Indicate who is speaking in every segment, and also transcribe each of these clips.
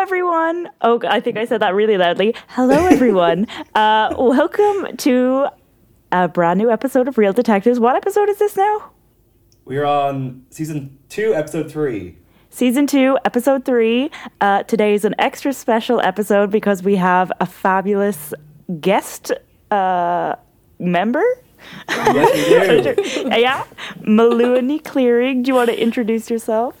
Speaker 1: everyone. Oh, I think I said that really loudly. Hello, everyone. uh, welcome to a brand new episode of Real Detectives. What episode is this now?
Speaker 2: We're on season two, episode three.
Speaker 1: Season 2, Episode 3. Uh, today is an extra special episode because we have a fabulous guest uh, member. Uh,
Speaker 2: Yes, we do.
Speaker 1: yeah, Maluni Clearing. Do you want to introduce yourself?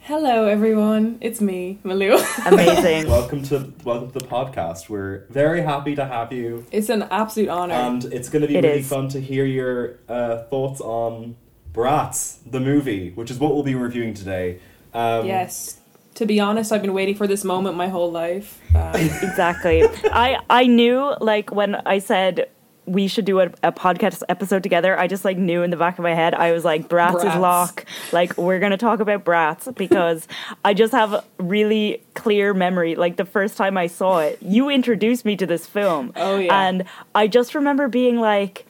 Speaker 3: Hello, everyone. It's me, Malou.
Speaker 1: Amazing.
Speaker 2: welcome to welcome to the podcast. We're very happy to have you,
Speaker 3: it's an absolute honor.
Speaker 2: and it's going to be
Speaker 1: It
Speaker 2: really
Speaker 1: is.
Speaker 2: fun to hear your uh, thoughts on Bratz, the movie, which is what we'll be reviewing today. Um,
Speaker 3: yes. To be honest, I've been waiting for this moment my whole life. Um,
Speaker 1: exactly. I I knew like when I said we should do a, a podcast episode together. I just like knew in the back of my head. I was like, Bratz, is
Speaker 3: Bratz.
Speaker 1: lock. Like we're gonna talk about Bratz because I just have a really clear memory. Like the first time I saw it, you introduced me to this film.
Speaker 3: Oh, yeah.
Speaker 1: and I just remember being like.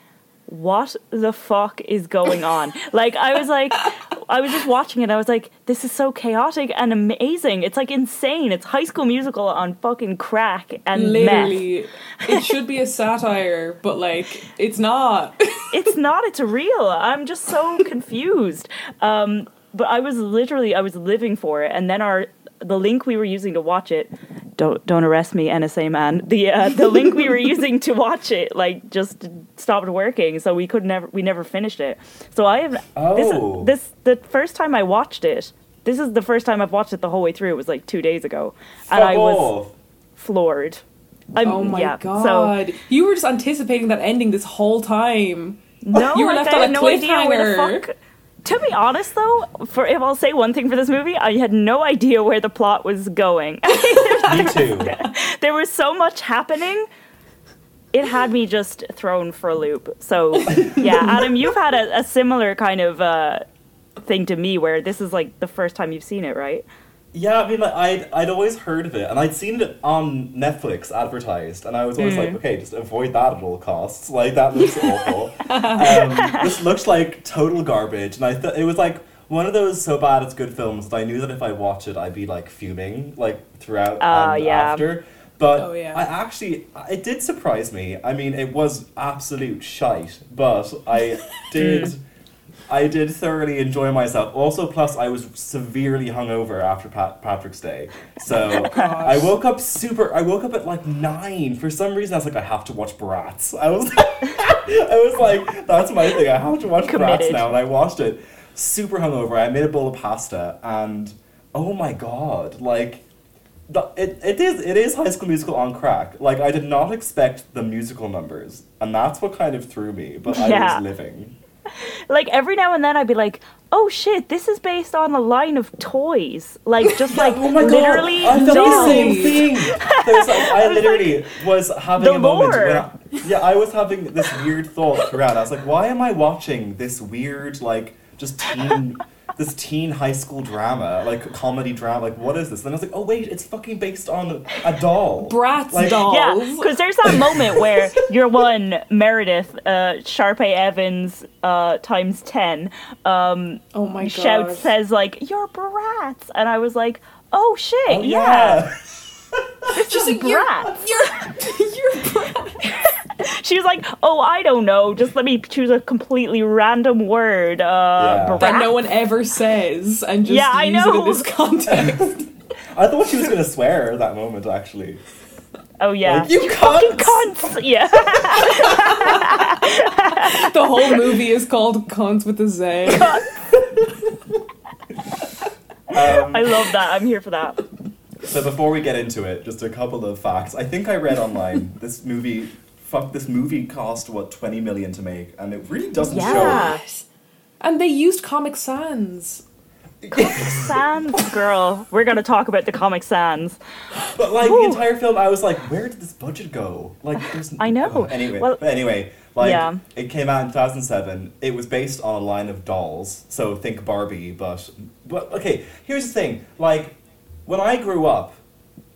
Speaker 1: What the fuck is going on? like I was like I was just watching it. I was like, this is so chaotic and amazing. It's like insane. It's High School Musical on fucking crack and meth.
Speaker 3: literally, it should be a satire, but like, it's not.
Speaker 1: It's not. It's real. I'm just so confused. Um, but I was literally, I was living for it. And then our the link we were using to watch it. Don't don't arrest me, NSA man. The uh, the link we were using to watch it like just stopped working, so we could never we never finished it. So I have
Speaker 2: Oh.
Speaker 1: this this the first time I watched it. This is the first time I've watched it the whole way through. It was like two days ago, and
Speaker 2: fuck
Speaker 1: I was
Speaker 2: off.
Speaker 1: floored. I'm,
Speaker 3: Oh my
Speaker 1: yeah, So
Speaker 3: god. you were just anticipating that ending this whole time.
Speaker 1: No,
Speaker 3: You were
Speaker 1: like,
Speaker 3: left
Speaker 1: I
Speaker 3: on
Speaker 1: had
Speaker 3: a
Speaker 1: no idea where
Speaker 3: cliffhanger.
Speaker 1: the fuck. To be honest, though, for if I'll say one thing for this movie, I had no idea where the plot was going.
Speaker 2: Me too.
Speaker 1: there was so much happening. It had me just thrown for a loop. So, yeah, Adam, you've had a, a similar kind of uh, thing to me where this is like the first time you've seen it, right?
Speaker 2: Yeah, I mean, like, I'd, I'd always heard of it, and I'd seen it on Netflix advertised, and I was always
Speaker 1: Hmm.
Speaker 2: like, okay, just avoid that at all costs. Like, that looks awful. Um, this looks like total garbage, and I thought it was like one of those so bad it's good films that I knew that if I watch it, I'd be like fuming, like throughout
Speaker 1: Ah,
Speaker 2: and
Speaker 1: yeah.
Speaker 2: after. But
Speaker 3: Oh, yeah.
Speaker 2: I actually, it did surprise me. I mean, it was absolute shite, but I did. I did thoroughly enjoy myself. Also, plus I was severely hungover after Pat- Patrick's Day,
Speaker 3: Oh,
Speaker 2: so I woke up super. I woke up at like nine for some reason. I was like, I have to watch Bratz. I was, I was like, that's my thing. I have to watch Bratz
Speaker 1: Committed.
Speaker 2: now, and I watched it super hungover. I made a bowl of pasta, and oh my god, like. The, it, it is it is High School Musical on crack. Like I did not expect the musical numbers, and that's what kind of threw me. But I
Speaker 1: Yeah.
Speaker 2: was living.
Speaker 1: like every now and then I'd be like, "Oh shit, this is based on a line of toys." Like just like
Speaker 2: Oh my
Speaker 1: literally
Speaker 2: god! I felt the
Speaker 1: literally-
Speaker 2: same thing. There's like, I literally was having
Speaker 1: the
Speaker 2: a moment. When I,
Speaker 1: lore.
Speaker 2: yeah, I was having this weird thought throughout. I was like, why am I watching this weird like just teen, this teen high school drama, like comedy drama? Like, what is this? Then I was like, oh wait, it's fucking based on a doll.
Speaker 3: Bratz
Speaker 2: Like-
Speaker 3: dolls.
Speaker 1: Yeah, because there's that moment where your one Meredith, uh, Sharpay Evans, uh, times ten, um,
Speaker 3: oh my god.
Speaker 1: shouts says like, "You're brats," and I was like, "Oh shit,
Speaker 2: Oh,
Speaker 1: yeah,
Speaker 2: yeah.
Speaker 3: She's like,
Speaker 1: brats."
Speaker 3: You're, you're Bratz.
Speaker 1: She was like, "Oh, I don't know. Just let me choose a completely random word." Uh,
Speaker 2: Yeah.
Speaker 1: brats.
Speaker 3: That no one ever says and just
Speaker 1: Yeah, I
Speaker 3: use it
Speaker 1: know.
Speaker 3: in this context.
Speaker 2: I thought she was gonna swear at that moment. Actually,
Speaker 1: oh yeah.
Speaker 2: like, you can't.
Speaker 1: Cunts! Yeah.
Speaker 3: the whole movie is called Cons with a Z.
Speaker 1: I love that. I'm here for that.
Speaker 2: So before we get into it, just a couple of facts. I think I read online this movie. Fuck, this movie cost what twenty million to make, and it really doesn't
Speaker 1: Yeah.
Speaker 3: And they used Comic Sans.
Speaker 1: Sans girl. We're gonna talk about the Comic Sans.
Speaker 2: show. But like
Speaker 1: Woo.
Speaker 2: the entire film, I was like, where did this budget go? Like, there's
Speaker 1: I know.
Speaker 2: Oh, anyway,
Speaker 1: Well-
Speaker 2: but anyway, like
Speaker 1: Yeah.
Speaker 2: it came out in two thousand seven. It was based on a line of dolls, so think Barbie. But but okay, here's the thing. Like when I grew up,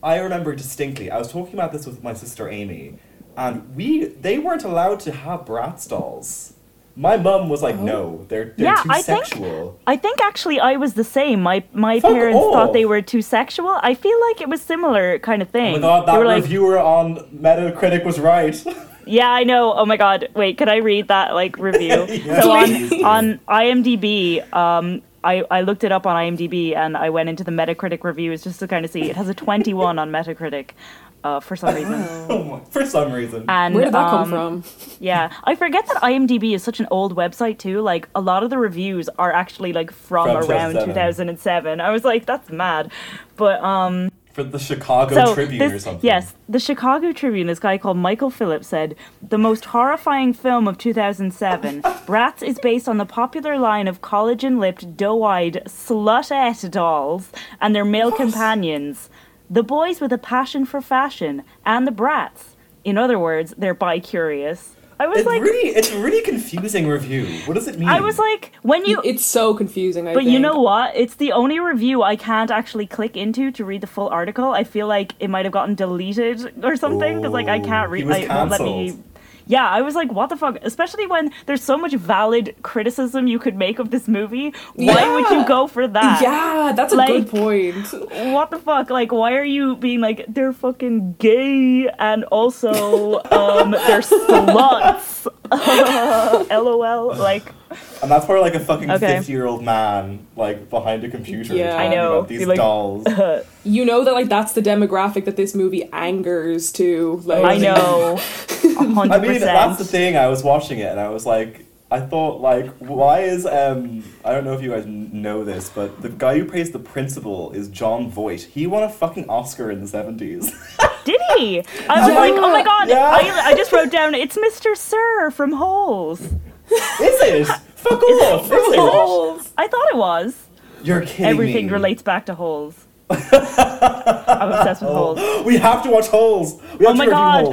Speaker 2: I remember distinctly. I was talking about this with my sister Amy, and we they weren't allowed to have Bratz dolls. My mum was like, no, they're, they're
Speaker 1: Oh. Yeah,
Speaker 2: too
Speaker 1: I think-
Speaker 2: sexual.
Speaker 1: I think actually I was the same. My my
Speaker 2: Fuck
Speaker 1: parents
Speaker 2: off.
Speaker 1: thought they were too sexual. I feel like it was similar kind of thing.
Speaker 2: Oh my god,
Speaker 1: they
Speaker 2: that
Speaker 1: were like,
Speaker 2: reviewer on Metacritic was right.
Speaker 1: "Yeah, I know. Oh my god, wait, can I read that like review?"
Speaker 2: Yeah,
Speaker 1: So
Speaker 2: please.
Speaker 1: on on IMDb, um, I I looked it up on IMDb and I went into the Metacritic reviews just to kind of see. It has a 21 on Metacritic. Uh, for some reason,
Speaker 2: Oh my- For some reason.
Speaker 1: and
Speaker 3: Where did that
Speaker 1: um,
Speaker 3: come from?
Speaker 1: Yeah, I forget that IMDb is such an old website too. Like a lot of the reviews are actually like from,
Speaker 2: From
Speaker 1: around
Speaker 2: 2007.
Speaker 1: 2007. I was like, that's mad, but um,
Speaker 2: For the Chicago
Speaker 1: so
Speaker 2: Tribune
Speaker 1: this,
Speaker 2: or something.
Speaker 1: yes, the Chicago Tribune. This guy called Michael Phillips said the most horrifying film of 2007. Bratz is based on the popular line of collagen-lipped, doe-eyed slutette dolls and their male companions, the boys with a passion for fashion, and the brats. In other words, they're bi-curious. I was
Speaker 2: It's
Speaker 1: like,
Speaker 2: really, it's a really confusing review. What does it mean?
Speaker 1: I was like, when you.
Speaker 3: it's so confusing. I
Speaker 1: but you
Speaker 3: think.
Speaker 1: know what? It's the only review I can't actually click into to read the full article. I feel like it might have gotten deleted or something because, like, I can't
Speaker 2: Ooh, he
Speaker 1: read.
Speaker 2: was
Speaker 1: Like, it won't let me.
Speaker 2: cancelled.
Speaker 1: Yeah, I was like, what the fuck? Especially when there's so much valid criticism you could make of this movie. Why would
Speaker 3: Yeah.
Speaker 1: you go for that?
Speaker 3: Yeah, that's a
Speaker 1: Like-
Speaker 3: good point.
Speaker 1: What the fuck? Like, why are you being like they're fucking gay and also um they're sluts? LOL. Like.
Speaker 2: and that's where like a fucking
Speaker 1: Okay.
Speaker 2: fifty-year-old man, like behind a computer,
Speaker 3: Yeah. I
Speaker 2: talking
Speaker 1: know.
Speaker 2: about these
Speaker 1: Be like-
Speaker 2: dolls.
Speaker 3: You know that like that's the demographic that this movie angers to. Like
Speaker 1: I know. a
Speaker 2: I
Speaker 1: hundred
Speaker 2: mean, that's the
Speaker 1: percent.
Speaker 2: thing. I was watching it and I was like, I thought, like, why is um? I don't know if you guys kn- know this, but the guy who plays the principal is John Voight. He won a fucking Oscar in the seventies.
Speaker 1: Did he? I was
Speaker 3: Yeah.
Speaker 1: like, oh my god!
Speaker 2: Yeah.
Speaker 1: I, I just wrote down it's Mr. Sir from Holes.
Speaker 2: is it? Fuck off! Is it?
Speaker 1: Holes. I thought it was.
Speaker 2: You're kidding
Speaker 1: Everything
Speaker 2: me.
Speaker 1: relates back to Holes. I'm obsessed with Holes.
Speaker 2: We have to watch Holes. We have
Speaker 1: Oh
Speaker 2: to
Speaker 1: my
Speaker 2: review
Speaker 1: God.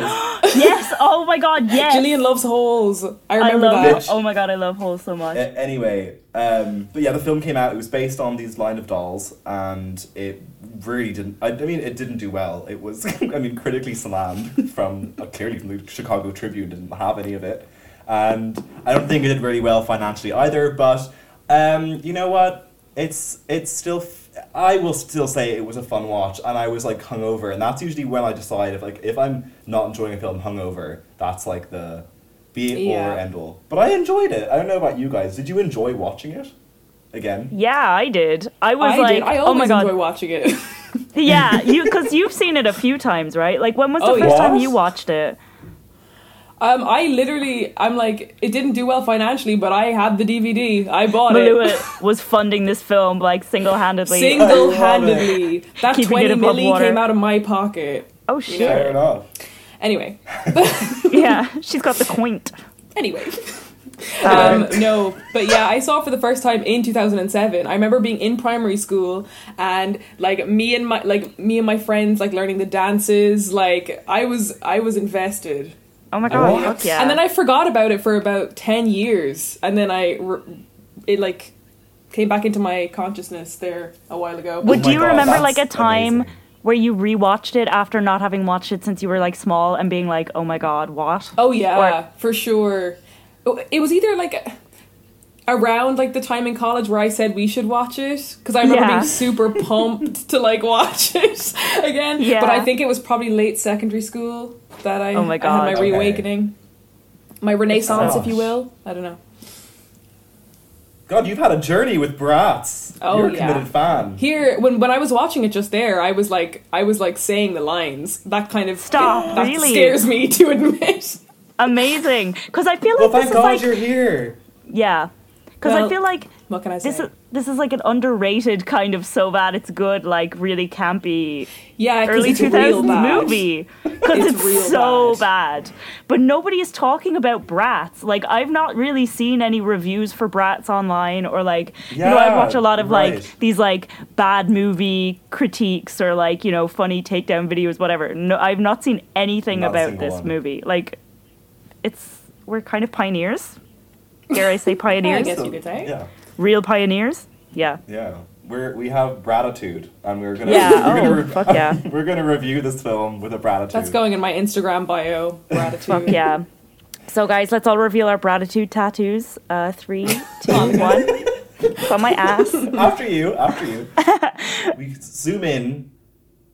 Speaker 2: Holes.
Speaker 1: Yes. Oh my god. Yes.
Speaker 3: Gillian loves holes. I
Speaker 1: I
Speaker 3: remember
Speaker 1: love.
Speaker 3: that.
Speaker 2: that.
Speaker 1: Oh my god! I love Holes so much.
Speaker 2: A- anyway, um, but yeah, the film came out. It was based on these line of dolls, and it really didn't. I, I mean, it didn't do well. It was, I mean, critically slammed from uh, clearly from the Chicago Tribune. Didn't have any of it, and I don't think it did really well financially either. But um, you know what? It's it's still. F- I will still say it was a fun watch, and I was like hungover, and that's usually when I decide if like if I'm not enjoying a film hungover, that's like the be it
Speaker 3: Yeah.
Speaker 2: or end all. But I enjoyed it. I don't know about you guys. Did you enjoy watching it? Again?
Speaker 1: Yeah, I did. I was
Speaker 3: I
Speaker 1: like,
Speaker 3: did. I
Speaker 1: oh my
Speaker 3: always
Speaker 1: god.
Speaker 3: enjoy watching it.
Speaker 1: Yeah, you because you've seen it a few times, right? Like, when was the
Speaker 3: Oh,
Speaker 1: first time
Speaker 2: yes.
Speaker 1: you watched it?
Speaker 3: um, I literally, I'm like, it didn't do well financially, but I had the DVD. I bought it
Speaker 1: Malua was funding this film like single-handedly.
Speaker 3: single-handedly. That
Speaker 1: Keeping it
Speaker 3: twenty
Speaker 1: above
Speaker 3: milli
Speaker 1: water.
Speaker 3: came out of my pocket.
Speaker 1: Oh shit!
Speaker 2: Fair enough.
Speaker 3: Anyway,
Speaker 1: yeah, she's got the quaint.
Speaker 3: anyway. Um, no, but yeah, I saw it for the first time in 2007. I remember being in primary school and like me and my like me and my friends like learning the dances. Like I was I was invested,
Speaker 1: Oh my god,
Speaker 2: What?
Speaker 1: fuck yeah.
Speaker 3: and then I forgot about it for about 10 years, and then I re- it like came back into my consciousness there a while ago.
Speaker 1: Would
Speaker 2: Oh my
Speaker 1: you
Speaker 2: God,
Speaker 1: remember
Speaker 2: that's
Speaker 1: like a time
Speaker 2: amazing.
Speaker 1: where you rewatched it after not having watched it since you were like small and being like, oh my god, what?
Speaker 3: Oh yeah,
Speaker 1: Or-
Speaker 3: for sure. Oh, It was either like around like the time in college where I said we should watch it because I remember
Speaker 1: Yeah.
Speaker 3: being super pumped to like watch it again.
Speaker 1: Yeah.
Speaker 3: But I think it was probably late secondary school that I,
Speaker 1: Oh my
Speaker 3: I had
Speaker 1: God.
Speaker 3: my
Speaker 2: Okay.
Speaker 3: reawakening, my renaissance, if you
Speaker 2: Gosh.
Speaker 3: will. I don't know.
Speaker 2: God, you've had a journey with brats.
Speaker 3: Oh,
Speaker 2: You're a
Speaker 3: yeah.
Speaker 2: committed fan.
Speaker 3: Here, when when I was watching it just there, I was like, I was like saying the lines. That kind of
Speaker 1: Stop,
Speaker 3: that
Speaker 1: really?
Speaker 3: scares me to admit.
Speaker 1: Amazing. Because I feel
Speaker 2: well,
Speaker 1: like
Speaker 2: thank
Speaker 1: this
Speaker 2: God
Speaker 1: is like,
Speaker 2: you're here.
Speaker 1: yeah. Because I
Speaker 3: Well,
Speaker 1: feel like
Speaker 3: What can I say?
Speaker 1: this is, this is like an underrated kind of so bad it's good, like really campy
Speaker 3: yeah, 'cause
Speaker 1: early
Speaker 3: it's real
Speaker 1: 2000s
Speaker 3: bad.
Speaker 1: movie because
Speaker 3: It's
Speaker 1: it's,
Speaker 3: real
Speaker 1: so bad. But nobody is talking about Bratz. Like I've not really seen any reviews for Bratz online or like you know I
Speaker 2: Yeah,
Speaker 1: watch a lot of
Speaker 2: right.
Speaker 1: like these like bad movie critiques or like you know funny takedown videos whatever. No, I've not seen anything
Speaker 2: Not a
Speaker 1: about
Speaker 2: single
Speaker 1: this
Speaker 2: one.
Speaker 1: movie. Like it's we're kind of pioneers. Dare I say pioneers?
Speaker 3: guess you could say.
Speaker 2: Yeah,
Speaker 1: Real pioneers? Yeah.
Speaker 2: yeah. We're, we have gratitude, and we're gonna
Speaker 1: Yeah,
Speaker 2: we're gonna
Speaker 1: oh, fuck yeah.
Speaker 2: we're gonna review this film with a gratitude.
Speaker 3: That's going in my Instagram bio. Gratitude.
Speaker 1: Fuck yeah. So, guys, let's all reveal our gratitude tattoos. Uh, three, two, one. It's on my ass.
Speaker 2: after you, after you. we zoom in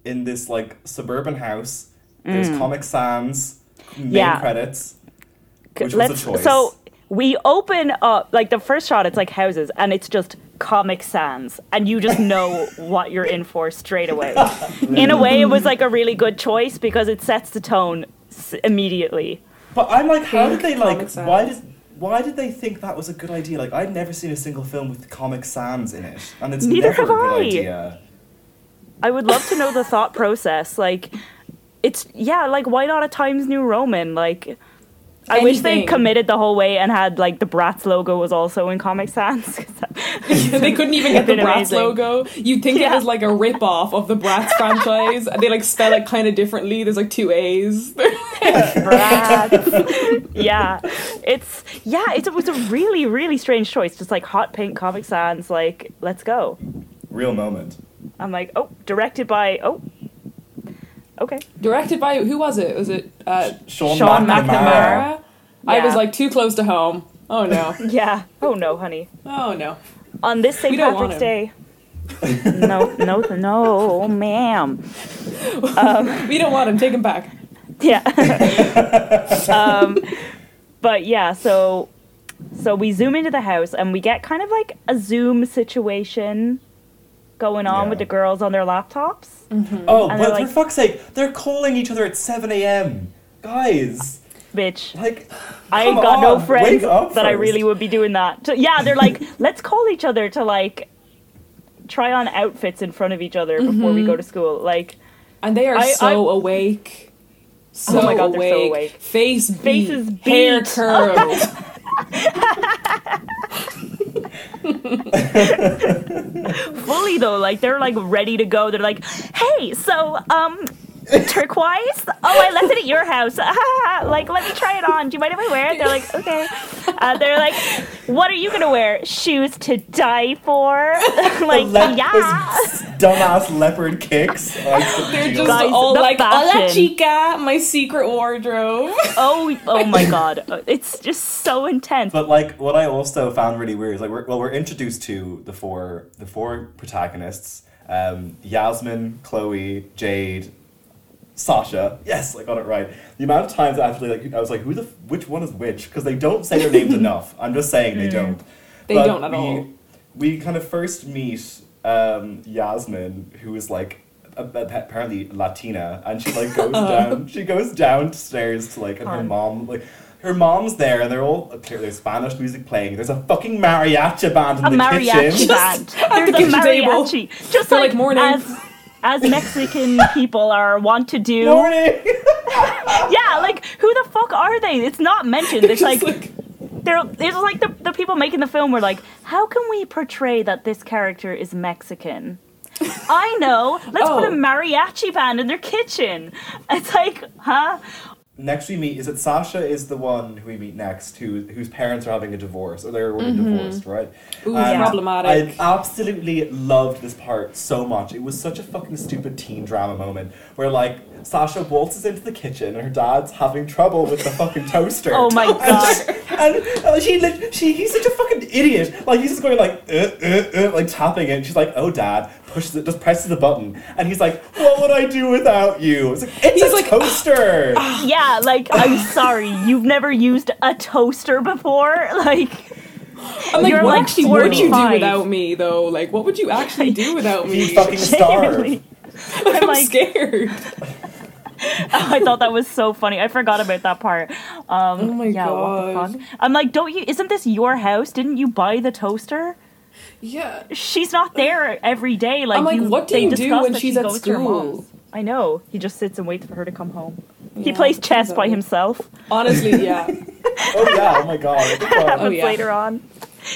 Speaker 2: in this like suburban house. There's Comic Sans main
Speaker 1: Mm. Yeah.
Speaker 2: credits,
Speaker 1: C-
Speaker 2: which
Speaker 1: let's
Speaker 2: was a choice.
Speaker 1: so we open up like the first shot it's like houses and it's just comic sans and you just know what you're in for straight away in a way it was like a really good choice because it sets the tone s- immediately
Speaker 2: but I'm like, how did they
Speaker 3: Big
Speaker 2: like?
Speaker 3: Comic Sans.
Speaker 2: Why did? Why did they think that was a good idea? Like, I'd never seen a single film with Comic Sans in it, and it's
Speaker 1: Neither
Speaker 2: never
Speaker 1: have
Speaker 2: a good
Speaker 1: I.
Speaker 2: idea.
Speaker 1: i would love to know the thought process like it's yeah like why not a times new roman like I wish they
Speaker 3: Anything.
Speaker 1: committed the whole way and had like the Bratz logo was also in Comic Sans.
Speaker 3: they couldn't even get the
Speaker 1: Been
Speaker 3: Bratz
Speaker 1: amazing.
Speaker 3: logo. You'd think
Speaker 1: Yeah.
Speaker 3: it was like a rip off of the Bratz franchise. They like spell it kind of differently. There's like two A's.
Speaker 1: Bratz. yeah, it's yeah, it's, it was a really really strange choice. Just like hot pink Comic Sans, like let's go.
Speaker 2: Real moment.
Speaker 1: I'm like, oh, directed by oh, okay,
Speaker 3: Directed by who was it? Was it uh,
Speaker 2: Sean,
Speaker 1: Sean
Speaker 2: McNamara.
Speaker 3: McNamara? I was
Speaker 1: Yeah.
Speaker 3: like too close to home. Oh no.
Speaker 1: yeah. Oh no, honey.
Speaker 3: Oh no.
Speaker 1: On this St.
Speaker 3: We don't want
Speaker 1: Patrick's Day. no, no, no, ma'am.
Speaker 3: We don't want him. Take him back.
Speaker 1: Yeah. um, but yeah, so so we zoom into the house and we get kind of like a Zoom situation going on
Speaker 2: Yeah.
Speaker 1: with the girls on their laptops.
Speaker 2: Oh,
Speaker 1: And
Speaker 2: but
Speaker 1: they're like-
Speaker 2: for fuck's sake, they're calling each other at 7 a.m. Guys,
Speaker 1: Bitch,
Speaker 2: like,
Speaker 1: I
Speaker 2: come
Speaker 1: ain't got
Speaker 2: on,
Speaker 1: no
Speaker 2: wake
Speaker 1: friends that
Speaker 2: up
Speaker 1: I
Speaker 2: first.
Speaker 1: really would be doing that. to- yeah, they're like, let's call each other to like try on outfits in front of each other before we
Speaker 2: Mm-hmm.
Speaker 1: go to school. Like
Speaker 3: And they are
Speaker 1: I- Oh
Speaker 3: so awake. So
Speaker 1: my God, they're
Speaker 3: awake.
Speaker 1: so awake.
Speaker 3: Face beat.
Speaker 1: Faces
Speaker 3: Hair
Speaker 1: beat.
Speaker 3: curled.
Speaker 1: fully though, like they're like ready to go. They're like, hey, so um. Turquoise? Oh, I left it at your house. like, let me try it on. Do you mind if I wear it? They're like, okay. Uh, they're like, what are you gonna wear? Shoes to die for? like,
Speaker 2: le-
Speaker 1: yeah.
Speaker 2: those dumbass leopard kicks. Like,
Speaker 3: They're just
Speaker 1: Guys,
Speaker 3: all
Speaker 1: the
Speaker 3: like, "Hola,
Speaker 1: fashion."
Speaker 3: chica, my secret wardrobe."
Speaker 1: Oh, oh my god, Uh, it's just so intense.
Speaker 2: But like, what I also found really weird is like, we're, well, we're introduced to the four the four protagonists: um, Yasmin, Chloe, Jade, Sasha. Yes, I got it right. The amount of times actually, like, I was like, who the f- which one is which? Because they don't say their names enough. I'm just saying they don't.
Speaker 3: Mm. They don't at
Speaker 2: we,
Speaker 3: all.
Speaker 2: We kind of first meet um, Yasmin, who is like a- a- apparently Latina, and she like goes down. She goes downstairs to like, and her
Speaker 1: Fun.
Speaker 2: mom like. Her mom's there, and they're all clearly there's Spanish music playing. There's a fucking mariachi band in
Speaker 1: a
Speaker 2: the
Speaker 1: mariachi
Speaker 2: kitchen.
Speaker 1: band.
Speaker 3: at the
Speaker 1: There's a
Speaker 3: kitchen table.
Speaker 1: mariachi. Just
Speaker 3: They're
Speaker 1: like,
Speaker 3: like, "Morning."
Speaker 1: As, as Mexican people are want to do.
Speaker 2: Morning.
Speaker 1: Yeah, like who the fuck are they? It's not mentioned. It's like,
Speaker 3: Just like
Speaker 1: they're it's like the, the people making the film were like, how can we portray that this character is Mexican? I know. Let's put
Speaker 3: Oh.
Speaker 1: a mariachi band in their kitchen. It's like, huh?
Speaker 2: next we meet is it Sasha is the one who we meet next, who whose parents are having a divorce or they're already divorced, right?
Speaker 3: Mm-hmm. Ooh,
Speaker 2: And
Speaker 3: problematic.
Speaker 2: I absolutely loved this part so much. It was such a fucking stupid teen drama moment where like Sasha waltzes into the kitchen and her dad's having trouble with the fucking toaster.
Speaker 1: Oh my god.
Speaker 2: And uh, she, lit- she, he's such a fucking idiot. Like he's just going like, uh, uh, uh, like tapping it. And she's like, "Oh, dad," pushes it, just presses the button, and he's like, "What would I do without you?" It's like it's
Speaker 3: He's
Speaker 2: a
Speaker 3: like, "Ah,
Speaker 2: toaster.
Speaker 1: yeah, like I'm sorry, you've never used a toaster before. Like
Speaker 3: I'm like,
Speaker 1: You're
Speaker 3: what
Speaker 1: like
Speaker 3: actually would you do
Speaker 1: 45.
Speaker 3: without me though? Like, what would you actually do without
Speaker 2: He'd
Speaker 3: me?
Speaker 2: fucking starve.
Speaker 1: genuinely.
Speaker 3: I'm
Speaker 1: like-
Speaker 3: scared.
Speaker 1: I thought that was so funny. I forgot about that part. Um,
Speaker 3: Oh my
Speaker 1: yeah, what
Speaker 3: god.
Speaker 1: the fuck? I'm like, don't you? Isn't this your house? Didn't you buy the toaster?
Speaker 3: Yeah.
Speaker 1: she's not there every day. Like,
Speaker 3: I'm like,
Speaker 1: you,
Speaker 3: what do
Speaker 1: they
Speaker 3: you do
Speaker 1: discuss
Speaker 3: when
Speaker 1: that
Speaker 3: she's
Speaker 1: she
Speaker 3: at
Speaker 1: goes to her
Speaker 3: school?
Speaker 1: mom's. I know. He just sits and waits for her to come home. he
Speaker 3: Yeah,
Speaker 1: plays chess by
Speaker 3: exactly.
Speaker 1: himself.
Speaker 3: Honestly, yeah.
Speaker 2: Oh yeah, oh my god.
Speaker 1: But
Speaker 2: Oh.
Speaker 3: yeah.
Speaker 1: later on,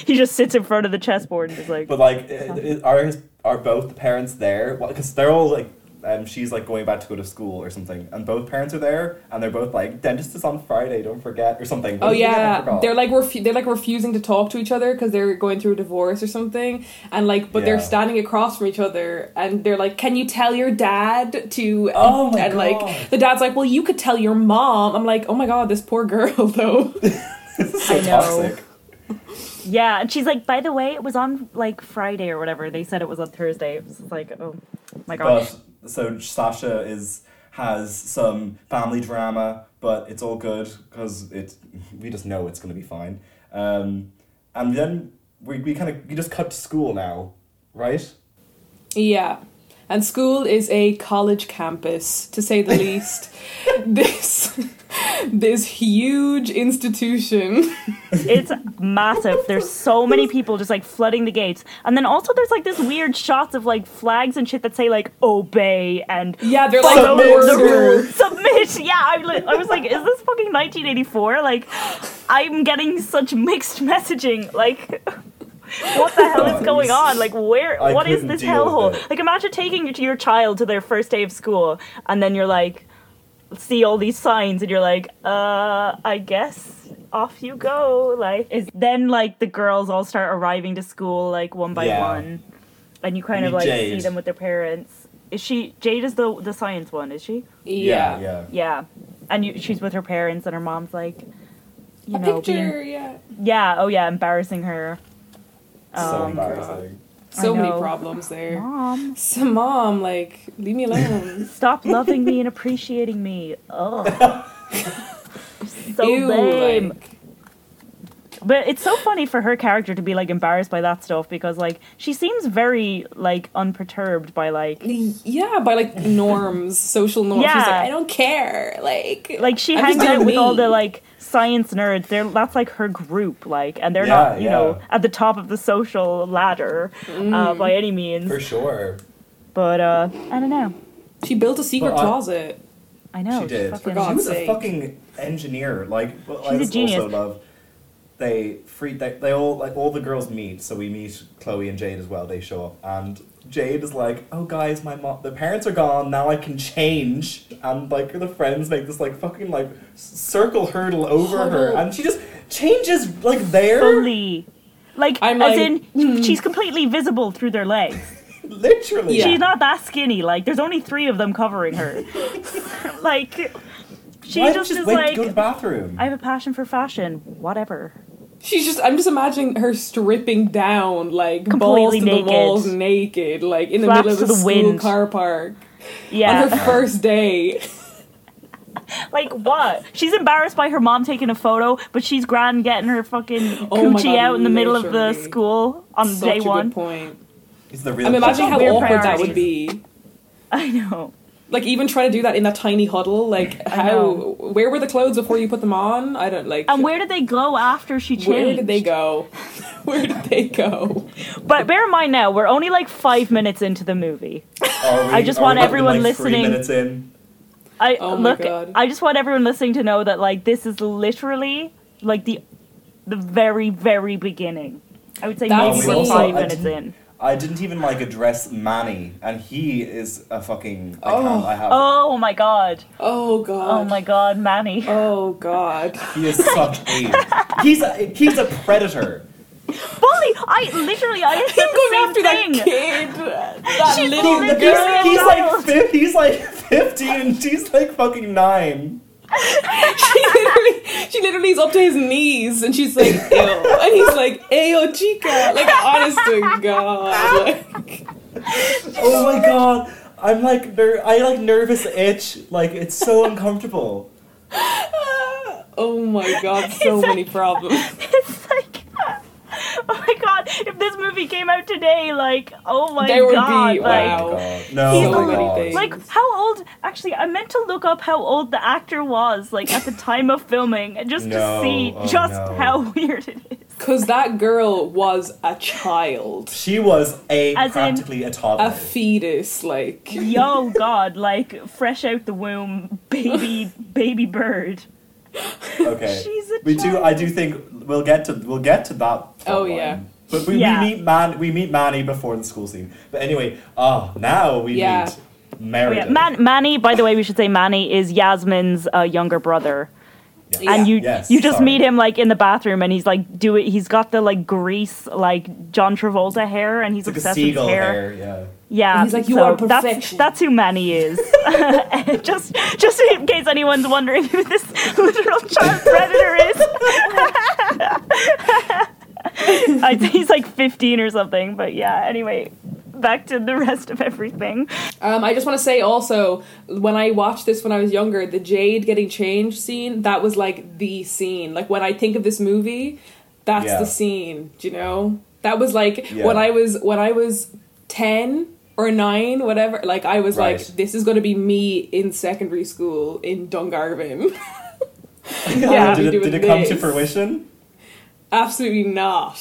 Speaker 1: he just sits in front of the chessboard and is like,
Speaker 2: But like, i- i- are his, are both the parents there? Because they're all like, um, she's like going back to go to school or something, and both parents are there, and they're both like, "Dentist is on Friday, don't forget," or something.
Speaker 3: Oh
Speaker 2: What did they get? I
Speaker 3: yeah,
Speaker 2: forgot.
Speaker 3: they're like refu- they're like refusing to talk to each other because they're going through a divorce or something, and like but they're
Speaker 2: Yeah.
Speaker 3: standing across from each other and they're like, "Can you tell your dad to?" e-"
Speaker 2: Oh my
Speaker 3: and
Speaker 2: God.
Speaker 3: like the dad's like, "Well, you could tell your mom." I'm like, "Oh my god, this poor girl though."
Speaker 2: This is so
Speaker 1: I know.
Speaker 2: toxic.
Speaker 1: Yeah, and she's like, by the way, it was on like Friday or whatever. They said it was on Thursday. It was like, oh my gosh.
Speaker 2: But so Sasha is has some family drama, but it's all good because it we just know it's gonna be fine. Um, and then we, we kind of we just cut to school now, right?
Speaker 3: Yeah. And school is a college campus, to say the least. this this huge institution.
Speaker 1: It's massive. There's so many people just like flooding the gates. And then also there's like this weird shots of like flags and shit that say like obey and
Speaker 3: Yeah, they're like
Speaker 2: Submit
Speaker 3: "Order."
Speaker 2: the rules.
Speaker 1: submit. Yeah, I, li- I was like, is this fucking 1984? Like, I'm getting such mixed messaging. Like, what the hell is going on? Like, where?
Speaker 2: Oh, I
Speaker 1: what is
Speaker 2: couldn't
Speaker 1: this
Speaker 2: deal with
Speaker 1: hellhole?
Speaker 2: it.
Speaker 1: Like, imagine taking your child to their first day of school, and then you're like, see all these signs, and you're like, uh, I guess off you go. Like, is then like the girls all start arriving to school like one by
Speaker 2: Yeah.
Speaker 1: one, and you kind
Speaker 2: You
Speaker 1: of like see
Speaker 2: Jade.
Speaker 1: them with their parents. Is she Jade is the the science one, is she?
Speaker 3: Yeah.
Speaker 2: yeah.
Speaker 1: Yeah, and you, she's with her parents, and her mom's like, you
Speaker 3: A
Speaker 1: know,
Speaker 3: picture, yeah.
Speaker 1: being- yeah, oh yeah, embarrassing her.
Speaker 3: Oh,
Speaker 2: so
Speaker 1: Um,
Speaker 2: embarrassing.
Speaker 3: So many
Speaker 1: know.
Speaker 3: problems there.
Speaker 1: Mom,
Speaker 3: So mom, like, leave me alone.
Speaker 1: stop loving me and appreciating me. Oh, so
Speaker 3: Ew,
Speaker 1: lame.
Speaker 3: like-
Speaker 1: But it's so funny for her character to be like embarrassed by that stuff because like she seems very like unperturbed by like
Speaker 3: yeah, by like norms, social norms. She's like,
Speaker 1: Yeah.
Speaker 3: I don't care. Like,
Speaker 1: like she
Speaker 3: I'm
Speaker 1: hangs
Speaker 3: just
Speaker 1: out
Speaker 3: being
Speaker 1: with all
Speaker 3: me.
Speaker 1: the like science nerds. They're that's like her group, like, and they're
Speaker 2: Yeah,
Speaker 1: not you know
Speaker 2: yeah.
Speaker 1: at the top of the social ladder uh,
Speaker 3: Mm.
Speaker 1: by any means.
Speaker 2: For sure.
Speaker 1: But uh, I don't know.
Speaker 3: She built a secret
Speaker 2: But I-
Speaker 3: closet.
Speaker 1: I know.
Speaker 2: she did.
Speaker 1: fucking-
Speaker 3: Oh, For God's
Speaker 2: she was a
Speaker 3: sake.
Speaker 2: fucking engineer. Like, well, I
Speaker 1: She's a
Speaker 2: just
Speaker 1: genius.
Speaker 2: also love. They free. They, they all like all the girls meet. So we meet Chloe and Jade as well. They show up, and Jade is like, "Oh guys, my mom. The parents are gone. Now I can change." And like the friends make this like fucking like s- circle hurdle over her,
Speaker 3: Huddle.
Speaker 2: and she just changes like there,
Speaker 1: fully. Like,
Speaker 3: I'm
Speaker 1: as
Speaker 3: like, hmm.
Speaker 1: in, she's completely visible through their legs.
Speaker 2: literally.
Speaker 3: Yeah.
Speaker 1: She's not that skinny. Like, there's only three of them covering her. like, she
Speaker 2: Why don't
Speaker 1: just
Speaker 2: you
Speaker 1: is
Speaker 2: wait,
Speaker 1: like,
Speaker 2: go to the bathroom.
Speaker 1: I have a passion for fashion. Whatever.
Speaker 3: She's just I'm just imagining her stripping down, like balls
Speaker 1: Completely
Speaker 3: to
Speaker 1: naked.
Speaker 3: the walls naked, like in the
Speaker 1: Flaps
Speaker 3: middle of
Speaker 1: to
Speaker 3: the,
Speaker 1: the
Speaker 3: school
Speaker 1: wind.
Speaker 3: car park. On her
Speaker 1: Yeah.
Speaker 3: first day.
Speaker 1: like, what? She's embarrassed by her mom taking a photo, but she's grand getting her fucking
Speaker 3: Oh my
Speaker 1: coochie
Speaker 3: God,
Speaker 1: out in the middle of the
Speaker 3: literally.
Speaker 1: school on
Speaker 3: Such
Speaker 1: day
Speaker 3: a
Speaker 1: one.
Speaker 3: good point.
Speaker 2: It's the real.
Speaker 3: I'm imagining
Speaker 1: a
Speaker 3: how
Speaker 1: weird
Speaker 3: awkward that
Speaker 1: priority.
Speaker 3: would be.
Speaker 1: I know.
Speaker 3: Like even trying to do that in that tiny huddle, like how
Speaker 1: know.
Speaker 3: where were the clothes before you put them on? I don't like
Speaker 1: And where did they go after she changed?
Speaker 3: where did they go? where did they go?
Speaker 1: But bear in mind now, we're only like five minutes into the movie.
Speaker 2: Are we-
Speaker 1: I just
Speaker 2: are we
Speaker 1: want
Speaker 2: up in,
Speaker 1: everyone
Speaker 2: like, three
Speaker 1: listening-
Speaker 2: minutes in?
Speaker 1: I
Speaker 3: Oh my
Speaker 1: look.
Speaker 3: God.
Speaker 1: I just want everyone listening to know that like this is literally like the the very very beginning. I would say
Speaker 3: That's
Speaker 1: maybe we're
Speaker 3: also-
Speaker 1: five
Speaker 2: I
Speaker 1: minutes
Speaker 2: didn't-
Speaker 1: in.
Speaker 2: I didn't even like address Manny, and he is a fucking. I
Speaker 3: Oh.
Speaker 2: can't. I have.
Speaker 1: Oh my god!
Speaker 3: Oh god.
Speaker 1: Oh my god, Manny.
Speaker 3: Oh god.
Speaker 2: He is such a. He's a he's a predator.
Speaker 1: Bully! I literally I said
Speaker 3: Him going
Speaker 1: the
Speaker 3: after
Speaker 1: same
Speaker 3: that
Speaker 1: thing.
Speaker 3: kid. That
Speaker 1: She's
Speaker 3: little
Speaker 1: literally-
Speaker 3: girl.
Speaker 2: He's, he's like
Speaker 1: Child.
Speaker 2: fif- he's like fifteen, and she's like fucking nine.
Speaker 3: she literally, she literally is up to his knees, and she's like, "Ew," and he's like, "Ew, chica!" Like, honest to God, like,
Speaker 2: Oh my god! I'm like ner- I like nervous itch. Like it's so uncomfortable.
Speaker 3: oh my God, so many problems.
Speaker 1: It's like. Oh my god! If this movie came out today, like, oh my
Speaker 3: There would
Speaker 1: god!
Speaker 3: be-
Speaker 1: like,
Speaker 3: wow.
Speaker 2: Oh my god! No.
Speaker 1: He's
Speaker 2: oh my
Speaker 1: the-
Speaker 2: god.
Speaker 3: things.
Speaker 1: Like how old? Actually, I meant to look up how old the actor was, like at the time of filming, and just
Speaker 2: No,
Speaker 1: to see
Speaker 2: oh
Speaker 1: just
Speaker 2: no.
Speaker 1: how weird it is.
Speaker 3: Cause that girl was a child,
Speaker 2: she was a
Speaker 1: As in-
Speaker 2: practically a toddler.
Speaker 3: a fetus, like.
Speaker 1: Yo, God, like fresh out the womb, baby, baby bird.
Speaker 2: okay.
Speaker 1: She's a
Speaker 2: we do.
Speaker 1: child.
Speaker 2: I do think we'll get to we'll get to that.
Speaker 3: Oh,
Speaker 2: plotline.
Speaker 3: yeah.
Speaker 2: But we,
Speaker 1: Yeah.
Speaker 2: we meet man we meet Manny before the school scene. But anyway, oh now we
Speaker 3: Yeah.
Speaker 2: meet Merida.
Speaker 1: Yeah, Man- Manny, by the way, we should say Manny is Yasmin's uh, younger brother.
Speaker 2: Yes.
Speaker 3: Yeah.
Speaker 1: And you
Speaker 2: Yes,
Speaker 1: you just
Speaker 2: sorry.
Speaker 1: meet him like in the bathroom and he's like do it he's got the like grease like John Travolta hair and he's
Speaker 2: It's like a
Speaker 1: obsessed with
Speaker 2: seagull
Speaker 1: hair.
Speaker 2: hair. Yeah.
Speaker 1: Yeah.
Speaker 3: And he's like, "You
Speaker 1: so
Speaker 3: are
Speaker 1: that's,
Speaker 3: perfection."
Speaker 1: that's who Manny is. just just in case anyone's wondering who this literal child predator is. I think he's like 15 or something, but yeah, anyway, back to the rest of everything.
Speaker 3: Um, I just want to say also, when I watched this when I was younger, the Jade getting changed scene, that was like the scene. Like when I think of this movie, that's
Speaker 2: Yeah.
Speaker 3: the scene, do you know? That was like
Speaker 2: Yeah.
Speaker 3: when I was when I was 10 or 9, whatever, like I was
Speaker 2: Right.
Speaker 3: like this is going to be me in secondary school in Dungarvan.
Speaker 1: Yeah.
Speaker 2: did
Speaker 3: we
Speaker 2: it,
Speaker 3: do
Speaker 2: did it
Speaker 3: with
Speaker 2: come to
Speaker 3: this.
Speaker 2: fruition?
Speaker 3: Absolutely not.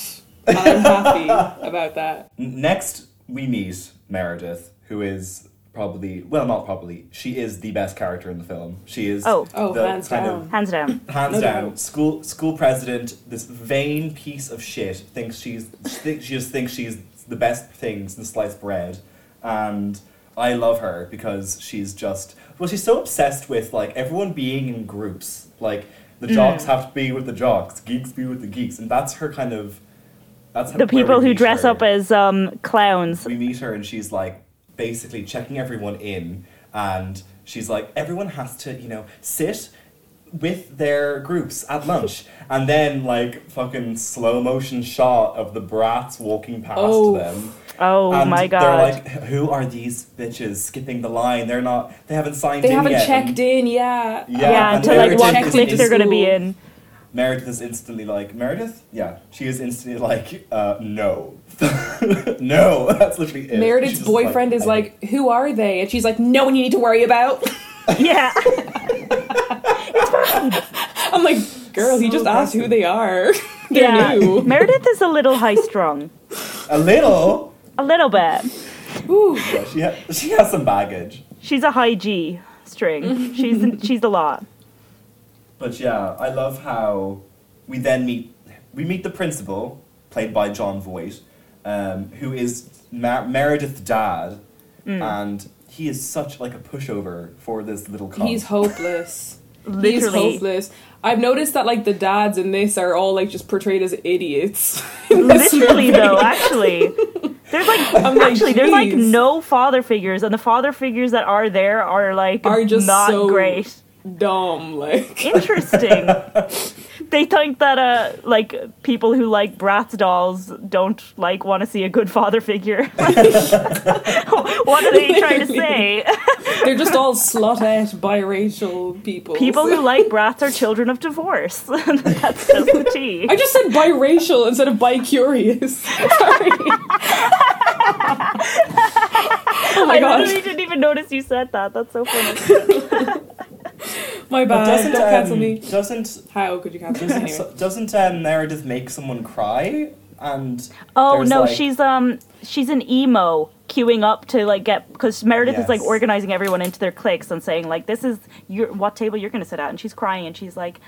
Speaker 3: And I'm happy about that.
Speaker 2: N- Next, we meet Meredith, who is probably well, not probably. She is the best character in the film. She is
Speaker 1: Oh.
Speaker 3: Oh,
Speaker 2: the
Speaker 3: hands
Speaker 2: kind
Speaker 3: down.
Speaker 2: of
Speaker 1: Hands down.
Speaker 2: Hands
Speaker 3: No
Speaker 2: down,
Speaker 3: doubt.
Speaker 2: school school president, this vain piece of shit, thinks she's think, she just thinks she's the best thing since sliced bread, and I love her because she's just well, she's so obsessed with like everyone being in groups, like
Speaker 1: Mm.
Speaker 2: the jocks have to be with the jocks, geeks be with the geeks, and that's her kind of that's
Speaker 1: The people who dress up
Speaker 2: as
Speaker 1: as um, clowns.
Speaker 2: we meet her and she's like basically checking everyone in and she's like everyone has to you know sit with their groups at lunch and then like fucking slow motion shot of the brats walking past
Speaker 3: Oh.
Speaker 2: them
Speaker 1: Oh
Speaker 2: and
Speaker 1: my
Speaker 2: they're
Speaker 1: god.
Speaker 2: like who are these bitches skipping the line they're not they haven't signed
Speaker 3: They
Speaker 2: in
Speaker 3: haven't
Speaker 2: yet
Speaker 3: checked in, yeah.
Speaker 2: Yeah,
Speaker 1: yeah,
Speaker 2: and
Speaker 1: until
Speaker 2: they
Speaker 1: like
Speaker 2: were
Speaker 1: one
Speaker 2: taken
Speaker 1: click
Speaker 2: to
Speaker 1: they're gonna be
Speaker 3: school.
Speaker 1: in.
Speaker 2: meredith is instantly like meredith yeah she is instantly like uh no no that's literally it
Speaker 3: Meredith's
Speaker 2: She's just
Speaker 3: boyfriend is
Speaker 2: I-
Speaker 3: like, "Who are they?" And she's like, "No one you need to worry about."
Speaker 1: Yeah.
Speaker 3: I'm like, "Girl, he
Speaker 2: So
Speaker 3: just asked who they are. They're
Speaker 1: yeah.
Speaker 3: new."
Speaker 1: Meredith is a little high strung.
Speaker 2: a little
Speaker 1: A little bit.
Speaker 3: Ooh.
Speaker 2: Yeah, she ha- she has some baggage.
Speaker 1: She's a high G string. She's she's a lot.
Speaker 2: But yeah, I love how we then meet we meet the principal, played by John Voight, um, who is Ma- Meredith's dad,
Speaker 3: Mm.
Speaker 2: and he is such like a pushover for this little cunt.
Speaker 3: He's hopeless. He's
Speaker 1: Literally.
Speaker 3: hopeless. I've noticed that like the dads in this are all like just portrayed as idiots. in this
Speaker 1: Literally
Speaker 3: movie.
Speaker 1: though, actually. There's like
Speaker 3: I'm like,
Speaker 1: actually there's like
Speaker 3: "Jeez."
Speaker 1: no father figures and the father figures that are there are like
Speaker 3: Are just
Speaker 1: not
Speaker 3: so-
Speaker 1: great.
Speaker 3: dumb. Like
Speaker 1: Interesting. they think that uh like people who like Bratz dolls don't like want to see a good father figure. what are they trying to say?
Speaker 3: they're just all slotted biracial people.
Speaker 1: People who like Bratz are children of divorce. That's just the tea.
Speaker 3: I just said biracial instead of bicurious. Sorry. oh my
Speaker 1: I
Speaker 3: god.
Speaker 1: literally didn't even notice you said that. That's so funny.
Speaker 3: My
Speaker 2: But
Speaker 3: bad.
Speaker 2: doesn't
Speaker 3: Don't cancel
Speaker 2: um,
Speaker 3: me.
Speaker 2: doesn't
Speaker 3: How could you cancel me
Speaker 2: doesn't,
Speaker 3: anyway?
Speaker 2: doesn't um, Meredith make someone cry? And
Speaker 1: Oh
Speaker 2: there's,
Speaker 1: no,
Speaker 2: like-
Speaker 1: she's um she's an emo queuing up to like get because Meredith is like
Speaker 2: Yes.
Speaker 1: organizing everyone into their cliques and saying like this is your what table you're gonna sit at and she's crying and she's like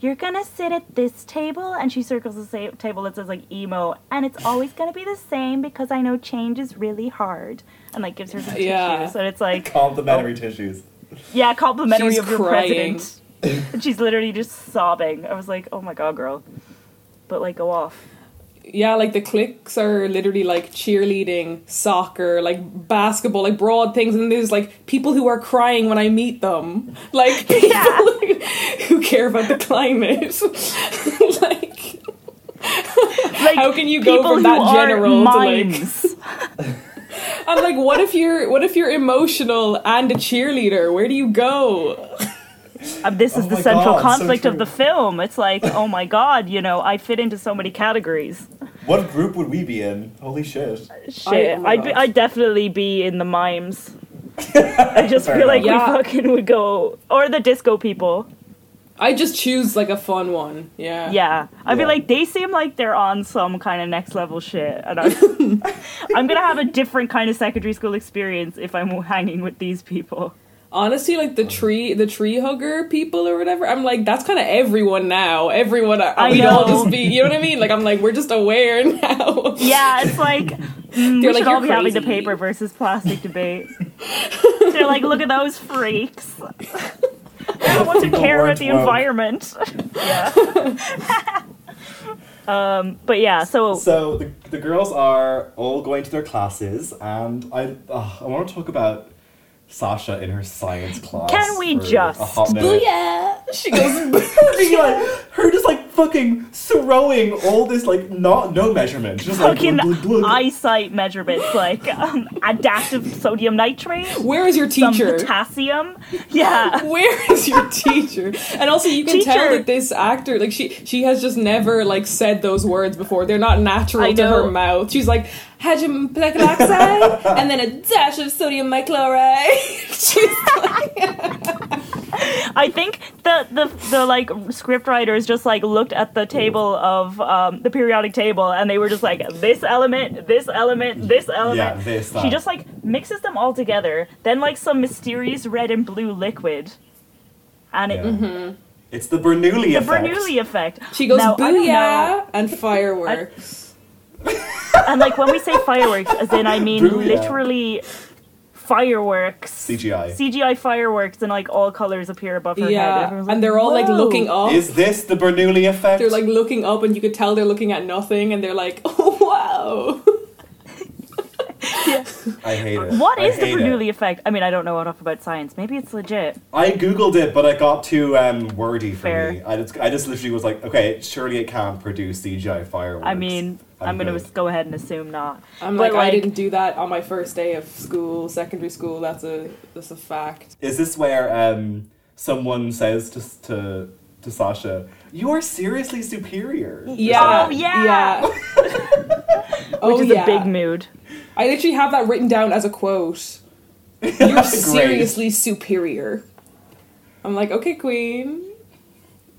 Speaker 1: you're gonna sit at this table and she circles the same table that says like emo and it's always gonna be the same because I know change is really hard and like gives her some
Speaker 3: Yeah.
Speaker 1: tissues and it's like
Speaker 3: Oh.
Speaker 2: complimentary tissues.
Speaker 1: yeah complimentary
Speaker 3: She's
Speaker 1: of your
Speaker 3: crying.
Speaker 1: president and she's literally just sobbing I was like oh my god girl but like go off
Speaker 3: Yeah, like the cliques are literally like cheerleading, soccer, like basketball, like broad things, and there's like people who are crying when I meet them. Like people who care about the climate. like
Speaker 1: like
Speaker 3: how can you go
Speaker 1: people
Speaker 3: from
Speaker 1: who
Speaker 3: that
Speaker 1: are
Speaker 3: general to like
Speaker 1: mimes.
Speaker 3: I'm like, what if you're what if you're emotional and a cheerleader? Where do you go?
Speaker 1: Um, this is
Speaker 2: Oh
Speaker 1: the
Speaker 2: my
Speaker 1: central
Speaker 2: God, so
Speaker 1: conflict of
Speaker 2: true.
Speaker 1: the film. It's like, oh my god, you know, I fit into so many categories.
Speaker 2: What group would we be in? Holy shit!
Speaker 1: Shit,
Speaker 3: oh my
Speaker 1: I'd, be,
Speaker 3: God.
Speaker 1: I'd definitely be in the mimes. I just
Speaker 2: Fair
Speaker 1: feel like we
Speaker 3: enough. Yeah.
Speaker 1: fucking would go, or the disco people.
Speaker 3: I just choose like a fun one. Yeah.
Speaker 1: Yeah, I'd be
Speaker 2: Yeah.
Speaker 1: like, they seem like they're on some kind of next level shit, and I'm, I'm gonna have a different kind of secondary school experience if I'm hanging with these people.
Speaker 3: honestly like the tree the tree hugger people or whatever i'm like that's kind of everyone now everyone are,
Speaker 1: I
Speaker 3: we all
Speaker 1: know.
Speaker 3: just be you know what i mean like i'm like we're just aware now
Speaker 1: Yeah, it's like mm, we
Speaker 3: They're like,
Speaker 1: should all
Speaker 3: "You're
Speaker 1: be having the
Speaker 3: crazy."
Speaker 1: paper versus plastic debate. They're like, look at those freaks. I don't want to care about
Speaker 2: weren't
Speaker 1: the
Speaker 2: woke.
Speaker 1: environment. yeah. um, but yeah, so,
Speaker 2: So the, the girls are all going to their classes, and I ugh, I want to talk about Sasha in her science class.
Speaker 1: Can we
Speaker 2: for
Speaker 1: just-
Speaker 2: a hot minute.
Speaker 3: Booyah! She goes,
Speaker 2: Being like, her just like fucking throwing all this like not no measurement, just like
Speaker 1: fucking
Speaker 2: glug, glug, glug.
Speaker 1: eyesight measurements like um, adaptive sodium nitrate,
Speaker 3: Where is your
Speaker 1: some
Speaker 3: teacher?
Speaker 1: potassium. Yeah.
Speaker 3: Where is your teacher? And also, you can tell
Speaker 1: Teacher.
Speaker 3: that this actor, like she, she has just never like said those words before. They're not
Speaker 1: I
Speaker 3: natural to
Speaker 1: know.
Speaker 3: her mouth. She's like hydrogen peroxide and then a dash of sodium bichloride. She's
Speaker 1: I think the, the the like script writers just like looked at the table of um, the periodic table and they were just like this element, this element, this element.
Speaker 2: Yeah, this. That.
Speaker 1: She just like mixes them all together, then like some mysterious red and blue liquid. And
Speaker 2: Yeah.
Speaker 1: it,
Speaker 2: It's the Bernoulli
Speaker 1: the
Speaker 2: effect.
Speaker 1: Bernoulli effect.
Speaker 3: Mm-hmm. she goes
Speaker 1: Now, I don't know.
Speaker 3: booyah and fireworks.
Speaker 1: And like when we say fireworks, as in I mean
Speaker 2: Booyah.
Speaker 1: literally fireworks.
Speaker 2: CGI.
Speaker 1: CGI fireworks and like all colors appear above her head.
Speaker 3: yeah,
Speaker 1: Everyone's
Speaker 3: and they're all like
Speaker 1: "Whoa."
Speaker 3: looking up.
Speaker 2: Is this the Bernoulli effect?
Speaker 3: they're like looking up, and you could tell they're looking at nothing, and they're like, oh wow.
Speaker 2: I hate it.
Speaker 1: What
Speaker 2: I
Speaker 1: is the
Speaker 2: hate it.
Speaker 1: Bernoulli effect? I mean, I don't know enough about science. Maybe it's legit.
Speaker 2: I googled it, but it got too um, wordy for
Speaker 1: Fair.
Speaker 2: me. I just, I just literally was like, okay, surely it can't produce CGI fireworks.
Speaker 1: I mean,
Speaker 2: I'm
Speaker 1: I'm, gonna
Speaker 2: good.
Speaker 1: just go ahead and assume not.
Speaker 3: I'm
Speaker 1: But,
Speaker 3: like, I
Speaker 1: like-
Speaker 3: didn't do that on my first day of school, secondary school. That's a that's a fact.
Speaker 2: is this where um, someone says to, to to Sasha, "You are seriously superior"? or
Speaker 3: Yeah,
Speaker 1: Oh,
Speaker 2: something?
Speaker 1: yeah.
Speaker 3: yeah. oh
Speaker 1: Which is
Speaker 3: yeah.
Speaker 1: a big mood.
Speaker 3: I literally have that written down as a quote. You're
Speaker 2: Great.
Speaker 3: seriously superior. I'm like, okay, queen.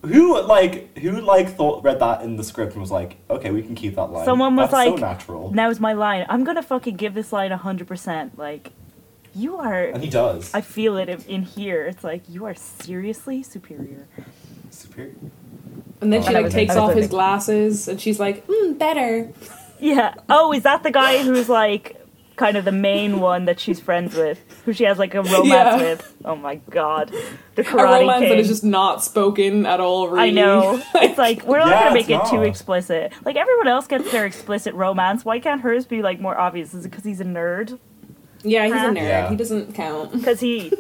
Speaker 2: Who like who like thought read that in the script and was like, "Okay, we can keep that line."
Speaker 1: Someone was
Speaker 2: That's so
Speaker 1: like,
Speaker 2: natural,
Speaker 1: Now's my line. I'm gonna fucking give this line hundred percent. Like, you are.
Speaker 2: and he does.
Speaker 1: I feel it in- in here. It's like you are seriously superior.
Speaker 2: superior.
Speaker 3: And then she
Speaker 2: Oh,
Speaker 3: like
Speaker 2: okay.
Speaker 3: takes
Speaker 1: Okay.
Speaker 3: off his glasses, and she's like, mm, better.
Speaker 1: Yeah. Oh, is that the guy who's like kind of the main one that she's friends with, who she has like a romance
Speaker 3: Yeah.
Speaker 1: with? Oh my god, the
Speaker 3: A
Speaker 1: Karate
Speaker 3: romance
Speaker 1: King.
Speaker 3: that is just not spoken at all.
Speaker 1: I
Speaker 3: Really.
Speaker 1: know. It's like we're not
Speaker 2: Yeah,
Speaker 1: gonna
Speaker 2: it's
Speaker 1: make it too
Speaker 2: not.
Speaker 1: explicit. Like everyone else gets their explicit romance. Why can't hers be like more obvious? Is it because he's a nerd?
Speaker 3: yeah, he's a
Speaker 1: Huh?
Speaker 3: nerd.
Speaker 2: Yeah.
Speaker 3: He doesn't count.
Speaker 1: Because he.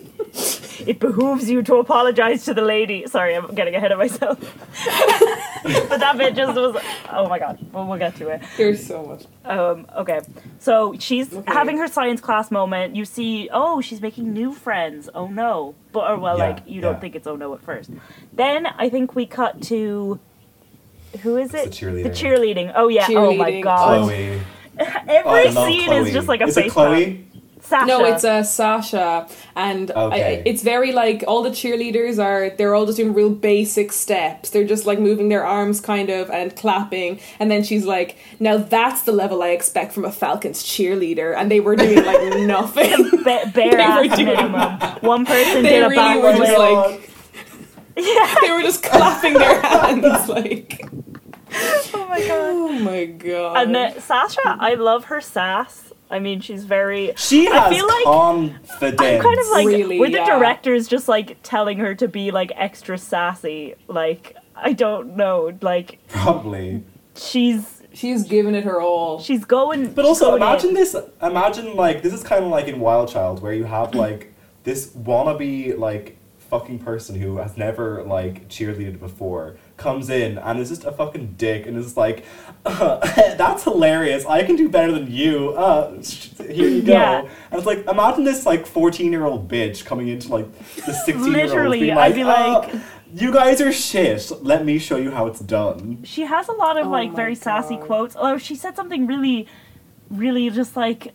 Speaker 1: it behooves you to apologize to the lady. Sorry, I'm getting ahead of myself. but that bit just was. Oh my god. Well, we'll get to it.
Speaker 3: There's so much.
Speaker 1: Um, okay, so she's
Speaker 3: Okay.
Speaker 1: having her science class moment. You see, oh, she's making new friends. Oh no, but or well,
Speaker 2: Yeah,
Speaker 1: like you don't
Speaker 2: yeah.
Speaker 1: think it's oh no at first. Then I think we cut to who is it?
Speaker 2: It's the cheerleader.
Speaker 1: The cheerleading. Oh yeah. Oh my
Speaker 3: Cheerleading.
Speaker 1: god.
Speaker 2: Chloe. Oh, I
Speaker 1: Every
Speaker 2: love
Speaker 1: scene
Speaker 2: Chloe.
Speaker 1: is just like a
Speaker 2: Is
Speaker 1: face
Speaker 2: it Chloe?
Speaker 1: palm. Sasha.
Speaker 3: No, it's uh, Sasha, and I- I,
Speaker 2: Okay.
Speaker 3: it's very like all the cheerleaders are. They're all just doing real basic steps. They're just like moving their arms, kind of, and clapping. And then she's like, "Now that's the level I expect from a Falcons cheerleader." And they were doing like nothing.
Speaker 1: ba- bare ass
Speaker 3: doing
Speaker 1: minimum. One person
Speaker 3: They
Speaker 1: did a
Speaker 3: really
Speaker 1: backward.
Speaker 3: were just
Speaker 1: wiggle.
Speaker 3: like-
Speaker 1: yeah.
Speaker 3: they were just clapping their hands, like,
Speaker 1: Oh my god.
Speaker 3: "Oh my god!"
Speaker 1: And then Sasha, I love her sass. I mean, she's very
Speaker 2: She
Speaker 1: I
Speaker 2: has
Speaker 1: feel like-
Speaker 2: confidence.
Speaker 1: I'm kind of like
Speaker 3: Really,
Speaker 1: were the
Speaker 3: yeah.
Speaker 1: directors just like telling her to be like extra sassy? Like I don't know. Like
Speaker 2: probably.
Speaker 1: she's
Speaker 3: she's giving it her all.
Speaker 1: she's going.
Speaker 2: But
Speaker 1: she's
Speaker 2: also
Speaker 1: going
Speaker 2: imagine
Speaker 1: in.
Speaker 2: this. Imagine like this is kind of like in Wild Child where you
Speaker 1: Mm.
Speaker 2: have like this wannabe like fucking person who has never like cheerleaded before comes in and is just a fucking dick and is like, "Uh, that's hilarious. I can do better than you. Uh, sh- here you go.
Speaker 1: Yeah.
Speaker 2: And it's like imagine this like fourteen year old bitch coming into like the sixteen year old
Speaker 1: Literally,
Speaker 2: being
Speaker 1: I'd
Speaker 2: like,
Speaker 1: be
Speaker 2: "Uh, you guys are shit. Let me show you how it's done.
Speaker 1: she has a lot of
Speaker 3: Oh
Speaker 1: like
Speaker 3: my
Speaker 1: very sassy
Speaker 3: God.
Speaker 1: quotes. Oh, she said something really, really just like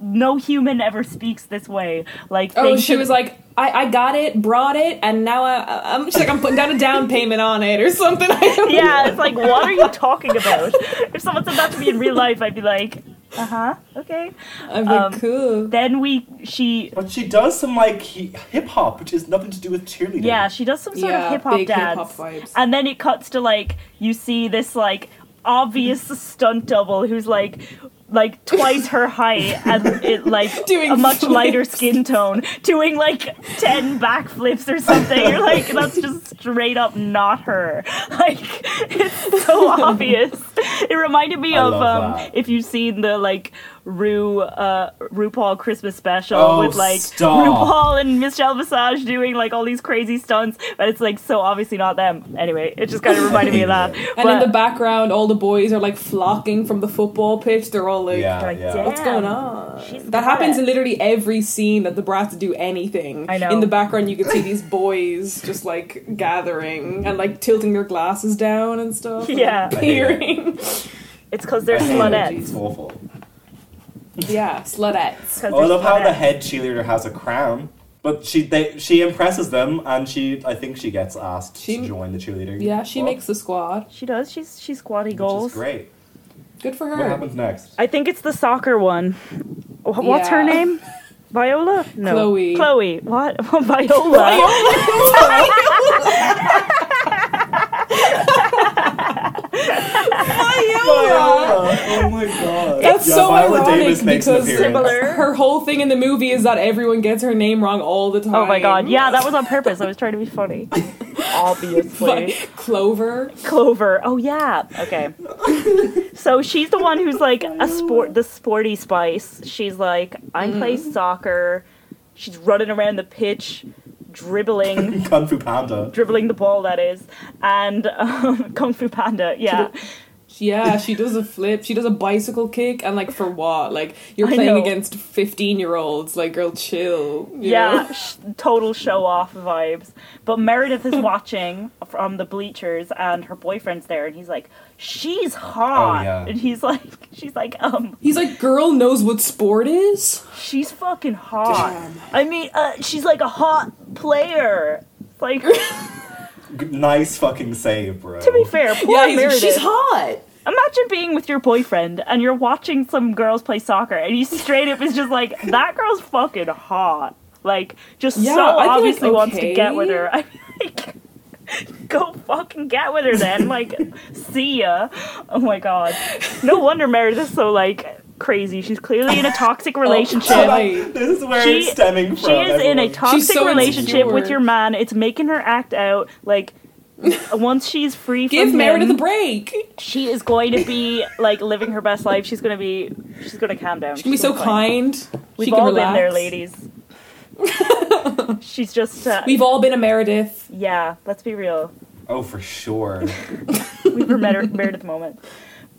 Speaker 1: no human ever speaks this way. Like
Speaker 3: Oh,
Speaker 1: things
Speaker 3: she
Speaker 1: should-
Speaker 3: was like, I, I got it, brought it, and now I, I- I'm. She's like, I'm putting down a down payment on it or something. I don't
Speaker 1: Yeah, it's like, what are you talking about? if someone said that to me in real life, I'd be like, uh huh, okay.
Speaker 3: I'm
Speaker 1: Um,
Speaker 3: like, cool.
Speaker 1: Then we, she,
Speaker 2: But she does some like hip hop, which has nothing to do with cheerleading.
Speaker 1: yeah, she does some sort
Speaker 3: yeah,
Speaker 1: of hip hop
Speaker 3: big hip-hop
Speaker 1: dance.
Speaker 3: vibes.
Speaker 1: And then it cuts to like you see this like obvious stunt double who's like like twice her height and it like
Speaker 3: Doing
Speaker 1: a much lighter
Speaker 3: flips.
Speaker 1: skin tone, doing like ten backflips or something. You're like, that's just straight up not her. Like it's so obvious. It reminded me
Speaker 2: I
Speaker 1: of
Speaker 2: love
Speaker 1: um
Speaker 2: that.
Speaker 1: if you've seen the like Ru uh RuPaul Christmas special
Speaker 2: Oh,
Speaker 1: with like
Speaker 2: stop.
Speaker 1: RuPaul and Michelle Visage doing like all these crazy stunts, but it's like so obviously not them. Anyway, it just kind of reminded me of that.
Speaker 3: And in
Speaker 1: But-
Speaker 3: the background, all the boys are like flocking from the football pitch. They're all like,
Speaker 2: Uh, Yeah,
Speaker 1: like,
Speaker 2: yeah.
Speaker 1: damn.
Speaker 3: "What's going on?"
Speaker 1: She's got
Speaker 3: that happens
Speaker 1: it.
Speaker 3: in literally every scene that the brats do anything.
Speaker 1: I know.
Speaker 3: In the background, you can see these boys just like gathering and like tilting their glasses down and stuff. and,
Speaker 1: Yeah.
Speaker 3: like,
Speaker 2: I hate it.
Speaker 3: peering.
Speaker 1: It's because they're
Speaker 2: I hate it.
Speaker 1: slunettes.
Speaker 2: It's awful.
Speaker 3: yeah, slutettes.
Speaker 1: 'Cause
Speaker 2: Oh, I
Speaker 1: they're
Speaker 2: love how the
Speaker 1: slunettes.
Speaker 2: head cheerleader has a crown, but she they she impresses them, and she I think she gets asked
Speaker 3: She-
Speaker 2: to join the cheerleader.
Speaker 3: Yeah, she
Speaker 2: squad,
Speaker 3: makes the squad.
Speaker 1: She does. She's she's squatty
Speaker 2: which
Speaker 1: goals.
Speaker 2: is great.
Speaker 3: Good for
Speaker 2: What
Speaker 3: her.
Speaker 2: happens next?
Speaker 1: I think it's the soccer one. Wh- What's her
Speaker 3: Yeah.
Speaker 1: name? Viola? No.
Speaker 3: Chloe.
Speaker 1: Chloe. What? Viola.
Speaker 2: Viola! Oh my god!
Speaker 3: That's
Speaker 2: yeah,
Speaker 3: so
Speaker 2: Viola
Speaker 3: ironic
Speaker 2: Davis makes an
Speaker 3: because-
Speaker 2: appearance.
Speaker 1: Similar.
Speaker 3: Her whole thing in the movie is that everyone gets her name wrong all the time.
Speaker 1: Oh my god. Yeah, that was on purpose. I was trying to be funny. Obviously.
Speaker 3: Like, Clover.
Speaker 1: Clover. Oh yeah. Okay. so she's the one who's like a sport, the sporty spice. She's like, I play soccer. She's running around the pitch, dribbling.
Speaker 2: Kung Fu Panda.
Speaker 1: dribbling the ball that is and um, kung fu panda yeah
Speaker 3: Yeah, she does a flip. She does a bicycle kick, and like for what? Like you're
Speaker 1: I
Speaker 3: playing
Speaker 1: know.
Speaker 3: against fifteen year olds. Like girl, chill. you
Speaker 1: yeah
Speaker 3: know?
Speaker 1: sh- total show off vibes but meredith is watching from the bleachers and her boyfriend's there and he's like she's hot
Speaker 2: Oh, yeah.
Speaker 1: and he's like she's like um
Speaker 3: He's like, girl knows what sport is.
Speaker 1: she's fucking hot
Speaker 3: Damn.
Speaker 1: i mean uh, she's like a hot player It's like
Speaker 2: G- Nice fucking save, bro.
Speaker 1: to be fair poor
Speaker 3: yeah, he's like,
Speaker 1: meredith
Speaker 3: she's hot.
Speaker 1: Imagine being with your boyfriend and you're watching some girls play soccer and he straight up is just like, that girl's fucking hot. Like, just
Speaker 3: Yeah,
Speaker 1: so
Speaker 3: I feel like,
Speaker 1: obviously wants to get
Speaker 3: okay.
Speaker 1: with her. I'm like, go fucking get with her then. Like, see ya. Oh my god. No wonder Meredith's so, like, crazy. She's clearly in a
Speaker 3: Oh,
Speaker 1: toxic relationship.
Speaker 3: God.
Speaker 2: This is where
Speaker 1: She-
Speaker 2: it's stemming from.
Speaker 1: She is in a
Speaker 2: everyone.
Speaker 1: toxic
Speaker 3: so
Speaker 1: relationship
Speaker 3: insecure.
Speaker 1: with your man. It's making her act out. Like, once she's free from
Speaker 3: Give
Speaker 1: him,
Speaker 3: Meredith a break.
Speaker 1: she is going to be like living her best life. She's going to be she's going to calm down.
Speaker 3: She can be so kind.
Speaker 1: We've
Speaker 3: she can
Speaker 1: all
Speaker 3: relax.
Speaker 1: been there, ladies. she's just uh,
Speaker 3: We've all been a Meredith.
Speaker 1: yeah. Let's be real.
Speaker 2: Oh, for sure.
Speaker 1: We've her Mer- Meredith moment,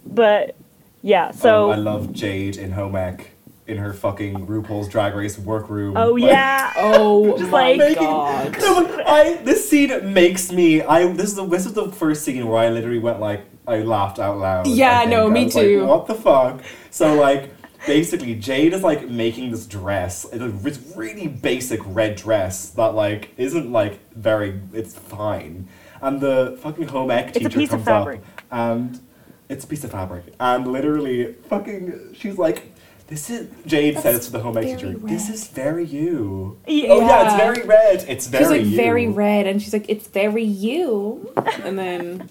Speaker 1: but yeah.
Speaker 2: Oh, I
Speaker 1: So
Speaker 2: love Jade in Home Ec in her fucking RuPaul's Drag Race workroom.
Speaker 1: oh,
Speaker 2: Like,
Speaker 1: yeah,
Speaker 3: Oh
Speaker 1: Just
Speaker 3: my
Speaker 1: like-
Speaker 2: Making-
Speaker 3: god.
Speaker 2: No, but I this scene makes me. I this is the this is the first scene where I literally went like I laughed out loud.
Speaker 3: Yeah,
Speaker 2: I think.
Speaker 3: no,
Speaker 2: I
Speaker 3: me
Speaker 2: was like,
Speaker 3: too.
Speaker 2: what the fuck? So like, basically, Jade is like making this dress. It's this really basic red dress that like isn't like very. It's fine, and the fucking home ec
Speaker 1: a
Speaker 2: teacher
Speaker 1: piece of
Speaker 2: comes
Speaker 1: fabric.
Speaker 2: up and it's a piece of fabric and literally fucking. She's like. This is Jade says to the home ec
Speaker 3: very
Speaker 2: teacher.
Speaker 3: red.
Speaker 2: This is very you.
Speaker 1: Yeah.
Speaker 2: Oh yeah, it's
Speaker 3: Yeah.
Speaker 2: very red. It's very
Speaker 3: She's like
Speaker 2: you.
Speaker 3: very red, and she's like, it's very you. And then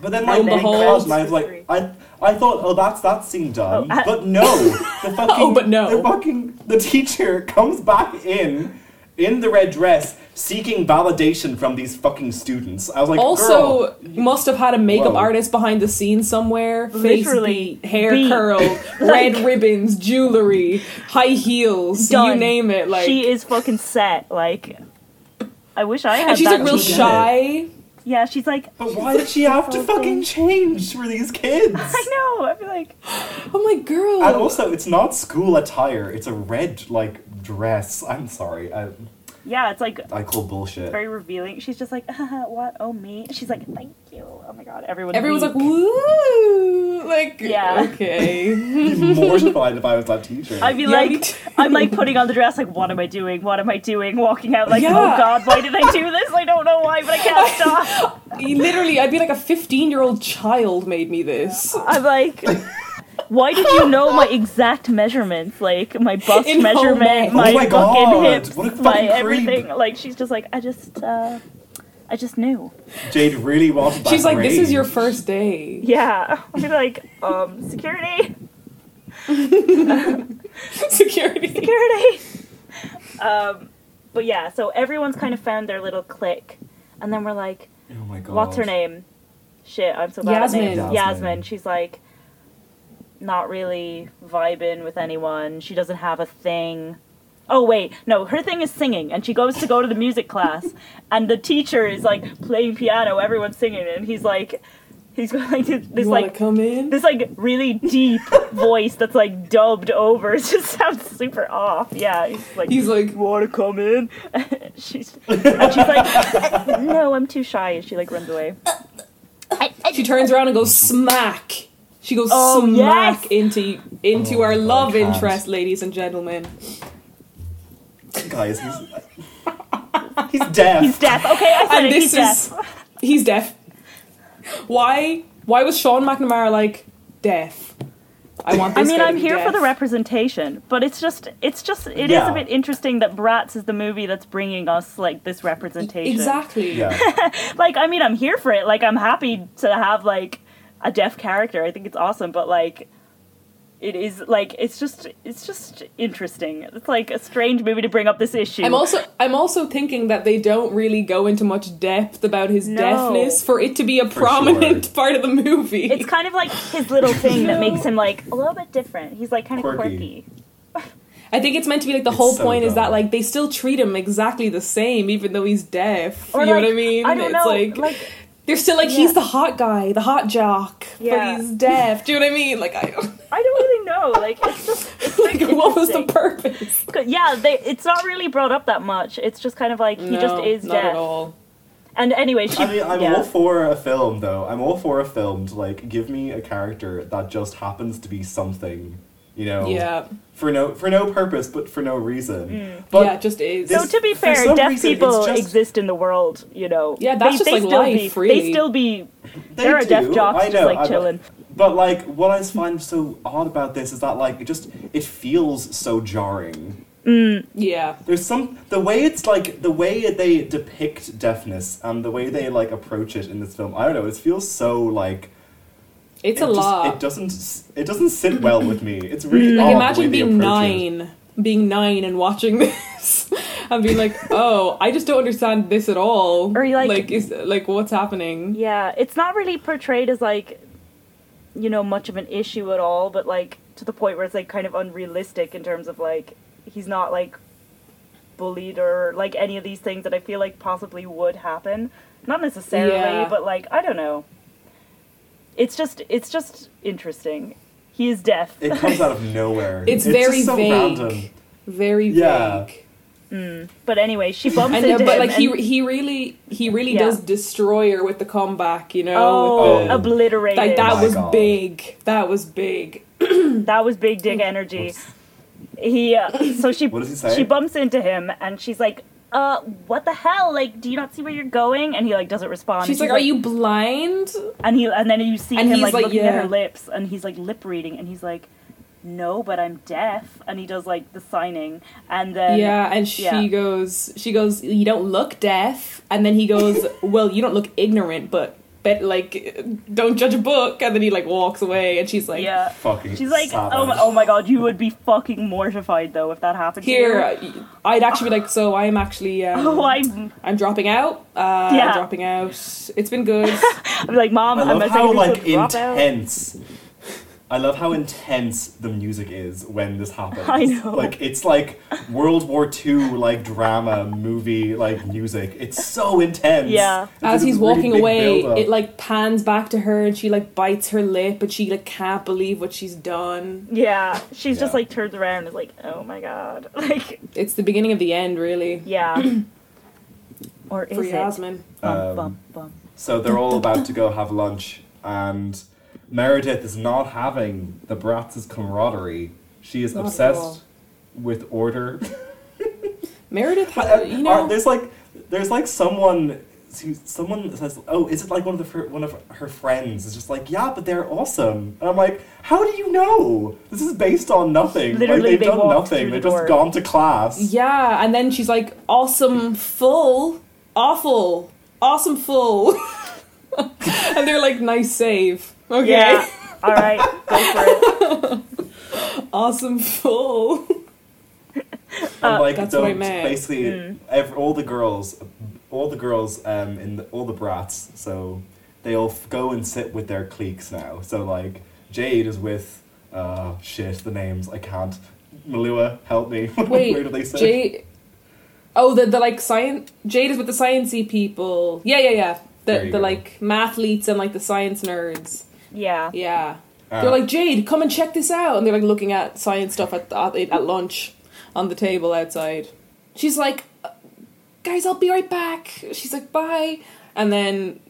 Speaker 2: But then like
Speaker 1: And
Speaker 2: they
Speaker 1: the
Speaker 3: whole-
Speaker 2: crashed, and I was like, I I thought, oh, that's that scene done.
Speaker 1: Oh, I-
Speaker 2: but no, the fucking
Speaker 3: Oh, but no.
Speaker 2: the fucking the teacher comes back in in the red dress seeking validation from these fucking students. I was like, girl,
Speaker 3: also must have had a makeup
Speaker 2: Whoa.
Speaker 3: artist behind the scenes somewhere. Face
Speaker 1: Literally,
Speaker 3: beat, hair
Speaker 1: beat.
Speaker 3: curl, red ribbons, jewelry, high heels, you
Speaker 1: Done.
Speaker 3: name it. Like
Speaker 1: she is fucking set. Like, I wish I had.
Speaker 3: and she's
Speaker 1: that
Speaker 3: like real
Speaker 2: she did
Speaker 1: teacher.
Speaker 2: it.
Speaker 3: shy.
Speaker 1: Yeah, she's like. "Oh,
Speaker 2: but why did she have to
Speaker 1: awful.
Speaker 2: fucking change for these kids?
Speaker 1: I know. I feel like
Speaker 3: I'm like, girl.
Speaker 2: And also, it's not school attire. It's a red like dress. I'm sorry, I
Speaker 1: yeah, it's like
Speaker 2: I call bullshit.
Speaker 1: very revealing. She's just like, what? Oh me. She's like, thank you. Oh my god. Everyone's
Speaker 3: Everyone's
Speaker 1: weak.
Speaker 3: like, woo! Like,
Speaker 1: Yeah.
Speaker 3: okay.
Speaker 2: I'd be mortified if I was that teacher.
Speaker 1: I'd be
Speaker 3: Yeah, me
Speaker 1: like,
Speaker 3: too.
Speaker 1: I'm like putting on the dress, like, what am I doing? What am I doing? Walking out, like,
Speaker 3: Yeah.
Speaker 1: oh god, why did I do this? I don't know why, but I can't stop.
Speaker 3: Literally, I'd be like a 15 year old child made me this.
Speaker 1: I'm like, why did you know my exact measurements? Like, my bust
Speaker 3: In whole neck.
Speaker 1: measurement,
Speaker 3: Oh
Speaker 1: my,
Speaker 2: my
Speaker 1: fucking
Speaker 2: God,
Speaker 1: hips,
Speaker 2: what a fucking
Speaker 1: my
Speaker 2: creep.
Speaker 1: everything. Like, she's just like, I just, uh, I just knew.
Speaker 2: Jade really wanted that.
Speaker 3: She's like, this is your
Speaker 2: grade.
Speaker 3: first day.
Speaker 1: Yeah. I'm like, um, security.
Speaker 3: Security.
Speaker 1: security. um, but yeah, so everyone's kind of found their little clique, and then we're like,
Speaker 2: Oh my god.
Speaker 1: what's her name? Shit, I'm so bad at names.
Speaker 2: Yasmin.
Speaker 1: Yasmin. She's like not really vibing with anyone. She doesn't have a thing. Oh wait, no, her thing is singing, and she goes to go to the music class, and the teacher is like playing piano, everyone's singing, and he's like, he's got like this, this
Speaker 3: You wanna
Speaker 1: like
Speaker 3: come in?
Speaker 1: this like really deep voice that's like dubbed over. It just sounds super off. Yeah, he's like,
Speaker 3: He's like,
Speaker 1: want to come in? she's and she's like, no, I'm too shy. And she like runs away.
Speaker 3: she turns around and goes smack. She goes
Speaker 1: Oh,
Speaker 3: smack
Speaker 1: yes.
Speaker 3: into into
Speaker 2: Oh,
Speaker 3: our
Speaker 2: I
Speaker 3: love
Speaker 2: can't.
Speaker 3: interest, ladies and gentlemen.
Speaker 2: Guys, he's. He's deaf.
Speaker 1: He's deaf. Okay, I said
Speaker 3: And
Speaker 1: it.
Speaker 3: this
Speaker 1: he's
Speaker 3: is
Speaker 1: deaf.
Speaker 3: he's deaf. Why why was Sean McNamara like deaf? I want.
Speaker 1: I
Speaker 3: This
Speaker 1: mean,
Speaker 3: guy to
Speaker 1: I'm
Speaker 3: be
Speaker 1: here for
Speaker 3: deaf.
Speaker 1: the representation, but it's just, it's just, it is
Speaker 2: Yeah.
Speaker 1: a bit interesting that Bratz is the movie that's bringing us like this representation.
Speaker 3: E, Exactly.
Speaker 2: Yeah.
Speaker 1: Like, I mean, I'm here for it. Like, I'm happy to have like a deaf character. I think it's awesome, but like. It is like it's just it's just interesting. It's like a strange movie to bring up this issue.
Speaker 3: I'm also I'm also thinking that they don't really go into much depth about his
Speaker 1: No.
Speaker 3: deafness for it to be a
Speaker 2: sure.
Speaker 3: prominent part of the movie.
Speaker 1: It's kind of like his little thing that
Speaker 3: No.
Speaker 1: makes him like a little bit different. He's like kind of
Speaker 2: Quirky.
Speaker 1: quirky.
Speaker 3: I think it's meant to be like the
Speaker 2: It's
Speaker 3: whole
Speaker 2: so
Speaker 3: point is that
Speaker 2: dumb.
Speaker 3: like they still treat him exactly the same even though he's deaf.
Speaker 1: Or,
Speaker 3: you know
Speaker 1: like,
Speaker 3: what I mean?
Speaker 1: I don't
Speaker 3: it's
Speaker 1: know.
Speaker 3: like,
Speaker 1: Like,
Speaker 3: they're still like
Speaker 1: Yeah.
Speaker 3: he's the hot guy, the hot jock,
Speaker 1: Yeah.
Speaker 3: but he's deaf. Do you know what I mean? Like I don't
Speaker 1: I don't really know. Like it's just it's like,
Speaker 3: like what was the
Speaker 1: interesting.
Speaker 3: purpose?
Speaker 1: yeah, they, it's not really brought up that much. It's just kind of like he just
Speaker 3: No,
Speaker 1: is
Speaker 3: not at
Speaker 1: deaf.
Speaker 3: all.
Speaker 1: And anyway, she
Speaker 2: I mean, I'm
Speaker 1: yeah.
Speaker 2: all for a film, though. I'm all for a film to, like, give me a character that just happens to be something, you know?
Speaker 3: Yeah.
Speaker 2: For no, for no purpose, but for no reason.
Speaker 1: Mm.
Speaker 2: But
Speaker 3: yeah, it just is.
Speaker 1: so
Speaker 2: this-
Speaker 1: to be
Speaker 2: for
Speaker 1: fair,
Speaker 2: some
Speaker 1: deaf
Speaker 2: reason, it's
Speaker 1: people
Speaker 2: just-
Speaker 1: exist in the world, you know.
Speaker 3: Yeah,
Speaker 1: they,
Speaker 3: that's just,
Speaker 1: they
Speaker 3: like,
Speaker 1: still
Speaker 3: life,
Speaker 1: be
Speaker 3: really.
Speaker 1: they still be
Speaker 2: They
Speaker 1: there are deaf
Speaker 2: do.
Speaker 1: jocks
Speaker 2: I know,
Speaker 1: just like
Speaker 2: I know.
Speaker 1: chilling.
Speaker 2: But like, what I find so odd about this is that like, it just it feels so jarring.
Speaker 3: yeah.
Speaker 2: There's some the way it's like the way they depict deafness and the way they like approach it in this film. I don't know. It feels so like
Speaker 3: It's
Speaker 2: it
Speaker 3: a
Speaker 2: just-
Speaker 3: lot.
Speaker 2: It doesn't s- it doesn't sit well with me. It's really odd
Speaker 3: Like
Speaker 2: the way
Speaker 3: imagine
Speaker 2: they
Speaker 3: being
Speaker 2: approach it.
Speaker 3: nine, being nine and watching this, and being like, "Oh, I just don't understand this at all."
Speaker 1: Or, like-
Speaker 3: is like what's happening?
Speaker 1: Yeah, it's not really portrayed as like, you know, much of an issue at all, but like to the point where it's like kind of unrealistic in terms of like he's not like bullied or like any of these things that I feel like possibly would happen. Not necessarily,
Speaker 3: Yeah.
Speaker 1: but like I don't know. It's just it's just interesting. He is deaf.
Speaker 2: It comes out of nowhere.
Speaker 3: It's
Speaker 2: just
Speaker 3: very
Speaker 2: so
Speaker 3: vague.
Speaker 2: random.
Speaker 3: Very
Speaker 2: Yeah.
Speaker 3: vague.
Speaker 1: but anyway, she bumps
Speaker 3: And
Speaker 1: into
Speaker 3: uh, but
Speaker 1: him
Speaker 3: like he
Speaker 1: and-
Speaker 3: he really he really
Speaker 1: Yeah.
Speaker 3: does destroy her with the comeback, you know.
Speaker 1: Oh,
Speaker 3: with the-
Speaker 2: Oh.
Speaker 1: obliterated.
Speaker 3: like
Speaker 2: Oh
Speaker 3: that
Speaker 2: my
Speaker 3: was
Speaker 2: God.
Speaker 3: big. That was big.
Speaker 1: That was big dick energy. he uh, so she
Speaker 2: What does he say?
Speaker 1: she bumps into him and she's like uh what the hell like do you not see where you're going and he like doesn't respond
Speaker 3: She's like, "Are you blind?"
Speaker 1: and he and then you see
Speaker 3: And
Speaker 1: him
Speaker 3: he's
Speaker 1: like,
Speaker 3: like,
Speaker 1: looking at
Speaker 3: yeah.
Speaker 1: her lips and he's like lip reading and he's like no but i'm deaf and he does like the signing and then
Speaker 3: yeah, and she
Speaker 1: yeah.
Speaker 3: goes, she goes, "You don't look deaf," and then he goes, "Well, you don't look ignorant, but." Bet like don't judge a book, and then he like walks away, and she's like,
Speaker 1: yeah
Speaker 2: Fucking.
Speaker 1: she's like
Speaker 2: savage.
Speaker 1: oh my, oh my god you would be fucking mortified though if that happened
Speaker 3: "Here,
Speaker 1: to
Speaker 3: I'd actually be like, so I'm actually, um,
Speaker 1: you oh i'm,
Speaker 3: I'm dropping out, uh,
Speaker 1: Yeah.
Speaker 3: I'm dropping out. It's been good.
Speaker 1: I'm like mom
Speaker 2: I
Speaker 1: i'm
Speaker 2: love
Speaker 1: a
Speaker 2: how
Speaker 1: secondary
Speaker 2: like
Speaker 1: school dropout."
Speaker 2: intense. I love how intense the music is when this happens.
Speaker 1: I know.
Speaker 2: Like it's like World War II like drama movie like music. It's so intense.
Speaker 1: Yeah.
Speaker 2: It's like
Speaker 3: As
Speaker 2: this
Speaker 3: he's
Speaker 2: really
Speaker 3: walking
Speaker 2: big
Speaker 3: away,
Speaker 2: build-up.
Speaker 3: it like pans back to her, and she like bites her lip, but she like can't believe what she's done.
Speaker 1: yeah she's just
Speaker 2: Yeah.
Speaker 1: like turns around and is like oh my god like
Speaker 3: It's the beginning of the end, really,
Speaker 1: Yeah. or is
Speaker 3: for
Speaker 1: it?
Speaker 3: Yasmin.
Speaker 1: Bum,
Speaker 2: Um,
Speaker 1: bum, bum.
Speaker 2: So they're all about to go have lunch, and Meredith is not having the Bratz's camaraderie. She is
Speaker 3: Not at all.
Speaker 2: obsessed with order.
Speaker 3: Meredith, ha-
Speaker 2: But, uh,
Speaker 3: you
Speaker 2: are-
Speaker 3: know,
Speaker 2: there's like there's like someone who someone says, "Oh, is it like one of the fr- one of her friends?" Is just like, "Yeah, but they're awesome." And I'm like, "How do you know? This is based on nothing. like
Speaker 1: Literally,
Speaker 2: they've
Speaker 1: they
Speaker 2: done
Speaker 1: walked
Speaker 2: nothing.
Speaker 1: through the
Speaker 2: They've just
Speaker 1: door.
Speaker 2: gone to class."
Speaker 3: Yeah, and then she's like, awesome, full, awful, awesome, full. and they're like, nice save. Okay.
Speaker 1: Yeah. All right. Go for it.
Speaker 3: awesome full.
Speaker 2: and
Speaker 1: Oh,
Speaker 2: like
Speaker 3: That's
Speaker 2: the-
Speaker 3: what I meant.
Speaker 2: basically
Speaker 1: Mm.
Speaker 2: ev- all the girls all the girls um in the, all the brats so they all f- go and sit with their cliques now so like jade is with uh shit the names i can't malua help me where do they sit
Speaker 3: Jade. Oh, the the like science. Jade is with the sciencey people. Yeah, yeah, yeah.
Speaker 2: There
Speaker 3: The
Speaker 2: you
Speaker 3: the
Speaker 2: go.
Speaker 3: like mathletes and like the science nerds.
Speaker 1: Yeah.
Speaker 3: Yeah.
Speaker 2: Ah.
Speaker 3: They're like Jade, come and check this out, and they're like looking at science stuff at at, at lunch on the table outside. She's like, "Uh, guys, I'll be right back. She's like, bye, and then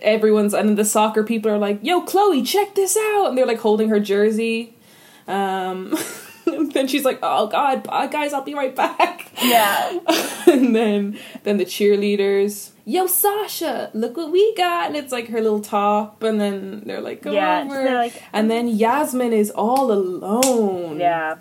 Speaker 3: everyone's and then the soccer people are like, yo, Chloe, check this out, and they're like holding her jersey. Um, and then she's like, oh god, bye, guys, I'll be right back
Speaker 1: Yeah.
Speaker 3: and then then the cheerleaders yo sasha look what we got and it's like her little top and then they're like go
Speaker 1: Yeah,
Speaker 3: over
Speaker 1: they're like-
Speaker 3: and then yasmin is all alone
Speaker 1: Yeah.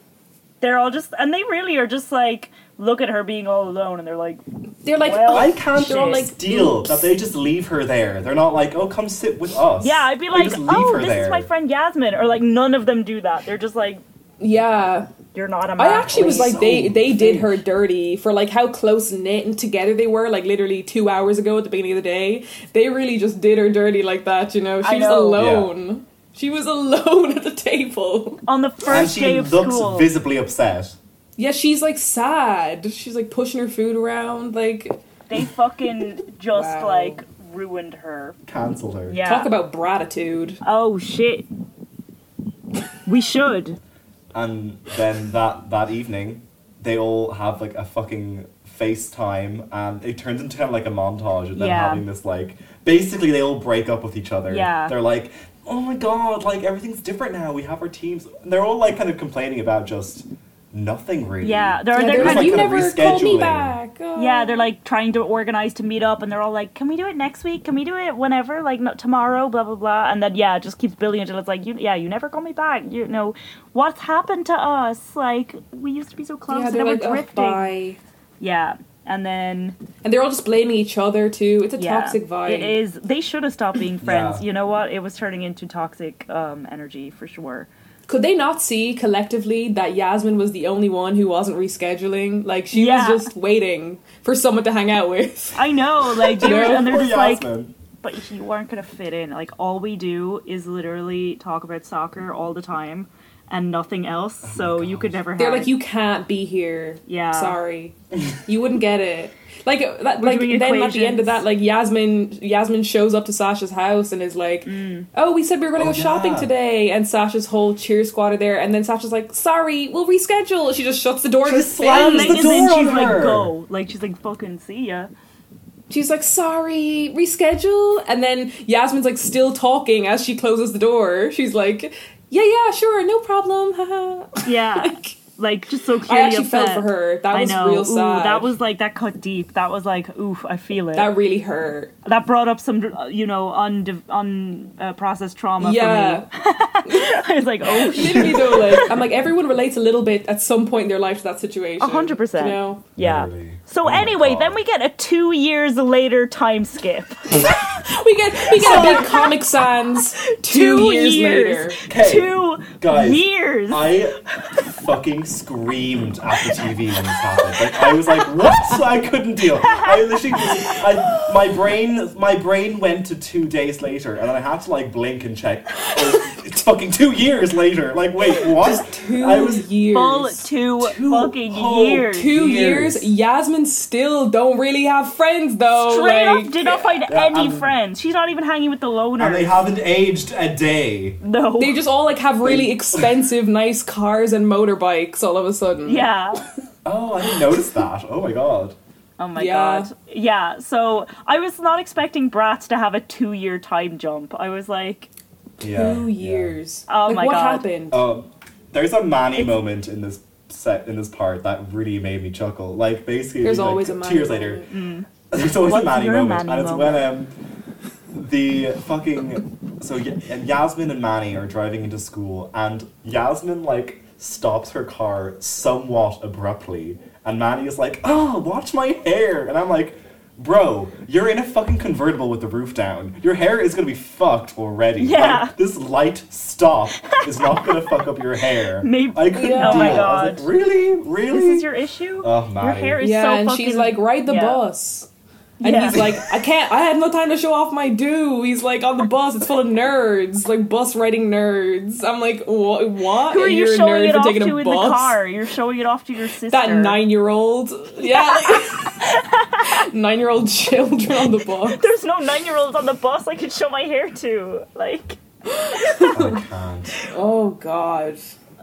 Speaker 1: They're all just, and they really are just like, look at her being all alone, and they're like,
Speaker 3: they're like
Speaker 1: Well,
Speaker 3: oh,
Speaker 2: I can't
Speaker 3: they're all
Speaker 1: Jade.
Speaker 3: like
Speaker 2: deal
Speaker 3: oops.
Speaker 2: that they just leave her there. They're not like, oh, come sit with us.
Speaker 1: yeah, I'd be
Speaker 2: They
Speaker 1: like,
Speaker 2: just leave
Speaker 1: oh,
Speaker 2: her
Speaker 1: this
Speaker 2: there.
Speaker 1: is my friend Yasmin, or like, none of them do that. They're just like,
Speaker 3: yeah
Speaker 1: you're not a man.
Speaker 3: i actually was
Speaker 1: please."
Speaker 3: like they
Speaker 2: So
Speaker 3: they did her
Speaker 2: fake.
Speaker 3: dirty for like how close knit and together they were like literally two hours ago at the beginning of the day they really just did her dirty like that you know she
Speaker 1: I
Speaker 3: was
Speaker 1: know.
Speaker 3: alone she was alone at the table
Speaker 1: on the
Speaker 2: and
Speaker 1: first day
Speaker 2: she
Speaker 1: of
Speaker 2: looks
Speaker 1: school.
Speaker 2: visibly upset.
Speaker 3: Yeah, she's like sad. She's like pushing her food around. Like,
Speaker 1: they fucking just
Speaker 3: Wow.
Speaker 1: like ruined her.
Speaker 2: Cancel her.
Speaker 1: Yeah.
Speaker 3: talk about bratitude.
Speaker 1: Oh shit. we should.
Speaker 2: And then that that evening, they all have like a fucking FaceTime, and it turns into kind of like a montage of them
Speaker 1: Yeah.
Speaker 2: having this like. Basically, they all break up with each other.
Speaker 1: Yeah.
Speaker 2: They're like, oh my god, like everything's different now. We have our teams, and they're all like kind of complaining about just nothing really.
Speaker 1: Yeah, they're
Speaker 3: Yeah,
Speaker 1: they're
Speaker 3: they're
Speaker 1: kind
Speaker 2: like,
Speaker 1: of,
Speaker 3: you
Speaker 2: kind of
Speaker 3: never called me
Speaker 2: rescheduling."
Speaker 3: back. Oh.
Speaker 1: yeah, they're like trying to organize to meet up, and they're all like, "Can we do it next week? Can we do it whenever? Like not tomorrow? Blah blah blah." And then yeah, it just keeps building until it's like, "You yeah, you never call me back. You know what's happened to us? Like we used to be so close,
Speaker 3: yeah,
Speaker 1: and
Speaker 3: they're
Speaker 1: then
Speaker 3: like,
Speaker 1: we're
Speaker 3: oh,
Speaker 1: drifting."
Speaker 3: bye.
Speaker 1: Yeah, and then
Speaker 3: And they're all just blaming each other too. It's a
Speaker 1: yeah,
Speaker 3: toxic vibe.
Speaker 1: It is. They should have stopped being friends.
Speaker 2: Yeah.
Speaker 1: You know what? It was turning into toxic um, energy for sure.
Speaker 3: Could they not see collectively that Yasmin was the only one who wasn't rescheduling? Like, she
Speaker 1: Yeah.
Speaker 3: was just waiting for someone to hang out with.
Speaker 1: I know, like, they
Speaker 3: You
Speaker 1: were,
Speaker 3: know?
Speaker 1: and they're
Speaker 2: Poor
Speaker 1: just like,
Speaker 2: Yasmin.
Speaker 1: but you weren't gonna fit in. Like all we do is literally talk about soccer all the time and nothing else.
Speaker 2: Oh
Speaker 1: so you could never.
Speaker 3: They're
Speaker 1: have
Speaker 3: like, you can't be here.
Speaker 1: Yeah.
Speaker 3: Sorry. you wouldn't get it. Like, uh, that,
Speaker 1: We're
Speaker 3: like
Speaker 1: doing
Speaker 3: then at the end of that, like Yasmin, Yasmin shows up to Sasha's house and is like,
Speaker 1: Mm.
Speaker 3: "Oh, we said we were going to
Speaker 2: Oh,
Speaker 3: go shopping
Speaker 2: yeah.
Speaker 3: today," and Sasha's whole cheer squad are there, and then Sasha's like, "Sorry, we'll reschedule." She just shuts the door in
Speaker 2: She
Speaker 3: his
Speaker 2: slams
Speaker 1: And
Speaker 2: the
Speaker 1: then
Speaker 3: face.
Speaker 1: she's
Speaker 2: door on
Speaker 1: like,
Speaker 2: her.
Speaker 1: go. Like she's like, fucking see ya.
Speaker 3: She's like, "Sorry, reschedule," and then Yasmin's like still talking as she closes the door. She's like, "Yeah, yeah, sure, no problem." haha."
Speaker 1: Yeah,
Speaker 3: like,
Speaker 1: like just so clearly
Speaker 3: I actually
Speaker 1: upset.
Speaker 3: felt for her. That
Speaker 1: I
Speaker 3: was
Speaker 1: know.
Speaker 3: real
Speaker 1: Ooh,
Speaker 3: sad.
Speaker 1: that was like that cut deep. That was like, oof, I feel it. That,
Speaker 3: that really hurt.
Speaker 1: brought up some, uh, you know, unprocessed un, uh, processed trauma
Speaker 3: Yeah.
Speaker 1: for me. I was like, oh, shit.
Speaker 3: Literally though, like I'm like everyone relates a little bit at some point in their life to that situation.
Speaker 1: A hundred percent.
Speaker 3: You know?
Speaker 1: yeah.
Speaker 2: Literally.
Speaker 1: So
Speaker 2: Oh my
Speaker 1: anyway,
Speaker 2: God.
Speaker 1: then we get a two years later time skip.
Speaker 3: We get we get a big Comic Sans two, years, later.
Speaker 2: Okay,
Speaker 1: Two
Speaker 2: guys,
Speaker 1: years.
Speaker 2: I fucking screamed at the TV when this happened. Like, I was like, "What?" I couldn't deal. I literally, I, my brain, my brain went to two days later, and I had to like blink and check. Oh, It's fucking two years later. Like, wait, what?
Speaker 3: Two
Speaker 2: I was
Speaker 3: years.
Speaker 1: Full two,
Speaker 2: Two
Speaker 1: fucking
Speaker 2: whole
Speaker 1: years.
Speaker 3: two
Speaker 2: years.
Speaker 3: years. Yasmin still don't really have friends though.
Speaker 1: Straight
Speaker 3: like,
Speaker 1: up did not find
Speaker 2: Yeah,
Speaker 1: any
Speaker 2: um,
Speaker 1: friends. She's not even hanging with the loner.
Speaker 2: and they haven't aged a day.
Speaker 1: no.
Speaker 3: They just all like have really expensive, nice cars and motorbikes all of a sudden.
Speaker 1: yeah.
Speaker 2: Oh, I didn't notice that. Oh my god.
Speaker 1: Oh my
Speaker 3: Yeah.
Speaker 1: god. Yeah. So I was not expecting Bratz to have a two year time jump. I was like,
Speaker 2: Yeah,
Speaker 3: Two
Speaker 2: yeah.
Speaker 3: years.
Speaker 1: Oh
Speaker 3: like,
Speaker 1: my
Speaker 3: what
Speaker 1: God.
Speaker 3: happened?
Speaker 2: Um, there's a Manny moment in this set in this part that really made me chuckle. Like basically,
Speaker 3: There's
Speaker 2: like,
Speaker 3: always a
Speaker 2: two
Speaker 3: Manny Mm.
Speaker 2: years later, there's always
Speaker 1: What's
Speaker 2: a Manny
Speaker 1: your
Speaker 2: moment,
Speaker 1: Manny
Speaker 2: and it's when um, the fucking so y- and Yasmin and Manny are driving into school, and Yasmin like stops her car somewhat abruptly, and Manny is like, "Oh, watch my hair," and I'm like. Bro, you're in a fucking convertible with the roof down. Your hair is gonna be fucked already.
Speaker 1: Yeah.
Speaker 2: Like, this light stop is not gonna fuck up your hair.
Speaker 1: Maybe-
Speaker 2: I couldn't
Speaker 3: Yeah.
Speaker 2: deal.
Speaker 3: Oh my
Speaker 2: I was
Speaker 1: God.
Speaker 2: like, really? Really?
Speaker 1: This is your issue.
Speaker 2: Oh,
Speaker 1: your
Speaker 2: Maddie.
Speaker 1: hair is
Speaker 3: yeah,
Speaker 1: so
Speaker 3: and
Speaker 1: fucking.
Speaker 3: she's like, ride the
Speaker 1: yeah.
Speaker 3: bus. And
Speaker 1: Yeah.
Speaker 3: he's like, I can't, I had no time to show off my do. He's like, on the bus, it's full of nerds, like bus riding nerds. I'm like, what? what?
Speaker 1: Who are
Speaker 3: And
Speaker 1: you
Speaker 3: you're a
Speaker 1: showing
Speaker 3: nerd
Speaker 1: it
Speaker 3: for
Speaker 1: off to
Speaker 3: taking
Speaker 1: in the
Speaker 3: a bus?
Speaker 1: car? You're showing it off to your sister.
Speaker 3: That nine year old. Yeah. like- nine year old children on the bus.
Speaker 1: There's no nine-year-olds on the bus I could show my hair to. Like,
Speaker 2: I can't.
Speaker 3: Oh, God.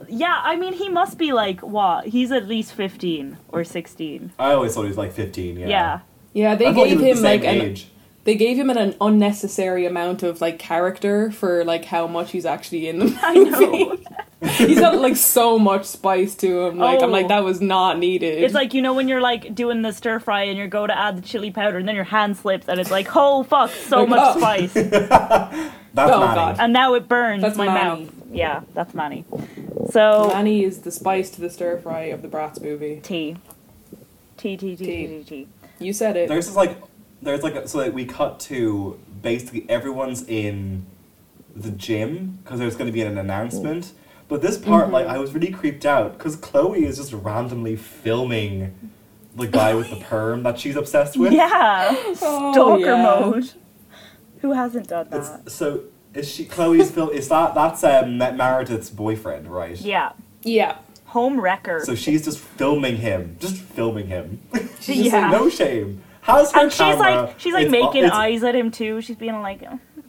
Speaker 1: yeah, I mean, he must be like what? He's at least fifteen or sixteen.
Speaker 2: I always thought he was like 15, yeah.
Speaker 1: Yeah,
Speaker 3: Yeah, they
Speaker 2: I thought he was
Speaker 3: gave
Speaker 2: the
Speaker 3: him
Speaker 2: same
Speaker 3: like an
Speaker 2: age.
Speaker 3: They gave him an, an unnecessary amount of like character for like how much he's actually in the movie.
Speaker 1: I know.
Speaker 3: he's got like so much spice to him. Like I'm
Speaker 1: Oh.
Speaker 3: like that was not needed.
Speaker 1: It's like you know when you're like doing the stir fry and you go to add the chili powder and then your hand slips and it's like oh fuck so
Speaker 3: Like,
Speaker 1: much
Speaker 3: oh.
Speaker 1: spice
Speaker 2: That's
Speaker 3: Oh,
Speaker 2: Manny.
Speaker 3: God.
Speaker 1: and now it burns
Speaker 3: That's
Speaker 1: my
Speaker 3: Manny.
Speaker 1: mouth. Yeah, that's Manny. So
Speaker 3: Manny is the spice to the stir fry of the Bratz movie.
Speaker 1: tea. Tea, tea, tea, tea, tea, tea.
Speaker 3: You said it.
Speaker 2: There's just like, there's like, a, so like we cut to basically everyone's in the gym because there's going to be an announcement. But this part,
Speaker 1: Mm-hmm.
Speaker 2: like, I was really creeped out because Chloe is just randomly filming the guy with the perm that she's obsessed with.
Speaker 1: Yeah,
Speaker 3: Oh,
Speaker 1: stalker
Speaker 3: yeah.
Speaker 1: mode. Who hasn't done
Speaker 2: It's,
Speaker 1: that?
Speaker 2: so is she Chloe's film? Is that that's um, Meredith's boyfriend, right?
Speaker 1: Yeah,
Speaker 3: Yeah.
Speaker 1: home wrecker.
Speaker 2: So she's just filming him, just filming him.
Speaker 3: She's just
Speaker 1: Yeah.
Speaker 3: like,
Speaker 2: no shame. How's her
Speaker 1: and she's
Speaker 2: camera?
Speaker 1: like she's like
Speaker 2: It's-
Speaker 1: making
Speaker 2: it's-
Speaker 1: eyes at him too. She's being like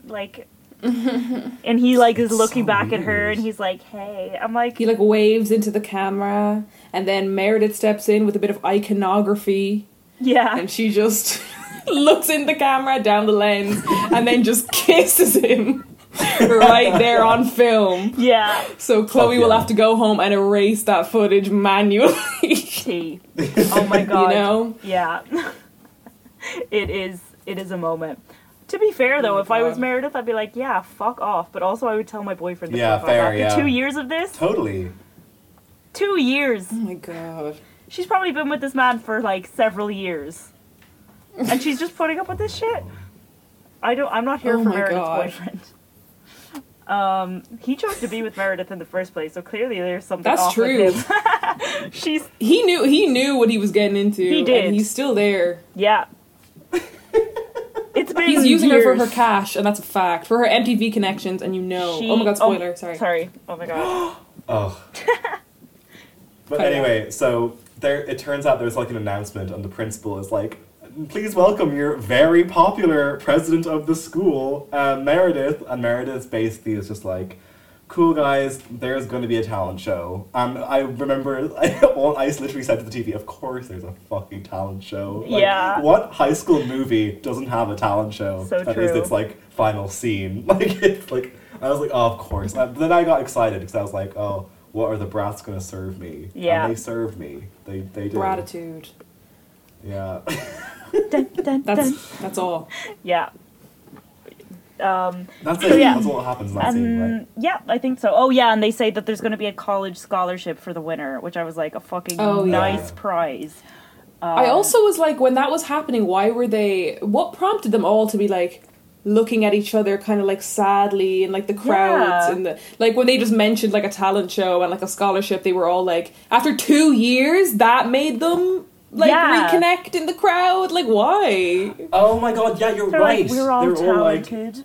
Speaker 1: like and he like is
Speaker 2: It's
Speaker 1: looking
Speaker 2: so
Speaker 1: back at her
Speaker 2: weird.
Speaker 1: and he's like, "Hey." I'm like,
Speaker 3: He like waves into the camera, and then Meredith steps in with a bit of iconography,
Speaker 1: "Yeah."
Speaker 3: and she just looks in the camera down the lens, and then just kisses him right there on film.
Speaker 1: Yeah.
Speaker 3: So Chloe
Speaker 2: yeah.
Speaker 3: will have to go home and erase that footage manually. you
Speaker 1: Tea. Oh my god.
Speaker 3: know?
Speaker 1: Yeah. it is it is a moment. To be fair
Speaker 2: Oh
Speaker 1: though,
Speaker 3: my
Speaker 1: if I was
Speaker 3: God.
Speaker 1: Meredith, I'd be like, yeah, fuck off. But also I would tell my boyfriend to
Speaker 2: Yeah,
Speaker 1: fuck
Speaker 2: fair,
Speaker 1: off. After
Speaker 2: yeah.
Speaker 1: two years of this?
Speaker 2: Totally.
Speaker 1: Two years.
Speaker 3: Oh my god.
Speaker 1: She's probably been with this man for like several years. And she's just putting up with this shit? I don't I'm not here
Speaker 3: Oh
Speaker 1: for
Speaker 3: my
Speaker 1: Meredith's
Speaker 3: God.
Speaker 1: boyfriend. Um, he chose to be with Meredith in the first place, so clearly there's something
Speaker 3: That's
Speaker 1: off
Speaker 3: true.
Speaker 1: with him. She's
Speaker 3: He knew he knew what he was getting into.
Speaker 1: He did.
Speaker 3: And he's still there.
Speaker 1: Yeah. it's been
Speaker 3: He's using her for her
Speaker 1: years.
Speaker 3: cash, and that's a fact. For her MTV connections, and you know. oh my god, spoiler,
Speaker 1: oh,
Speaker 3: sorry.
Speaker 1: Sorry. Oh my god.
Speaker 2: Oh. but
Speaker 3: Cut it
Speaker 2: anyway, so there it turns out there's like an announcement and the principal is like Please welcome your very popular president of the school, uh, Meredith. And Meredith basically is just like, "Cool guys, there's going to be a talent show." Um, I remember I, all I literally said to the TV, "Of course, there's a fucking talent show." Like,
Speaker 1: Yeah.
Speaker 2: What high school movie doesn't have a talent show?
Speaker 1: So
Speaker 2: At least
Speaker 1: true.
Speaker 2: it's like final scene. Like it's like I was like, oh, of course. Uh, but then I got excited because I was like, oh, what are the brats gonna serve me?
Speaker 1: Yeah.
Speaker 2: and they served me. They they did.
Speaker 3: Gratitude.
Speaker 2: Yeah.
Speaker 1: Dun, dun, dun.
Speaker 3: That's that's all.
Speaker 1: Yeah. Um,
Speaker 2: That's
Speaker 1: So,
Speaker 2: it.
Speaker 1: yeah.
Speaker 2: That's all that happens in that scene,
Speaker 1: and
Speaker 2: right?
Speaker 1: Um, yeah, I think so. Oh yeah, and they say that there's going to be a college scholarship for the winner, which I was like a fucking
Speaker 3: Oh, yeah.
Speaker 1: nice prize. Um,
Speaker 3: I also was like, when that was happening, why were they? What prompted them all to be like looking at each other, kind of like sadly, and like the crowds
Speaker 1: Yeah.
Speaker 3: and the like when they just mentioned like a talent show and like a scholarship, they were all like, after two years, that made them like
Speaker 1: Yeah.
Speaker 3: reconnect in the crowd. Like, why?
Speaker 2: Oh my god! Yeah, you're
Speaker 1: they're
Speaker 2: right.
Speaker 1: like we're all
Speaker 2: They're like,
Speaker 1: talented.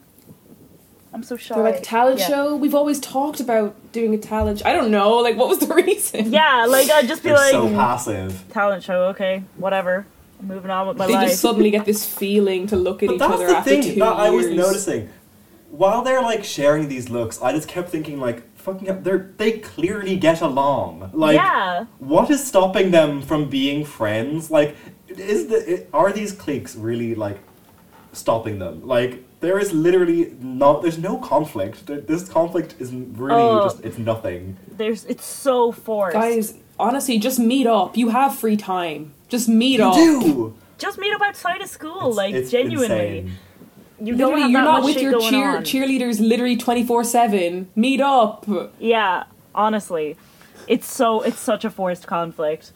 Speaker 1: I'm so shy.
Speaker 3: They're like talent
Speaker 1: Yeah.
Speaker 3: show. We've always talked about doing a talent. Sh- I don't know. Like, what was the reason?
Speaker 1: Yeah, like I'd just be
Speaker 2: they're
Speaker 1: like
Speaker 2: so passive.
Speaker 1: talent show. Okay, whatever. I'm moving on with my
Speaker 3: They
Speaker 1: life.
Speaker 3: just suddenly get this feeling to look at
Speaker 2: But
Speaker 3: each
Speaker 2: that's
Speaker 3: other
Speaker 2: the
Speaker 3: after
Speaker 2: thing
Speaker 3: two
Speaker 2: that
Speaker 3: years.
Speaker 2: I was noticing. While they're like sharing these looks, I just kept thinking like, fucking, hell, they're they clearly get along. Like,
Speaker 1: yeah.
Speaker 2: What is stopping them from being friends? Like, is the are these cliques really like stopping them? Like, there is literally no, there's no conflict. Th- This conflict is really
Speaker 1: Oh.
Speaker 2: just it's nothing.
Speaker 1: There's it's so forced.
Speaker 3: Guys, honestly, just meet up. You have free time. Just meet
Speaker 2: You
Speaker 3: up.
Speaker 2: do.
Speaker 1: Just meet up outside of school,
Speaker 2: It's-
Speaker 1: like
Speaker 2: it's
Speaker 1: genuinely.
Speaker 2: insane.
Speaker 1: You
Speaker 3: No,
Speaker 1: don't
Speaker 3: you're
Speaker 1: have that
Speaker 3: not
Speaker 1: much
Speaker 3: with
Speaker 1: shit
Speaker 3: your
Speaker 1: going
Speaker 3: cheer
Speaker 1: on.
Speaker 3: cheerleaders literally twenty four seven. Meet up.
Speaker 1: Yeah, honestly, it's so it's such a forced conflict.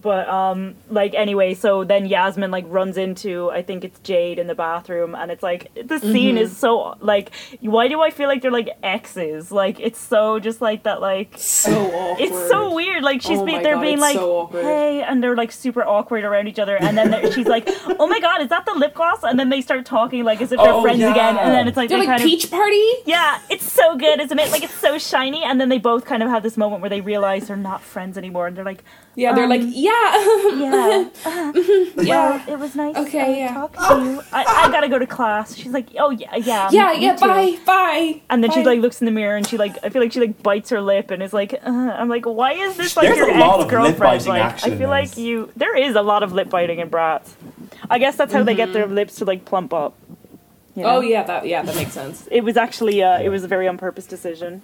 Speaker 1: But um, like anyway, so then Yasmin like runs into I think it's Jade in the bathroom, and it's like the scene
Speaker 3: Mm-hmm.
Speaker 1: is so like why do I feel like they're like exes? Like it's so just like that like
Speaker 3: So awkward.
Speaker 1: it's so weird. Like she's
Speaker 3: Oh
Speaker 1: be-
Speaker 3: my
Speaker 1: they're
Speaker 3: God,
Speaker 1: being
Speaker 3: it's
Speaker 1: like,
Speaker 3: so awkward.
Speaker 1: "Hey," and they're like super awkward around each other. And then they're- she's like, "Oh my god, is that the lip gloss?" And then they start talking like as if they're
Speaker 2: Oh,
Speaker 1: friends
Speaker 2: yeah.
Speaker 1: again. And then it's like
Speaker 3: They're
Speaker 1: they
Speaker 3: like
Speaker 1: kind of
Speaker 3: peach party.
Speaker 1: yeah, it's so good, isn't it? Like it's so shiny. And then they both kind of have this moment where they realize they're not friends anymore, and they're like,
Speaker 3: Yeah, they're
Speaker 1: Um,
Speaker 3: like yeah,
Speaker 1: "Yeah,
Speaker 3: yeah,
Speaker 1: well, it was nice.
Speaker 3: Okay,
Speaker 1: uh,
Speaker 3: yeah.
Speaker 1: talk to you. I, I gotta go to class." She's like, "Oh yeah, yeah,
Speaker 3: yeah,
Speaker 1: me
Speaker 3: yeah.
Speaker 1: too."
Speaker 3: Bye, bye.
Speaker 1: And then she
Speaker 3: bye.
Speaker 1: like looks in the mirror and she like I feel like she like bites her lip and is like uh, I'm like why is this like
Speaker 2: There's
Speaker 1: your
Speaker 2: a lot of
Speaker 1: ex girlfriend
Speaker 2: lip-biting
Speaker 1: like
Speaker 2: action
Speaker 1: I
Speaker 2: in
Speaker 1: feel like
Speaker 2: this.
Speaker 1: you there is a lot of lip biting in brats. I guess that's how they get their lips to like plump up. you know?
Speaker 3: Mm-hmm. Oh yeah, that yeah, that makes sense.
Speaker 1: It was actually uh, it was a very on purpose decision.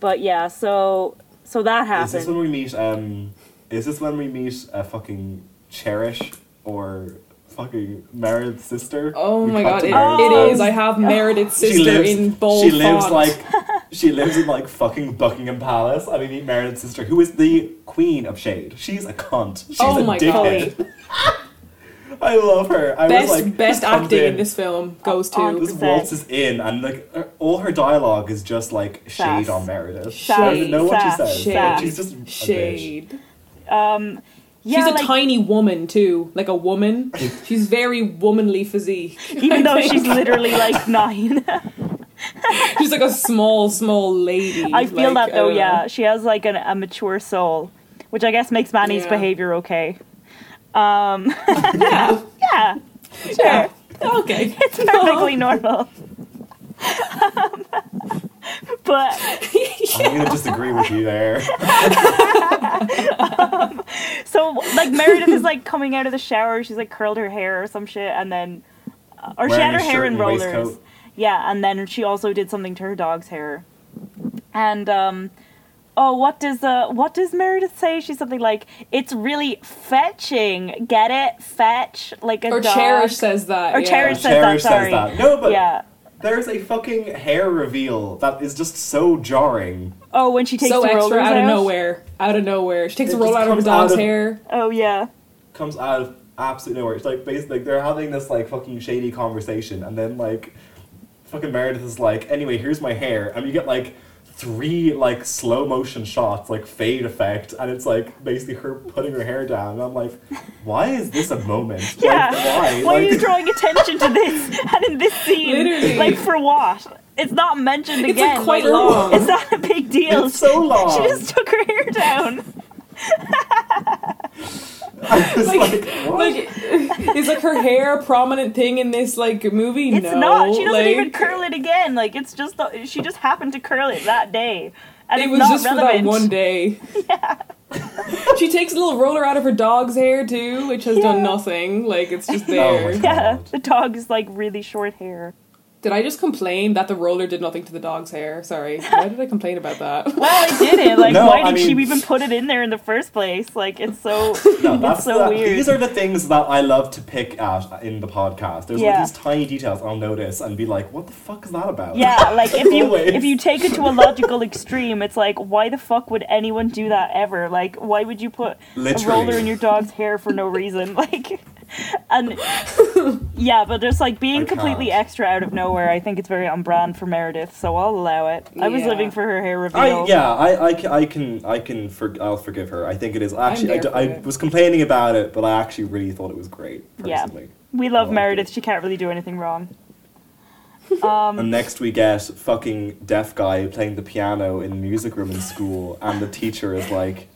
Speaker 1: But yeah, so so that
Speaker 2: Is this
Speaker 1: happened.
Speaker 2: when we meet? Um, is this when we meet a fucking cherish or fucking married sister?
Speaker 3: Oh
Speaker 2: We
Speaker 3: my
Speaker 2: cut
Speaker 3: god,
Speaker 2: to
Speaker 3: it,
Speaker 2: Marin's
Speaker 3: it
Speaker 2: house.
Speaker 3: is. I have merited sister
Speaker 2: She lives.
Speaker 3: in bold
Speaker 2: she lives
Speaker 3: font.
Speaker 2: like. She lives in like fucking Buckingham Palace. I mean, meet Meredith's sister, who is the queen of shade. She's a cunt. She's
Speaker 3: Oh
Speaker 2: a
Speaker 3: my
Speaker 2: dickhead. I love her. I
Speaker 3: best
Speaker 2: was like,
Speaker 3: best
Speaker 2: just comes
Speaker 3: acting in
Speaker 2: in
Speaker 3: this film goes to
Speaker 1: On-
Speaker 2: Oh, This waltzes in, and like her- all her dialogue is just like shade
Speaker 1: Sass.
Speaker 2: on Meredith.
Speaker 1: Sass.
Speaker 2: She doesn't know what she
Speaker 1: Sass.
Speaker 2: says.
Speaker 3: Shade.
Speaker 2: Like, she's just a bitch.
Speaker 3: Shade.
Speaker 1: Um, yeah,
Speaker 3: she's a
Speaker 1: like,
Speaker 3: tiny woman too, like a woman. she's very womanly physique.
Speaker 1: even though
Speaker 3: I
Speaker 1: she's
Speaker 3: think.
Speaker 1: literally like nine.
Speaker 3: she's like a small, small lady.
Speaker 1: I feel
Speaker 3: like, uh,
Speaker 1: that though.
Speaker 3: don't know.
Speaker 1: Yeah, she has like an, a mature soul, which I guess makes Manny's
Speaker 3: Yeah.
Speaker 1: behavior okay. Um,
Speaker 3: yeah,
Speaker 1: yeah,
Speaker 3: yeah. Okay,
Speaker 1: it's perfectly normal. Um, but
Speaker 2: I'm gonna disagree with you there.
Speaker 1: so like Meredith is like coming out of the shower. She's like curled her hair or some shit, and then uh, or she
Speaker 2: Wearing
Speaker 1: had her
Speaker 2: a
Speaker 1: hair
Speaker 2: shirt
Speaker 1: in
Speaker 2: and
Speaker 1: rollers.
Speaker 2: waistcoat.
Speaker 1: Yeah, and then she also did something to her dog's hair. And um oh, what does uh what does Meredith say? She's something like it's really fetching. Get it? Fetch like a
Speaker 3: Or
Speaker 1: dog.
Speaker 3: Cherish says that.
Speaker 1: Or
Speaker 3: yeah.
Speaker 1: Cherish says that,
Speaker 2: Cherish
Speaker 1: sorry.
Speaker 2: says that. No, but
Speaker 1: Yeah.
Speaker 2: there's a fucking hair reveal that is just so jarring.
Speaker 1: Oh, when she takes
Speaker 3: so
Speaker 1: the rollers
Speaker 3: extra out of nowhere. Out of nowhere, she takes
Speaker 2: It
Speaker 3: a roll
Speaker 2: just
Speaker 3: out of her
Speaker 2: comes out
Speaker 3: dog's
Speaker 2: of-
Speaker 3: hair.
Speaker 1: Oh yeah.
Speaker 2: comes out of absolute nowhere. It's like basically like, they're having this like fucking shady conversation, and then like fucking Meredith is like, anyway, here's my hair, and you get like three like slow motion shots, like fade effect, and it's like basically her putting her hair down, and I'm like, why is this a moment?
Speaker 1: Yeah.
Speaker 2: Like, why?
Speaker 1: Why are
Speaker 2: like,
Speaker 1: you drawing attention to this and in this scene?
Speaker 3: Literally.
Speaker 1: Like for what? It's not mentioned
Speaker 3: It's
Speaker 1: again.
Speaker 3: like quite
Speaker 1: like,
Speaker 3: long.
Speaker 1: It's not a big deal.
Speaker 2: It's so long.
Speaker 1: She just took her hair down.
Speaker 2: I was like,
Speaker 3: like-
Speaker 2: what?
Speaker 3: Like, is like her hair a prominent thing in this like movie?
Speaker 1: It's
Speaker 3: no,
Speaker 1: not. She doesn't
Speaker 3: like,
Speaker 1: even curl it again. Like it's just the, she just happened to curl it that day, and
Speaker 3: It
Speaker 1: it's
Speaker 3: was
Speaker 1: not
Speaker 3: just for
Speaker 1: relevant.
Speaker 3: that one day. she takes a little roller out of her dog's hair too, which has
Speaker 1: Yeah.
Speaker 3: done nothing. Like it's just
Speaker 2: Oh
Speaker 3: there.
Speaker 2: my God.
Speaker 1: Yeah, the dog is like really short hair.
Speaker 3: did I just complain that the roller did nothing to the dog's hair? Sorry, why did I complain about that?
Speaker 1: Well, I did it. Like,
Speaker 2: No,
Speaker 1: why
Speaker 2: I
Speaker 1: did she
Speaker 2: mean-
Speaker 1: even put it in there in the first place? Like, it's so
Speaker 2: No, that's
Speaker 1: it's so
Speaker 2: that-
Speaker 1: weird.
Speaker 2: These are the things that I love to pick at in the podcast. There's
Speaker 1: Yeah.
Speaker 2: like these tiny details I'll notice and be like, what the fuck is that about?
Speaker 1: Yeah, like if you
Speaker 2: Always.
Speaker 1: if you take it to a logical extreme, it's like why the fuck would anyone do that ever? Like why would you put a
Speaker 2: Literally.
Speaker 1: roller in your dog's hair for no reason? Like and yeah, but just like being
Speaker 2: I
Speaker 1: completely
Speaker 2: can't.
Speaker 1: extra out of nowhere, I think it's very on brand for Meredith, so I'll allow it. I was
Speaker 3: Yeah.
Speaker 1: living for her hair reveal.
Speaker 2: I, yeah, I, I, ca- I can I can for, I'll forgive her. I think it is actually I,
Speaker 3: there
Speaker 2: d-
Speaker 3: for
Speaker 2: I
Speaker 3: it.
Speaker 2: was complaining about it, but I actually really thought it was great
Speaker 1: Yeah.
Speaker 2: personally.
Speaker 1: We love
Speaker 2: I liked
Speaker 1: Meredith,
Speaker 2: it.
Speaker 1: she can't really do anything wrong. Um,
Speaker 2: And next we get fucking deaf guy playing the piano in the music room in school, and the teacher is like,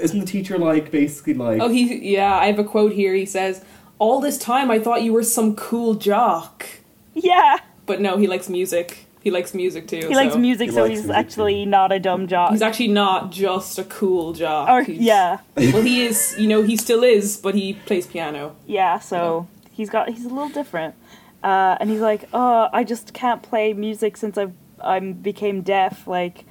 Speaker 2: isn't the teacher like basically like
Speaker 3: Oh, he yeah. I have a quote here. He says, "All this time I thought you were some cool jock,
Speaker 1: Yeah.
Speaker 3: but no, he likes music. He likes music too.
Speaker 1: He likes music,
Speaker 2: He
Speaker 1: so
Speaker 2: likes
Speaker 1: he's
Speaker 2: music too.
Speaker 1: actually not a dumb jock.
Speaker 3: He's actually not just a cool jock.
Speaker 1: or
Speaker 3: He's-
Speaker 1: yeah.
Speaker 3: Well, he is. You know, he still is, but he plays piano.
Speaker 1: Yeah, so he's got he's a little different, uh, and he's like, oh, I just can't play music since I've I'm became deaf. Like,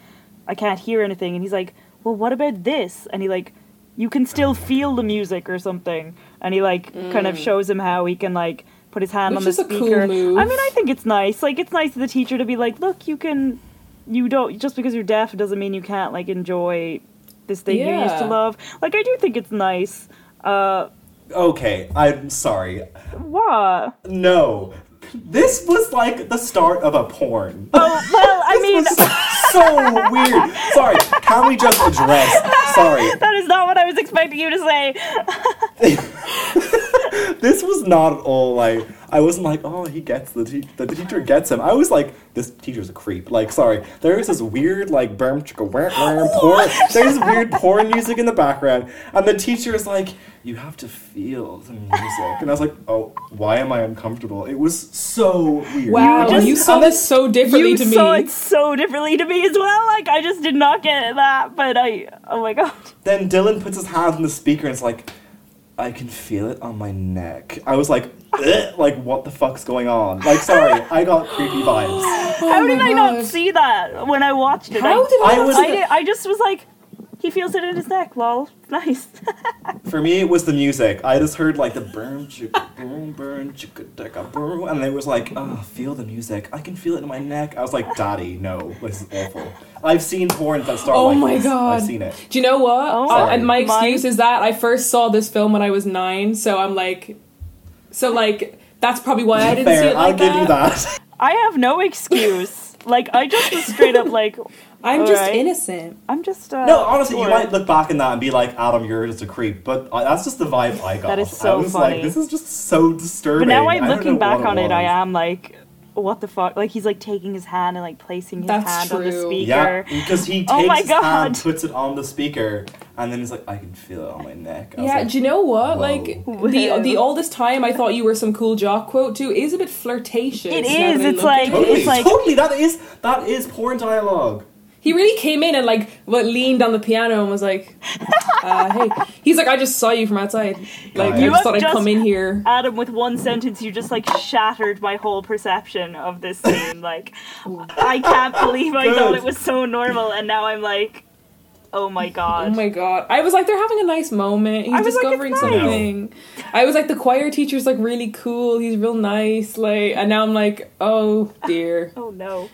Speaker 1: I can't hear anything. And he's like, well, what about this? And he like, you can still feel the music or something. And he like kind of shows him how he can like put his hand
Speaker 3: Mm. Which
Speaker 1: on the
Speaker 3: is a cool
Speaker 1: speaker.
Speaker 3: move.
Speaker 1: I mean, I think it's nice. Like, it's nice of the teacher to be like, look, you can. You don't just because you're deaf doesn't mean you can't like enjoy this thing you used to
Speaker 3: Yeah.
Speaker 1: love. Like I do think it's nice. Uh,
Speaker 2: Okay, I'm sorry.
Speaker 1: what?
Speaker 2: No. This was like the start of a porn.
Speaker 1: Oh well, I mean,
Speaker 2: This was so weird. Sorry, can we just address? Sorry,
Speaker 1: that is not what I was expecting you to say.
Speaker 2: this was not at all like I wasn't like oh he gets the te- the teacher gets him. I was like this teacher's a creep. Like sorry, there is this weird like berm chicka where porn. There's weird porn music in the background, and the teacher is like you have to feel the music, and I was like oh why am I uncomfortable? It was so weird.
Speaker 3: Wow,
Speaker 1: just-
Speaker 3: you saw this so differently
Speaker 1: You
Speaker 3: to me.
Speaker 1: saw it so differently to me as well. Like I just did not get that, but I. Oh my god.
Speaker 2: Then Dylan puts his hand on the speaker and it's like, I can feel it on my neck. I was like, "Ugh," like what the fuck's going on? Like, sorry, I got creepy vibes.
Speaker 1: How did
Speaker 3: my
Speaker 1: I not
Speaker 3: God.
Speaker 1: see that when I watched it?
Speaker 3: How
Speaker 1: I,
Speaker 3: did I,
Speaker 2: I
Speaker 3: not
Speaker 2: was-
Speaker 3: see
Speaker 1: I,
Speaker 3: that?
Speaker 1: did- I just was like, he feels it in his neck. Lol, nice.
Speaker 2: For me, it was the music. I just heard like the burn, chicka, boom, burn, chicka, dicka, boom, and it was like, oh, feel the music. I can feel it in my neck. I was like, daddy, no, this is awful. I've seen porn that start
Speaker 3: Oh
Speaker 2: like
Speaker 3: my
Speaker 2: this.
Speaker 3: God.
Speaker 2: I've seen it.
Speaker 3: Do you know what?
Speaker 1: Oh.
Speaker 3: Uh, and my
Speaker 1: Sorry.
Speaker 3: excuse is that I first saw this film when I was nine, so I'm like, so like that's probably why I didn't
Speaker 2: Fair,
Speaker 3: see it like
Speaker 2: I'll give you that.
Speaker 1: I have no excuse. like I just was straight up like,
Speaker 3: I'm
Speaker 1: All
Speaker 3: just
Speaker 1: right.
Speaker 3: innocent.
Speaker 1: I'm just. Uh,
Speaker 2: No, honestly, you
Speaker 1: bored.
Speaker 2: might look back on that and be like, Adam, you're just a creep. But I, that's just the vibe I got.
Speaker 1: That is so
Speaker 2: I was
Speaker 1: funny.
Speaker 2: like, this is just so disturbing.
Speaker 1: But now
Speaker 2: I
Speaker 1: I'm
Speaker 2: don't
Speaker 1: looking
Speaker 2: know
Speaker 1: back
Speaker 2: what
Speaker 1: on it, I
Speaker 2: was.
Speaker 1: am like, what the fuck? Like he's like taking his hand and like placing his
Speaker 3: That's
Speaker 1: hand on the
Speaker 3: true.
Speaker 1: speaker.
Speaker 2: Yeah, because he takes
Speaker 1: Oh my
Speaker 2: his hand,
Speaker 1: God.
Speaker 2: puts it on the speaker, and then he's like, I can feel it on my neck. I was
Speaker 3: Yeah,
Speaker 2: like,
Speaker 3: do you know what?
Speaker 2: whoa.
Speaker 3: Like
Speaker 1: Whoa.
Speaker 3: the the all this time I thought you were some cool jock quote too is a bit flirtatious.
Speaker 1: It
Speaker 3: now that
Speaker 1: is,
Speaker 3: I
Speaker 1: it's
Speaker 3: look at
Speaker 1: like-
Speaker 3: it.
Speaker 2: totally,
Speaker 1: it's like-
Speaker 2: totally. That is that is porn dialogue.
Speaker 3: he really came in and like what leaned on the piano and was like, uh, "Hey," he's like, "I just saw you from outside. Like
Speaker 2: You
Speaker 3: I just
Speaker 1: have
Speaker 3: thought I'd
Speaker 1: just-
Speaker 3: come in here."
Speaker 1: Adam, with one sentence, you just like shattered my whole perception of this scene. Like, I can't believe I thought
Speaker 2: Good.
Speaker 1: it was so normal, and now I'm like, oh my
Speaker 3: Oh
Speaker 1: god.
Speaker 3: my god! I was like, they're having a nice moment. He's
Speaker 1: I was like,
Speaker 3: discovering
Speaker 1: it's nice.
Speaker 3: something. I was like, the choir teacher's like really cool. He's real nice. Like, and now I'm like, oh dear.
Speaker 1: oh no.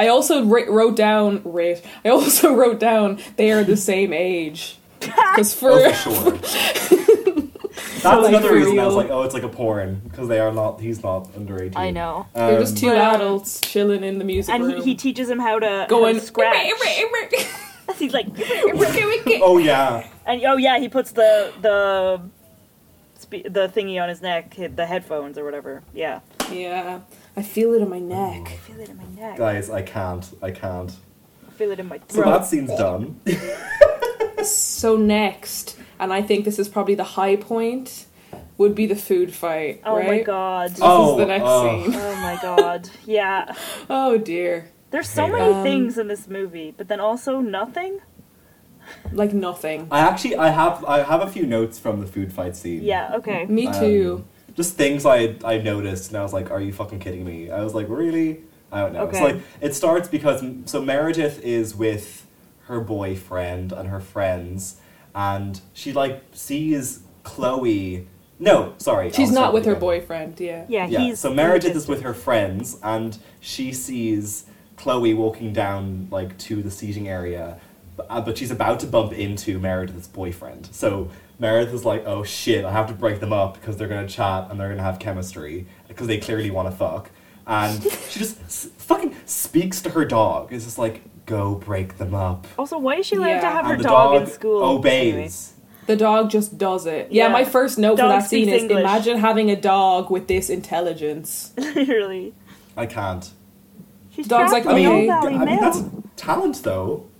Speaker 3: I also ra- wrote down rape. I also wrote down they are the same age. Because for
Speaker 2: Oh, for sure. That's
Speaker 3: like,
Speaker 2: another
Speaker 3: for
Speaker 2: reason I was
Speaker 3: real.
Speaker 2: like, oh, it's like a porn because they are not. He's not under eighteen.
Speaker 1: I know.
Speaker 3: they're
Speaker 2: Um,
Speaker 3: just two
Speaker 1: But, um,
Speaker 3: adults chilling in the music
Speaker 1: And he,
Speaker 3: room.
Speaker 1: he teaches him how to
Speaker 3: going
Speaker 1: how to scratch. He's like,
Speaker 2: Oh yeah.
Speaker 1: and oh yeah, he puts the the spe- the thingy on his neck, the headphones or whatever. Yeah,
Speaker 3: Yeah, I feel it in my neck.
Speaker 1: I feel it in my neck.
Speaker 2: Guys, I can't. I can't.
Speaker 1: I feel it in my
Speaker 2: So
Speaker 1: throat.
Speaker 2: that scene's done.
Speaker 3: So next, and I think this is probably the high point, would be the food fight.
Speaker 1: oh
Speaker 3: right?
Speaker 1: my god.
Speaker 3: This
Speaker 1: Oh.
Speaker 2: Oh,
Speaker 3: is the next
Speaker 2: oh.
Speaker 3: scene.
Speaker 1: my god. Yeah.
Speaker 3: Oh dear.
Speaker 1: There's so
Speaker 2: Hate it.
Speaker 1: many
Speaker 3: Um,
Speaker 1: things in this movie, but then also nothing.
Speaker 3: Like nothing.
Speaker 2: I actually I have I have a few notes from the food fight scene.
Speaker 1: Yeah. Okay.
Speaker 3: Me
Speaker 2: Um,
Speaker 3: too.
Speaker 2: Just things I I noticed and I was like, are you fucking kidding me? I was like, really? I don't know. It's
Speaker 1: Okay.
Speaker 2: like it starts because so Meredith is with her boyfriend and her friends and she like sees Chloe No, sorry.
Speaker 3: She's
Speaker 2: I'll
Speaker 3: not
Speaker 2: start
Speaker 3: with her
Speaker 2: again.
Speaker 3: boyfriend, yeah.
Speaker 1: Yeah.
Speaker 2: Yeah.
Speaker 1: He's
Speaker 2: so Meredith is with her friends, and she sees Chloe walking down like to the seating area, b- uh, but she's about to bump into Meredith's boyfriend. So Meredith is like, "Oh shit, I have to break them up because they're gonna chat and they're gonna have chemistry because they clearly want to fuck." And she just s- fucking speaks to her dog. It's just like, "Go break them up."
Speaker 1: Also, why is she allowed to
Speaker 3: Yeah.
Speaker 1: have her
Speaker 2: and the
Speaker 1: dog, in school? Anyway.
Speaker 2: obeys.
Speaker 3: The dog just does it. Yeah,
Speaker 1: Yeah.
Speaker 3: my first note
Speaker 1: Dog
Speaker 3: for that scene
Speaker 1: speaks
Speaker 3: is
Speaker 1: English.
Speaker 3: imagine having a dog with this intelligence.
Speaker 1: Literally.
Speaker 2: I can't.
Speaker 1: She's
Speaker 3: Dog's
Speaker 1: trapped
Speaker 3: like,
Speaker 1: in
Speaker 2: I mean,
Speaker 1: the
Speaker 3: okay.
Speaker 1: Old
Speaker 2: I
Speaker 1: Valley
Speaker 2: mean
Speaker 1: Mill.
Speaker 2: that's talent though.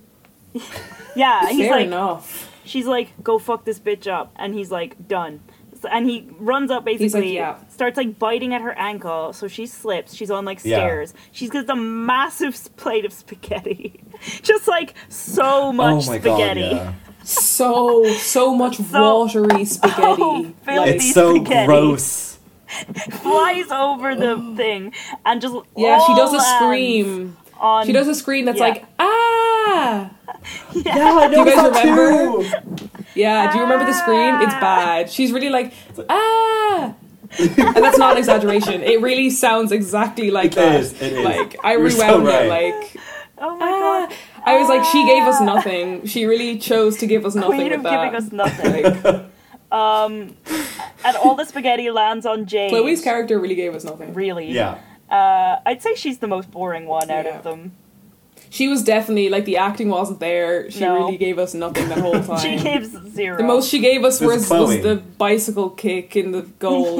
Speaker 1: Yeah, he's
Speaker 3: Fair
Speaker 1: like,
Speaker 3: enough.
Speaker 1: she's like, go fuck this bitch up, and he's like, done. So- And he runs up
Speaker 3: like,
Speaker 1: basically,
Speaker 3: yeah.
Speaker 1: starts like biting at her ankle, so she slips. She's on like
Speaker 2: Yeah.
Speaker 1: stairs. She's got a massive s- plate of spaghetti, just like so much spaghetti.
Speaker 2: Oh yeah.
Speaker 3: So so much
Speaker 1: So-
Speaker 3: watery spaghetti.
Speaker 1: Oh, filthy.
Speaker 3: like,
Speaker 2: It's so
Speaker 1: spaghetti.
Speaker 2: gross.
Speaker 1: Flies over the thing and just
Speaker 3: yeah, she does
Speaker 1: all
Speaker 3: a
Speaker 1: lands
Speaker 3: scream.
Speaker 1: On
Speaker 3: She does a scream that's
Speaker 1: Yeah.
Speaker 3: like ah.
Speaker 2: Yeah, I
Speaker 3: you guys
Speaker 2: noticed that
Speaker 3: remember?
Speaker 2: too.
Speaker 3: Yeah, do you remember the scream? It's
Speaker 1: Ah.
Speaker 3: bad. She's really like ah. and that's not an exaggeration. It really sounds exactly like
Speaker 2: It
Speaker 3: that.
Speaker 2: is, it is.
Speaker 3: Like I
Speaker 2: You're so
Speaker 3: rewound
Speaker 2: right.
Speaker 3: it like
Speaker 1: Oh my
Speaker 3: ah.
Speaker 1: god!
Speaker 3: I was like, she gave us nothing. She really chose to give us nothing
Speaker 1: Queen
Speaker 3: with
Speaker 1: of
Speaker 3: that.
Speaker 1: giving us nothing.
Speaker 3: like,
Speaker 1: um, and all the spaghetti lands on Jade.
Speaker 3: Chloe's character really gave us nothing.
Speaker 1: Really?
Speaker 2: Yeah.
Speaker 1: Uh, I'd say she's the most boring one out
Speaker 3: Yeah.
Speaker 1: of them.
Speaker 3: She was definitely like the acting wasn't there. She
Speaker 1: No.
Speaker 3: really gave us nothing that whole time.
Speaker 1: She gives zero.
Speaker 3: the most she gave us
Speaker 2: There's
Speaker 3: was,
Speaker 2: Chloe.
Speaker 3: was the bicycle kick in the goal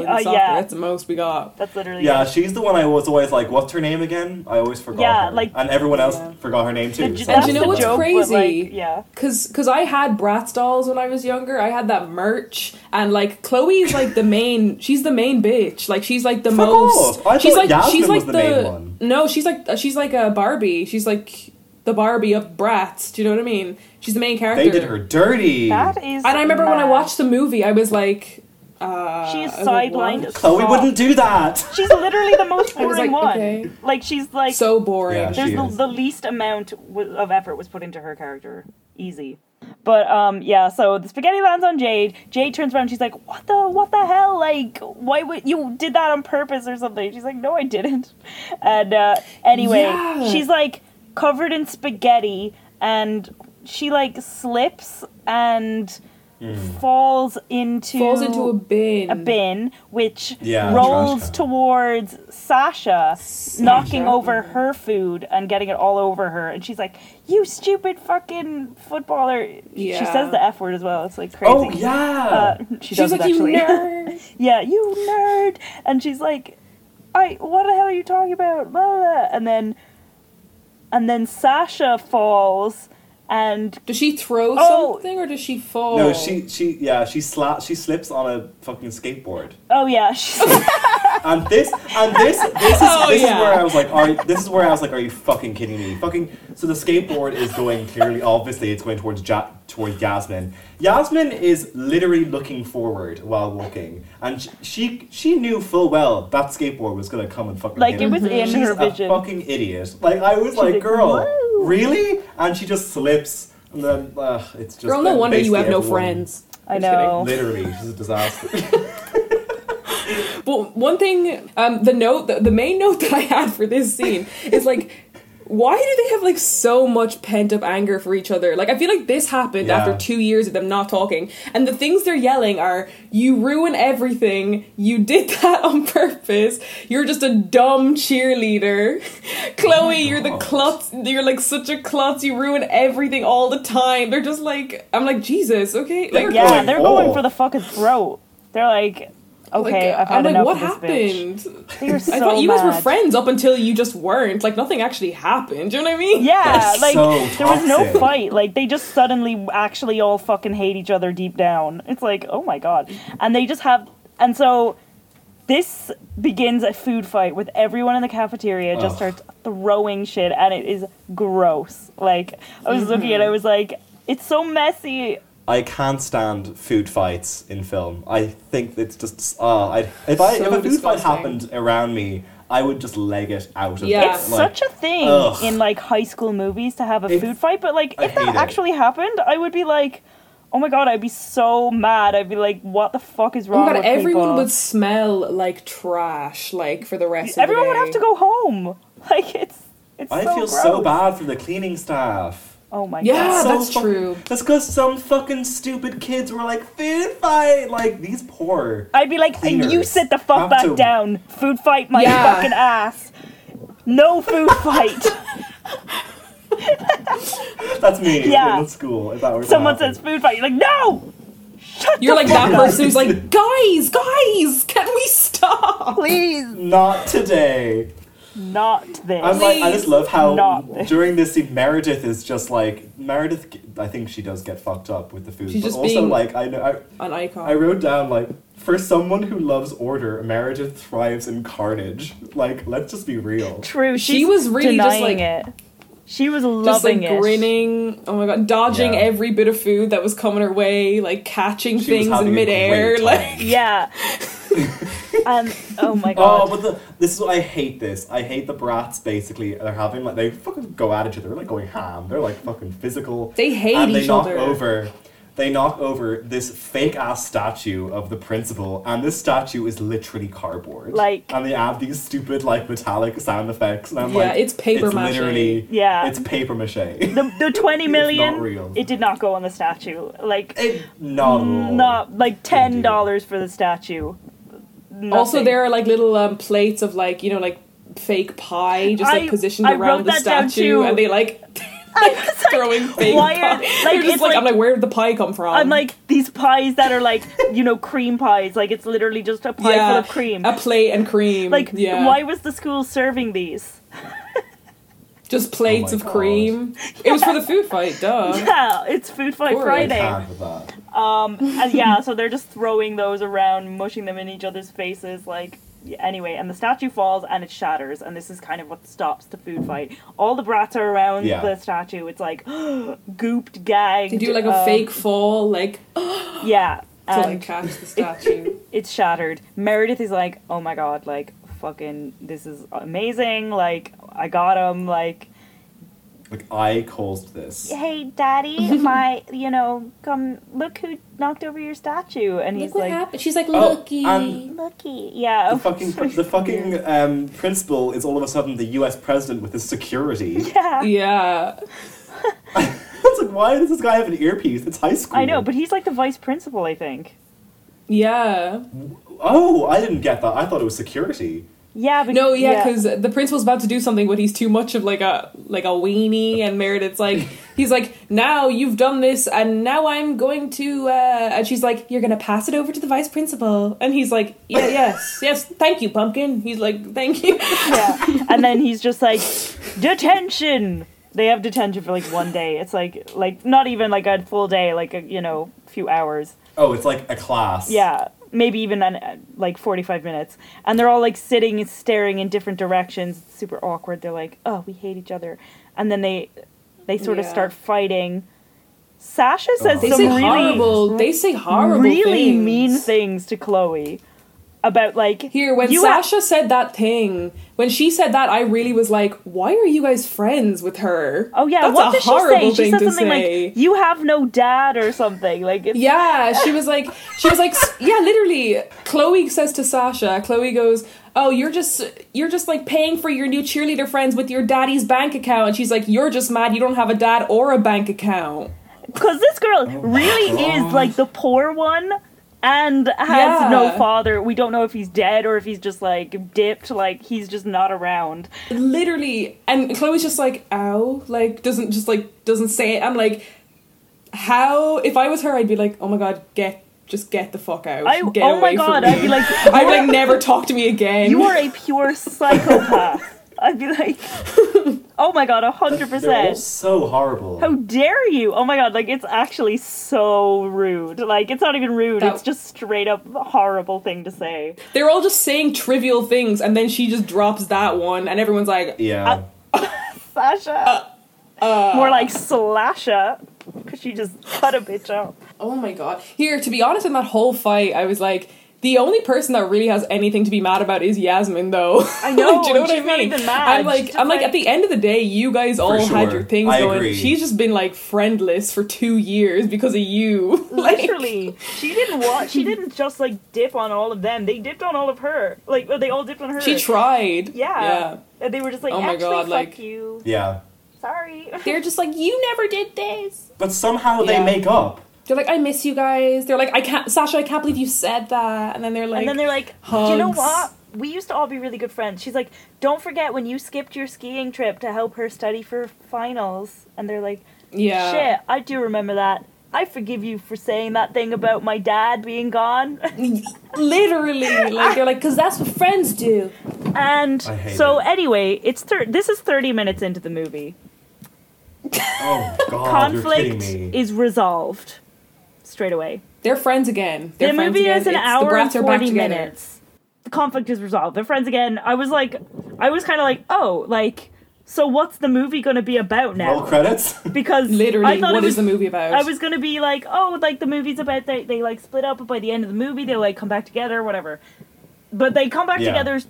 Speaker 3: in
Speaker 1: Uh,
Speaker 3: soccer.
Speaker 1: yeah.
Speaker 3: That's the most we got.
Speaker 1: That's literally
Speaker 2: Yeah,
Speaker 1: it.
Speaker 2: she's the one I was always like, what's her name again? I always forgot.
Speaker 1: Yeah,
Speaker 2: her.
Speaker 1: like-
Speaker 2: and everyone else
Speaker 3: Yeah.
Speaker 2: forgot her name
Speaker 1: The-
Speaker 2: too. so
Speaker 1: that's
Speaker 3: you know
Speaker 1: the
Speaker 3: what's
Speaker 1: joke, but,
Speaker 3: crazy?
Speaker 1: like, yeah.
Speaker 3: Cause, cause I had Bratz dolls when I was younger. I had that merch, and like Chloe's like the main. She's the main bitch. Like she's like the
Speaker 2: Fuck
Speaker 3: most.
Speaker 2: off. I
Speaker 3: she's
Speaker 2: thought
Speaker 3: like
Speaker 2: Yasmin was
Speaker 3: she's like
Speaker 2: the main one.
Speaker 3: No, she's like uh, she's like a Barbie. She's like the Barbie of Bratz. Do you know what I mean? She's the main character.
Speaker 2: They did her dirty.
Speaker 1: That is.
Speaker 3: And I remember when I
Speaker 1: mad.
Speaker 3: watched the movie, I was like, uh,
Speaker 1: She is
Speaker 3: I was like, what?
Speaker 1: sidelined. as
Speaker 2: Chloe
Speaker 1: fuck.
Speaker 2: wouldn't do that.
Speaker 1: She's literally the most
Speaker 3: I was
Speaker 1: boring
Speaker 3: like,
Speaker 1: one.
Speaker 3: okay.
Speaker 1: Like she's like
Speaker 3: so boring.
Speaker 2: Yeah, she-
Speaker 1: there's the,
Speaker 2: is.
Speaker 1: the least amount w- of effort was put into her character. Easy. But um yeah, so the spaghetti lands on Jade. Jade turns around. She's like, "What the? What the hell? Like, why would you did that on purpose or something?" She's like, "No, I didn't." And uh, anyway,
Speaker 3: Yeah.
Speaker 1: she's like covered in spaghetti, and she like slips and falls into
Speaker 3: Mm. falls into a bin.
Speaker 1: a bin, which
Speaker 2: Mm. Yeah, trash
Speaker 1: rolls
Speaker 2: can.
Speaker 1: towards Sasha, knocking over her food and getting it all over her. And she's like, "You stupid fucking footballer!" She
Speaker 3: Yeah.
Speaker 1: says the f word as well. It's like crazy.
Speaker 2: Oh, yeah.
Speaker 1: Uh, she
Speaker 3: She was
Speaker 1: does
Speaker 3: like,
Speaker 1: actually.
Speaker 3: you nerd.
Speaker 1: yeah, you nerd. And she's like, "I what the hell are you talking about?" Blah, blah, blah. And then, and then Sasha falls, and
Speaker 3: does she throw
Speaker 1: Oh.
Speaker 3: something or does she fall?
Speaker 2: no, she she yeah she sla- she slips on a fucking skateboard.
Speaker 1: oh yeah, she's
Speaker 2: And this and this this is
Speaker 3: Oh,
Speaker 2: this
Speaker 3: yeah.
Speaker 2: is where I was like, are this is where I was like, are you fucking kidding me? Fucking so the skateboard is going clearly, obviously, it's going towards ja- towards Yasmin. Yasmin is literally looking forward while walking, and sh- she she knew full well that skateboard was gonna come and fucking
Speaker 1: Like,
Speaker 2: hit
Speaker 1: it
Speaker 2: her.
Speaker 1: was in
Speaker 2: She's
Speaker 1: her
Speaker 2: a
Speaker 1: vision.
Speaker 2: fucking idiot. Like I was like,
Speaker 1: like,
Speaker 2: girl,
Speaker 1: "Whoa."
Speaker 2: really? And she just slips. And then uh, it's just
Speaker 3: Girl, no
Speaker 2: then
Speaker 3: wonder you
Speaker 2: basically
Speaker 3: have no
Speaker 2: everyone-
Speaker 3: friends.
Speaker 1: I
Speaker 3: Just kidding.
Speaker 1: know.
Speaker 2: Literally, she's a disaster.
Speaker 3: But one thing, um, the note, the, the main note that I had for this scene is like, why do they have like so much pent up anger for each other? Like, I feel like this happened
Speaker 2: Yeah.
Speaker 3: after two years of them not talking, and the things they're yelling are, "You ruin everything. You did that on purpose. You're just a dumb cheerleader, Chloe. you're the
Speaker 2: Oh God.
Speaker 3: klutz. You're like such a klutz. You ruin everything all the time." They're just like, I'm like Jesus, okay.
Speaker 2: They're
Speaker 3: Like,
Speaker 1: Yeah,
Speaker 2: going
Speaker 1: they're
Speaker 2: all.
Speaker 1: going for the fucking throat. They're like, okay,
Speaker 3: like,
Speaker 1: I've had
Speaker 3: I'm like,
Speaker 1: enough
Speaker 3: what
Speaker 1: of this bitch.
Speaker 3: happened?
Speaker 1: They are so
Speaker 3: I thought you
Speaker 1: mad.
Speaker 3: guys were friends up until you just weren't. Like nothing actually happened. Do you know what I mean?
Speaker 1: Yeah,
Speaker 2: That's
Speaker 1: like
Speaker 2: so
Speaker 1: there was no
Speaker 2: toxic.
Speaker 1: fight. Like they just suddenly actually all fucking hate each other deep down. It's like, oh my god. And they just have and so this begins a food fight with everyone in the cafeteria just
Speaker 2: Ugh.
Speaker 1: starts throwing shit and it is gross. Like I was looking at
Speaker 3: Mm-hmm.
Speaker 1: it, I was like, it's so messy.
Speaker 2: I can't stand food fights in film. I think it's just ah. I'd if I
Speaker 3: So
Speaker 2: if a food fight
Speaker 3: disgusting.
Speaker 2: happened around me, I would just leg it out of.
Speaker 3: Yeah.
Speaker 1: It's
Speaker 2: like,
Speaker 1: such a thing
Speaker 2: ugh.
Speaker 1: in like high school movies to have a
Speaker 2: It's-
Speaker 1: food fight, but like
Speaker 2: I
Speaker 1: if that
Speaker 2: hate it.
Speaker 1: actually happened, I would be like, oh my god, I'd be so mad. I'd be like, what the fuck is
Speaker 3: Oh
Speaker 1: wrong
Speaker 3: my god,
Speaker 1: with
Speaker 3: everyone
Speaker 1: people?
Speaker 3: would smell like trash, like for the rest of
Speaker 1: everyone
Speaker 3: the
Speaker 1: would
Speaker 3: day.
Speaker 1: have to go home. Like it's it's
Speaker 2: I
Speaker 1: so
Speaker 2: feel
Speaker 1: gross.
Speaker 2: so bad for the cleaning staff.
Speaker 1: Oh my
Speaker 3: Yeah,
Speaker 1: god.
Speaker 2: so
Speaker 3: Ah, that's
Speaker 2: fucking-
Speaker 3: true.
Speaker 2: That's because some fucking stupid kids were like food fight. Like these poor.
Speaker 1: I'd be like, and you
Speaker 2: Cleaners
Speaker 1: sit the
Speaker 2: have
Speaker 1: fuck back
Speaker 2: to-
Speaker 1: down. Food fight my
Speaker 3: Yeah.
Speaker 1: fucking ass. No food fight.
Speaker 2: That's me.
Speaker 1: Yeah.
Speaker 2: In school, if that were to
Speaker 1: Someone
Speaker 2: happen.
Speaker 1: says food fight. You're like, no! Shut
Speaker 3: You're
Speaker 1: the
Speaker 3: like
Speaker 1: fuck
Speaker 3: that
Speaker 1: up,
Speaker 3: person who's like, guys, guys, can we stop?
Speaker 1: Please.
Speaker 2: Not today.
Speaker 1: Not this.
Speaker 2: I'm like, I just love how
Speaker 1: Not this.
Speaker 2: during this scene Meredith is just like Meredith. g- I think she does get fucked up with the food,
Speaker 3: She's
Speaker 2: but
Speaker 3: just
Speaker 2: also
Speaker 3: being-
Speaker 2: like I know. I,
Speaker 3: An icon.
Speaker 2: I wrote down like for someone who loves order, Meredith thrives in carnage. Like, let's just be real.
Speaker 1: True.
Speaker 3: She
Speaker 1: she's
Speaker 3: was really just,
Speaker 1: denying
Speaker 3: like-
Speaker 1: it. She was
Speaker 3: just like
Speaker 1: loving it.
Speaker 3: grinning, oh my god, dodging
Speaker 2: Yeah.
Speaker 3: every bit of food that was coming her way, like
Speaker 2: She
Speaker 3: catching
Speaker 2: was
Speaker 3: things
Speaker 2: having
Speaker 3: in
Speaker 2: a
Speaker 3: midair,
Speaker 2: great
Speaker 3: like
Speaker 2: time.
Speaker 1: Yeah. and oh my
Speaker 2: Oh,
Speaker 1: god.
Speaker 2: but the, this is I hate this. I hate the brats. Basically, they're having like they fucking go at each other. They're like going ham. They're like fucking physical.
Speaker 3: They hate
Speaker 2: and they
Speaker 3: each
Speaker 2: knock
Speaker 3: other.
Speaker 2: over. they knock over this fake ass statue of the principal, and this statue is literally cardboard.
Speaker 1: Like-
Speaker 2: and they add these stupid like metallic sound effects, and I'm
Speaker 3: Yeah,
Speaker 2: like,
Speaker 3: it's paper
Speaker 2: it's
Speaker 3: mache.
Speaker 2: Literally,
Speaker 1: Yeah.
Speaker 2: it's paper mache.
Speaker 1: The, the 20 million,
Speaker 2: real.
Speaker 1: it did not go on the statue. Like,
Speaker 2: It- not at all.
Speaker 1: not like $10 for the statue.
Speaker 3: Also,
Speaker 1: Nothing.
Speaker 3: there are like little um, plates of like you know like fake pie just like
Speaker 1: I-
Speaker 3: positioned
Speaker 1: I
Speaker 3: around
Speaker 1: wrote
Speaker 3: the
Speaker 1: that down
Speaker 3: statue,
Speaker 1: too.
Speaker 3: and they like throwing fake
Speaker 1: why
Speaker 3: pie.
Speaker 1: are- like,
Speaker 3: You're just
Speaker 1: it's
Speaker 3: like, I'm
Speaker 1: like-
Speaker 3: like, where did the pie come from?
Speaker 1: I'm like these pies that are like you know cream pies. Like it's literally just a pie full of cream.
Speaker 3: a plate and cream.
Speaker 1: like
Speaker 3: yeah,
Speaker 1: why was the school serving these?
Speaker 3: just plates
Speaker 2: Oh my
Speaker 3: of
Speaker 2: God.
Speaker 3: cream. It was for the food fight, duh.
Speaker 1: Yeah, it's food fight
Speaker 3: Poor
Speaker 2: I
Speaker 1: Friday.
Speaker 2: can't with that.
Speaker 1: Um, and yeah, so they're just throwing those around, mushing them in each other's faces. Like yeah, anyway, and the statue falls and it shatters. And this is kind of what stops the food fight. All the brats are around
Speaker 2: Yeah.
Speaker 1: the statue. It's like gooped, gagged.
Speaker 3: They do like a
Speaker 1: um,
Speaker 3: fake fall, like
Speaker 1: Yeah,
Speaker 3: to
Speaker 1: and
Speaker 3: like catch the statue.
Speaker 1: it's shattered. Meredith is like, oh my god, like fucking, this is amazing. Like I got him. Like
Speaker 2: Like I caused this.
Speaker 1: hey, daddy, my, you know, come look who knocked over your statue, and he's
Speaker 4: Look what
Speaker 1: like,
Speaker 4: happened. She's like,
Speaker 2: Oh,
Speaker 4: looky.
Speaker 2: and-
Speaker 1: looky, yeah,
Speaker 2: The fucking the fucking um, principal is all of a sudden the U.S. president with his security.
Speaker 1: yeah.
Speaker 3: yeah,
Speaker 2: it's like why does this guy have an earpiece? It's high school.
Speaker 1: I know, but he's like the vice principal, I think.
Speaker 3: yeah.
Speaker 2: oh, I didn't get that. I thought it was security.
Speaker 1: Yeah, but
Speaker 3: No, yeah, because the principal's about to do something, but he's too much of like a like a weenie, and Meredith's like, he's like, now you've done this, and now I'm going to, uh, and she's like, you're gonna pass it over to the vice principal, and he's like, yeah, yes, yes, thank you, pumpkin. He's like, thank you.
Speaker 1: yeah. and then he's just like, detention. They have detention for like one day. It's like like not even like a full day, like a you know few hours.
Speaker 2: Oh, it's like a class.
Speaker 1: Yeah, maybe even an, uh, like 45 minutes. And they're all like sitting and staring in different directions. It's super awkward. They're like, "Oh, we hate each other." And then they they sort of
Speaker 3: Yeah.
Speaker 1: start fighting. Sasha says
Speaker 2: They
Speaker 3: They
Speaker 1: some
Speaker 3: say
Speaker 1: really
Speaker 3: horrible. They say horrible.
Speaker 1: really
Speaker 3: things.
Speaker 1: mean things to Chloe about like
Speaker 3: Here, when
Speaker 1: you have-
Speaker 3: Sasha said that thing, when she said that, I really was like, why are you guys friends with her?
Speaker 1: Oh yeah,
Speaker 3: That's
Speaker 1: what
Speaker 3: a
Speaker 1: did she
Speaker 3: horrible
Speaker 1: say? She
Speaker 3: thing
Speaker 1: said
Speaker 3: to
Speaker 1: something
Speaker 3: say.
Speaker 1: like "You have no dad" or something. Like it's,
Speaker 3: Yeah, she was like, she was like, s- yeah, literally. Chloe says to Sasha, Chloe goes, "Oh, you're just, you're just like paying for your new cheerleader friends with your daddy's bank account," and she's like, "You're just mad you don't have a dad or a bank account."
Speaker 1: Because this girl
Speaker 2: my
Speaker 1: really
Speaker 2: God.
Speaker 1: is like the poor one and has
Speaker 3: Yeah.
Speaker 1: no father. We don't know if he's dead or if he's just like dipped, like he's just not around.
Speaker 3: Literally, and Chloe's just like, "Ow," like doesn't just like doesn't say it. I'm like, how? If I was her, I'd be like, "Oh my god, get." Just get the fuck out.
Speaker 1: I
Speaker 3: Get
Speaker 1: oh my
Speaker 3: away from
Speaker 1: god,
Speaker 3: me."
Speaker 1: I'd be like
Speaker 3: I'd be like, never talk to me again.
Speaker 1: you are a pure psychopath. I'd be like Oh my god, a hundred
Speaker 2: They're all
Speaker 1: percent.
Speaker 2: so horrible.
Speaker 1: How dare you? Oh my god, like it's actually so rude. Like it's not even rude,
Speaker 3: That-
Speaker 1: it's just straight up horrible thing to say.
Speaker 3: They're all just saying trivial things, and then she just drops that one, and everyone's like,
Speaker 2: yeah.
Speaker 1: Uh, Sasha.
Speaker 3: Uh,
Speaker 1: More like Slasha, because she just cut a bitch up.
Speaker 3: "Oh my god!" Here, to be honest, in that whole fight, I was like, the only person that really has anything to be mad about is Yasmin, though.
Speaker 1: I know,
Speaker 3: Do you
Speaker 1: and
Speaker 3: know what I
Speaker 1: she's not
Speaker 3: mean?
Speaker 1: even mad.
Speaker 3: I'm
Speaker 1: She's
Speaker 3: like,
Speaker 1: just
Speaker 3: I'm like,
Speaker 1: like-
Speaker 3: at the end of the day, you guys all had
Speaker 2: sure.
Speaker 3: your things
Speaker 2: I
Speaker 3: going.
Speaker 2: agree.
Speaker 3: She's just been like friendless for two years because of you. Like-
Speaker 1: Literally, she didn't want. She didn't just like dip on all of them. They dipped on all of her. Like well, they all dipped on her.
Speaker 3: she tried.
Speaker 1: Yeah. And they were just like,
Speaker 3: Oh my
Speaker 1: actually,
Speaker 3: God,
Speaker 1: fuck
Speaker 3: like-
Speaker 1: you.
Speaker 2: yeah.
Speaker 1: Sorry.
Speaker 4: They're just like, you never did this.
Speaker 2: But somehow
Speaker 3: Yeah.
Speaker 2: they make up.
Speaker 3: They're like, I miss you guys. They're like, I can't, Sasha, I can't believe you said that. And then they're like,
Speaker 1: and then they're like, "Do you know
Speaker 3: hugs.
Speaker 1: what? We used to all be really good friends. She's like, don't forget when you skipped your skiing trip to help her study for finals. And they're like,
Speaker 3: yeah.
Speaker 1: shit, I do remember that. I forgive you for saying that thing about my dad being gone.
Speaker 3: literally like they're like because that's what friends do
Speaker 1: And
Speaker 2: I hate
Speaker 1: so
Speaker 2: it.
Speaker 1: anyway, it's thir- this is 30 minutes into the movie.
Speaker 2: Oh god, you're
Speaker 1: Conflict
Speaker 2: kidding me.
Speaker 1: is resolved straight away.
Speaker 3: they're friends again they're
Speaker 1: the
Speaker 3: friends
Speaker 1: movie
Speaker 3: again.
Speaker 1: is an
Speaker 3: It's- the
Speaker 1: hour and
Speaker 3: brats are back
Speaker 1: 40
Speaker 3: together.
Speaker 1: minutes. The conflict is resolved. They're friends again. I was like I was kind of like, "Oh, like so what's the movie going to be about now?"
Speaker 2: Roll credits.
Speaker 1: Because I
Speaker 3: literally
Speaker 1: thought
Speaker 3: what
Speaker 1: it was
Speaker 3: is the movie about
Speaker 1: I was gonna be like, oh, like the movie's about they they like split up, but by the end of the movie they like come back together, whatever. But they come back
Speaker 2: Yeah.
Speaker 1: together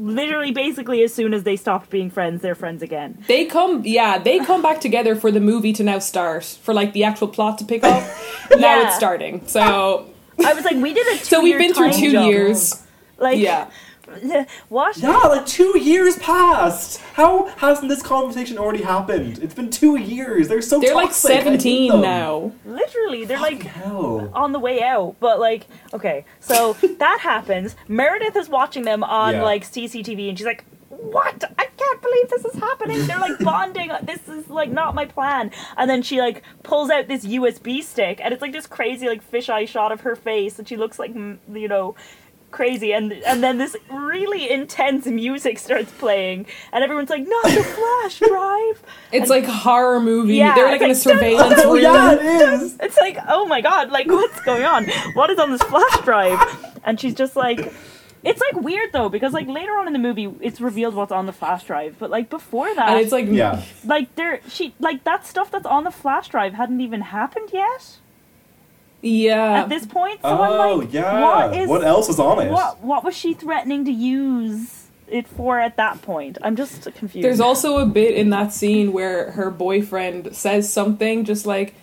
Speaker 1: literally, basically, as soon as they stopped being friends, they're friends again.
Speaker 3: They come, yeah, they come back together for the movie to now start for like the actual plot to pick up. Now
Speaker 1: Yeah.
Speaker 3: it's starting, so
Speaker 1: I was like, we did a two
Speaker 3: so we've been through two years.
Speaker 1: Like,
Speaker 3: yeah,
Speaker 1: What?
Speaker 2: Yeah, like two years passed. How hasn't this conversation already happened? It's been two years. They're so
Speaker 3: they're like
Speaker 2: toxic. I hate
Speaker 3: seventeen
Speaker 2: them.
Speaker 3: now.
Speaker 1: Literally, they're
Speaker 2: Fucking
Speaker 1: like
Speaker 2: hell.
Speaker 1: on the way out. But like, okay, so that happens. Meredith is watching them on
Speaker 2: Yeah.
Speaker 1: like CCTV, and she's like, "What? I can't believe this is happening. They're like bonding. This is like not my plan." And then she like pulls out this USB stick, and it's like this crazy like fisheye shot of her face, and she looks like mm, you know. Crazy, and and then this really intense music starts playing, and everyone's like, "Not the flash drive!"
Speaker 3: It's like horror movie.
Speaker 1: Yeah,
Speaker 3: they're like in a
Speaker 1: it's like,
Speaker 3: surveillance
Speaker 2: Oh
Speaker 3: room.
Speaker 2: yeah, it is.
Speaker 1: It's like, oh my god, like what's going on? What is on this flash drive? And she's just like, it's like weird though because like later on in the movie, it's revealed what's on the flash drive, but like before that,
Speaker 3: And it's like
Speaker 2: Yeah.
Speaker 1: like there she like that stuff that's on the flash drive hadn't even happened yet
Speaker 3: yeah.
Speaker 1: at this point. So
Speaker 2: oh
Speaker 1: I'm like,
Speaker 2: yeah.
Speaker 1: what is
Speaker 2: what else is on it?
Speaker 1: what what was she threatening to use it for at that point? I'm just confused.
Speaker 3: There's also a bit in that scene where her boyfriend says something just like,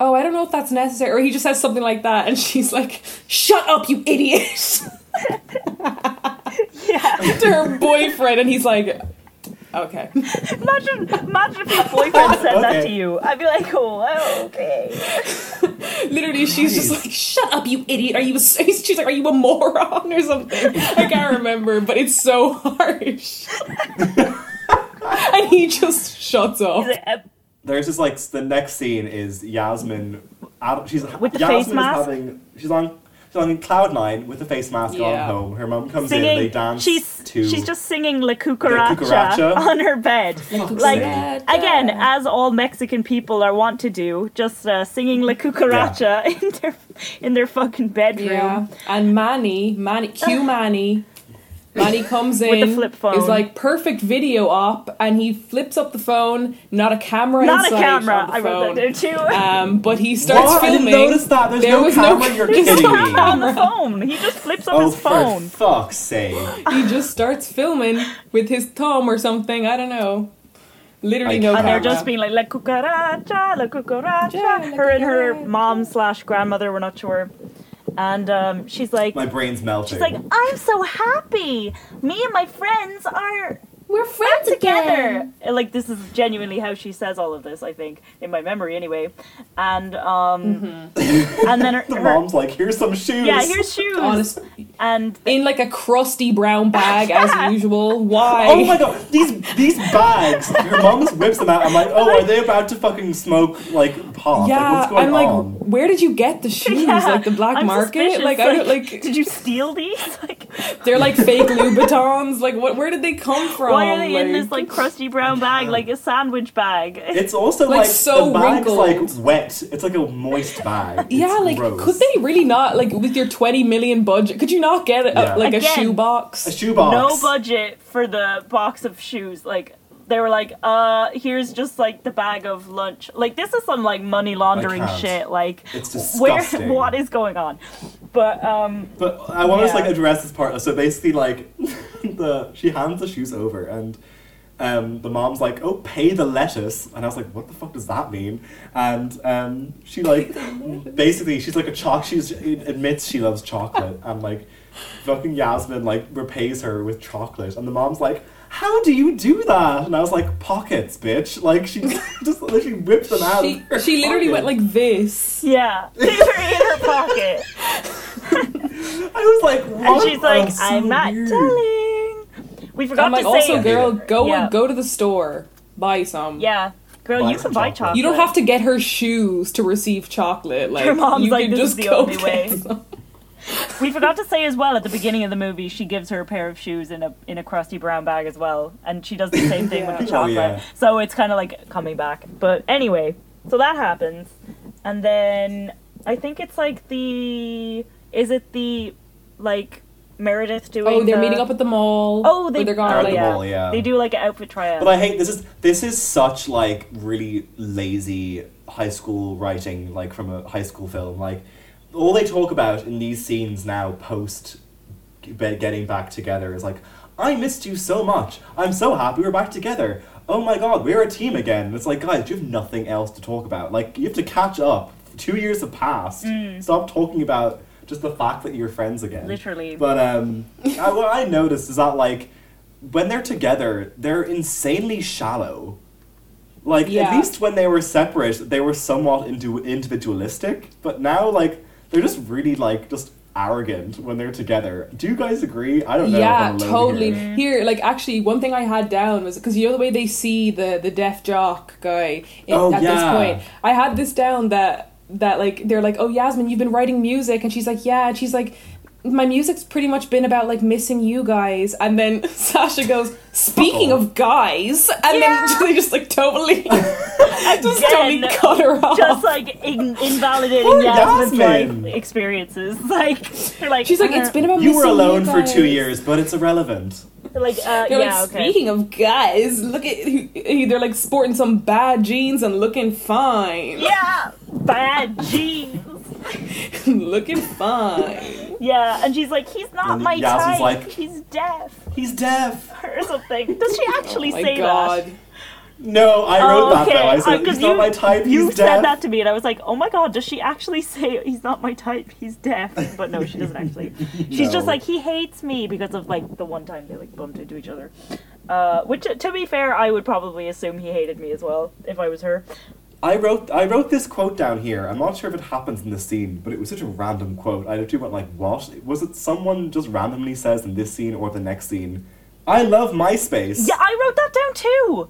Speaker 3: "Oh, I don't know if that's necessary," or he just says something like that, and she's like, "Shut up, you idiot!"
Speaker 1: yeah.
Speaker 3: to her boyfriend, and he's like, "Okay."
Speaker 1: Imagine, imagine if your boyfriend said that
Speaker 2: Okay.
Speaker 1: to you. I'd be like, oh, okay.
Speaker 3: Literally, she's just like, "Shut up, you idiot!" Are you? A, she's like, "Are you a moron or something?" I can't remember, but it's so harsh. and he just shuts up.
Speaker 1: Is it a-
Speaker 2: There's just like the next scene is Yasmin. ad- She's
Speaker 1: With the
Speaker 2: Yasmin
Speaker 1: face
Speaker 2: is
Speaker 1: mask?
Speaker 2: having. She's on. She's on cloud nine with a face mask
Speaker 3: Yeah.
Speaker 2: on home. Her mom comes in. They
Speaker 1: singing.
Speaker 2: dance
Speaker 1: she's
Speaker 2: to.
Speaker 1: she's just singing La Cucaracha,
Speaker 2: Cucaracha.
Speaker 1: on her bed. Like again, as all Mexican people are wont to do, just uh, singing La Cucaracha in their in their fucking bedroom.
Speaker 3: Yeah, and Manny, Manny, Q Manny, Manny comes in
Speaker 1: the flip phone.
Speaker 3: Is like perfect video op, and he flips up the phone. Not a camera.
Speaker 1: Not a
Speaker 3: in sight
Speaker 1: camera.
Speaker 3: on the
Speaker 1: I wrote that
Speaker 3: phone.
Speaker 1: down too.
Speaker 3: Um, but he starts
Speaker 2: What? I didn't
Speaker 3: filming.
Speaker 2: notice that. There's
Speaker 3: There
Speaker 2: no
Speaker 3: was no
Speaker 2: camera. You're
Speaker 3: camera.
Speaker 2: kidding me.
Speaker 1: on the phone. He just flips up
Speaker 2: Oh,
Speaker 1: his
Speaker 2: for
Speaker 1: phone.
Speaker 2: fuck's sake!
Speaker 3: He just starts filming with his thumb or something. I don't know. Literally
Speaker 2: I
Speaker 3: no
Speaker 2: can't.
Speaker 1: And
Speaker 3: camera.
Speaker 1: they're just being like La Cucaracha, La Cucaracha.
Speaker 3: Yeah, La
Speaker 1: her and her
Speaker 3: Cucaracha.
Speaker 1: mom slash grandmother, we're not sure. And um, she's like,
Speaker 2: My brain's melting.
Speaker 1: she's like, I'm so happy. Me and my friends are
Speaker 4: We're friends again.
Speaker 1: together. Like this is genuinely how she says all of this. I think in my memory, anyway. And um,
Speaker 3: Mm-hmm.
Speaker 1: and then her,
Speaker 2: the
Speaker 1: her-
Speaker 2: mom's like, "Here's some shoes."
Speaker 1: yeah, here's shoes.
Speaker 3: honest
Speaker 1: And
Speaker 3: in like a crusty brown bag as usual. Why?
Speaker 2: Oh my god, these these bags. Your mom just whips them out. I'm like, oh, are they about to fucking smoke like pot?
Speaker 3: Yeah,
Speaker 2: like, what's going
Speaker 3: I'm
Speaker 2: on?
Speaker 3: like, where did you get the shoes?
Speaker 1: yeah,
Speaker 3: Like the black
Speaker 1: I'm
Speaker 3: market?
Speaker 1: suspicious,
Speaker 3: Like I don't like.
Speaker 1: Did you steal these? Like,
Speaker 3: They're like fake Louboutins. Like, what? Where did they come from?
Speaker 1: why are they in this like crusty brown bag, like a sandwich bag?
Speaker 2: It's also
Speaker 3: Like,
Speaker 2: like,
Speaker 3: so
Speaker 2: the bag's
Speaker 3: wrinkled.
Speaker 2: like wet. It's like a moist bag.
Speaker 3: Yeah,
Speaker 2: It's
Speaker 3: like,
Speaker 2: gross.
Speaker 3: could they really not like with your twenty million budget? Could you not get a,
Speaker 2: Yeah.
Speaker 3: like
Speaker 1: Again.
Speaker 3: a
Speaker 2: a
Speaker 3: shoebox?
Speaker 2: shoebox?
Speaker 1: No budget for the box of shoes. Like they were like, uh, here's just like the bag of lunch. Like this is some like money laundering
Speaker 2: can't.
Speaker 1: shit. Like
Speaker 2: It's
Speaker 1: where
Speaker 2: disgusting.
Speaker 1: what is going on? But um
Speaker 2: But I want to
Speaker 1: Yeah.
Speaker 2: like address this part. So basically, like the she hands the shoes over, and um, the mom's like, "Oh, pay the lettuce," and I was like, "What the fuck does that mean?" And um, she like basically she's like a choc. She admits she loves chocolate, and like fucking Yasmin like repays her with chocolate, and the mom's like. How do you do that? And I was like, pockets, bitch. Like she just literally whipped them out.
Speaker 3: She, she literally went like this.
Speaker 1: yeah, they were in her pocket,
Speaker 2: I was like,
Speaker 1: and
Speaker 2: what?
Speaker 1: she's like,
Speaker 2: Oh, so
Speaker 1: "I'm not
Speaker 2: weird.
Speaker 1: telling." We forgot
Speaker 3: I'm like,
Speaker 1: to say,
Speaker 3: also, girl, go
Speaker 1: Yeah.
Speaker 3: go to the store, buy some.
Speaker 1: yeah, girl,
Speaker 2: Buy
Speaker 1: you
Speaker 2: some
Speaker 1: can buy
Speaker 2: chocolate.
Speaker 1: chocolate.
Speaker 3: You don't have to get her shoes to receive chocolate. Like
Speaker 1: Her mom's
Speaker 3: you
Speaker 1: like,
Speaker 3: can
Speaker 1: "This is
Speaker 3: just
Speaker 1: the
Speaker 3: go
Speaker 1: only
Speaker 3: get
Speaker 1: way."
Speaker 3: some.
Speaker 1: We forgot to say as well at the beginning of the movie, she gives her a pair of shoes in a in a crusty brown bag as well, and she does the same thing with the
Speaker 2: Yeah. Oh,
Speaker 1: chocolate.
Speaker 2: yeah.
Speaker 1: So it's kind of like coming back. But anyway, so that happens, and then I think it's like the is it the like Meredith doing?
Speaker 3: Oh, they're
Speaker 1: the-
Speaker 3: meeting up at the mall.
Speaker 1: Oh,
Speaker 3: or
Speaker 1: they
Speaker 3: they're gone.
Speaker 2: They're at
Speaker 3: like,
Speaker 2: the mall, yeah.
Speaker 1: They do like an outfit tryout.
Speaker 2: But I hate this is this is such like really lazy high school writing, like from a high school film. Like all they talk about in these scenes now post be- getting back together is like, I missed you so much. I'm so happy we're back together. Oh my god, we're a team again. And it's like, guys, you have nothing else to talk about. Like, you have to catch up. Two years have passed. Stop talking about just the fact that you're friends again.
Speaker 1: Literally.
Speaker 2: But um, I, what I noticed is that like when they're together, they're insanely shallow. Like at
Speaker 3: Yeah.
Speaker 2: least when they were separate, they were somewhat into individualistic. But now, like they're just really like just arrogant when they're together. Do you guys agree? I don't know. if I'm
Speaker 3: yeah,
Speaker 2: alone
Speaker 3: totally.
Speaker 2: here.
Speaker 3: Here. like actually, one thing I had down was because you know the way they see the the deaf jock guy in,
Speaker 2: Oh,
Speaker 3: at
Speaker 2: yeah.
Speaker 3: this point. I had this down that that like they're like, oh Yasmin, you've been writing music, and she's like, yeah, and she's like. My music's pretty much been about like missing you guys, and then Sasha goes, "Speaking of guys," and
Speaker 1: Yeah.
Speaker 3: then they just like totally, just totally
Speaker 1: Again,
Speaker 3: cut her off.
Speaker 1: Just like in- invalidating
Speaker 2: Poor
Speaker 1: Yasmin's
Speaker 2: Yasmin.
Speaker 1: like experiences. Like they're like
Speaker 3: she's like,
Speaker 1: uh,
Speaker 3: "It's been about
Speaker 2: You
Speaker 3: missing
Speaker 2: were alone for two
Speaker 3: guys."
Speaker 2: years, but it's irrelevant.
Speaker 1: they're like uh,
Speaker 3: They're
Speaker 1: yeah
Speaker 3: like,
Speaker 1: okay.
Speaker 3: speaking of guys, look at he- he- they're like sporting some bad jeans and looking fine.
Speaker 1: yeah, bad jeans.
Speaker 3: looking fine.
Speaker 1: Yeah, and she's like, he's not
Speaker 2: And
Speaker 1: my
Speaker 2: Yasmin's
Speaker 1: type.
Speaker 2: like-
Speaker 1: he's deaf
Speaker 2: He's deaf.
Speaker 1: or something. Does she actually
Speaker 3: "Oh My
Speaker 1: say
Speaker 3: God.
Speaker 1: that?
Speaker 2: No, I wrote
Speaker 1: Oh,
Speaker 2: that though. I
Speaker 1: uh,
Speaker 2: said
Speaker 1: 'cause
Speaker 2: he's not my type.
Speaker 1: You
Speaker 2: he's
Speaker 1: said
Speaker 2: deaf.
Speaker 1: that to me, and I was like, "Oh my god, does she actually say he's not my type? He's deaf?" But no, she doesn't actually. She's
Speaker 2: No.
Speaker 1: just like he hates me because of like the one time they like bumped into each other. Uh, which, uh, to be fair, I would probably assume he hated me as well if I was her.
Speaker 2: I wrote I wrote this quote down here. I'm not sure if it happens in the scene, but it was such a random quote. I literally went like, "What was it?" Someone just randomly says in this scene or the next scene, "I love MySpace."
Speaker 1: Yeah, I wrote that down too.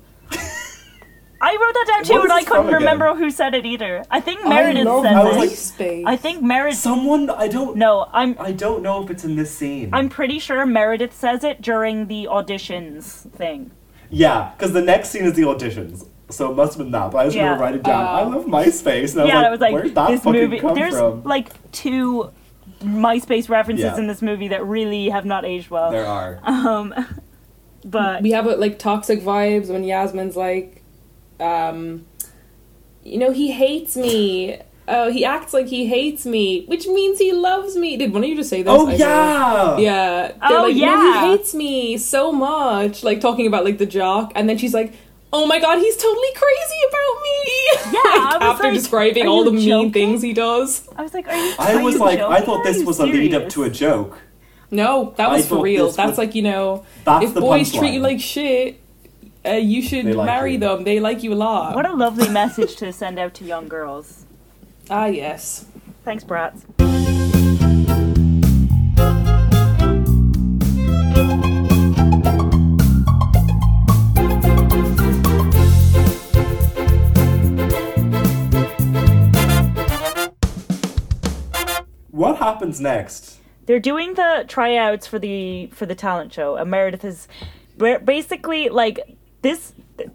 Speaker 1: I wrote that down too,
Speaker 2: What
Speaker 1: and
Speaker 2: is
Speaker 1: I
Speaker 2: this
Speaker 1: couldn't
Speaker 2: from again?
Speaker 1: remember who said it either. I think Meredith
Speaker 3: love
Speaker 1: said
Speaker 2: I was
Speaker 1: it.
Speaker 2: like-
Speaker 3: MySpace.
Speaker 1: I think Meredith.
Speaker 2: Someone I don't
Speaker 1: no, I'm
Speaker 2: I don't know if it's in this scene.
Speaker 1: I'm pretty sure Meredith says it during the auditions thing.
Speaker 2: yeah, because the next scene is the auditions, so it must have been that. But I just
Speaker 1: Yeah. um,
Speaker 2: remember writing it down.
Speaker 3: Uh,
Speaker 2: I love MySpace, and
Speaker 1: yeah,
Speaker 2: I
Speaker 1: I was like,
Speaker 2: "Where'd that
Speaker 1: this
Speaker 2: fucking
Speaker 1: movie.
Speaker 2: come
Speaker 1: There's
Speaker 2: from?"
Speaker 1: like two MySpace references
Speaker 2: Yeah.
Speaker 1: in this movie that really have not aged well.
Speaker 2: there are.
Speaker 1: Um, but
Speaker 3: we have uh, like toxic vibes when Yasmin's like, um, you know, he hates me. Oh, he acts like he hates me, which means he loves me. Did one of you just say this?
Speaker 2: oh
Speaker 3: I don't know.
Speaker 2: yeah,
Speaker 3: Yeah. They're
Speaker 1: Oh,
Speaker 3: like,
Speaker 1: yeah.
Speaker 3: Man, he hates me so much. Like talking about like the jock, and then she's like, "Oh my god, he's totally crazy about me."
Speaker 1: Yeah, I
Speaker 3: like,
Speaker 1: was
Speaker 3: after
Speaker 1: like,
Speaker 3: describing
Speaker 1: are
Speaker 3: all
Speaker 1: you
Speaker 3: the
Speaker 1: joking?
Speaker 3: mean things he does.
Speaker 1: I was like, are you?
Speaker 2: I
Speaker 1: are
Speaker 2: was
Speaker 1: you
Speaker 2: like, I
Speaker 1: joking?
Speaker 2: thought
Speaker 1: Are
Speaker 2: this
Speaker 1: you
Speaker 2: was a lead up
Speaker 1: serious?
Speaker 2: to a joke.
Speaker 3: No, that
Speaker 2: I
Speaker 3: was for
Speaker 2: thought
Speaker 3: real.
Speaker 2: this
Speaker 3: That's
Speaker 2: was-
Speaker 3: like you know,
Speaker 2: That's
Speaker 3: if
Speaker 2: the
Speaker 3: boys treat
Speaker 2: punchline.
Speaker 3: you like shit, uh, you should
Speaker 2: They like
Speaker 3: marry
Speaker 2: you.
Speaker 3: them. They like you a lot.
Speaker 1: What a lovely message to send out to young girls.
Speaker 3: ah, yes.
Speaker 1: Thanks, brats.
Speaker 2: What happens next?
Speaker 1: they're doing the tryouts for the for the talent show and meredith is ba- basically like this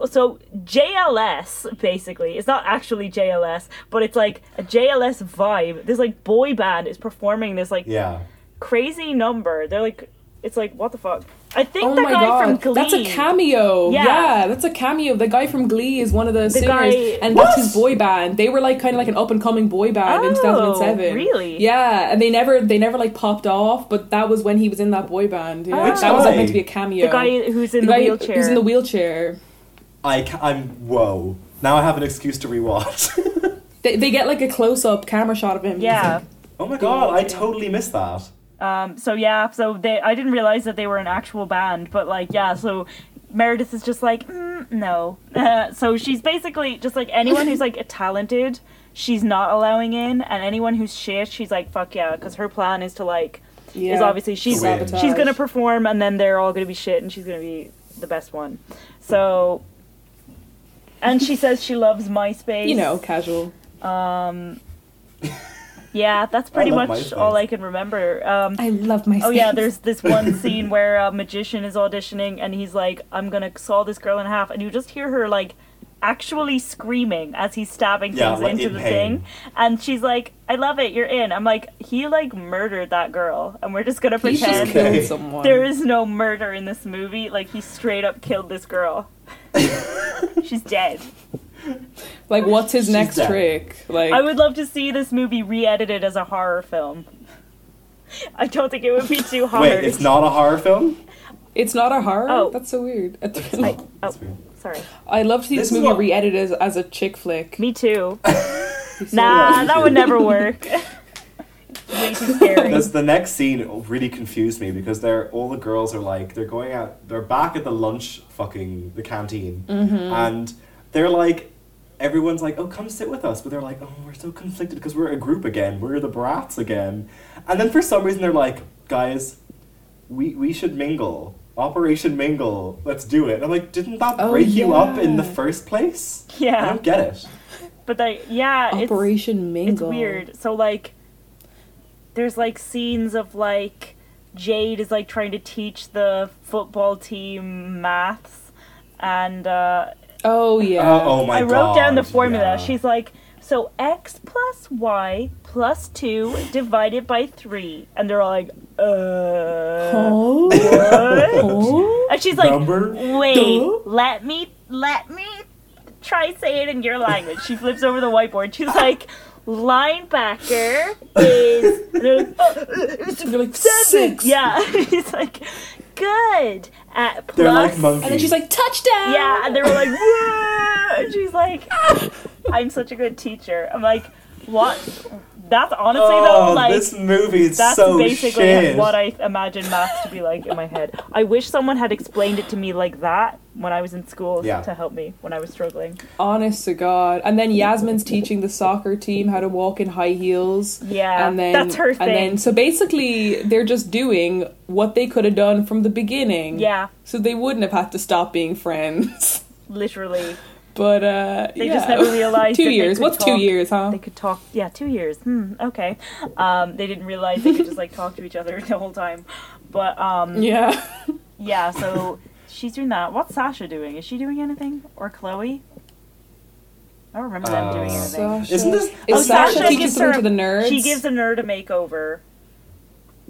Speaker 1: so jls basically it's not actually jls but it's like a jls vibe this like boy band is performing this like
Speaker 2: Yeah.
Speaker 1: crazy number they're like it's like what the fuck i think
Speaker 3: Oh
Speaker 1: the
Speaker 3: my
Speaker 1: guy
Speaker 3: god,
Speaker 1: from glee
Speaker 3: that's a cameo.
Speaker 1: Yeah.
Speaker 3: Yeah. that's a cameo. The guy from Glee is one of the, singers,
Speaker 1: guy-
Speaker 3: and
Speaker 2: What?
Speaker 3: that's his boy band. They were like kind of like an up and coming boy band
Speaker 1: Oh,
Speaker 3: in 2007.
Speaker 1: really?
Speaker 3: Yeah, and they never they never like popped off, but that was when he was in that boy band. Yeah.
Speaker 1: Which
Speaker 3: that was like
Speaker 2: guy?
Speaker 3: meant to be a cameo.
Speaker 1: Oh. the guy who's in the,
Speaker 3: guy
Speaker 1: wheelchair
Speaker 3: who's in the wheelchair.
Speaker 2: I ca- I'm whoa. Now I have an excuse to rewatch.
Speaker 3: They, they get like a close up camera shot of him.
Speaker 1: yeah
Speaker 2: oh my god, I totally missed that.
Speaker 1: Um, so yeah, so they I didn't realize that they were an actual band, but like yeah, so Meredith is just like mm, no. Uh, so she's basically just like anyone who's like talented, she's not allowing in, and anyone who's shit, she's like fuck yeah, because her plan is to like
Speaker 3: yeah.
Speaker 1: is obviously she's
Speaker 2: win.
Speaker 1: she's gonna perform and then they're all gonna be shit and she's gonna be the best one. So. And she says she loves MySpace.
Speaker 3: you know casual.
Speaker 1: Um, yeah, that's pretty
Speaker 2: love
Speaker 1: much all
Speaker 2: MySpace.
Speaker 1: I can remember. Um,
Speaker 3: I love my.
Speaker 1: Oh yeah, there's this one scene where a magician is auditioning and he's like, "I'm gonna saw this girl in half," and you just hear her like actually screaming as he's stabbing
Speaker 2: Yeah,
Speaker 1: things
Speaker 2: like,
Speaker 1: into
Speaker 2: in
Speaker 1: the
Speaker 2: pain.
Speaker 1: thing, and she's like, "I love it, you're in." I'm like, he like murdered that girl, and we're just gonna
Speaker 3: He's just
Speaker 1: pretend
Speaker 2: Okay.
Speaker 3: killed someone.
Speaker 1: there is no murder in this movie. Like he straight up killed this girl. She's dead.
Speaker 3: like what's his
Speaker 2: She's
Speaker 3: next
Speaker 2: dead.
Speaker 3: trick? Like
Speaker 1: I would love to see this movie re-edited as a horror film. I don't think it would be too hard.
Speaker 2: Wait, it's not a horror film?
Speaker 3: It's not a horror.
Speaker 1: Oh.
Speaker 3: That's so weird.
Speaker 1: I,
Speaker 3: I,
Speaker 1: oh,
Speaker 2: That's weird.
Speaker 1: sorry.
Speaker 3: love to see
Speaker 2: This
Speaker 3: this,
Speaker 2: is
Speaker 3: movie
Speaker 2: what-
Speaker 3: re-edited as, as a chick flick.
Speaker 1: Me too.
Speaker 3: It'd be so
Speaker 1: Nah,
Speaker 2: me
Speaker 1: that
Speaker 2: too.
Speaker 1: would never work. Way too scary.
Speaker 2: This, the next scene really confused me because they're all the girls are like they're going out they're back at the lunch fucking the canteen
Speaker 1: Mm-hmm.
Speaker 2: and they're like everyone's like oh come sit with us but they're like oh we're so conflicted because we're a group again we're the brats again and then for some reason they're like guys we we should mingle Operation Mingle let's do it and I'm like didn't that
Speaker 3: Oh,
Speaker 2: break you up in the
Speaker 3: yeah.
Speaker 2: first place I
Speaker 1: Yeah,
Speaker 2: don't get it
Speaker 1: but like, yeah,
Speaker 3: weird.
Speaker 1: it's
Speaker 3: Operation
Speaker 1: it's
Speaker 3: Mingle.
Speaker 1: weird. So like, there's like scenes of like Jade is like trying to teach the football team maths, and uh,
Speaker 3: Oh yeah.
Speaker 2: oh, oh my
Speaker 1: I wrote
Speaker 2: god
Speaker 1: down the formula.
Speaker 2: yeah.
Speaker 1: She's like, so x plus y plus two divided by three, and they're all like, uh,
Speaker 3: Oh.
Speaker 1: what?
Speaker 3: Oh.
Speaker 1: and she's like,
Speaker 2: Number?
Speaker 1: wait,
Speaker 3: Duh.
Speaker 1: let me, let me try say it in your language. She flips over the whiteboard. She's like, linebacker is, and they're like, "Oh,
Speaker 3: You're like six.
Speaker 1: yeah. She's like, good at plus.
Speaker 2: they're like monkeys
Speaker 3: And then she's like touchdown.
Speaker 1: Yeah, and they were like, "Whoa!" And she's like, I'm such a good teacher. I'm like, what? That's honestly
Speaker 2: Oh,
Speaker 1: though, like,
Speaker 2: this movie is
Speaker 1: that's
Speaker 2: so
Speaker 1: basically
Speaker 2: shit.
Speaker 1: what I imagine maths to be like in my head. I wish someone had explained it to me like that when I was in school
Speaker 2: Yeah.
Speaker 1: to help me when I was struggling.
Speaker 3: Honest to God. And then Yasmin's teaching the soccer team how to walk in high heels.
Speaker 1: Yeah,
Speaker 3: and then
Speaker 1: that's her thing.
Speaker 3: And then so basically they're just doing what they could have done from the beginning.
Speaker 1: yeah,
Speaker 3: So they wouldn't have had to stop being friends.
Speaker 1: literally,
Speaker 3: But uh
Speaker 1: They
Speaker 3: yeah.
Speaker 1: just never realized
Speaker 3: two
Speaker 1: that they
Speaker 3: years.
Speaker 1: could
Speaker 3: What's two
Speaker 1: talk.
Speaker 3: years, huh?
Speaker 1: they could talk. Yeah, two years. Hmm. Okay. Um, they didn't realize they could just like talk to each other the whole time. But um,
Speaker 3: yeah.
Speaker 1: yeah, so she's doing that. What's Sasha doing? Is she doing anything? Or Chloe? I don't remember them
Speaker 2: Uh,
Speaker 1: doing anything.
Speaker 3: Sasha.
Speaker 2: Isn't this-
Speaker 1: Oh,
Speaker 3: Is Sasha,
Speaker 1: Sasha
Speaker 3: teaching
Speaker 1: gives
Speaker 3: something
Speaker 1: her-
Speaker 3: to the nerds?
Speaker 1: She gives a nerd a makeover.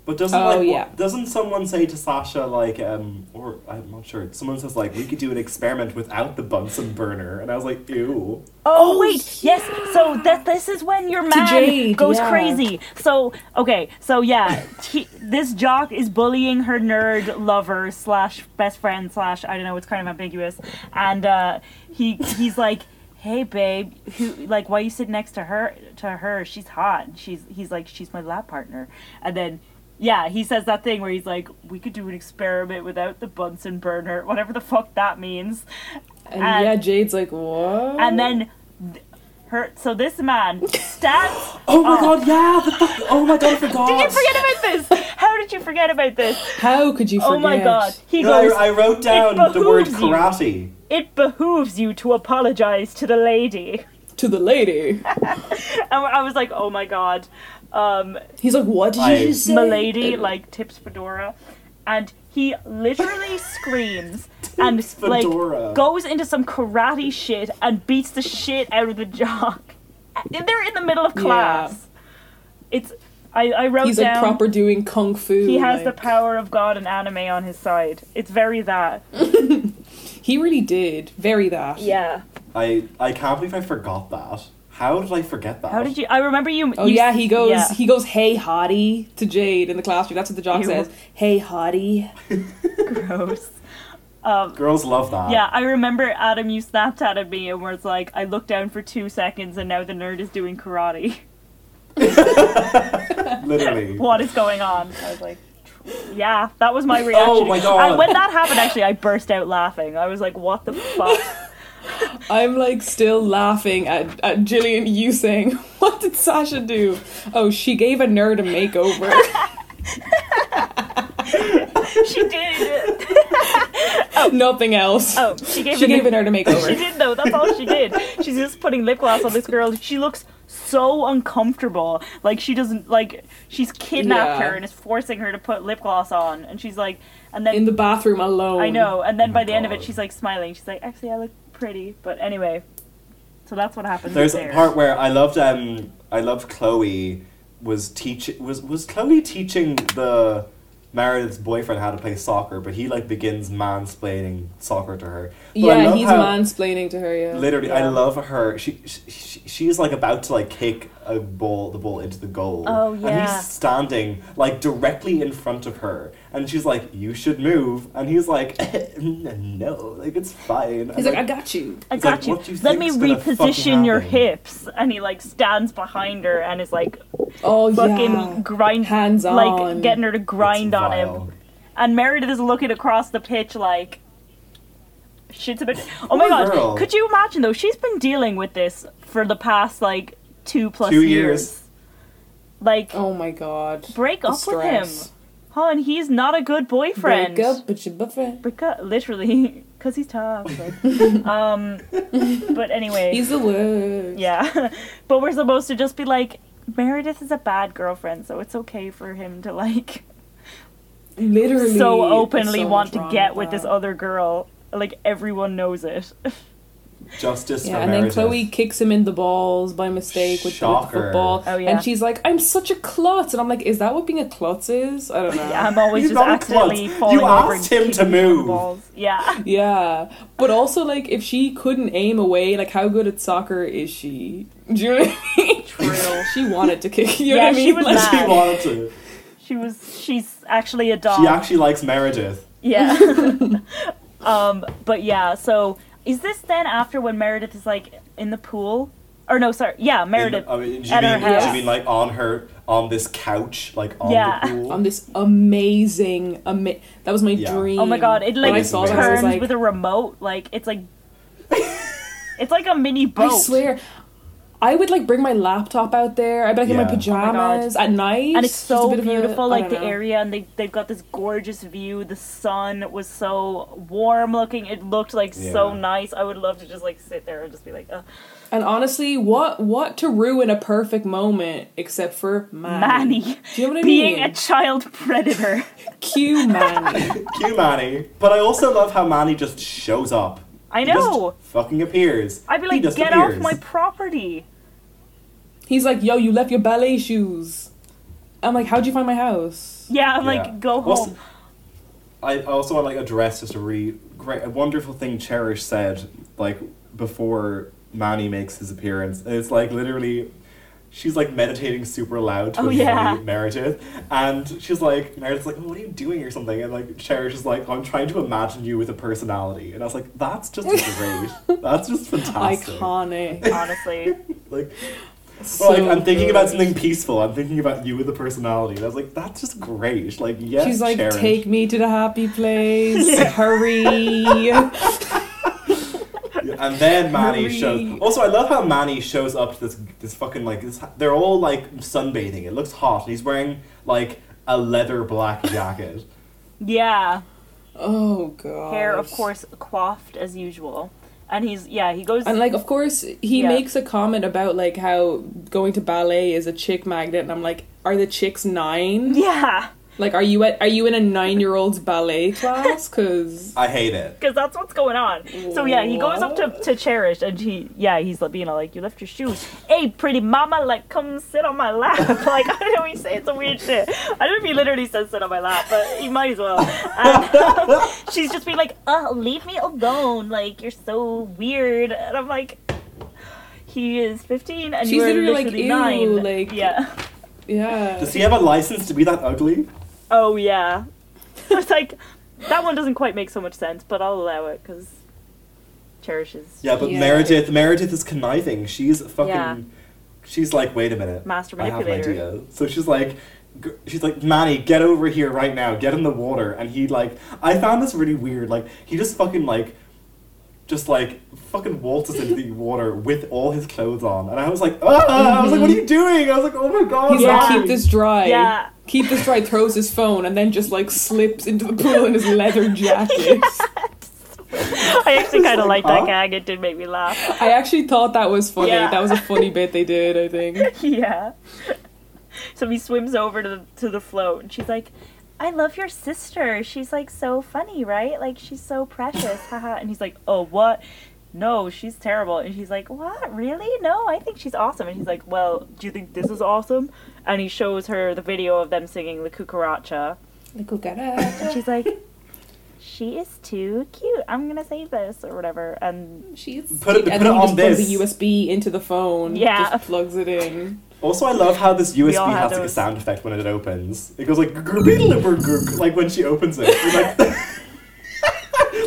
Speaker 2: But doesn't
Speaker 3: Oh,
Speaker 2: like wha-
Speaker 3: yeah.
Speaker 2: doesn't someone say to Sasha like um or I'm not sure someone says like we could do an experiment without the Bunsen burner and I was like ew
Speaker 1: Oh, wait, yes. So that this is when your man
Speaker 3: Jade,
Speaker 1: goes
Speaker 3: yeah.
Speaker 1: crazy. So okay, so yeah, he, this jock is bullying her nerd lover slash best friend slash I don't know. It's kind of ambiguous, and uh, he he's like. Hey babe, who like why you sit next to her to her? She's hot. She's he's like she's my lab partner. And then yeah, he says that thing where he's like we could do an experiment without the Bunsen burner, whatever the fuck that means.
Speaker 3: and
Speaker 1: and-
Speaker 3: yeah, Jade's like, what?
Speaker 1: uh, And then th- her so this man stabs
Speaker 2: oh my
Speaker 1: Oh.
Speaker 2: god yeah the fuck, oh my god I forgot
Speaker 1: Did you forget about this? How did you forget about this?
Speaker 3: How could you forget?
Speaker 1: Oh my god. He
Speaker 2: No, I-
Speaker 1: goes,
Speaker 2: I, wrote down the word
Speaker 1: behooves you.
Speaker 2: karate
Speaker 1: It behooves you to apologize to the lady.
Speaker 3: To the lady.
Speaker 1: And I was like, oh my god. Um,
Speaker 3: He's like, what did
Speaker 2: I-
Speaker 3: you just say?
Speaker 1: Milady, like, tips Fedora. And he literally screams and, like,
Speaker 2: fedora
Speaker 1: goes into some karate shit and beats the shit out of the jock. They're in the middle of
Speaker 3: Yeah.
Speaker 1: class. It's. I, I wrote
Speaker 3: He's
Speaker 1: down.
Speaker 3: like proper doing kung fu.
Speaker 1: He has the
Speaker 3: like-
Speaker 1: power of God and anime on his side. It's very that.
Speaker 3: He really did. Very that.
Speaker 1: Yeah.
Speaker 2: I I can't believe I forgot that how did I forget that
Speaker 1: How did you? I remember you.
Speaker 3: Oh
Speaker 1: you-
Speaker 3: yeah, he goes.
Speaker 1: yeah.
Speaker 3: He goes. Hey, hottie, to Jade in the classroom. That's what the jock
Speaker 1: Ew.
Speaker 3: says. Hey, hottie.
Speaker 1: gross. Um,
Speaker 2: girls love that
Speaker 1: yeah, I remember Adam. You snapped out at me and was like, "I looked down for two seconds, and now the nerd is doing karate.
Speaker 2: literally
Speaker 1: what is going on?" I was like. Yeah, that was my reaction.
Speaker 2: Oh my God.
Speaker 1: And when that happened, actually, I burst out laughing. I was like, "What the fuck?"
Speaker 3: I'm like still laughing at at Jillian. You saying, "What did Sasha do? Oh, she gave a nerd a makeover."
Speaker 1: she did.
Speaker 3: Nothing else.
Speaker 1: Oh, she gave.
Speaker 3: she
Speaker 1: a
Speaker 3: gave a
Speaker 1: nerd-
Speaker 3: nerd a makeover.
Speaker 1: She did though. That's all she did. She's just putting lip gloss on this girl. She looks so uncomfortable. Like she doesn't like. She's kidnapped
Speaker 3: Yeah.
Speaker 1: her and is forcing her to put lip gloss on. And she's like, and then
Speaker 3: In the bathroom alone.
Speaker 1: I know. And then by
Speaker 2: Oh my
Speaker 1: the end of it,
Speaker 2: God.
Speaker 1: she's like smiling. She's like, actually, I look pretty. But anyway, so that's what happened.
Speaker 2: There's
Speaker 1: there.
Speaker 2: a part where I loved um I loved Chloe was teach was was Chloe teaching the Meredith's boyfriend had to play soccer, but he like begins mansplaining soccer to her. But I
Speaker 3: yeah,
Speaker 2: love
Speaker 3: he's
Speaker 2: how-
Speaker 3: mansplaining to her. Yeah.
Speaker 2: Literally, I
Speaker 1: Yeah.
Speaker 2: love her. She, she she- she's like about to like kick a ball, the ball into the goal.
Speaker 1: Oh,
Speaker 2: And
Speaker 1: yeah.
Speaker 2: he's standing like directly in front of her, and she's like, "You should move," and he's like, "No, like it's fine."
Speaker 3: He's
Speaker 2: I'm
Speaker 3: like, I got you.
Speaker 1: I
Speaker 2: It's
Speaker 1: got
Speaker 2: like,
Speaker 1: you.
Speaker 2: what do you
Speaker 1: Let me
Speaker 2: think's gonna
Speaker 1: reposition
Speaker 2: fucking
Speaker 1: your
Speaker 2: happen?
Speaker 1: hips. And he like stands behind her and is like
Speaker 3: Oh
Speaker 1: fucking
Speaker 3: yeah.
Speaker 1: grind,
Speaker 3: Hands on.
Speaker 1: like getting her to grind
Speaker 2: It's
Speaker 1: on
Speaker 2: vile.
Speaker 1: him. And Meredith is looking across the pitch like shit's a bit. Oh my god!
Speaker 2: girl.
Speaker 1: Could you imagine though? She's been dealing with this for the past like two plus
Speaker 2: Two years.
Speaker 1: years. Like
Speaker 3: Oh my god.
Speaker 1: break
Speaker 3: The
Speaker 1: up with him.
Speaker 3: stress.
Speaker 1: Oh, and he's not a good boyfriend.
Speaker 3: Break up with your boyfriend.
Speaker 1: Break up, literally, because he's tough. Like, um, but anyway,
Speaker 3: He's the worst.
Speaker 1: yeah, but we're supposed to just be like, Meredith is a bad girlfriend, so it's okay for him to like
Speaker 3: Literally.
Speaker 1: so
Speaker 3: There's
Speaker 1: openly
Speaker 3: so
Speaker 1: want
Speaker 3: much
Speaker 1: to
Speaker 3: wrong
Speaker 1: get with this
Speaker 3: that.
Speaker 1: other girl. Like everyone knows it.
Speaker 2: Justice
Speaker 3: Yeah,
Speaker 2: for
Speaker 3: and
Speaker 2: Meredith.
Speaker 3: then Chloe kicks him in the balls by mistake with, with the
Speaker 2: Shocker.
Speaker 3: football.
Speaker 1: Oh, yeah.
Speaker 3: And she's like, I'm such a klutz. And I'm like, is that what being a klutz is? I don't know.
Speaker 1: yeah, I'm always
Speaker 2: He's
Speaker 1: just
Speaker 2: not a
Speaker 1: accidentally
Speaker 2: klutz.
Speaker 1: falling
Speaker 2: You
Speaker 1: over and
Speaker 2: asked him to
Speaker 1: kicking the
Speaker 2: move.
Speaker 1: balls. Yeah,
Speaker 3: Yeah, but also like if she couldn't aim away, like how good at soccer is she? Do you know what I mean?
Speaker 1: True.
Speaker 3: She wanted to kick. You know
Speaker 1: Yeah,
Speaker 3: what I
Speaker 1: she
Speaker 3: mean?
Speaker 1: was
Speaker 3: Like,
Speaker 1: mad.
Speaker 2: she wanted to.
Speaker 1: she was. She's actually a dog.
Speaker 2: She actually likes Meredith.
Speaker 1: Yeah. um, but yeah, so is this then after when Meredith is like in the pool? Or no, sorry. Yeah, Meredith.
Speaker 2: I mean, do you
Speaker 1: at her
Speaker 2: mean, do you
Speaker 3: house.
Speaker 2: mean like on her on this couch, like on
Speaker 1: Yeah.
Speaker 2: the pool?
Speaker 3: on this amazing, ama- that was my
Speaker 2: Yeah.
Speaker 3: dream.
Speaker 1: oh my god, it
Speaker 3: When I
Speaker 1: like
Speaker 3: saw
Speaker 1: turns
Speaker 3: that, I was like,
Speaker 1: with a remote. Like it's like It's like a mini boat.
Speaker 3: I swear. I would like bring my laptop out there. I'd be like in my
Speaker 2: Yeah. Oh
Speaker 1: my God.
Speaker 3: pajamas at night,
Speaker 1: And it's
Speaker 3: Just a
Speaker 1: so
Speaker 3: bit of a-
Speaker 1: beautiful,
Speaker 3: I
Speaker 1: like
Speaker 3: don't
Speaker 1: the
Speaker 3: know.
Speaker 1: area, and they they've got this gorgeous view. The sun was so warm looking; it looked like so
Speaker 2: Yeah.
Speaker 1: nice. I would love to just like sit there and just be like, Ugh.
Speaker 3: And honestly, what what to ruin a perfect moment except for Manny?
Speaker 1: "Manny,
Speaker 3: Do you know what I
Speaker 1: being
Speaker 3: mean?
Speaker 1: a child predator."
Speaker 3: Q Manny.
Speaker 2: Cue Manny. But I also love how Manny just shows up.
Speaker 1: I
Speaker 2: He just
Speaker 1: know.
Speaker 2: fucking appears.
Speaker 1: I'd be
Speaker 2: He
Speaker 1: like,
Speaker 2: just
Speaker 1: "Get off
Speaker 2: appears.
Speaker 1: my property!"
Speaker 3: He's like, yo, you left your ballet shoes. I'm like, how'd you find my house?
Speaker 1: Yeah, I'm
Speaker 2: Yeah.
Speaker 1: like, go
Speaker 2: Also-
Speaker 1: home.
Speaker 2: I also want to like address just a re great a wonderful thing Cherish said like before Manny makes his appearance. And it's like literally she's like meditating super loud to
Speaker 1: Oh,
Speaker 2: annoy
Speaker 1: yeah.
Speaker 2: Meredith and she's like Meredith's like, "What are you doing or something?" And like Cherish is like, "I'm trying to imagine you with a personality." And I was like, "That's just great. That's just fantastic."
Speaker 3: Iconic.
Speaker 1: Honestly,
Speaker 2: Like
Speaker 3: So
Speaker 2: Well, like, I'm thinking
Speaker 3: good.
Speaker 2: about something peaceful. I'm thinking about you with a personality. And I was like, that's just great. Like, yes,
Speaker 3: She's like,
Speaker 2: Sharon.
Speaker 3: take me to the happy place. Hurry.
Speaker 2: And then Manny
Speaker 3: Hurry.
Speaker 2: shows. Also, I love how Manny shows up to this this fucking like this. They're all like sunbathing. It looks hot. And he's wearing like a leather black jacket.
Speaker 1: yeah.
Speaker 3: oh god.
Speaker 1: Hair, of course, coiffed as usual, and he's yeah. He goes.
Speaker 3: And like, of course, he
Speaker 1: Yeah.
Speaker 3: makes a comment about like how going to ballet is a chick magnet, and I'm like, are the chicks nine?
Speaker 1: yeah,
Speaker 3: Like, are you at are you in a nine year old's ballet class? Because
Speaker 2: I hate it.
Speaker 1: because that's what's going on. So yeah, he goes up to
Speaker 3: What?
Speaker 1: to Cherish, and he yeah, he's like being all like, "You left your shoes, hey, pretty mama, like come sit on my lap." like I don't know, he says some weird shit. I don't know if he literally says sit on my lap, but he might as well. And she's just being like, "Uh, leave me alone, like you're so weird," and I'm like. He is 15 and
Speaker 3: She's
Speaker 1: you are
Speaker 3: literally like,
Speaker 1: literally
Speaker 3: "Ew,"
Speaker 1: 9.
Speaker 3: like-
Speaker 1: yeah.
Speaker 3: yeah,
Speaker 2: Does he have a license to be that ugly?
Speaker 1: Oh yeah. it's like that one doesn't quite make so much sense, but I'll allow it because cherishes
Speaker 2: Yeah, but
Speaker 3: Yeah.
Speaker 2: Meredith. Meredith is conniving. She's fucking.
Speaker 1: Yeah.
Speaker 2: She's like, wait a minute.
Speaker 1: master
Speaker 2: I have an
Speaker 1: manipulator.
Speaker 2: idea. So she's like, g- she's like, Manny, get over here right now. Get in the water. And he like, I found this really weird. Like he just fucking like, just like fucking waltzes into the water with all his clothes on. And I was like, ah! I was like, what are you
Speaker 1: Mm-hmm.
Speaker 2: doing? I was like, oh my god.
Speaker 3: he's
Speaker 1: Yeah.
Speaker 3: like,
Speaker 2: Manny."
Speaker 3: keep this dry.
Speaker 1: Yeah.
Speaker 3: keep this dry, throws his phone, and then just like slips into the pool in his leather jacket.
Speaker 1: I actually kind of
Speaker 2: like,
Speaker 1: like
Speaker 2: huh?
Speaker 1: that gag. It did make me laugh.
Speaker 3: I actually thought that was funny.
Speaker 1: Yeah.
Speaker 3: That was a funny bit they did, I think.
Speaker 1: yeah. So he swims over to the to the float, and she's like, "I love your sister. She's like so funny, right? Like she's so precious." Haha. and he's like, "Oh what?" No, she's terrible. And she's like, What? Really? No, I think she's awesome. And he's like, Well, do you think this is awesome? And he shows her the video of them singing La Cucaracha.
Speaker 3: Like, go get it.
Speaker 1: And she's like, she is too cute. I'm gonna save this or whatever. And
Speaker 3: She's
Speaker 2: Put it-
Speaker 3: and
Speaker 2: put it
Speaker 3: then he
Speaker 2: on
Speaker 3: just plugs
Speaker 2: this.
Speaker 3: the USB into the phone.
Speaker 1: Yeah.
Speaker 3: just plugs it in.
Speaker 2: Also, I love how this USB
Speaker 1: all had
Speaker 2: has like a
Speaker 1: those.
Speaker 2: sound effect when it opens. It goes like "Grrrr-beedle-a-brrrr-grrrr," like when she opens it, It's like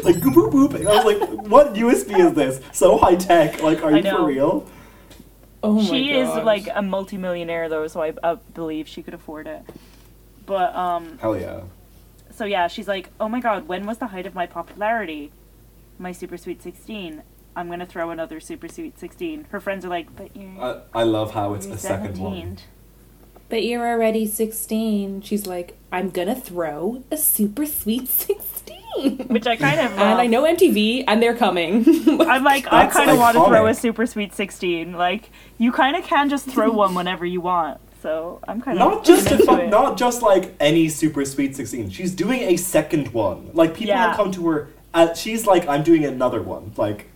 Speaker 2: like boop boop. And I was like, what USB is this? So high tech. Like, are
Speaker 1: I
Speaker 2: you for
Speaker 1: know.
Speaker 2: real?
Speaker 3: Oh my
Speaker 1: she is
Speaker 3: gosh.
Speaker 1: like a multimillionaire though, so I, I believe she could afford it. But um,
Speaker 2: Hell yeah.
Speaker 1: so yeah, she's like, oh my god, when was the height of my popularity? My Super Sweet 16. I'm gonna throw another Super Sweet 16. Her friends are like, but you're,
Speaker 2: I, I love how it's
Speaker 1: you're
Speaker 2: a Uh, second
Speaker 1: 17.
Speaker 2: one.
Speaker 3: But you're already 16. She's like, I'm gonna throw a super sweet 16.
Speaker 1: Which I kind of.
Speaker 3: And I know MTV, and they're coming.
Speaker 1: I'm like,
Speaker 2: That's
Speaker 1: I kind of want to throw a
Speaker 2: iconic.
Speaker 1: super sweet 16. Like, you kind of can just throw one whenever you want. So I'm kind of
Speaker 2: Not just a fu- not just like any super sweet sixteen. She's doing a second one. Like people
Speaker 1: Yeah.
Speaker 2: have come to her. Uh, she's like, I'm doing another one. Like,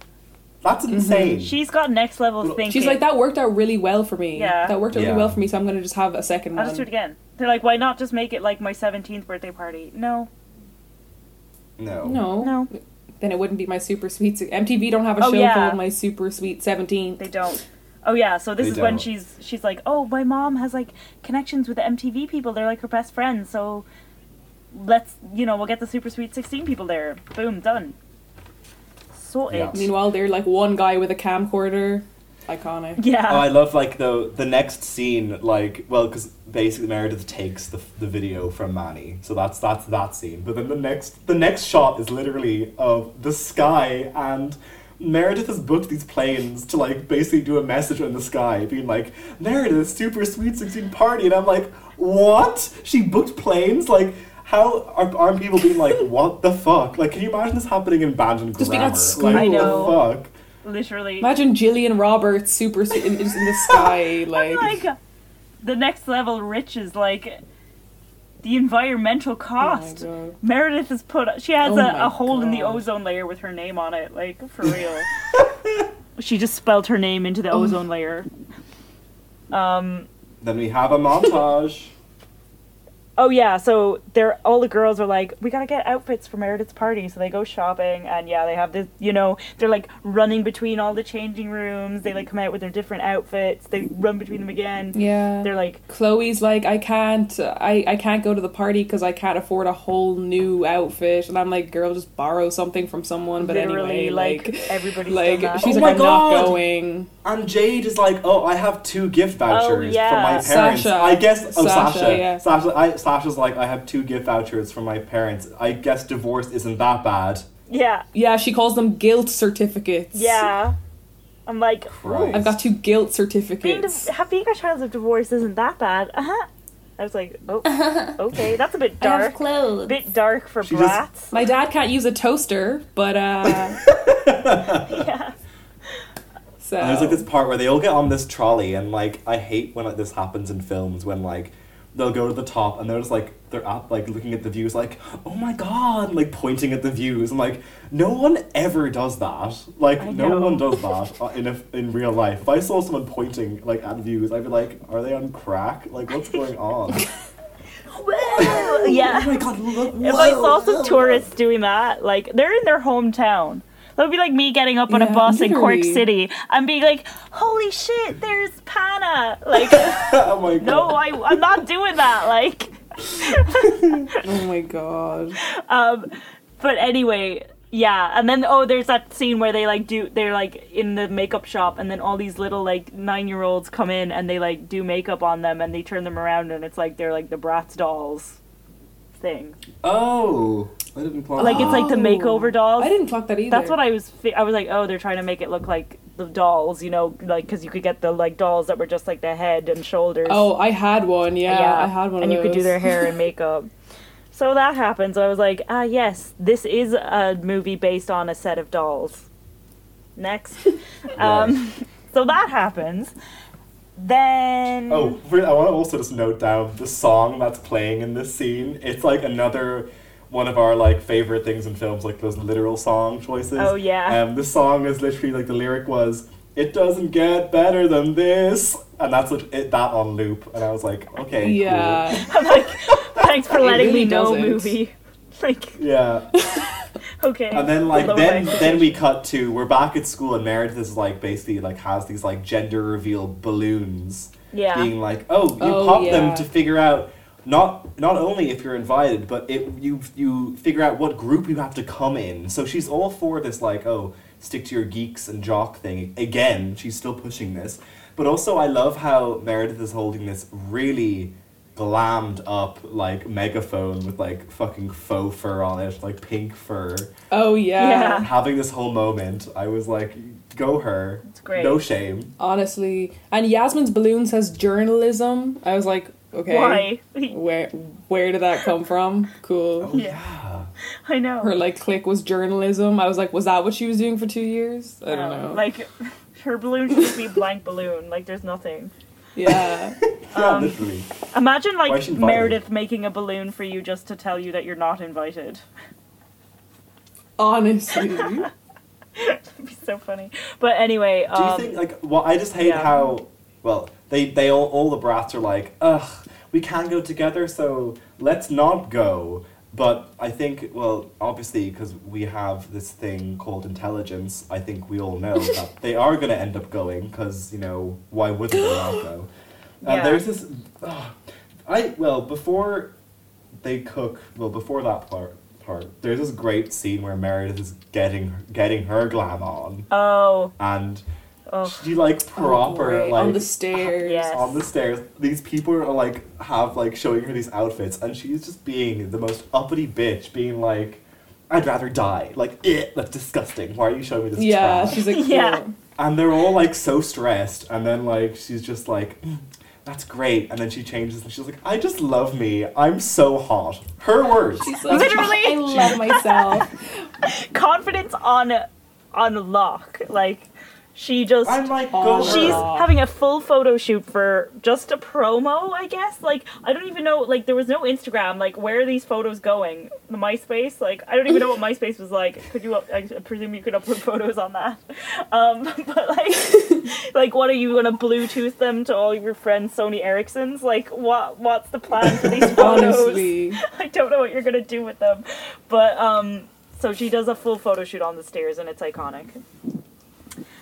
Speaker 2: that's
Speaker 1: Mm-hmm.
Speaker 2: insane.
Speaker 1: She's got next level
Speaker 2: She's
Speaker 1: thinking.
Speaker 3: She's like, that worked out really well for me.
Speaker 1: Yeah.
Speaker 3: That worked out
Speaker 2: Yeah.
Speaker 3: really well for me, so I'm gonna just have a second
Speaker 1: I'll
Speaker 3: one.
Speaker 1: just do it again. They're like, why not just make it like my 17th birthday party? No,
Speaker 2: No.
Speaker 3: No.
Speaker 1: no,
Speaker 3: Then it wouldn't be my super sweet. si- MTV don't have a
Speaker 1: Oh,
Speaker 3: show
Speaker 1: yeah.
Speaker 3: called My Super Sweet 17.
Speaker 1: they don't. Oh yeah, so this
Speaker 2: They
Speaker 1: is when
Speaker 2: don't.
Speaker 1: she's she's like, oh, my mom has like connections with the MTV people. They're like her best friends. So let's you know we'll get the super sweet 16 people there. Boom, done. Sorted.
Speaker 2: Yeah.
Speaker 3: Meanwhile, they're like one guy with a camcorder. Iconic.
Speaker 1: Yeah.
Speaker 2: Oh, I love like the the next scene, like well, because basically Meredith takes the, the video from Manny, so that's that's that scene. But then the next the next shot is literally of the sky, and Meredith has booked these planes to like basically do a message in the sky, being like Meredith super sweet sixteen party, and I'm like, what? She booked planes like. How are, are people being like, what the fuck? Like, can you imagine this happening in Bandon Grammar?
Speaker 3: Just being at school.
Speaker 2: Like,
Speaker 1: I
Speaker 2: what the
Speaker 1: know.
Speaker 2: fuck?
Speaker 1: Literally.
Speaker 3: Imagine Gillian Roberts super sweet in, is in the sky,
Speaker 1: I'm like the next level rich is like the environmental cost.
Speaker 3: Oh my God.
Speaker 1: Meredith has put she has
Speaker 3: Oh my
Speaker 1: a, a hole in the
Speaker 3: God.
Speaker 1: ozone layer with her name on it, like for real. she just spelled her name into the
Speaker 3: Oh.
Speaker 1: ozone layer. Um
Speaker 2: Then we have a montage.
Speaker 1: oh yeah, so they're all the girls are like, We gotta get outfits for Meredith's party. So they go shopping and yeah, they have this you know, they're like running between all the changing rooms, they like come out with their different outfits, they run between them again.
Speaker 3: Yeah.
Speaker 1: They're like
Speaker 3: Chloe's like, I can't, I, I can't go to the party because I can't afford a whole new outfit, and I'm like, girl, just borrow something from someone. But
Speaker 1: Literally,
Speaker 3: anyway,
Speaker 1: like,
Speaker 3: like,
Speaker 1: everybody's
Speaker 3: like
Speaker 1: done that.
Speaker 3: she's
Speaker 2: Oh my
Speaker 3: like, I'm
Speaker 2: God.
Speaker 3: not going.
Speaker 2: And Jade is like, oh, I have two gift vouchers
Speaker 1: yeah.
Speaker 2: from my parents.
Speaker 3: Sasha.
Speaker 2: I guess, oh, Sasha.
Speaker 3: Sasha,
Speaker 2: Sasha,
Speaker 3: yeah.
Speaker 2: I, Sasha's like, I have two gift vouchers from my parents. I guess divorce isn't that bad.
Speaker 1: Yeah,
Speaker 3: Yeah, she calls them guilt certificates.
Speaker 1: yeah. I'm like,
Speaker 2: Christ.
Speaker 1: ooh,
Speaker 3: I've got two
Speaker 1: being,
Speaker 3: guilt
Speaker 1: di-
Speaker 3: certificates.
Speaker 1: ha- being a child of divorce isn't that bad. Uh huh. I was like, oh, okay, that's a bit
Speaker 4: I have
Speaker 1: dark.
Speaker 4: clothes.
Speaker 1: bit dark for
Speaker 2: She just-
Speaker 1: brats.
Speaker 3: My dad can't use a toaster, but uh,
Speaker 1: yeah.
Speaker 3: so
Speaker 2: And there's like this
Speaker 1: Um.
Speaker 2: part where they all get on this trolley, and like, I hate when like this happens in films when like they'll go to the top and they're just like they're up like looking at the views, like, oh my god, like pointing at the views. I'm like, no one ever does that. Like,
Speaker 1: I
Speaker 2: no
Speaker 1: know.
Speaker 2: one does that uh, in a, in real life. If I saw someone pointing like at views, I'd be like, are they on crack? Like, what's going on?
Speaker 1: Whoa,
Speaker 2: Oh
Speaker 1: yeah.
Speaker 2: my god, look!
Speaker 1: If I saw some tourists doing that, like, they're in their hometown. That would be like me getting up on a
Speaker 3: Yeah,
Speaker 1: bus in Cork
Speaker 3: literally.
Speaker 1: City and being like, holy shit, there's Pana. Like,
Speaker 2: oh my god.
Speaker 1: no, I, I'm not doing that. Like,
Speaker 3: oh my god.
Speaker 1: Um, but anyway, yeah. And then oh, there's that scene where they like do they're like in the makeup shop, and then all these little like nine year olds come in and they like do makeup on them, and they turn them around, and it's like they're like the Bratz dolls thing.
Speaker 2: Oh, I didn't plan.
Speaker 1: Like it's like the
Speaker 3: Oh.
Speaker 1: makeover dolls.
Speaker 3: I didn't clock that either.
Speaker 1: That's what I was. Fi- I was like, oh, they're trying to make it look like the dolls, you know, like because you could get the like dolls that were just like the head and shoulders.
Speaker 3: Oh, I had one. Yeah, I had one.
Speaker 1: And
Speaker 3: of
Speaker 1: you could do
Speaker 3: those.
Speaker 1: their hair and makeup. so that happens. I was like, ah, yes, this is a movie based on a set of dolls. Next. um, so that happens. Then.
Speaker 2: Oh, re- I want to also just note down the song that's playing in this scene. It's like another one of our like favorite things in films, like those literal song choices.
Speaker 1: Oh, yeah.
Speaker 2: Um, the song is literally like the lyric was, "It doesn't get better than this," and that's like, it, that on loop. And I was like, okay,
Speaker 3: Yeah.
Speaker 1: I'm like, Thanks for letting me
Speaker 3: really
Speaker 1: know,
Speaker 3: doesn't.
Speaker 1: movie. Like,
Speaker 2: Yeah.
Speaker 1: okay.
Speaker 2: And then like
Speaker 1: Lower
Speaker 2: then
Speaker 1: expectations.
Speaker 2: then we cut to we're back at school and Meredith is like basically like has these like gender reveal balloons.
Speaker 1: Yeah.
Speaker 2: Being like, oh, you
Speaker 3: Oh,
Speaker 2: pop them
Speaker 3: yeah.
Speaker 2: to figure out not not only if you're invited, but it you you figure out what group you have to come in. So she's all for this like, oh, stick to your geeks and jock thing. Again, she's still pushing this. But also I love how Meredith is holding this really glammed up like megaphone with like fucking faux fur on it, like pink fur
Speaker 3: Oh yeah.
Speaker 1: Yeah.
Speaker 2: having this whole moment, I was like, go her. It's
Speaker 1: great.
Speaker 2: No shame.
Speaker 3: Honestly, and Yasmin's balloon says journalism. I was like, okay,
Speaker 1: Why?
Speaker 3: where where did that come from? Cool.
Speaker 2: Yeah.
Speaker 1: I know.
Speaker 3: Her like click was journalism. I was like, was that what she was doing for two years? I don't
Speaker 1: Um,
Speaker 3: know.
Speaker 1: Like, her balloon should just be blank balloon. Like, there's nothing.
Speaker 3: yeah,
Speaker 2: Yeah, literally.
Speaker 1: Imagine
Speaker 2: Why
Speaker 1: like
Speaker 2: she invited?
Speaker 1: Meredith making a balloon for you just to tell you that you're not invited.
Speaker 3: honestly.
Speaker 1: It'd be so funny. But anyway,
Speaker 2: Do you
Speaker 1: um,
Speaker 2: think, like, well, I just hate
Speaker 1: yeah.
Speaker 2: how, well, they, they all, all the brats are like, ugh, we can go together, so let's not go. But I think, well, obviously, because we have this thing called intelligence, I think we all know that they are going to end up going, because, you know, why wouldn't they not go? And
Speaker 1: Yeah.
Speaker 2: there's this. ugh, I well before they cook. Well, before that part, part there's this great scene where Meredith is getting getting her glam on,
Speaker 1: oh,
Speaker 2: and
Speaker 1: oh,
Speaker 2: she like proper
Speaker 3: Boy,
Speaker 2: like
Speaker 3: on the stairs.
Speaker 1: Yeah.
Speaker 2: on the stairs. These people are like have like showing her these outfits, and she's just being the most uppity bitch, being like. I'd rather die. Like, eh, that's disgusting. Why are you showing me this
Speaker 3: Yeah,
Speaker 2: trash?
Speaker 3: she's like,
Speaker 1: Yeah.
Speaker 3: cool.
Speaker 2: And they're all like so stressed, and then like she's just like, "Mm, "That's great," and then she changes, and she's like, "I just love me. I'm so hot." Her words.
Speaker 3: She's like,
Speaker 1: Literally.
Speaker 3: I love myself.
Speaker 1: confidence on on lock. Like, she just
Speaker 2: I'm like,
Speaker 3: Oh,
Speaker 2: go.
Speaker 1: she's
Speaker 2: girl.
Speaker 3: Aw.
Speaker 1: having a full photo shoot for just a promo, I guess. Like, I don't even know. Like, there was no Instagram. Like, where are these photos going? The MySpace. Like, I don't even know what MySpace was like. Could you? up- I presume you could upload photos on that. Um, but like, like, what are you gonna Bluetooth them to all your friends Sony Ericssons? Like, what? What's the plan for these photos?
Speaker 3: Honestly,
Speaker 1: I don't know what you're gonna do with them. But um, so she does a full photo shoot on the stairs, and it's iconic.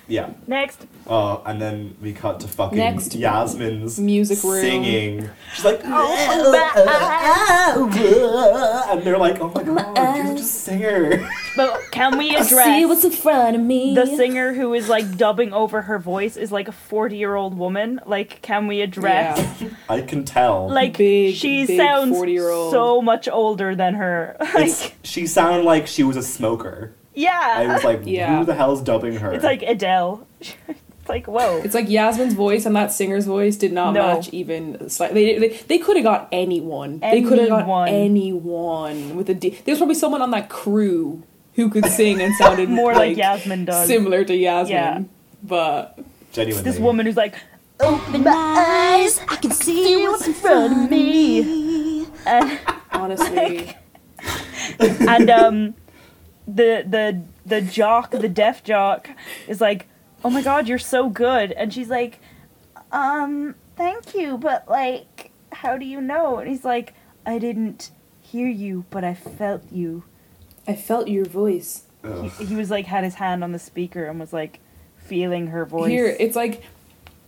Speaker 2: Yeah.
Speaker 1: Next,
Speaker 2: Uh, and then we cut to fucking
Speaker 3: Next.
Speaker 2: Yasmin's
Speaker 3: music room. Oh,
Speaker 2: singing. She's like,
Speaker 1: Oh,
Speaker 4: Oh,
Speaker 2: and they're like, oh my god, you're just a singer.
Speaker 1: but can we
Speaker 4: See
Speaker 1: address?
Speaker 4: what's in front of me.
Speaker 1: the singer who is like dubbing over her voice is like a 40 year old woman like can we address
Speaker 3: Yeah.
Speaker 2: I can tell.
Speaker 1: like
Speaker 3: Big,
Speaker 1: she
Speaker 3: big
Speaker 1: sounds
Speaker 3: 40-year-old.
Speaker 1: so much older than her
Speaker 2: It's-
Speaker 1: like
Speaker 2: she sounded like she was a smoker. I
Speaker 1: yeah
Speaker 2: was like,
Speaker 3: Yeah.
Speaker 2: who the hell's dubbing her?
Speaker 1: it's like adele it's like whoa
Speaker 3: It's like Yasmin's voice and that singer's voice did not
Speaker 1: No.
Speaker 3: match even slightly. They, they, they could have got anyone. They could have got
Speaker 1: Anyone.
Speaker 3: anyone with a D. There's probably someone on that crew who could sing and sounded
Speaker 1: more like,
Speaker 3: like,
Speaker 1: yasmin does
Speaker 3: similar to Yasmin.
Speaker 1: Yeah.
Speaker 3: But
Speaker 2: genuinely.
Speaker 1: this woman who's like
Speaker 4: Open my eyes. I can see what's in front of me.
Speaker 1: and,
Speaker 3: honestly,
Speaker 1: and um the the the jock the deaf jock is like oh my god you're so good and she's like um thank you but like how do you know and he's like i didn't hear you but i felt you
Speaker 3: I felt your voice.
Speaker 2: Ugh.
Speaker 1: he, he was like had his hand on the speaker and was like feeling her voice
Speaker 3: Here, it's like,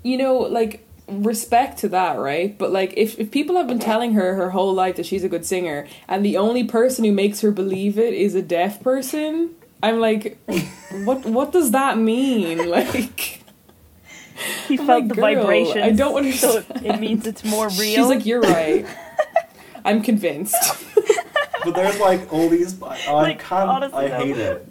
Speaker 3: you know, like respect to that, right? But like, if, if people have been telling her her whole life that she's a good singer, and the only person who makes her believe it is a deaf person, I'm like, what what does that mean? Like,
Speaker 1: he
Speaker 3: I'm
Speaker 1: felt
Speaker 3: like,
Speaker 1: the
Speaker 3: oh "Girl,
Speaker 1: vibration
Speaker 3: I don't
Speaker 1: so
Speaker 3: understand.
Speaker 1: it, it means it's more real
Speaker 3: She's like, you're right. I'm convinced.
Speaker 2: But there's like all these. uh, I, I
Speaker 1: Like,
Speaker 2: can't.
Speaker 1: honestly,
Speaker 2: I
Speaker 1: though.
Speaker 2: hate it.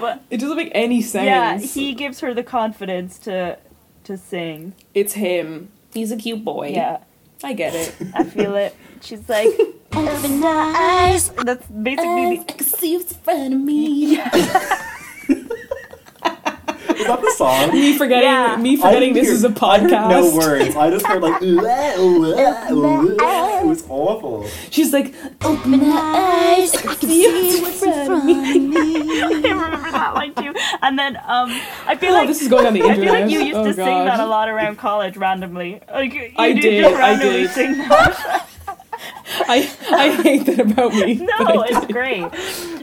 Speaker 1: but
Speaker 3: It doesn't make any
Speaker 1: yeah
Speaker 3: sense.
Speaker 1: he gives her the confidence to to sing
Speaker 3: it's him. He's a cute boy.
Speaker 1: yeah
Speaker 3: I get it.
Speaker 1: I feel it. She's like,
Speaker 4: Open my eyes.
Speaker 1: that's basically
Speaker 4: eyes.
Speaker 1: the,
Speaker 4: I can see what's in front of me.
Speaker 2: Is that the song?
Speaker 3: Me forgetting.
Speaker 1: Yeah.
Speaker 3: Me
Speaker 2: I
Speaker 3: forgetting
Speaker 2: didn't
Speaker 3: this
Speaker 2: hear-
Speaker 3: is a
Speaker 2: I heard
Speaker 3: podcast.
Speaker 2: no words. I just heard like. it was awful.
Speaker 3: She's like,
Speaker 4: Open my eyes. I can see what's in front of me.
Speaker 1: I remember that line too. And then um, I feel
Speaker 3: Oh,
Speaker 1: like
Speaker 3: this is going on the
Speaker 1: I feel like
Speaker 3: internet.
Speaker 1: you used
Speaker 3: Oh,
Speaker 1: to sing
Speaker 3: God.
Speaker 1: that a lot around college randomly. Like, you
Speaker 3: I
Speaker 1: do
Speaker 3: did,
Speaker 1: Just
Speaker 3: I
Speaker 1: randomly
Speaker 3: did.
Speaker 1: Sing that.
Speaker 3: I, I hate that about me. but
Speaker 1: no,
Speaker 3: I
Speaker 1: it's
Speaker 3: did.
Speaker 1: great.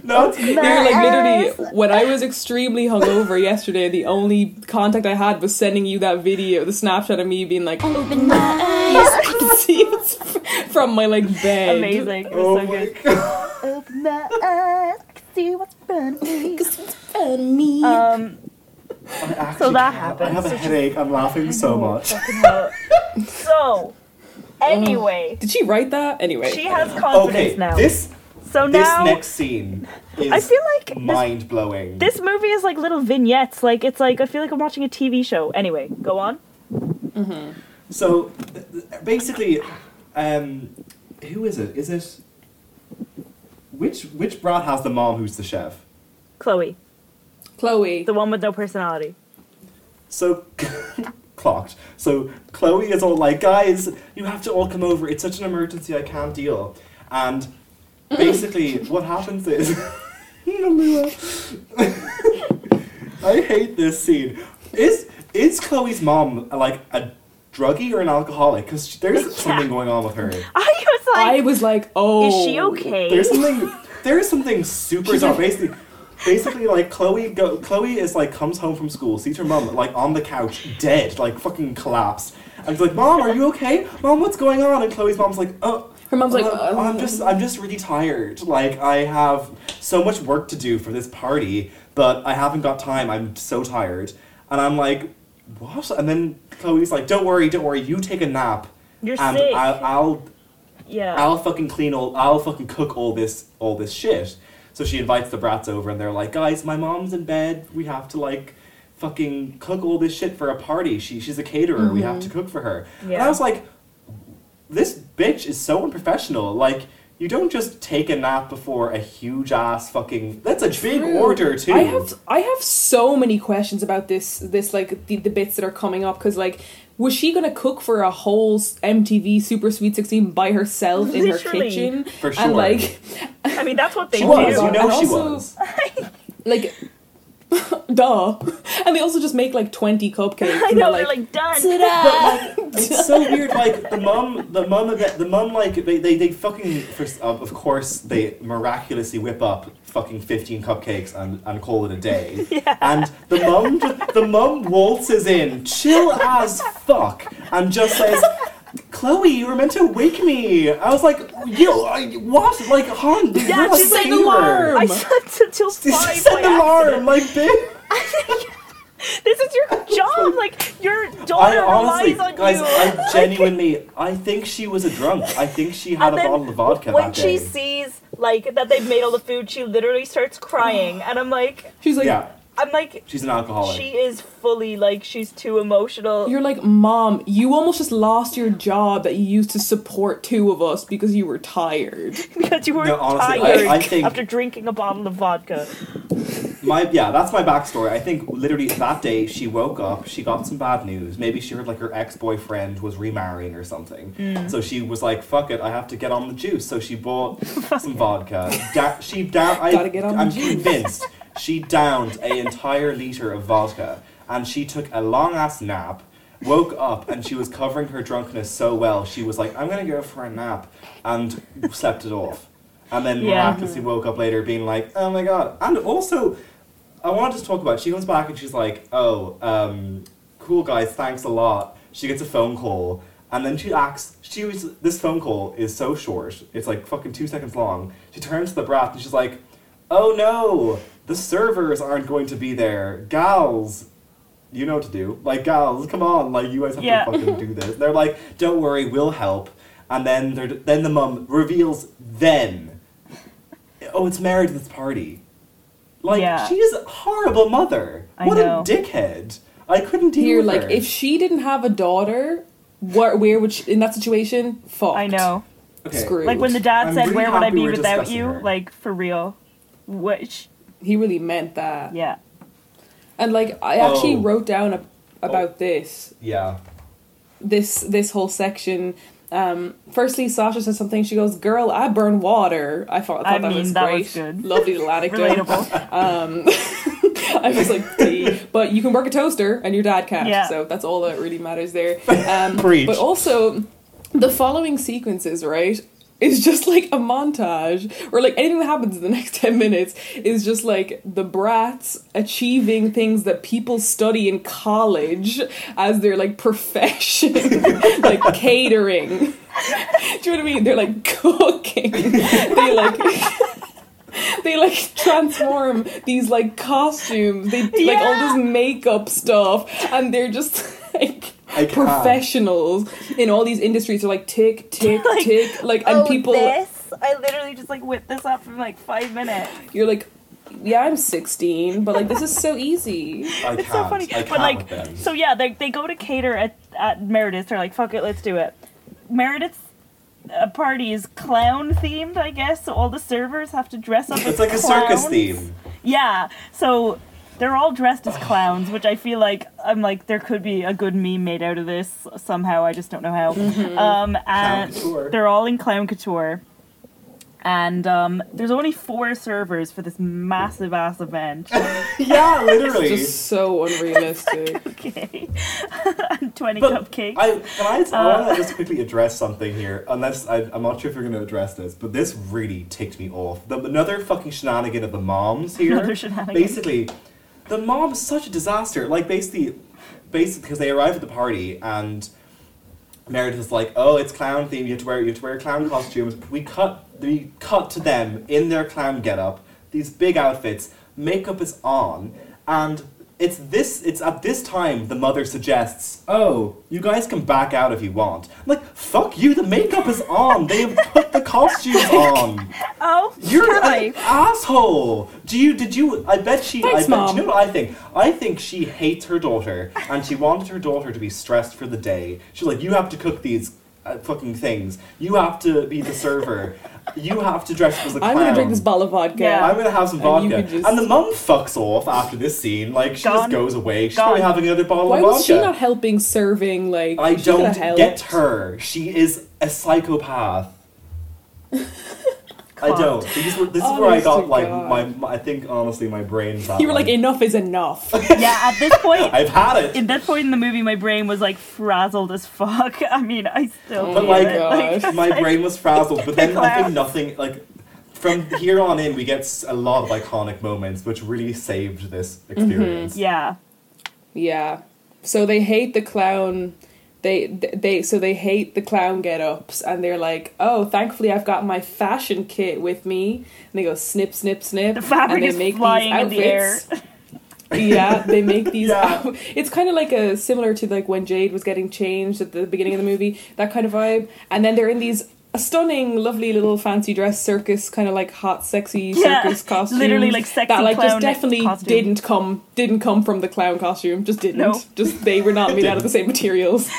Speaker 2: No, it's
Speaker 3: They're like literally when I was extremely hungover yesterday, the only contact I had was sending you that video, the Snapchat of me being like, I
Speaker 4: Open my eyes.
Speaker 3: can see it's from my like bed.
Speaker 1: Amazing. It was
Speaker 2: Oh
Speaker 1: so
Speaker 2: my
Speaker 1: good.
Speaker 4: Open my eyes. I can see what's in front of me. what's in front of me.
Speaker 1: Um,
Speaker 2: I actually
Speaker 1: So that
Speaker 2: can't.
Speaker 1: happened.
Speaker 2: I have a headache. I'm laughing so much.
Speaker 1: fucking hell.
Speaker 3: Oh.
Speaker 1: so, anyway,
Speaker 3: Did she write that? Anyway.
Speaker 1: she has confidence
Speaker 2: Okay,
Speaker 1: now.
Speaker 2: this
Speaker 1: so
Speaker 2: this
Speaker 1: now
Speaker 2: next scene is
Speaker 1: I feel like this
Speaker 2: mind blowing.
Speaker 1: This movie is like little vignettes. Like it's like I feel like I'm watching a TV show. Anyway, go on.
Speaker 2: So th- th- basically, um, who is it? Is it which which brat has the mom who's the chef?
Speaker 1: Chloe,
Speaker 3: Chloe.
Speaker 1: the one with no personality.
Speaker 2: So clocked. So Chloe is all like, guys, you have to all come over. It's such an emergency. I can't deal. And basically, what happens is, Malua. I hate this scene. Is is Chloe's mom like a druggie or an alcoholic? Because there's something going on with her.
Speaker 1: I was
Speaker 3: I
Speaker 1: like,
Speaker 3: was like, oh.
Speaker 1: is she okay?
Speaker 2: There's something. There is something super dark. Basically, basically, like Chloe. Go, Chloe is like comes home from school, sees her mom like on the couch, dead, like fucking collapsed. And she's like, "Mom, are you okay? Mom, what's going on?" And Chloe's mom's like, "Oh."
Speaker 3: Her mom's like,
Speaker 2: uh,
Speaker 3: "Oh."
Speaker 2: I'm just, I'm just really tired. Like, I have so much work to do for this party, but I haven't got time. I'm so tired, and I'm like, what? And then Chloe's like, don't worry, don't worry. You take a nap,
Speaker 1: You're
Speaker 2: and
Speaker 1: sick.
Speaker 2: I'll, I'll
Speaker 1: yeah.
Speaker 2: I'll fucking clean all. I'll fucking cook all this all this shit. So she invites the brats over, and they're like, "Guys, my mom's in bed. We have to like fucking cook all this shit for a party. She she's a caterer. We have to
Speaker 3: Mm-hmm.
Speaker 2: cook for her." And I
Speaker 1: Yeah.
Speaker 2: was like, "This bitch is so unprofessional. Like." You don't just take a nap before a huge ass fucking. That's a big
Speaker 3: True.
Speaker 2: order too.
Speaker 3: I have I have so many questions about this this like the, the bits that are coming up because like was she gonna cook for a whole s- MTV Super Sweet Sixteen by herself in her
Speaker 1: Literally.
Speaker 3: kitchen
Speaker 2: For sure.
Speaker 3: and like
Speaker 1: I mean, that's what they
Speaker 2: She
Speaker 1: do.
Speaker 2: was. You
Speaker 3: And
Speaker 2: know she
Speaker 3: also-
Speaker 2: was.
Speaker 3: like duh and they also just make like twenty cupcakes
Speaker 1: I
Speaker 3: and
Speaker 1: know.
Speaker 3: they're
Speaker 1: They're like done.
Speaker 2: But like, it's so weird. Like the mum, the mum, of it- the mum, like they, they, they fucking first, uh, of course they miraculously whip up fucking fifteen cupcakes and, and call it a day. And the mum, ju- the mum waltzes in, chill as fuck, and just says. Chloe, you were meant to wake me. I was like, yo, I, what? Like, hon,
Speaker 1: Yeah,
Speaker 2: you're a
Speaker 1: she said the
Speaker 2: fever.
Speaker 3: alarm.
Speaker 1: I slept until
Speaker 2: She
Speaker 1: five.
Speaker 2: said
Speaker 1: by
Speaker 2: the alarm,
Speaker 1: accident.
Speaker 2: like, bitch.
Speaker 1: This is your job. Like your
Speaker 2: I
Speaker 1: daughter
Speaker 2: honestly,
Speaker 1: relies on
Speaker 2: guys,
Speaker 1: you.
Speaker 2: I genuinely, I think she was a drunk. I think she had
Speaker 1: And
Speaker 2: a
Speaker 1: then
Speaker 2: bottle of vodka
Speaker 1: when
Speaker 2: that
Speaker 1: she
Speaker 2: day.
Speaker 1: sees like that they've made all the food, she literally starts crying, and I'm like,
Speaker 3: she's like
Speaker 2: yeah,
Speaker 1: I'm like,
Speaker 2: she's an alcoholic.
Speaker 1: she is fully like she's too emotional.
Speaker 3: You're like, Mom, you almost just lost your job that you used to support two of us because you were tired.
Speaker 1: because you were
Speaker 2: No, honestly,
Speaker 3: I-
Speaker 1: tired
Speaker 2: I think-
Speaker 1: after drinking a bottle of vodka.
Speaker 2: my yeah, that's my backstory. I think literally that day she woke up, she got some bad news. Maybe she heard like her ex boyfriend was remarrying or something.
Speaker 3: Mm.
Speaker 2: So she was like, "Fuck it, I have to get on the juice." So she bought some vodka. Da- she da- I,
Speaker 3: Gotta get on the
Speaker 2: I'm
Speaker 3: juice.
Speaker 2: convinced she downed an entire liter of vodka, and she took a long ass nap. Woke up and she was covering her drunkenness so well, she was like, "I'm gonna go for a nap," and slept it off. And then
Speaker 1: Yeah.
Speaker 2: miraculously woke up later being like, oh my god. And also, I want to just talk about, she comes back and she's like, oh, um, cool guys, thanks a lot. She gets a phone call. And then she acts, she was, this phone call is so short. It's like fucking two seconds long. She turns to the brat and she's like, oh no, the servers aren't going to be there. Gals, you know what to do. Like, gals, come on, like, you guys have
Speaker 1: Yeah.
Speaker 2: to fucking do this. They're like, don't worry, we'll help. And then they're, then the mum reveals then, oh, it's married to this party. Like,
Speaker 1: Yeah.
Speaker 2: she is a horrible mother.
Speaker 1: I
Speaker 2: what
Speaker 1: know.
Speaker 2: a dickhead. I couldn't deal
Speaker 3: You're
Speaker 2: with
Speaker 3: like,
Speaker 2: her.
Speaker 3: if she didn't have a daughter, where, where would she, in that situation? Fuck.
Speaker 1: I know.
Speaker 2: Okay.
Speaker 3: Screw.
Speaker 1: Like when the dad
Speaker 2: I'm
Speaker 1: said,
Speaker 2: really
Speaker 1: "Where would I
Speaker 2: happy
Speaker 1: be
Speaker 2: we're
Speaker 1: without
Speaker 2: discussing
Speaker 1: you?"
Speaker 2: her.
Speaker 1: Like for real, which
Speaker 3: He really meant that.
Speaker 1: yeah,
Speaker 3: And like, I actually
Speaker 2: Oh.
Speaker 3: wrote down a, about this
Speaker 2: Yeah.
Speaker 3: this this whole section. Um, firstly, Sasha says something. She goes, "Girl, I burn water." I thought, I thought
Speaker 1: I
Speaker 3: that
Speaker 1: mean,
Speaker 3: was
Speaker 1: that
Speaker 3: great.
Speaker 1: was good.
Speaker 3: Lovely little anecdote.
Speaker 1: relatable.
Speaker 3: I was like, tea. But you can work a toaster and your dad can't.
Speaker 1: Yeah.
Speaker 3: So that's all that really matters there. Um,
Speaker 2: Preach.
Speaker 3: But also, the following sequences, right? Is just like a montage, or like anything that happens in the next 10 minutes is just like the brats achieving things that people study in college as their like profession, like catering. Do you know what I mean? They're like cooking. They like they like transform these like costumes. They do, like all this makeup stuff, and they're just like.
Speaker 2: I can't.
Speaker 3: Professionals in all these industries are like tick, tick,
Speaker 1: Like,
Speaker 3: tick, like, and
Speaker 1: oh,
Speaker 3: people,
Speaker 1: This? I literally just like whipped this up in like five minutes.
Speaker 3: you're like, yeah, I'm 16, but like this is so easy.
Speaker 2: I
Speaker 1: It's
Speaker 2: can't.
Speaker 1: so funny.
Speaker 2: I can't
Speaker 1: but like,
Speaker 2: with them.
Speaker 1: so yeah, they, they go to cater at, at Meredith's. They're like, fuck it, let's do it. Meredith's uh, party is clown themed, I guess. So all the servers have to dress up as
Speaker 2: it's like a
Speaker 1: clowns.
Speaker 2: circus theme.
Speaker 1: Yeah. So they're all dressed as clowns, which I feel like I'm like there could be a good meme made out of this somehow. I just don't know how. Um, and
Speaker 2: Mm-hmm. Clown couture.
Speaker 1: they're all in clown couture. And um, there's only four servers for this massive ass event.
Speaker 2: Yeah, literally.
Speaker 3: Just so unrealistic.
Speaker 1: Okay. and 20
Speaker 2: But
Speaker 1: cupcakes. Uh.
Speaker 2: I can I, I want to just quickly address something here. Unless I, I'm not sure if you're going to address this, but this really ticked me off. The, another fucking shenanigan of the moms here.
Speaker 1: Another shenanigan.
Speaker 2: Basically, the mom's such a disaster. Like basically, basically because they arrive at the party and Meredith is like, "Oh, it's clown themed. You have to wear you have to wear clown costumes." We cut we cut to them in their clown getup, these big outfits, makeup is on, and it's this it's at this time the mother suggests, "Oh, you guys can back out if you want." I'm like, "Fuck you! The makeup is on. They have put the costumes on.
Speaker 1: oh,
Speaker 2: You're
Speaker 1: can
Speaker 2: an asshole." Do you did you? I bet she. I
Speaker 3: Thanks,
Speaker 2: bet,
Speaker 3: Mom.
Speaker 2: Do you know what I think? I think she hates her daughter, and she wanted her daughter to be stressed for the day. She's like, "You have to cook these uh, fucking things. You have to be the server. You have to dress up as a clown.
Speaker 3: I'm gonna drink this bottle of vodka.
Speaker 1: Yeah.
Speaker 2: I'm gonna have some
Speaker 3: And you
Speaker 2: vodka." And,
Speaker 3: could just-
Speaker 2: the mum fucks off after this scene. Like she
Speaker 1: Gone.
Speaker 2: just goes away. She's
Speaker 1: Gone.
Speaker 2: probably having another bottle
Speaker 3: Why
Speaker 2: of
Speaker 3: was
Speaker 2: vodka.
Speaker 3: she not helping serving? Like,
Speaker 2: I
Speaker 3: she could
Speaker 2: don't
Speaker 3: have helped.
Speaker 2: get her. She is a psychopath. I don't. These were, this is where I
Speaker 3: Honest to
Speaker 2: got like
Speaker 3: God.
Speaker 2: my, my. I think honestly, my brain's. that
Speaker 3: You were like,
Speaker 2: one.
Speaker 3: enough is enough.
Speaker 1: Yeah, at this point,
Speaker 2: I've had it.
Speaker 1: at that point in the movie, my brain was like frazzled as fuck. I mean, I still.
Speaker 3: Oh
Speaker 1: feel
Speaker 2: my
Speaker 1: it.
Speaker 3: God.
Speaker 2: my brain was frazzled, but then I think nothing like from here on in we get s- a lot of iconic moments which really saved this
Speaker 3: Mm-hmm.
Speaker 2: experience.
Speaker 1: yeah.
Speaker 3: Yeah. So they hate the clown. They they so they hate the clown get-ups, and they're like, "Oh, thankfully I've got my fashion kit with me." And they go snip, snip, snip.
Speaker 1: The fabric
Speaker 3: and they
Speaker 1: is flying in the air.
Speaker 3: yeah, they make these.
Speaker 2: Yeah.
Speaker 3: out- it's kind of like a similar to like when Jade was getting changed at the beginning of the movie, that kind of vibe. And then they're in these stunning, lovely little fancy dress circus, kind of like hot, sexy
Speaker 1: Yeah,
Speaker 3: circus costumes.
Speaker 1: literally, like, sexy
Speaker 3: that like
Speaker 1: clown
Speaker 3: just definitely
Speaker 1: costume.
Speaker 3: didn't come didn't come from the clown costume. Just didn't.
Speaker 1: No.
Speaker 3: Just they were not made out of the same materials.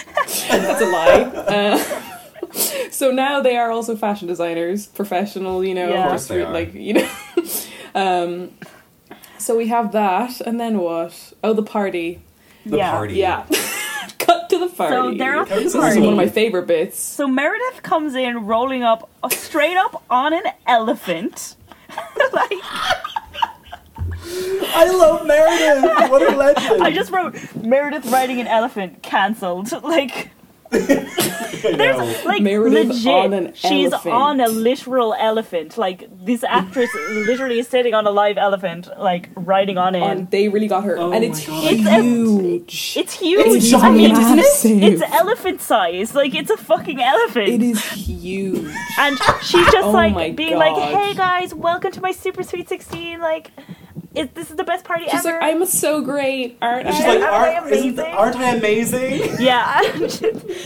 Speaker 3: That's a lie. Uh, so now they are also fashion designers, professional. You know,
Speaker 1: Yeah. Of
Speaker 2: course they are.
Speaker 3: like you know. um, so we have that, and then what? Oh, the party.
Speaker 2: The
Speaker 1: yeah.
Speaker 2: party.
Speaker 3: Yeah. Cut to the party.
Speaker 1: So they're off
Speaker 2: This
Speaker 1: the
Speaker 2: is
Speaker 3: This is one
Speaker 1: party.
Speaker 3: of my favorite bits.
Speaker 1: So Meredith comes in rolling up, uh, straight up on an elephant. like,
Speaker 2: I love Meredith. What a legend.
Speaker 1: I just wrote Meredith riding an elephant cancelled. Like,
Speaker 2: I know.
Speaker 1: like
Speaker 3: Meredith
Speaker 1: legit,
Speaker 3: on an
Speaker 1: she's
Speaker 3: elephant.
Speaker 1: on a literal elephant. Like this actress literally is sitting on a live elephant, like riding on it.
Speaker 3: And they really got her.
Speaker 2: Oh
Speaker 3: and
Speaker 2: my
Speaker 3: it's
Speaker 2: God.
Speaker 1: It's a-
Speaker 3: huge.
Speaker 1: it's huge.
Speaker 3: It's
Speaker 1: I mean,
Speaker 3: massive.
Speaker 1: it's elephant size. Like it's a fucking elephant.
Speaker 3: It is huge.
Speaker 1: And she's just
Speaker 3: Oh my
Speaker 1: like being like,
Speaker 3: God.
Speaker 1: "Hey guys, welcome to my super sweet 16. Like, it, this is the best party
Speaker 3: She's like,
Speaker 1: ever."
Speaker 3: I'm so great, aren't
Speaker 2: She's
Speaker 3: I?
Speaker 2: like,
Speaker 1: Aren't I
Speaker 2: aren't, isn't the-
Speaker 1: amazing?"
Speaker 2: aren't I amazing?
Speaker 1: yeah.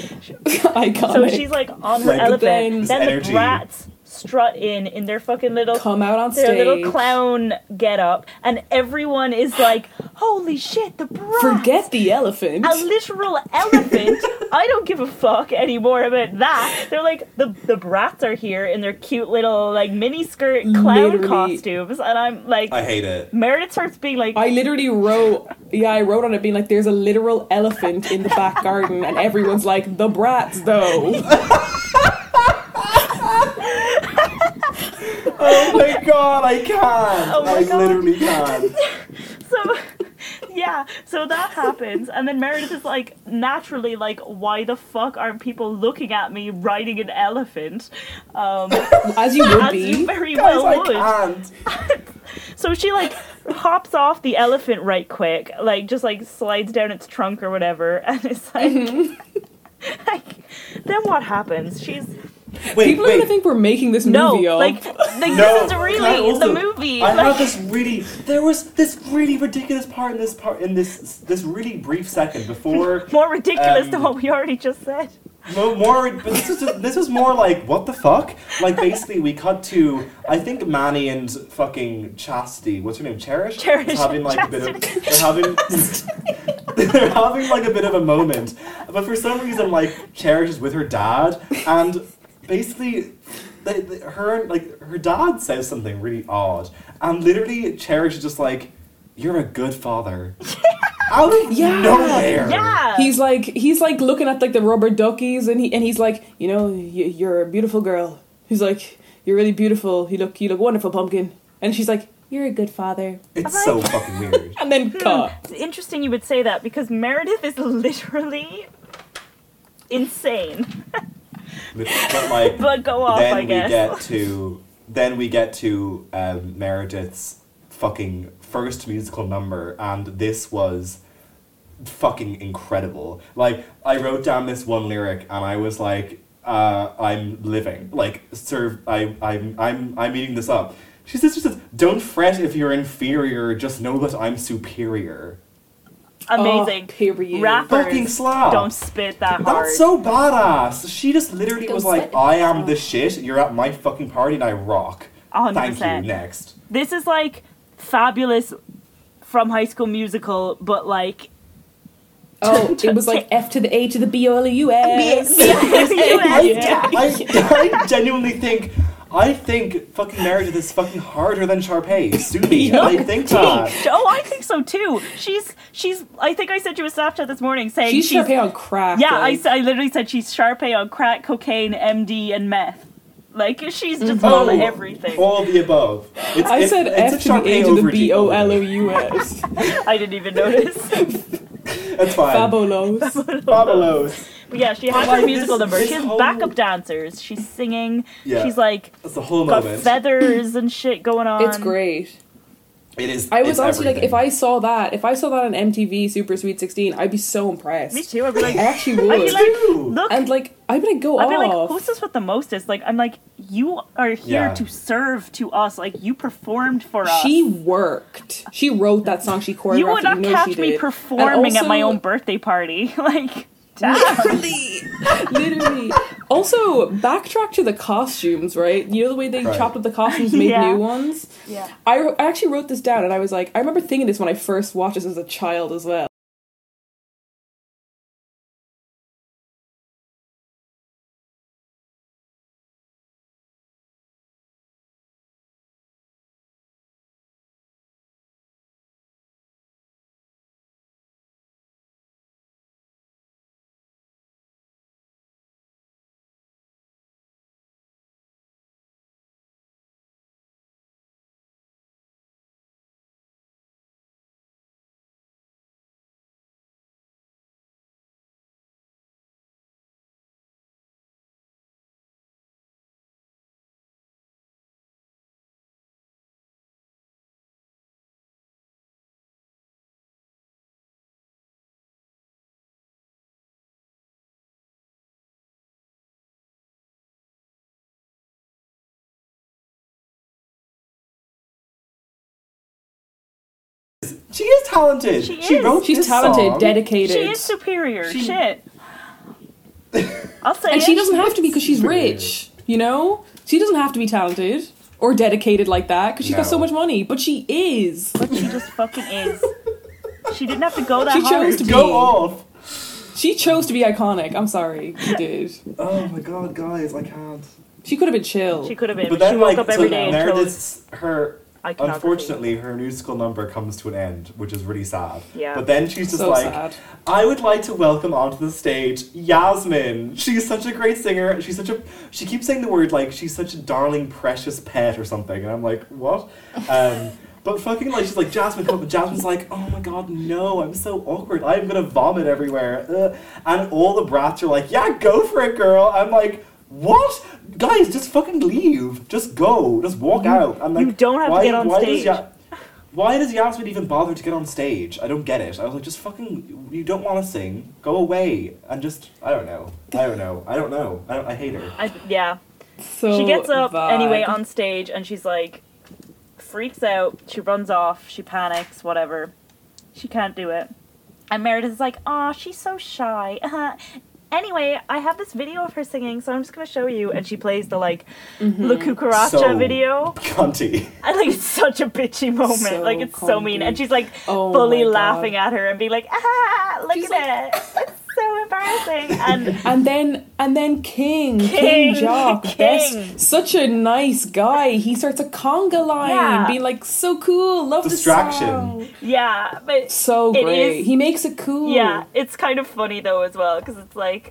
Speaker 3: Iconic.
Speaker 1: so she's like on her
Speaker 2: Like,
Speaker 1: elephant.
Speaker 3: then-
Speaker 1: Then the
Speaker 2: Energy.
Speaker 1: brats strut in in their fucking little
Speaker 3: Come out on stage.
Speaker 1: their little clown get up, and everyone is like, "Holy shit, the brats!"
Speaker 3: Forget the elephant.
Speaker 1: a literal elephant. I don't give a fuck anymore about that. They're like the the brats are here in their cute little like mini skirt clown
Speaker 3: Literally.
Speaker 1: costumes, and I'm like,
Speaker 2: I hate it.
Speaker 1: Meredith starts being like,
Speaker 3: I literally wrote, yeah, I wrote on it being like, there's a literal elephant in the back garden, and everyone's like, the brats though.
Speaker 2: Oh my god, I can't.
Speaker 1: Oh my
Speaker 2: I
Speaker 1: God. Oh
Speaker 2: literally can't.
Speaker 1: so yeah so that happens and then meredith is like naturally like why the fuck aren't people looking at me riding an elephant um
Speaker 3: As you would
Speaker 1: as you
Speaker 3: be.
Speaker 1: very
Speaker 2: Guys, uh,
Speaker 1: well
Speaker 2: I
Speaker 1: would
Speaker 2: can't.
Speaker 1: so she like hops off the elephant right quick like just like slides down its trunk or whatever and it's like,
Speaker 2: Mm-hmm.
Speaker 1: like then what happens she's
Speaker 2: Wait,
Speaker 3: People are
Speaker 2: wait.
Speaker 3: gonna think we're making this
Speaker 1: no
Speaker 3: movie up.
Speaker 1: like like
Speaker 2: No,
Speaker 1: this is
Speaker 2: can I
Speaker 1: really
Speaker 2: also-
Speaker 1: the movie
Speaker 2: I
Speaker 1: like,
Speaker 2: had this really. There was this really ridiculous part in this part in this this really brief second before
Speaker 1: more ridiculous than
Speaker 2: um,
Speaker 1: what we already just said
Speaker 2: Mo- more, but this was this was more like what the fuck? Like basically, we cut to I think Manny and fucking Chastity. What's her name? Cherish.
Speaker 1: Cherish
Speaker 2: is having like a bit
Speaker 1: Chastity.
Speaker 2: of they're having they're having like a bit of a moment, but for some reason, like Cherish is with her dad, and basically. They, they, her like her dad says something really odd, and literally Cherish is just like, "You're a good father," out of
Speaker 3: Yeah.
Speaker 2: nowhere.
Speaker 1: yeah
Speaker 3: He's like he's like looking at like the rubber duckies and he and he's like you know y- you're a beautiful girl. He's like you're really beautiful. You look you look wonderful, pumpkin. And she's like you're a good father.
Speaker 2: it's so fucking weird.
Speaker 3: And
Speaker 1: Hmm.
Speaker 3: then cut.
Speaker 1: It's interesting you would say that because Meredith is literally insane.
Speaker 2: But like,
Speaker 1: But go off,
Speaker 2: then
Speaker 1: I
Speaker 2: we
Speaker 1: guess.
Speaker 2: get to then we get to um, Meredith's fucking first musical number, and this was fucking incredible. Like I wrote down this one lyric, and I was like, uh, "I'm living." Like serve, I, I'm, I'm, I'm eating this up. She says, she says, "Don't fret if you're inferior. Just know that I'm superior."
Speaker 1: Amazing.
Speaker 3: Oh, period.
Speaker 1: Rappers
Speaker 2: Fucking slap.
Speaker 1: don't spit that hard.
Speaker 2: That's so badass. She just literally
Speaker 3: Don't
Speaker 2: was like,
Speaker 3: sweat it.
Speaker 2: I am the shit. You're at my fucking party and I rock.
Speaker 1: A hundred
Speaker 2: Thank you.
Speaker 1: percent.
Speaker 2: Next.
Speaker 1: this is like fabulous from High School Musical, but like
Speaker 3: Oh, it was like F to the A to the B O L U S.
Speaker 1: yeah.
Speaker 2: I, I genuinely think. I think fucking Meredith is fucking harder than Sharpay. Sue me. I think that.
Speaker 1: Oh, I think so too. She's she's. I think I sent you a Snapchat this morning saying
Speaker 3: She's Sharpay on crack.
Speaker 1: Yeah, I,
Speaker 3: like.
Speaker 1: s- I literally said she's Sharpay on crack, cocaine, MD, and meth. Like she's just
Speaker 2: Oh,
Speaker 1: on everything.
Speaker 2: All the above. It's,
Speaker 3: I
Speaker 2: it's-
Speaker 3: said
Speaker 2: it's
Speaker 3: F
Speaker 2: a
Speaker 3: to the A
Speaker 2: Sharpay
Speaker 3: to the
Speaker 2: overdue.
Speaker 3: B O L O E. U S.
Speaker 1: I didn't even notice.
Speaker 2: That's fine.
Speaker 3: Fabulos.
Speaker 2: Fabulos.
Speaker 1: But yeah, she
Speaker 2: But,
Speaker 1: has
Speaker 2: like,
Speaker 1: her musical
Speaker 2: this-
Speaker 1: number.
Speaker 2: this
Speaker 1: She has
Speaker 2: whole-
Speaker 1: backup dancers. She's singing.
Speaker 2: Yeah.
Speaker 1: She's like
Speaker 2: That's the whole
Speaker 1: got
Speaker 2: moment.
Speaker 1: feathers and shit going on.
Speaker 3: It's great.
Speaker 2: It is.
Speaker 3: I was
Speaker 2: it's
Speaker 3: honestly like, if
Speaker 2: everything.
Speaker 3: I saw that, if I saw that on MTV Super Sweet 16, I'd be so impressed.
Speaker 1: Me too. I'd be
Speaker 3: I
Speaker 1: like,
Speaker 3: actually would.
Speaker 1: I'd be like,
Speaker 2: Dude.
Speaker 1: look.
Speaker 3: and like, I'd be like, go
Speaker 1: I'd
Speaker 3: off.
Speaker 1: be like, who's this with the most is? Like, I'm like, you are here
Speaker 2: Yeah.
Speaker 1: to serve to us. Like, you performed for us.
Speaker 3: she worked. She wrote that song. She choreographed.
Speaker 1: you would not
Speaker 3: it. You know she
Speaker 1: catch me
Speaker 3: did.
Speaker 1: performing
Speaker 3: And
Speaker 1: at my
Speaker 3: also-
Speaker 1: own birthday party. like, damn.
Speaker 3: Literally. Also, backtrack to the costumes, right? You know the way they
Speaker 2: Right.
Speaker 3: chopped up the costumes, made
Speaker 1: Yeah.
Speaker 3: new ones.
Speaker 1: yeah.
Speaker 3: I, wr- I actually wrote this down, and I was like, I remember thinking this when I first watched this as a child as well.
Speaker 2: She is talented.
Speaker 1: She is.
Speaker 2: wrote
Speaker 3: She's
Speaker 2: this
Speaker 3: talented,
Speaker 2: song.
Speaker 3: dedicated.
Speaker 1: She is superior.
Speaker 2: She-
Speaker 1: Shit. I'll say
Speaker 3: and
Speaker 1: it.
Speaker 3: she doesn't have to be because she's
Speaker 2: Superior.
Speaker 3: rich, you know? She doesn't have to be talented or dedicated like that because she's got so
Speaker 2: No.
Speaker 3: much money, but she is.
Speaker 1: But she just fucking is. She didn't have to go that
Speaker 3: She
Speaker 1: hard.
Speaker 3: chose to be.
Speaker 2: Go off.
Speaker 3: She chose to be iconic. I'm sorry. She did.
Speaker 2: Oh my god, guys, I can't.
Speaker 3: She could have been chill.
Speaker 1: She could have been. But
Speaker 2: But then,
Speaker 1: she woke
Speaker 2: like,
Speaker 1: up
Speaker 2: so
Speaker 1: every day and chose.
Speaker 2: Meredith's her.
Speaker 1: iconography.
Speaker 2: Unfortunately, her musical number comes to an end, which is really sad.
Speaker 1: Yeah.
Speaker 2: But then she's just
Speaker 3: so
Speaker 2: like,
Speaker 3: sad.
Speaker 2: I would like to welcome onto the stage Yasmin. She's such a great singer. She's such a. She keeps saying the word like she's such a darling, precious pet or something, and I'm like, what? Um, But fucking like she's like Jasmine, come up. And Jasmine's like, oh my god, no, I'm so awkward. I'm gonna vomit everywhere. Uh, and all the brats are like, yeah, go for it, girl. I'm like, what? Guys, just fucking leave. Just go. Just walk
Speaker 3: Mm-hmm.
Speaker 2: out. I'm like,
Speaker 1: you don't have to
Speaker 2: why-
Speaker 1: get on
Speaker 2: why does
Speaker 1: stage.
Speaker 2: Ya- why does Yasmin even bother to get on stage? I don't get it. I was like, just fucking, you don't want to sing. Go away and just, I don't know. I don't know. I don't know. I, don't, I hate her.
Speaker 1: I, yeah.
Speaker 3: So
Speaker 1: she gets up
Speaker 3: bad.
Speaker 1: anyway on stage and she's like freaks out she runs off she panics whatever she can't do it and meredith's like aw she's so shy uh-huh. anyway i have this video of her singing so i'm just gonna show you and she plays the like
Speaker 3: Mm-hmm.
Speaker 1: la cucaracha
Speaker 2: So-
Speaker 1: video
Speaker 2: Cunty.
Speaker 1: and like it's such a bitchy moment
Speaker 3: So
Speaker 1: like it's so mean
Speaker 3: comedy.
Speaker 1: and she's like
Speaker 3: Oh
Speaker 1: fully
Speaker 3: my God.
Speaker 1: laughing at her and being like ah look
Speaker 3: She's
Speaker 1: at it it's so embarrassing and
Speaker 3: And then and then King
Speaker 1: King,
Speaker 3: King, Jock
Speaker 1: King.
Speaker 3: best such a nice guy. He starts a conga line,
Speaker 1: Yeah.
Speaker 3: being like so cool, love
Speaker 2: Distraction.
Speaker 3: The song.
Speaker 1: yeah but
Speaker 3: So
Speaker 1: It
Speaker 3: great.
Speaker 1: is-
Speaker 3: He makes it cool.
Speaker 1: Yeah, it's kind of funny though as well because it's like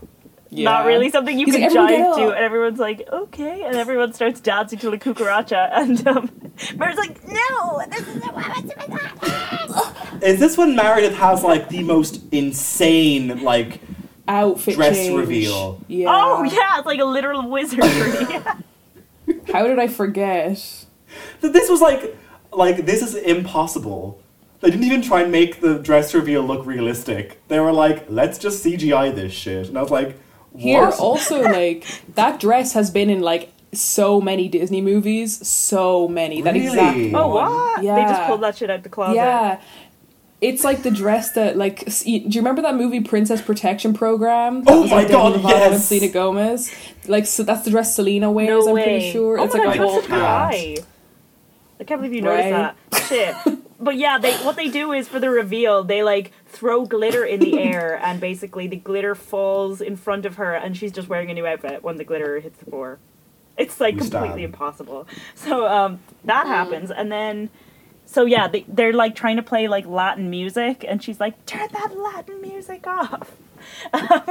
Speaker 3: Yeah.
Speaker 1: not really something you
Speaker 3: He's
Speaker 1: can
Speaker 3: like, "Everyone get
Speaker 1: jive to,
Speaker 3: up."
Speaker 1: and everyone's like, okay, and everyone starts dancing to La Cucaracha, and um, Mary's like, no, this isn't what I'm doing.
Speaker 2: Is this when Meredith has like the most insane like
Speaker 3: outfit
Speaker 2: Dress
Speaker 3: change.
Speaker 2: reveal.
Speaker 3: Yeah.
Speaker 1: Oh yeah, it's like a literal wizardry.
Speaker 3: How did I forget?
Speaker 2: th- this was like like this is impossible. They didn't even try and make the dress reveal look realistic. They were like, let's just CGI this shit. And I was like, what?
Speaker 3: Here also like that dress has been in like so many Disney movies, so many. That exact
Speaker 2: Really?
Speaker 1: oh
Speaker 3: one.
Speaker 1: what?
Speaker 3: Yeah.
Speaker 1: They just pulled that shit out the closet.
Speaker 3: Yeah. It's like the dress that like s- you- do you remember that movie Princess Protection Program?
Speaker 2: Oh
Speaker 3: That was, like,
Speaker 2: my God,
Speaker 3: Demi Lovato and
Speaker 2: yes!
Speaker 3: Selena Gomez. Like so that's the dress Selena wears,
Speaker 1: No
Speaker 3: I'm
Speaker 1: way.
Speaker 3: pretty sure.
Speaker 1: Oh
Speaker 3: it's
Speaker 1: my god,
Speaker 2: you
Speaker 3: like a
Speaker 1: that's
Speaker 2: whole
Speaker 3: ball
Speaker 1: such a
Speaker 2: cast.
Speaker 1: lie. I can't believe you
Speaker 3: Right?
Speaker 1: noticed that. Shit. But yeah, they what they do is for the reveal, they like throw glitter in the air, and basically the glitter falls in front of her, and she's just wearing a new outfit when the glitter hits the floor. It's like
Speaker 2: We
Speaker 1: completely
Speaker 2: stan.
Speaker 1: impossible. So um, that happens, and then so yeah, they, they're like trying to play like Latin music, and she's like, "Turn that Latin music off."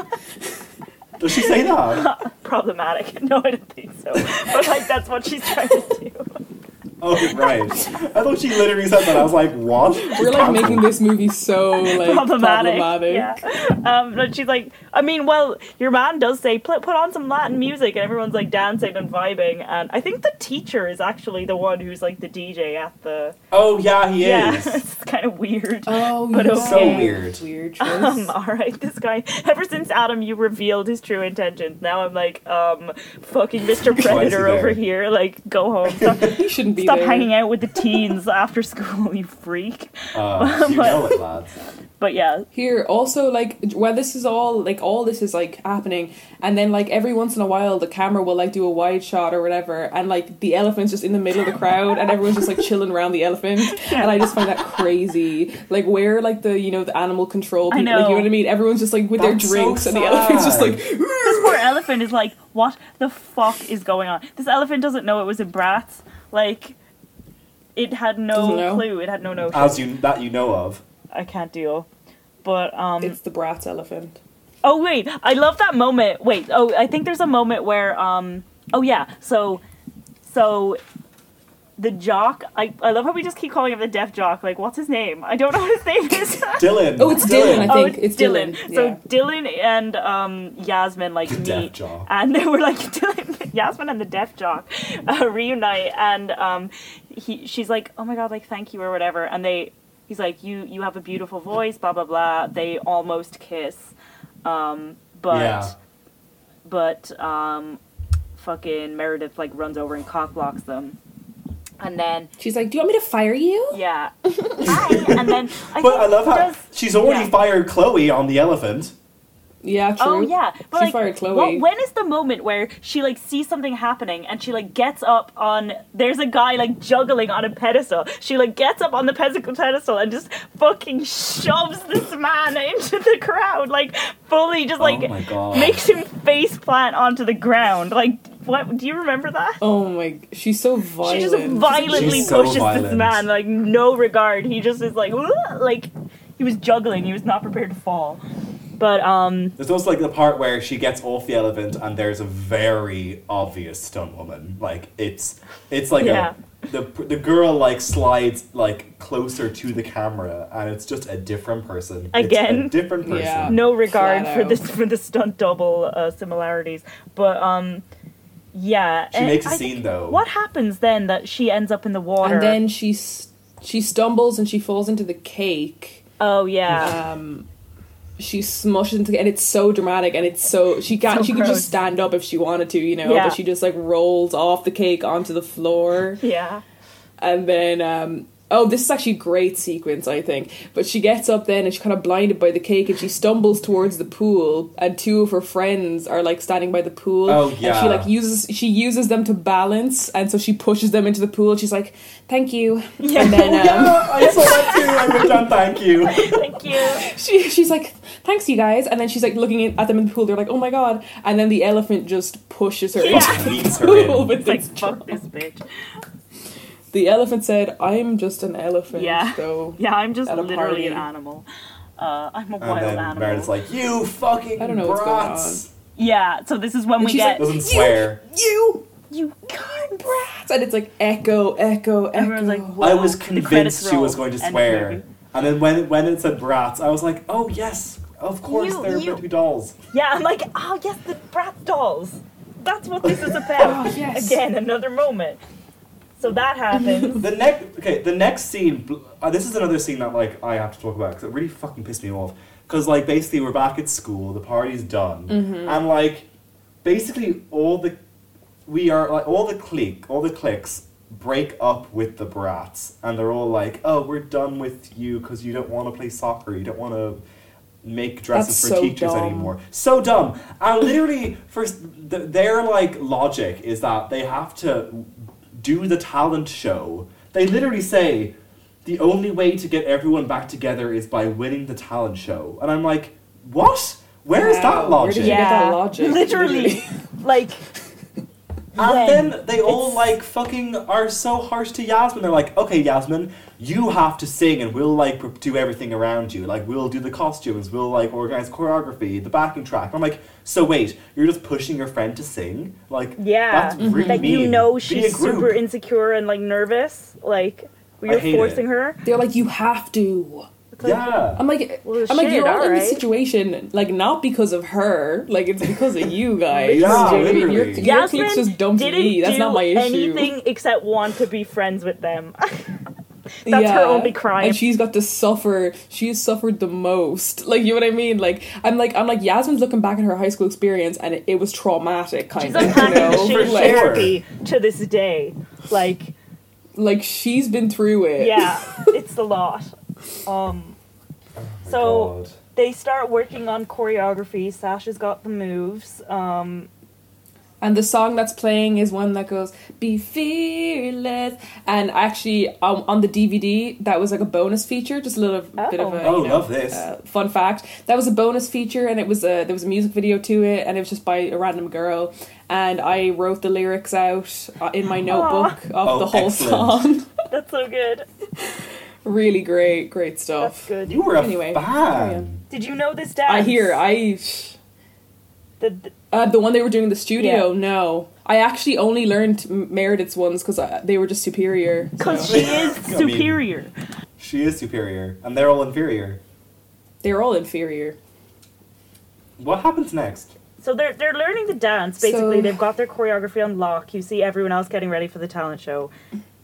Speaker 2: Does she say that?
Speaker 1: Problematic. No, I don't think so. But like that's what she's trying to do.
Speaker 2: oh right. I thought she literally said that. I was like, what?
Speaker 3: We're like making this movie so like
Speaker 1: problematic.
Speaker 3: problematic.
Speaker 1: Yeah. Um, but she's like, I mean, well, your man does say put put on some Latin music, and everyone's like dancing and vibing. And I think the teacher is actually the one who's like the DJ at the.
Speaker 2: Oh yeah, he
Speaker 1: yeah,
Speaker 2: is. Uh,
Speaker 1: it's kind of weird.
Speaker 3: Oh,
Speaker 1: But
Speaker 3: yeah.
Speaker 1: okay.
Speaker 2: So weird.
Speaker 3: Weird choice.
Speaker 1: Um, all right, this guy. Ever since Adam, you revealed his true intentions. Now I'm like, um, fucking Mr.
Speaker 2: is he
Speaker 1: Predator over
Speaker 2: there?
Speaker 1: here. Like, go home. Stop,
Speaker 3: he shouldn't be
Speaker 1: stop
Speaker 3: there.
Speaker 1: hanging out with the teens after school, you freak.
Speaker 2: Uh, you know it, lads.
Speaker 1: But yeah,
Speaker 3: Here also like where this is all like all this is like happening and then like every once in a while the camera will like do a wide shot or whatever and like the elephant's just in the middle of the crowd and everyone's just like chilling around the elephant and I just find that crazy. Like where like the you know the animal control
Speaker 1: I
Speaker 3: people like you
Speaker 1: know.
Speaker 3: know what I mean? Everyone's just like with
Speaker 2: That's so
Speaker 3: their drinks and the
Speaker 2: sad.
Speaker 3: elephant's just like
Speaker 1: this poor elephant is like, what the fuck is going on? This elephant doesn't know it was in Bratz. Like, it had
Speaker 3: Doesn't
Speaker 1: no
Speaker 3: know.
Speaker 1: clue. It had no notion.
Speaker 2: As you that you know of.
Speaker 1: I can't deal. But um,
Speaker 3: It's the brat elephant.
Speaker 1: Oh wait, I love that moment. Wait, oh I think there's a moment where um oh yeah, so so the jock I, I love how we just keep calling him the deaf jock. Like what's his name? I don't know what his name is.
Speaker 2: Dylan.
Speaker 3: Oh, it's Dylan, I think.
Speaker 1: Oh,
Speaker 3: it's Dylan, yeah.
Speaker 1: So Dylan and um, Yasmin like
Speaker 2: The
Speaker 1: meet,
Speaker 2: deaf jock.
Speaker 1: and they were like Dylan, Yasmin and the deaf jock uh, reunite, and um, he, she's like, oh my god, like thank you or whatever, and they, he's like, you you have a beautiful voice, blah blah blah. They almost kiss, um, but
Speaker 2: yeah.
Speaker 1: but um, fucking Meredith like runs over and cockblocks them, and then
Speaker 3: She's like, Do you want me to fire you?
Speaker 1: yeah, Hi. and then I
Speaker 2: But I
Speaker 1: think
Speaker 2: love how
Speaker 1: does-
Speaker 2: she's already
Speaker 1: yeah.
Speaker 2: fired Chloe on the elephant.
Speaker 3: Yeah, true.
Speaker 1: Oh yeah, but
Speaker 3: She
Speaker 1: like,
Speaker 3: fired Chloe.
Speaker 1: what- when is the moment where she like sees something happening and she like gets up on? There's a guy like juggling on a pedestal. She like gets up on the ped- pedestal and just fucking shoves this man into the crowd, like fully, just like
Speaker 2: oh my god.
Speaker 1: makes him face plant onto the ground. Like, what? Do you remember that?
Speaker 3: Oh my she's so
Speaker 1: She
Speaker 3: violent.
Speaker 1: just violently
Speaker 2: She's so
Speaker 1: pushes this
Speaker 2: violent.
Speaker 1: man, like no regard. He just is like, "Ugh," like he was juggling. He was not prepared to fall. But um,
Speaker 2: There's also like the part where she gets off the elephant and there's a very obvious stunt woman. Like it's it's like
Speaker 1: Yeah.
Speaker 2: a the the girl like slides like closer to the camera and it's just a different person. It's
Speaker 1: Again.
Speaker 2: a different person.
Speaker 3: Yeah.
Speaker 1: no regard
Speaker 3: Flat
Speaker 1: for
Speaker 3: out.
Speaker 1: this for the stunt double uh, similarities. But um, yeah,
Speaker 2: She
Speaker 1: and
Speaker 2: makes a
Speaker 1: eh, I
Speaker 2: scene
Speaker 1: think-
Speaker 2: though.
Speaker 1: What happens then that she ends up in the water?
Speaker 3: And then she s- she stumbles and she falls into the cake.
Speaker 1: oh yeah,
Speaker 3: Um, she smushes into and it's so dramatic and it's so she can't
Speaker 1: So
Speaker 3: she could
Speaker 1: gross.
Speaker 3: just stand up if she wanted to, you know,
Speaker 1: Yeah.
Speaker 3: but she just like rolls off the cake onto the floor.
Speaker 1: yeah,
Speaker 3: and then um oh this is actually a great sequence i think but she gets up then and she's kind of blinded by the cake and she stumbles towards the pool and two of her friends are like standing by the pool
Speaker 2: Oh,
Speaker 3: and
Speaker 2: yeah.
Speaker 3: she like uses she uses them to balance and so she pushes them into the pool she's like thank you and
Speaker 1: Oh,
Speaker 3: then um,
Speaker 2: Yeah, I saw that too. I wrote down thank you.
Speaker 1: thank you.
Speaker 3: she, she's like thanks you guys and then she's like looking in- at them in the pool they're like oh my god and then the elephant just pushes her
Speaker 1: Yeah.
Speaker 3: into
Speaker 2: Leaves
Speaker 3: the
Speaker 2: her in.
Speaker 3: pool with
Speaker 1: It's like
Speaker 3: its
Speaker 1: fuck
Speaker 3: trunk.
Speaker 1: this bitch.
Speaker 3: the elephant said i'm just an elephant
Speaker 1: Yeah.
Speaker 3: so
Speaker 1: Yeah, I'm just
Speaker 3: At a
Speaker 1: literally
Speaker 3: party.
Speaker 1: an animal. Uh, I'm a
Speaker 2: And
Speaker 1: wild
Speaker 2: then
Speaker 1: animal.
Speaker 2: Meredith's like, "You fucking
Speaker 3: I don't know what's going
Speaker 2: brats."
Speaker 1: yeah, so this is when
Speaker 3: And
Speaker 1: we
Speaker 3: she's
Speaker 1: get
Speaker 3: like,
Speaker 2: Doesn't swear.
Speaker 3: you
Speaker 1: you can't
Speaker 3: brats and it's like echo echo echo
Speaker 1: Everyone's like, "Whoa."
Speaker 2: I was
Speaker 1: The credits
Speaker 2: convinced she
Speaker 1: roll.
Speaker 2: was going to
Speaker 1: End of
Speaker 2: swear.
Speaker 1: movie.
Speaker 2: And then when when it said brats, I was like, "Oh yes, of course
Speaker 1: You-
Speaker 2: they're
Speaker 1: you-
Speaker 2: meant to be dolls."
Speaker 1: Yeah, I'm like, oh yes, the brat dolls. That's what this is about.
Speaker 3: Oh, yes.
Speaker 1: Again, another moment. So that happens.
Speaker 2: The next, okay, the next scene. bl- Uh, this is another scene that like I have to talk about because it really fucking pissed me off. Because like basically we're back at school, the party's done,
Speaker 3: Mm-hmm.
Speaker 2: and like basically all the we are like all the clique, all the cliques break up with the brats, and they're all like, "Oh, we're done with you because you don't want to play soccer, you don't want to." Make dresses
Speaker 3: That's
Speaker 2: for
Speaker 3: so
Speaker 2: teachers
Speaker 3: dumb.
Speaker 2: anymore. So dumb. And literally, for s- th- their like logic is that they have to do the talent show. They literally say the only way to get everyone back together is by winning the talent show. And I'm like, what? Where is
Speaker 3: Wow,
Speaker 2: that
Speaker 3: where
Speaker 2: logic?
Speaker 3: did you get that logic?
Speaker 1: literally, like when?
Speaker 2: And then they all
Speaker 1: It's-
Speaker 2: like fucking are so harsh to Yasmin. They're like, okay, Yasmin, you have to sing and we'll like pr- do everything around you. Like, we'll do the costumes, we'll like organize choreography, the backing track. I'm like, so wait, you're just pushing your friend to sing? Like,
Speaker 1: Yeah,
Speaker 2: that's really
Speaker 1: that you
Speaker 2: mean.
Speaker 1: know
Speaker 2: Be a
Speaker 1: she's
Speaker 2: group.
Speaker 1: super insecure and like nervous, like
Speaker 2: I
Speaker 1: we're
Speaker 2: hate
Speaker 1: forcing
Speaker 2: it.
Speaker 1: her.
Speaker 3: They're like, you have to.
Speaker 1: It's like,
Speaker 2: Yeah.
Speaker 3: I'm like,
Speaker 1: Well,
Speaker 3: I'm like,
Speaker 1: shit,
Speaker 3: you're all in this
Speaker 1: alright.
Speaker 3: situation, like not because of her, like it's because of you guys.
Speaker 2: Yeah,
Speaker 3: Do you know what I mean? your,
Speaker 2: literally.
Speaker 3: your
Speaker 1: Yasmin
Speaker 3: clique's just dumped
Speaker 1: didn't
Speaker 3: me. That's
Speaker 1: do
Speaker 3: not my issue.
Speaker 1: anything except want to be friends with them.
Speaker 3: yeah.
Speaker 1: That's her only crime.
Speaker 3: and she's got to suffer. She's suffered the most. Like you know what I mean? Like I'm like I'm like Yasmin's looking back at her high school experience, and it, it was traumatic, kind
Speaker 1: She's
Speaker 3: of.
Speaker 1: unpacking
Speaker 3: you
Speaker 1: the
Speaker 3: know?
Speaker 1: shit
Speaker 2: for sure.
Speaker 1: therapy to this day. Like,
Speaker 3: like she's been through it.
Speaker 1: yeah, it's a lot. Um, so
Speaker 2: God.
Speaker 1: they start working on choreography. Sasha's got the moves. Um,
Speaker 3: And the song that's playing is one that goes "Be fearless." And actually, um, on the DVD, that was like a bonus feature, just a little bit of a
Speaker 2: Oh,
Speaker 3: you know,
Speaker 2: love this.
Speaker 3: uh, fun fact. That was a bonus feature, and it was a there was a music video to it, and it was just by a random girl. And I wrote the lyrics out uh, in my notebook of
Speaker 2: Oh,
Speaker 3: the whole
Speaker 2: excellent.
Speaker 3: song.
Speaker 1: that's so good.
Speaker 3: really great, great
Speaker 1: That's
Speaker 3: stuff.
Speaker 1: good.
Speaker 2: You were a
Speaker 3: Anyway,
Speaker 2: fan.
Speaker 1: Did you know this dance?
Speaker 3: I hear I.
Speaker 1: The, the-
Speaker 3: Uh, the one they were doing in the studio. No, I actually only learned M- Meredith's ones because they were just superior.
Speaker 1: Cause
Speaker 3: so.
Speaker 1: she is
Speaker 2: I mean-
Speaker 1: superior.
Speaker 2: She is superior, and they're all inferior.
Speaker 3: they're all inferior.
Speaker 2: What happens next?
Speaker 1: So they're they're learning the dance. Basically,
Speaker 3: So-
Speaker 1: they've got their choreography on lock. You see everyone else getting ready for the talent show,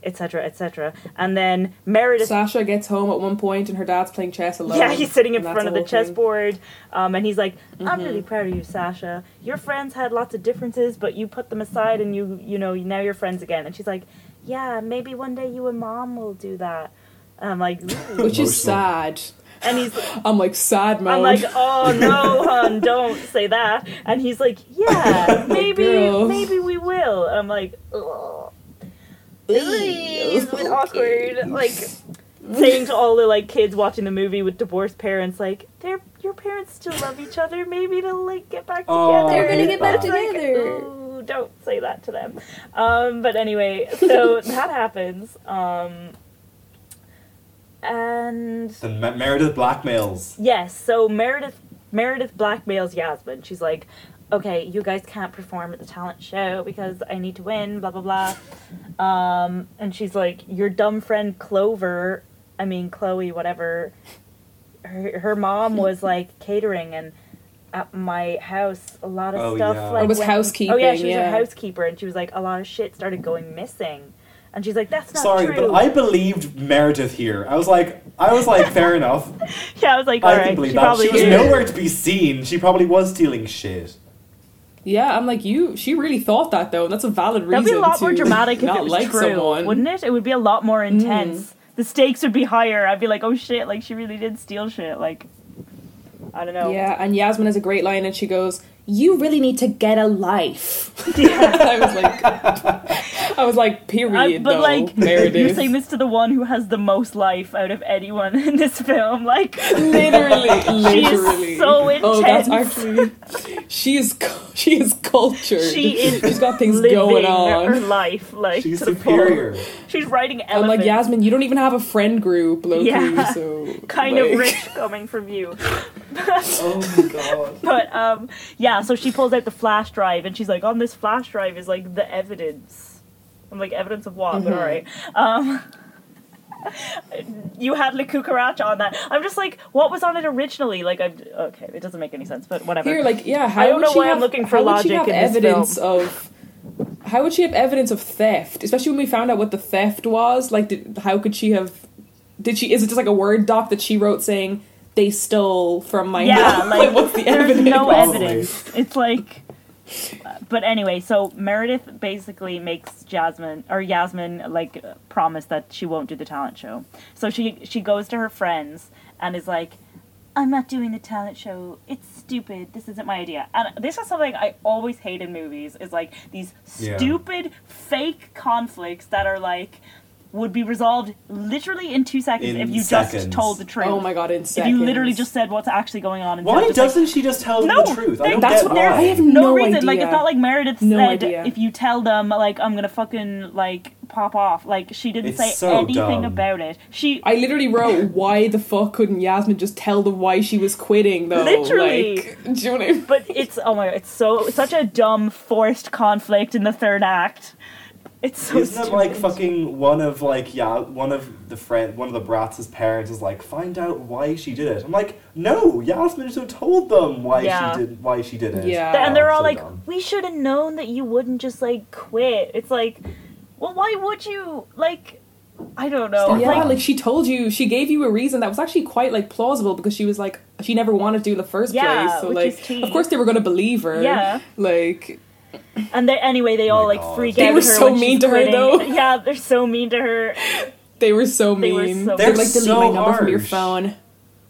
Speaker 1: etc., etc. And then Meredith.
Speaker 3: Sasha gets home at one point and her dad's playing chess alone.
Speaker 1: yeah, he's sitting in
Speaker 3: and that's
Speaker 1: front of the
Speaker 3: whole thing.
Speaker 1: chessboard, um, and he's like, "I'm really proud of you, Sasha. Your friends had lots of differences, but you put them aside, and you, you know, now you're friends again." And she's like, "Yeah, maybe one day you and mom will do that." And I'm like, "Ooh."
Speaker 3: which
Speaker 2: Emotional.
Speaker 3: is sad.
Speaker 1: and he's
Speaker 3: I'm like sad mode.
Speaker 1: I'm like, oh no, hon, don't say that. And he's like, yeah, maybe,
Speaker 3: Girl.
Speaker 1: maybe we will. And I'm like, ugh. It's been awkward. Like saying to all the like kids watching the movie with divorced parents, like, their your parents still love each other. Maybe they'll like get back
Speaker 2: Oh,
Speaker 1: together.
Speaker 2: They're gonna get back
Speaker 1: It's like,
Speaker 3: together.
Speaker 1: ooh, don't say that to them. Um, but anyway, so that happens. Um, and
Speaker 2: Then Me- Meredith blackmails.
Speaker 1: Yes, so Meredith Meredith blackmails Yasmin. She's like, okay, you guys can't perform at the talent show because I need to win, blah, blah, blah. Um, and she's like, your dumb friend Clover, I mean, Chloe, whatever, her, her mom was like catering and at my house, a lot of
Speaker 2: Oh,
Speaker 1: stuff
Speaker 2: yeah.
Speaker 1: like
Speaker 3: Or was
Speaker 1: when-
Speaker 3: housekeeping,
Speaker 1: Oh yeah, she was
Speaker 3: yeah.
Speaker 1: a housekeeper, and she was like, a lot of shit started going missing, and she's like, that's not
Speaker 2: Sorry,
Speaker 1: true.
Speaker 2: but I believed Meredith here. I was like, I was like, fair enough.
Speaker 1: yeah, I was like, all
Speaker 2: I
Speaker 1: right,
Speaker 2: can believe
Speaker 1: she
Speaker 2: that.
Speaker 1: probably
Speaker 2: She was
Speaker 1: is.
Speaker 2: nowhere to be seen. She probably was stealing shit.
Speaker 3: Yeah, I'm like you. She really thought that though. and That's a valid reason.
Speaker 1: That'd be a lot
Speaker 3: to
Speaker 1: more dramatic if
Speaker 3: not
Speaker 1: it was
Speaker 3: like
Speaker 1: true,
Speaker 3: someone. Mm.
Speaker 1: wouldn't it? It would be a lot more intense. The stakes would be higher. I'd be like, oh shit, like she really did steal shit. Like, I don't know.
Speaker 3: Yeah, and Yasmin has a great line, and she goes, "You really need to get a life."
Speaker 1: Yeah.
Speaker 3: I was like, I was like, period.
Speaker 1: Uh, but
Speaker 3: though,
Speaker 1: like, you're
Speaker 3: Meredith.
Speaker 1: saying this to the one who has the most life out of anyone in this film. Like,
Speaker 3: literally, literally.
Speaker 1: so
Speaker 3: Oh, that's
Speaker 1: intense.
Speaker 3: actually. She is. cu- She is cultured.
Speaker 1: she is.
Speaker 3: She's got things
Speaker 1: living
Speaker 3: going
Speaker 1: Her
Speaker 3: on.
Speaker 1: life, like
Speaker 2: She's
Speaker 1: to the
Speaker 2: superior.
Speaker 1: full. She's riding
Speaker 3: I'm
Speaker 1: elephants.
Speaker 3: like Yasmin. You don't even have a friend group, Loki.
Speaker 1: Yeah.
Speaker 3: So
Speaker 1: Kind
Speaker 3: like-
Speaker 1: of rich coming from you.
Speaker 2: Oh my god.
Speaker 1: But um, yeah, so she pulls out the flash drive and she's like, on this flash drive is like the evidence. I'm like, evidence of what? But alright. Um, you had Le Cucaracha on that. I'm just like, what was on it originally? Like, I'm, okay, it doesn't make any sense, but whatever.
Speaker 3: Here, like, yeah. How
Speaker 1: I don't
Speaker 3: would
Speaker 1: know
Speaker 3: she
Speaker 1: why I'm
Speaker 3: have,
Speaker 1: looking for
Speaker 3: how would she
Speaker 1: logic
Speaker 3: have
Speaker 1: in this
Speaker 3: evidence of? How would she have evidence of theft? Especially when we found out what the theft was. Like, did, how could she have? Did she? Is it just like a word doc that she wrote saying they stole from my?
Speaker 1: yeah,
Speaker 3: house?"
Speaker 1: like,
Speaker 3: what's the
Speaker 1: there's
Speaker 3: evidence?
Speaker 1: no
Speaker 2: Probably.
Speaker 1: evidence. It's like, uh, but anyway, so Meredith basically makes Jasmine or Yasmin like promise that she won't do the talent show. So she she goes to her friends and is like, "I'm not doing the talent show. It's stupid. This isn't my idea." And this is something I always hate in movies is like these
Speaker 2: Yeah.
Speaker 1: stupid fake conflicts that are like would be resolved literally in two seconds
Speaker 2: In
Speaker 1: if you just
Speaker 2: seconds.
Speaker 1: told the truth.
Speaker 3: Oh my god! In
Speaker 1: If
Speaker 3: seconds.
Speaker 1: you literally just said what's actually going on, instead
Speaker 2: Why
Speaker 1: of just, like,
Speaker 2: doesn't she just tell them
Speaker 1: No,
Speaker 2: the truth? I
Speaker 1: they-
Speaker 2: don't
Speaker 3: That's
Speaker 2: get
Speaker 3: what they're-
Speaker 2: why.
Speaker 3: I have
Speaker 1: no,
Speaker 3: no
Speaker 1: reason. Like
Speaker 3: idea.
Speaker 1: it's not like Meredith
Speaker 3: No
Speaker 1: said
Speaker 3: idea.
Speaker 1: if you tell them like I'm gonna fucking like pop off. Like she didn't
Speaker 2: It's
Speaker 1: say
Speaker 2: so
Speaker 1: anything
Speaker 2: dumb.
Speaker 1: about it. She
Speaker 3: I literally wrote, "Why the fuck couldn't Yasmin just tell them why she was quitting?" Though,
Speaker 1: Literally.
Speaker 3: like, do you know what I mean?
Speaker 1: but it's oh my god, it's so such a dumb forced conflict in the third act. It's so
Speaker 2: Isn't it
Speaker 1: stupid.
Speaker 2: like fucking one of like yeah one of the friend one of the brats' parents is like find out why she did it. I'm like no, Yasmin should have told them why
Speaker 1: Yeah.
Speaker 2: she did why she did it.
Speaker 3: Yeah.
Speaker 1: Th- and they're
Speaker 2: Oh,
Speaker 1: all
Speaker 2: so
Speaker 1: like,
Speaker 2: dumb.
Speaker 1: we should have known that you wouldn't just like quit. It's like, well, why would you? Like, I don't know.
Speaker 2: Stop.
Speaker 3: yeah,
Speaker 1: Like,
Speaker 3: like, she told you, she gave you a reason that was actually quite like plausible because she was like, she never wanted to in the first
Speaker 1: Yeah,
Speaker 3: place. So
Speaker 1: which is
Speaker 3: like,
Speaker 1: key.
Speaker 3: of course they were gonna believe her.
Speaker 1: Yeah.
Speaker 3: like
Speaker 1: and they anyway, they
Speaker 2: Oh my
Speaker 1: all like
Speaker 2: God.
Speaker 1: freak
Speaker 2: They
Speaker 1: out.
Speaker 3: were
Speaker 1: at her
Speaker 3: so
Speaker 1: when she's
Speaker 3: mean to her,
Speaker 1: quitting.
Speaker 3: though.
Speaker 1: Yeah, they're so mean to her.
Speaker 3: they were so
Speaker 1: They
Speaker 3: mean.
Speaker 1: were so-
Speaker 3: They're
Speaker 2: They're
Speaker 3: like, delete
Speaker 2: so
Speaker 3: my number from your
Speaker 2: harsh.
Speaker 3: phone.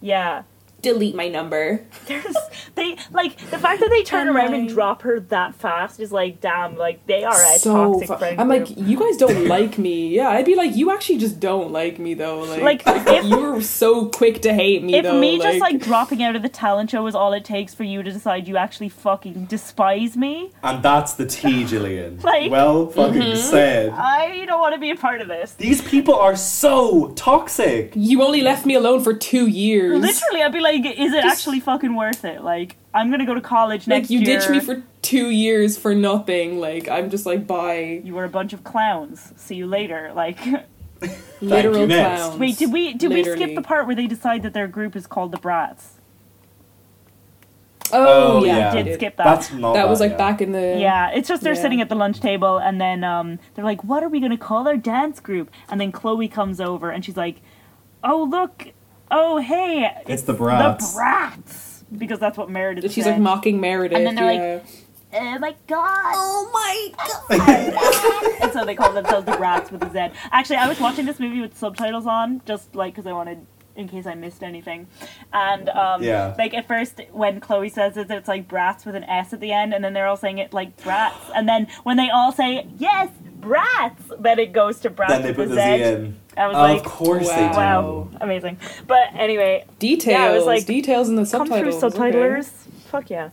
Speaker 1: Yeah.
Speaker 3: Delete my number.
Speaker 1: There's, they like the fact that they turn
Speaker 3: And
Speaker 1: around and
Speaker 3: like-
Speaker 1: drop her that fast is like damn like they are a
Speaker 3: so
Speaker 1: toxic
Speaker 3: fu-
Speaker 1: friend
Speaker 3: I'm like,
Speaker 1: group.
Speaker 3: you guys don't like me. Yeah, I'd be like, you actually just don't like me though. Like,
Speaker 1: Like, if-
Speaker 3: you were so quick to hate me.
Speaker 1: if
Speaker 3: though,
Speaker 1: me just like dropping out of the talent show is all it takes for you to decide you actually fucking despise me
Speaker 2: and that's the tea, Jillian.
Speaker 1: Like- mm-hmm. Uh,
Speaker 2: well fucking said.
Speaker 1: I don't want to be a part of this
Speaker 2: These people are so toxic.
Speaker 3: you only left me alone for two years.
Speaker 1: literally I'd be like is it
Speaker 3: Just-
Speaker 1: actually fucking worth it like I'm gonna go to college
Speaker 3: like
Speaker 1: next
Speaker 3: you
Speaker 1: year
Speaker 3: ditched me for two years for nothing. Like, I'm just like, bye.
Speaker 1: you were a bunch of clowns see you later like
Speaker 3: Literal
Speaker 2: you, next.
Speaker 3: clowns.
Speaker 1: wait did we did we skip
Speaker 3: Literally.
Speaker 1: the part where they decide that their group is called the brats
Speaker 3: Oh,
Speaker 2: Oh,
Speaker 3: yeah,
Speaker 2: yeah.
Speaker 3: we
Speaker 1: Did skip that.
Speaker 2: That's not
Speaker 3: That was
Speaker 2: bad,
Speaker 3: like
Speaker 2: yeah.
Speaker 3: back in the
Speaker 1: Yeah, it's just they're
Speaker 3: Yeah.
Speaker 1: sitting at the lunch table and then um, they're like, "What are we gonna call our dance group?" And then Chloe comes over and she's like, "Oh look, oh hey,
Speaker 2: It's the
Speaker 1: the
Speaker 2: brats.
Speaker 1: brats," because that's what Meredith.
Speaker 3: She's
Speaker 1: said.
Speaker 3: like mocking Meredith.
Speaker 1: And then they're
Speaker 3: yeah.
Speaker 1: "Oh my god!"
Speaker 4: Oh my
Speaker 1: and so they call themselves the brats with a Z. Actually, I was watching this movie with subtitles on, just like because I wanted. In case I missed anything, and um,
Speaker 2: Yeah.
Speaker 1: like at first when Chloe says it, it's like brats with an S at the end, and then they're all saying it like brats, and then when they all say yes, brats, then it goes to brats
Speaker 2: then they
Speaker 1: with
Speaker 2: put
Speaker 1: a
Speaker 2: the Z in.
Speaker 1: I was
Speaker 2: Of
Speaker 1: like,
Speaker 2: course they do.
Speaker 1: wow, amazing. But anyway,
Speaker 3: details.
Speaker 1: Yeah, it was like,
Speaker 3: details in the
Speaker 1: come through,
Speaker 3: subtitles.
Speaker 1: subtitlers. Fuck yeah.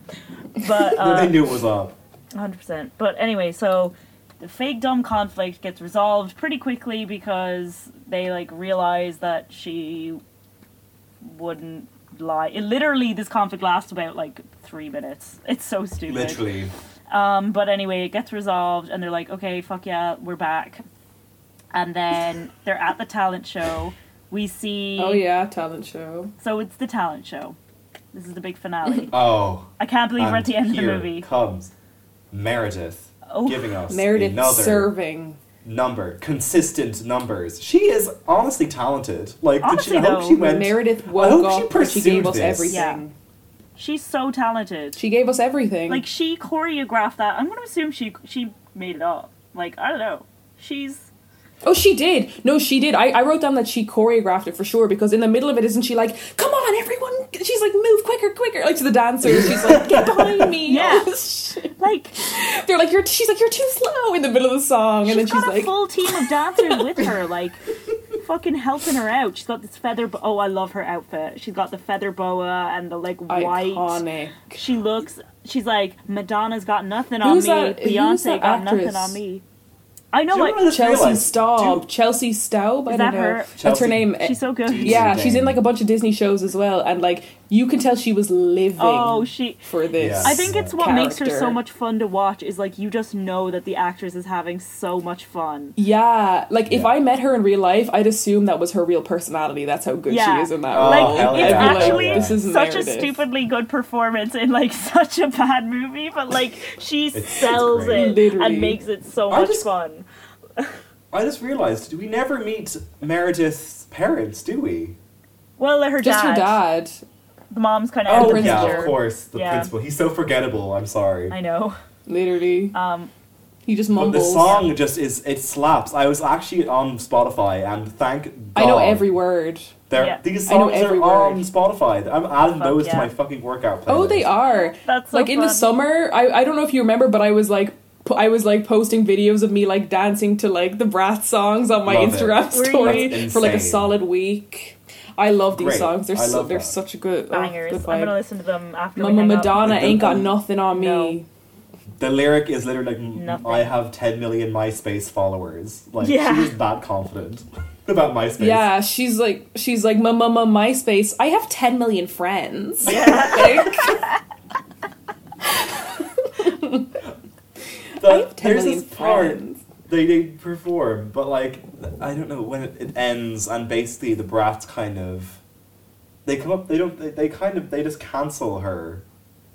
Speaker 1: But uh,
Speaker 2: they knew it was up.
Speaker 1: Hundred percent. But anyway, so the fake dumb conflict gets resolved pretty quickly because they like realize that she wouldn't lie. It literally this conflict lasts about like three minutes. It's so stupid.
Speaker 2: Literally.
Speaker 1: Um, but anyway, it gets resolved, and they're like, okay, fuck yeah, we're back. And then they're at the talent show. We see.
Speaker 3: Oh yeah, talent show.
Speaker 1: So it's the talent show. This is the big finale.
Speaker 2: Oh.
Speaker 1: I can't believe we're at the end of the
Speaker 2: here
Speaker 1: movie.
Speaker 2: comes Meredith
Speaker 1: Oh.
Speaker 2: giving us
Speaker 3: Meredith
Speaker 2: another
Speaker 3: serving.
Speaker 2: number, consistent numbers. She is honestly talented. Like,
Speaker 1: Honestly,
Speaker 2: did she, I hope
Speaker 1: though,
Speaker 2: she went.
Speaker 3: Meredith
Speaker 2: I hope
Speaker 3: woke
Speaker 2: she
Speaker 3: up. and She, gave
Speaker 2: pursued
Speaker 3: us
Speaker 2: this.
Speaker 3: everything.
Speaker 1: She's so talented.
Speaker 3: She gave us everything.
Speaker 1: like she choreographed that. I'm gonna assume she she made it up. Like I don't know. She's
Speaker 3: oh, she did. No, she did. I, I wrote down that she choreographed it for sure because in the middle of it, isn't she like, "Come on, everyone!" She's like, "Move quicker, quicker!" Like to the dancers. She's like, "Get behind me!"
Speaker 1: Yeah.
Speaker 3: Shit.
Speaker 1: like
Speaker 3: They're like, "You're." She's like, "You're too slow." In the middle of the song, and
Speaker 1: she's
Speaker 3: then
Speaker 1: got
Speaker 3: she's
Speaker 1: a
Speaker 3: like,
Speaker 1: full team of dancers with her, like fucking helping her out. She's got this feather. Bo- oh, I love her outfit. She's got the feather boa and the like white.
Speaker 3: "Iconic."
Speaker 1: She looks. She's like Madonna's got nothing on
Speaker 3: Who's
Speaker 1: me.
Speaker 3: that- who's
Speaker 1: Beyonce
Speaker 3: that
Speaker 1: got
Speaker 3: actress?
Speaker 1: nothing on me. I know
Speaker 2: Do you
Speaker 1: what.
Speaker 2: know what I just
Speaker 3: Chelsea
Speaker 2: realized?
Speaker 3: Staub.
Speaker 2: Do-
Speaker 3: Chelsea Staub. I
Speaker 1: Is
Speaker 3: don't
Speaker 1: that
Speaker 3: know.
Speaker 1: her?
Speaker 3: That's her
Speaker 2: Chelsea-
Speaker 3: name.
Speaker 1: She's so
Speaker 2: do you-
Speaker 1: good.
Speaker 3: yeah,
Speaker 2: She's
Speaker 3: she's in
Speaker 2: insane.
Speaker 3: like a bunch of Disney shows as well, and like you can tell she was living
Speaker 1: Oh, she.
Speaker 3: for this.
Speaker 2: Yeah.
Speaker 1: I think it's what makes her so
Speaker 3: Character.
Speaker 1: much fun to watch is like you just know that the actress is having so much fun.
Speaker 3: Yeah, like if
Speaker 2: Yeah.
Speaker 3: I met her in real life, I'd assume that was her real personality. That's how good
Speaker 1: Yeah.
Speaker 3: she is in that
Speaker 2: Oh,
Speaker 3: role.
Speaker 1: like
Speaker 2: hell
Speaker 1: it's
Speaker 2: yeah.
Speaker 3: I'd be like,
Speaker 1: actually
Speaker 2: Yeah.
Speaker 3: this is
Speaker 1: such a
Speaker 3: Meredith.
Speaker 1: stupidly good performance in like such a bad movie, but like she
Speaker 2: it's
Speaker 1: sells
Speaker 2: great.
Speaker 1: it
Speaker 3: Literally.
Speaker 1: and makes it so
Speaker 2: I
Speaker 1: much
Speaker 2: just-
Speaker 1: fun.
Speaker 2: I just realized we never meet Meredith's parents, do we?
Speaker 1: Well, her
Speaker 3: Just
Speaker 1: dad,
Speaker 3: her dad.
Speaker 1: the mom's kind
Speaker 3: Oh,
Speaker 1: of oh,
Speaker 3: Prince
Speaker 2: yeah,
Speaker 3: Peter.
Speaker 2: of course. The
Speaker 1: Yeah.
Speaker 2: principal. He's so forgettable. I'm sorry.
Speaker 1: I
Speaker 3: Oh,
Speaker 1: know.
Speaker 3: Literally,
Speaker 1: Um,
Speaker 3: he just
Speaker 2: But the
Speaker 3: mumbles.
Speaker 2: song just is it slaps. I was actually on Spotify and thank God.
Speaker 3: I know every word.
Speaker 2: They're,
Speaker 1: Yeah.
Speaker 2: These
Speaker 3: I know
Speaker 2: songs are
Speaker 3: every
Speaker 2: on
Speaker 3: word.
Speaker 2: Spotify. I'm adding
Speaker 1: Fuck
Speaker 2: those
Speaker 1: yeah.
Speaker 2: to my fucking workout playlist.
Speaker 3: Oh, they are.
Speaker 1: That's so
Speaker 3: like in the
Speaker 1: fun.
Speaker 3: summer. I I don't know if you remember, but I was like. p- I was like posting videos of me like dancing to like the Brat songs on my
Speaker 2: Love it.
Speaker 3: Instagram
Speaker 1: Were you?
Speaker 3: story
Speaker 2: That's
Speaker 3: for like a
Speaker 2: insane.
Speaker 3: solid week. I love these
Speaker 2: Great.
Speaker 3: songs. They're
Speaker 2: I
Speaker 3: so,
Speaker 2: love
Speaker 3: they're
Speaker 2: that.
Speaker 3: such a good oh,
Speaker 1: bangers.
Speaker 3: good
Speaker 1: I'm
Speaker 3: vibe.
Speaker 1: gonna listen to them after. we
Speaker 3: Mama
Speaker 1: hang up.
Speaker 3: Madonna
Speaker 2: Like,
Speaker 3: ain't got
Speaker 2: don't-
Speaker 3: nothing on me.
Speaker 1: No.
Speaker 2: The lyric is literally like, "M-
Speaker 1: Nothing.
Speaker 2: I have 10 million MySpace followers. Like,
Speaker 1: Yeah.
Speaker 2: she is that confident about MySpace.
Speaker 3: Yeah, she's like she's like my mama MySpace. I have ten million friends.
Speaker 1: Yeah.
Speaker 2: The-
Speaker 3: Like, I have 10
Speaker 2: there's
Speaker 3: million
Speaker 2: this part
Speaker 3: friends.
Speaker 2: They, they perform, but like, I don't know when it, it ends, and basically the brats kind of. They come up, they don't, they, they kind of, they just cancel her,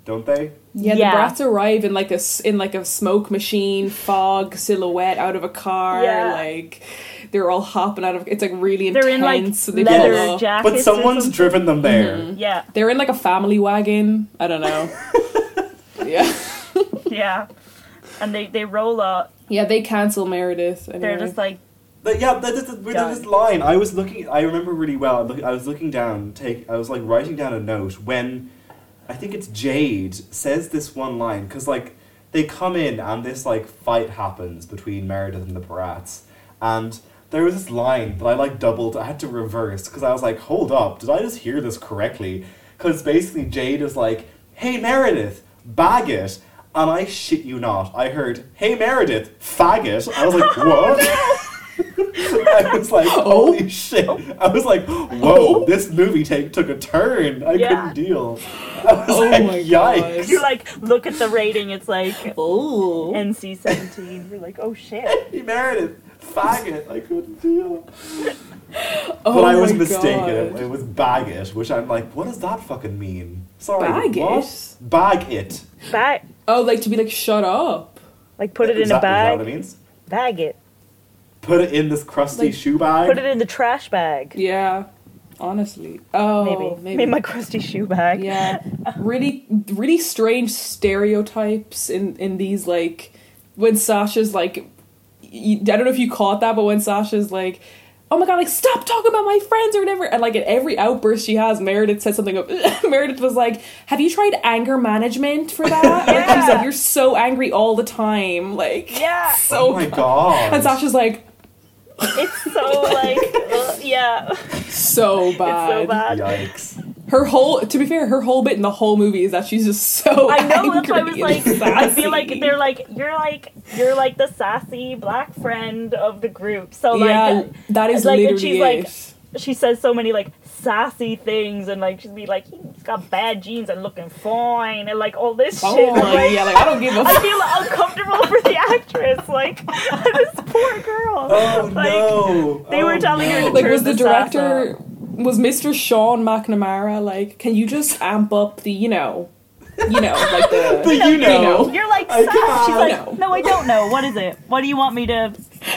Speaker 2: don't they?
Speaker 3: yeah,
Speaker 1: Yeah.
Speaker 3: the brats arrive in like a s- in like a smoke machine, fog silhouette out of a car.
Speaker 1: Yeah.
Speaker 3: Like they're all hopping out of. It's like really intense.
Speaker 1: They're in like
Speaker 3: so they
Speaker 1: leather
Speaker 3: pull up.
Speaker 1: jackets.
Speaker 2: But
Speaker 1: or
Speaker 2: someone's
Speaker 1: something. Mm-hmm.
Speaker 2: driven them there.
Speaker 1: Yeah,
Speaker 3: They're in like a family wagon. I don't know. yeah,
Speaker 1: yeah, and they they roll up.
Speaker 3: yeah. They cancel Meredith. Anyway.
Speaker 1: They're just like
Speaker 2: But yeah, that, that, that, with
Speaker 1: Done.
Speaker 2: this line, I was looking. I remember really well. Look, I was looking down. Take. I was like writing down a note when, I think it's Jade says this one line because like they come in and this like fight happens between Meredith and the Brats, and there was this line that I like doubled. I had to reverse because I was like, hold up, did I just hear this correctly? Because basically Jade is like, hey Meredith, bag it. And I shit you not, I heard, "Hey Meredith, faggot." I was like, "What?" I was like, holy shit. I was like, whoa, this movie take, took a turn. I
Speaker 1: Yeah.
Speaker 2: couldn't deal. I was
Speaker 3: Oh
Speaker 2: like,
Speaker 3: my
Speaker 2: yikes.
Speaker 1: you like look at the rating. It's like
Speaker 3: oh.
Speaker 1: NC-17. You're like, oh shit.
Speaker 2: He married it. Faggot. I couldn't deal.
Speaker 3: Oh
Speaker 2: but I was
Speaker 3: my
Speaker 2: mistaken.
Speaker 3: God.
Speaker 2: It, it was baggot, which I'm like, what does that fucking mean? Sorry.
Speaker 3: Bag
Speaker 2: what?
Speaker 3: it?
Speaker 2: Bag it.
Speaker 1: Back.
Speaker 3: Oh, like to be like shut up.
Speaker 1: Like put it in a
Speaker 2: exactly is that
Speaker 1: bag.
Speaker 2: what it means?
Speaker 1: Bag it.
Speaker 2: Put it in this crusty
Speaker 3: Like,
Speaker 2: shoe bag.
Speaker 1: Put it in the trash bag.
Speaker 3: Yeah, honestly. Oh,
Speaker 1: Maybe.
Speaker 3: maybe.
Speaker 1: maybe. my crusty shoe bag.
Speaker 3: yeah, really, really strange stereotypes in in these like when Sasha's like, y- I don't know if you caught that, but when Sasha's like. Oh my god! Like, stop talking about my friends or whatever. And like, at every outburst she has, Meredith said something. Of, Meredith was like, "Have you tried anger management for that?" Like, she's
Speaker 1: Yeah.
Speaker 3: like, "You're so angry all the time." Like,
Speaker 1: Yeah.
Speaker 2: oh
Speaker 3: so.
Speaker 2: my god.
Speaker 3: and Sasha's like,
Speaker 1: It's so like uh, yeah.
Speaker 3: "So
Speaker 1: It's so bad.
Speaker 2: Yikes.
Speaker 3: Her whole, to be fair, her whole bit in the whole movie is that she's just so.
Speaker 1: I know that's
Speaker 3: angry
Speaker 1: why I was
Speaker 3: and
Speaker 1: like I feel like
Speaker 3: sassy.
Speaker 1: they're like you're like you're like the sassy black friend of the group. So like
Speaker 3: yeah, that is
Speaker 1: like, and
Speaker 3: literally
Speaker 1: she's like,
Speaker 3: it.
Speaker 1: she says so many like sassy things and like she'd be like he's got bad genes and looking fine and like all this
Speaker 3: Oh
Speaker 1: shit.
Speaker 3: my,
Speaker 1: Like,
Speaker 3: yeah, like I don't give a
Speaker 1: I
Speaker 3: fuck.
Speaker 1: feel uncomfortable for the actress, like this poor girl.
Speaker 2: Oh
Speaker 1: like,
Speaker 2: no!
Speaker 1: they
Speaker 2: Oh,
Speaker 1: were telling her
Speaker 2: no.
Speaker 1: to
Speaker 3: Like
Speaker 1: turn
Speaker 3: was the
Speaker 1: sass up.
Speaker 3: director was Mr. Sean McNamara like can you just amp up the you know you know like the
Speaker 2: But you
Speaker 3: you
Speaker 2: know,
Speaker 3: know.
Speaker 1: You're like
Speaker 2: I
Speaker 1: sass. She's like,
Speaker 3: know.
Speaker 1: no, I don't know. What is it? What do you want me to?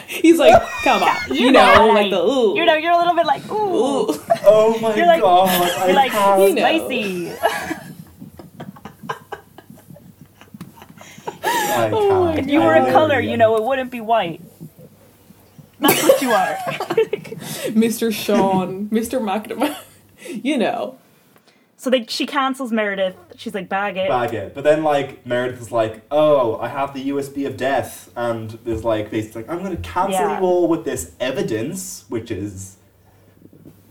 Speaker 3: he's like come on you, know like the ooh,
Speaker 1: You know, you're a little bit like ooh.
Speaker 3: ooh.
Speaker 2: Oh my
Speaker 1: You're like-
Speaker 2: god! I
Speaker 1: You're like
Speaker 2: can't.
Speaker 3: you know.
Speaker 1: spicy.
Speaker 2: I
Speaker 3: Oh
Speaker 2: can't.
Speaker 1: If you were
Speaker 2: I
Speaker 1: a color,
Speaker 2: literally
Speaker 1: you
Speaker 2: am.
Speaker 1: know, it wouldn't be white. That's what you are.
Speaker 3: Mr. Sean Mr. McNamara you know
Speaker 1: so they, she cancels Meredith. She's like, bag it.
Speaker 2: bag it. But then like Meredith is like, "Oh, I have the USB of death," and is like basically like, "I'm going to cancel
Speaker 1: Yeah.
Speaker 2: you all with this evidence, which is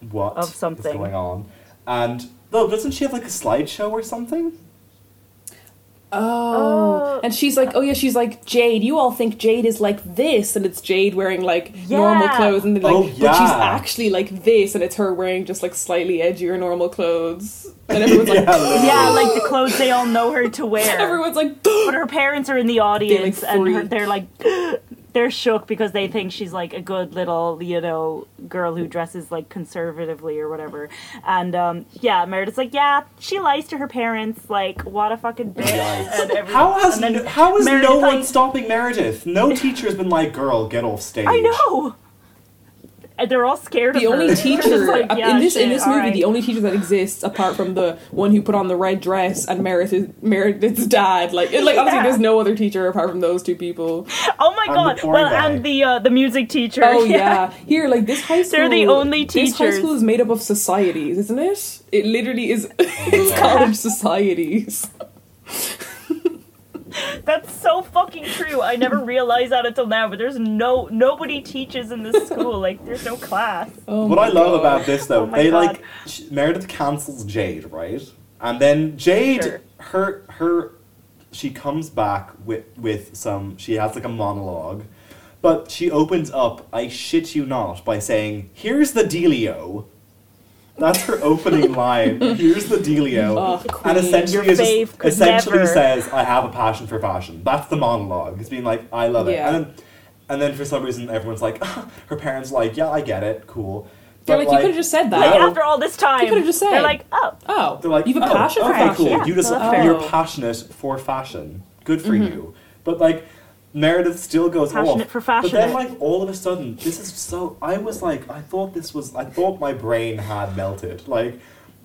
Speaker 2: what
Speaker 1: Of
Speaker 2: is
Speaker 1: something.
Speaker 2: going on." And though, doesn't she have like a slideshow or something?
Speaker 3: Oh.
Speaker 1: Oh.
Speaker 3: and she's like, oh yeah, she's like Jade. You all think Jade is like this, and it's Jade wearing like normal
Speaker 1: Yeah.
Speaker 3: clothes, and they're like,
Speaker 2: Oh,
Speaker 3: but she's
Speaker 2: yeah.
Speaker 3: actually like this, and it's her wearing just like slightly edgier normal clothes, and everyone's like,
Speaker 2: Yeah, literally.
Speaker 1: Yeah, like the clothes they all know her to wear.
Speaker 3: everyone's like,
Speaker 1: but her parents are in the audience and her,
Speaker 3: freak.
Speaker 1: they're like they're shook because they think she's like a good little you know girl who dresses like conservatively or whatever and um yeah meredith's like yeah she lies to her parents like what a fucking bitch
Speaker 2: Yikes.
Speaker 1: and everything.
Speaker 2: How has
Speaker 1: and then-
Speaker 2: no, how is
Speaker 1: Meredith,
Speaker 2: no one
Speaker 1: like-
Speaker 2: stopping Meredith? No teacher has been like, "Girl, get off stage."
Speaker 1: i know and they're all scared
Speaker 3: the
Speaker 1: of her.
Speaker 3: only
Speaker 1: They're just
Speaker 3: teacher
Speaker 1: like,
Speaker 3: uh,
Speaker 1: yeah,
Speaker 3: in this in
Speaker 1: shit,
Speaker 3: this movie,
Speaker 1: alright.
Speaker 3: the only teacher that exists apart from the one who put on the red dress and Meredith, Meredith's dad, like it, like honestly,
Speaker 1: Yeah.
Speaker 3: there's no other teacher apart from those two people.
Speaker 1: oh my
Speaker 2: the
Speaker 1: god
Speaker 2: poor
Speaker 1: well
Speaker 2: guy.
Speaker 1: and the uh, the music teacher
Speaker 3: Oh yeah. here like this high school.
Speaker 1: They're the only
Speaker 3: This high
Speaker 1: teachers.
Speaker 3: school is made up of societies, isn't it? It literally is. it's college societies.
Speaker 1: That's so fucking true. I never realized that until now, but there's no nobody teaches in this school. Like there's no class.
Speaker 3: Oh
Speaker 2: What
Speaker 3: my
Speaker 2: I love
Speaker 3: God.
Speaker 2: about this though,
Speaker 1: Oh my
Speaker 2: they
Speaker 1: God.
Speaker 2: like sh- Meredith cancels Jade, right? And then Jade,
Speaker 1: Sure.
Speaker 2: her her, she comes back with with some. She has like a monologue, but she opens up. I shit you not by saying, "Here's the dealio." That's her opening line. Here's the dealio,
Speaker 3: Oh,
Speaker 2: and
Speaker 3: queen.
Speaker 2: essentially,
Speaker 1: Your
Speaker 2: is just-
Speaker 1: fave could
Speaker 2: essentially
Speaker 1: never.
Speaker 2: says, "I have a passion for fashion." That's the monologue. It's being like, "I love it,"
Speaker 3: Yeah.
Speaker 2: and then, and then for some reason, everyone's like, her parents are like, "Yeah, I get it, cool."
Speaker 3: They're
Speaker 2: But,
Speaker 3: like, you could have just said
Speaker 1: Like
Speaker 3: that.
Speaker 2: Yeah.
Speaker 1: after all this time,
Speaker 3: You could've just
Speaker 1: they're
Speaker 3: said.
Speaker 1: like, oh,
Speaker 3: Oh,
Speaker 2: They're like,
Speaker 3: you have a
Speaker 2: "Oh,
Speaker 3: passion for
Speaker 2: okay,
Speaker 3: fashion.
Speaker 2: Cool.
Speaker 1: Yeah,
Speaker 2: you just
Speaker 1: no, that's
Speaker 2: you're
Speaker 3: fair.
Speaker 2: passionate for fashion. Good for you. But like Meredith still goes
Speaker 1: Passionate
Speaker 2: off.
Speaker 1: for
Speaker 2: But then
Speaker 1: fashionate.
Speaker 2: like all of a sudden, this is so. I was like, I thought this was. I thought my brain had melted. Like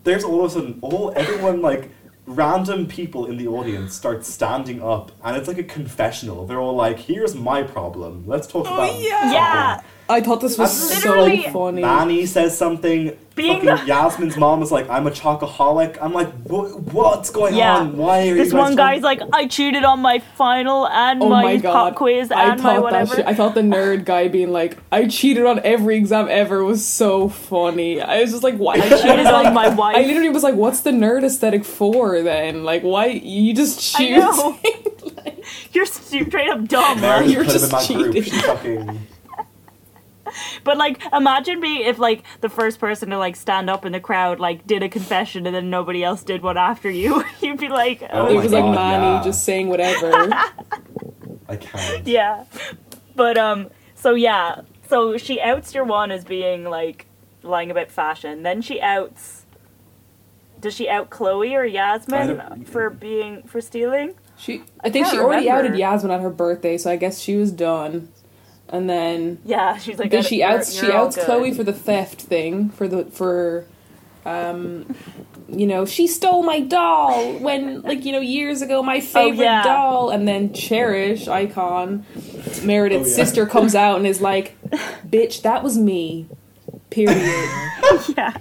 Speaker 2: there's all of a sudden all everyone like. Random people in the audience start standing up, and it's like a confessional. They're all like, "Here's my problem. Let's talk about."
Speaker 3: Oh, yeah.
Speaker 2: something."
Speaker 1: Oh, yeah.
Speaker 3: I thought this was
Speaker 2: That's
Speaker 3: so
Speaker 1: literally-
Speaker 3: funny.
Speaker 2: Manny says something.
Speaker 1: Being
Speaker 2: fucking
Speaker 1: the-
Speaker 2: Yasmin's mom is like, "I'm a chocoholic." I'm like, "What? What's going
Speaker 1: Yeah.
Speaker 2: on? Why are you
Speaker 1: This
Speaker 2: guys
Speaker 1: one
Speaker 2: talking-"
Speaker 1: guy's like, I cheated on my final and
Speaker 3: Oh
Speaker 1: my,
Speaker 3: my, god!
Speaker 1: pop quiz
Speaker 3: I
Speaker 1: and my
Speaker 3: thought that
Speaker 1: whatever.
Speaker 3: shit. I thought the nerd guy being like, "I cheated on every exam ever" was so funny. I was just like, "Why?" I
Speaker 1: cheated
Speaker 3: was like-
Speaker 1: on my wife.
Speaker 3: I literally was like, "What's the nerd aesthetic for then? Like, why you just
Speaker 1: I
Speaker 3: choose?"
Speaker 1: know. You're straight up dumb.
Speaker 2: Mary
Speaker 3: You're
Speaker 2: put him in
Speaker 3: just
Speaker 2: my group.
Speaker 3: cheating.
Speaker 2: She fucking
Speaker 1: But like, imagine me if like the first person to like stand up in the crowd like did a confession and then nobody else did one after you. You'd be like,
Speaker 2: Oh
Speaker 1: oh,
Speaker 3: it
Speaker 2: my
Speaker 3: was
Speaker 2: God,
Speaker 3: like Manny
Speaker 2: yeah.
Speaker 3: just saying whatever.
Speaker 2: I can't.
Speaker 1: yeah. But um, so yeah, so she outs your one as being like lying about fashion. Then she outs. Does she out Chloe or
Speaker 2: I
Speaker 1: Yasmin
Speaker 2: don't-
Speaker 1: for being for stealing?
Speaker 3: she, I think she
Speaker 1: can't
Speaker 3: already
Speaker 1: remember.
Speaker 3: outed Yasmin at her birthday, so I guess she was done. And then
Speaker 1: Yeah, she's like.
Speaker 3: then she
Speaker 1: "You're-
Speaker 3: outs she
Speaker 1: you're all
Speaker 3: outs
Speaker 1: good."
Speaker 3: Chloe for the theft thing for the for um you know she stole my doll when like you know years ago my favorite
Speaker 1: Oh, yeah.
Speaker 3: doll and then cherish icon Meredith's
Speaker 2: Oh, yeah.
Speaker 3: sister comes out and is like bitch that was me period
Speaker 1: Yeah.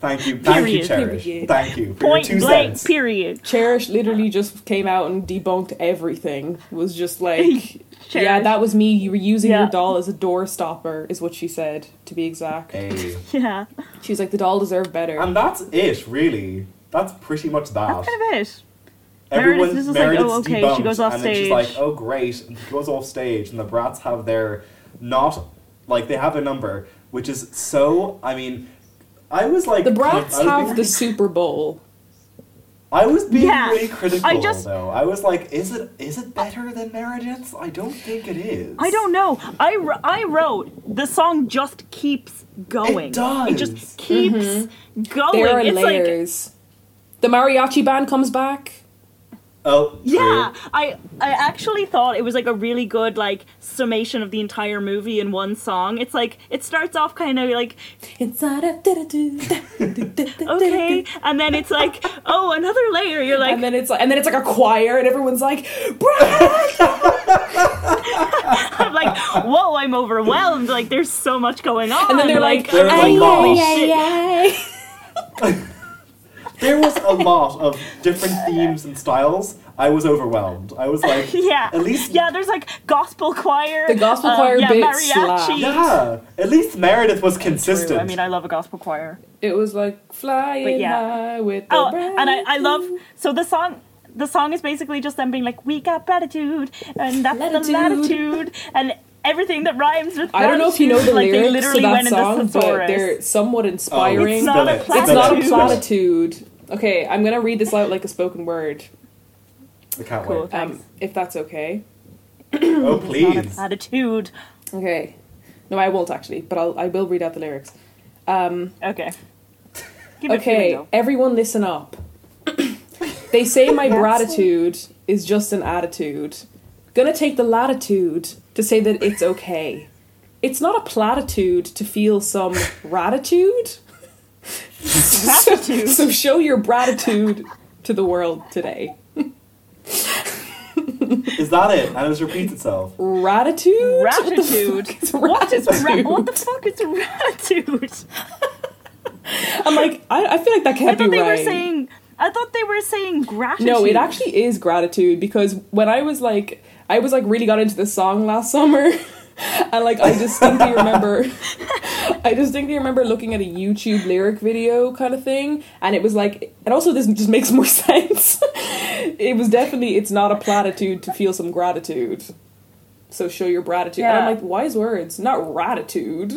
Speaker 2: Thank you, thank you,
Speaker 1: Period.
Speaker 2: Cherish.
Speaker 3: Period.
Speaker 2: Thank you for
Speaker 1: Point
Speaker 2: your two
Speaker 1: blank.
Speaker 2: cents.
Speaker 1: Period.
Speaker 3: cherish literally just came out and debunked everything was just like yeah
Speaker 1: Cherish.
Speaker 3: that was me you were using
Speaker 1: Yeah.
Speaker 3: your doll as a door stopper is what she said to be exact
Speaker 2: Hey.
Speaker 1: Yeah.
Speaker 3: she's like the doll deserved better
Speaker 2: And that's it, really. That's pretty much that.
Speaker 1: That's kind of it.
Speaker 2: Everyone,
Speaker 1: Meredith is just like,
Speaker 2: Meredith's
Speaker 1: "Oh, okay,"
Speaker 2: debunked,
Speaker 1: she goes off
Speaker 2: and then she's
Speaker 1: stage.
Speaker 2: like, "Oh, great!" And she goes off stage, and the brats have their not like they have a number, which is so. I mean, I was like,
Speaker 3: The Brats
Speaker 2: I was being-
Speaker 3: have the Super Bowl.
Speaker 2: I was being
Speaker 1: Yeah.
Speaker 2: really critical
Speaker 1: I just-
Speaker 2: though. I was like, is it is it better than Meredith's? I don't think it is.
Speaker 1: I don't know. I, wr- I wrote the song just keeps going.
Speaker 2: It does.
Speaker 1: It just keeps going.
Speaker 3: Mm-hmm. There are
Speaker 1: it's Oh, like
Speaker 3: layers. the mariachi band comes back.
Speaker 2: Oh,
Speaker 1: yeah.
Speaker 2: true.
Speaker 1: I I actually thought it was like a really good like summation of the entire movie in one song. It's like it starts off kind of like
Speaker 3: Inside out,
Speaker 1: okay, and then it's like oh another layer. You're like
Speaker 3: and then it's like, and then it's like a choir, and everyone's like, "Brats!"
Speaker 1: I'm like whoa I'm overwhelmed. Like there's so much going on.
Speaker 3: and then they're like, "Oh,
Speaker 2: There's a
Speaker 3: "Ay,
Speaker 2: lot.
Speaker 3: ay, ay, ay."
Speaker 2: There was a lot of different themes and styles. I was overwhelmed. I was like,
Speaker 1: yeah.
Speaker 2: at least
Speaker 1: yeah. There's like gospel choir.
Speaker 3: The gospel
Speaker 1: um,
Speaker 3: choir
Speaker 1: yeah,
Speaker 3: bit
Speaker 1: mariachi.
Speaker 3: slaps.
Speaker 2: yeah, at least Meredith was
Speaker 1: True.
Speaker 2: consistent.
Speaker 1: I mean, I love a gospel choir.
Speaker 3: It was like flying
Speaker 1: But yeah.
Speaker 3: high with the
Speaker 1: Oh, and I, I
Speaker 3: Brats.
Speaker 1: love so the song. The song is basically just them being like, "We got gratitude, and that's the
Speaker 3: Latitude.
Speaker 1: latitude, and everything that rhymes with."
Speaker 3: I don't know if you know the
Speaker 1: latitude." like,
Speaker 3: lyrics
Speaker 1: they literally
Speaker 3: to that
Speaker 1: went in
Speaker 3: song,
Speaker 1: the
Speaker 3: but
Speaker 1: thesaurus.
Speaker 3: they're somewhat
Speaker 2: Oh,
Speaker 3: inspiring.
Speaker 1: It's not a
Speaker 2: spell it,
Speaker 3: It's not
Speaker 2: spell
Speaker 3: a
Speaker 2: it,
Speaker 1: platitude.
Speaker 2: spell it.
Speaker 3: platitude. Okay, I'm gonna read this out like a spoken word,
Speaker 2: I can't
Speaker 1: Cool.
Speaker 2: wait.
Speaker 1: Thanks.
Speaker 3: um, if that's okay.
Speaker 2: Oh
Speaker 1: Not a
Speaker 2: please.
Speaker 1: platitude.
Speaker 3: Okay, no, I won't actually, but I'll, I will read out the lyrics. Um,
Speaker 1: Okay. Give it
Speaker 3: okay,
Speaker 1: to me,
Speaker 3: everyone, listen up. they say my gratitude is just an attitude. Gonna take the latitude to say that it's okay. It's not a platitude to feel some ratitude. so,
Speaker 1: Gratitude.
Speaker 3: so show your gratitude to the world today.
Speaker 2: Is that it? And it just repeats itself.
Speaker 3: Ratitude?
Speaker 1: Ratitude.
Speaker 3: What is
Speaker 1: though. Ra-
Speaker 3: ratitude?
Speaker 1: what the fuck is gratitude?
Speaker 3: I'm like, I, I feel like that
Speaker 1: I
Speaker 3: can't
Speaker 1: thought
Speaker 3: be
Speaker 1: they
Speaker 3: right.
Speaker 1: were saying. I thought they were saying gratitude.
Speaker 3: no, it actually is gratitude because when I was like, I was like really got into this song last summer. And like I distinctly remember, I distinctly remember looking at a YouTube lyric video kind of thing, and it was like, and also this just makes more sense. it was definitely it's not a platitude to feel some gratitude, so show your gratitude. And
Speaker 1: Yeah.
Speaker 3: I'm like, wise words, not ratitude.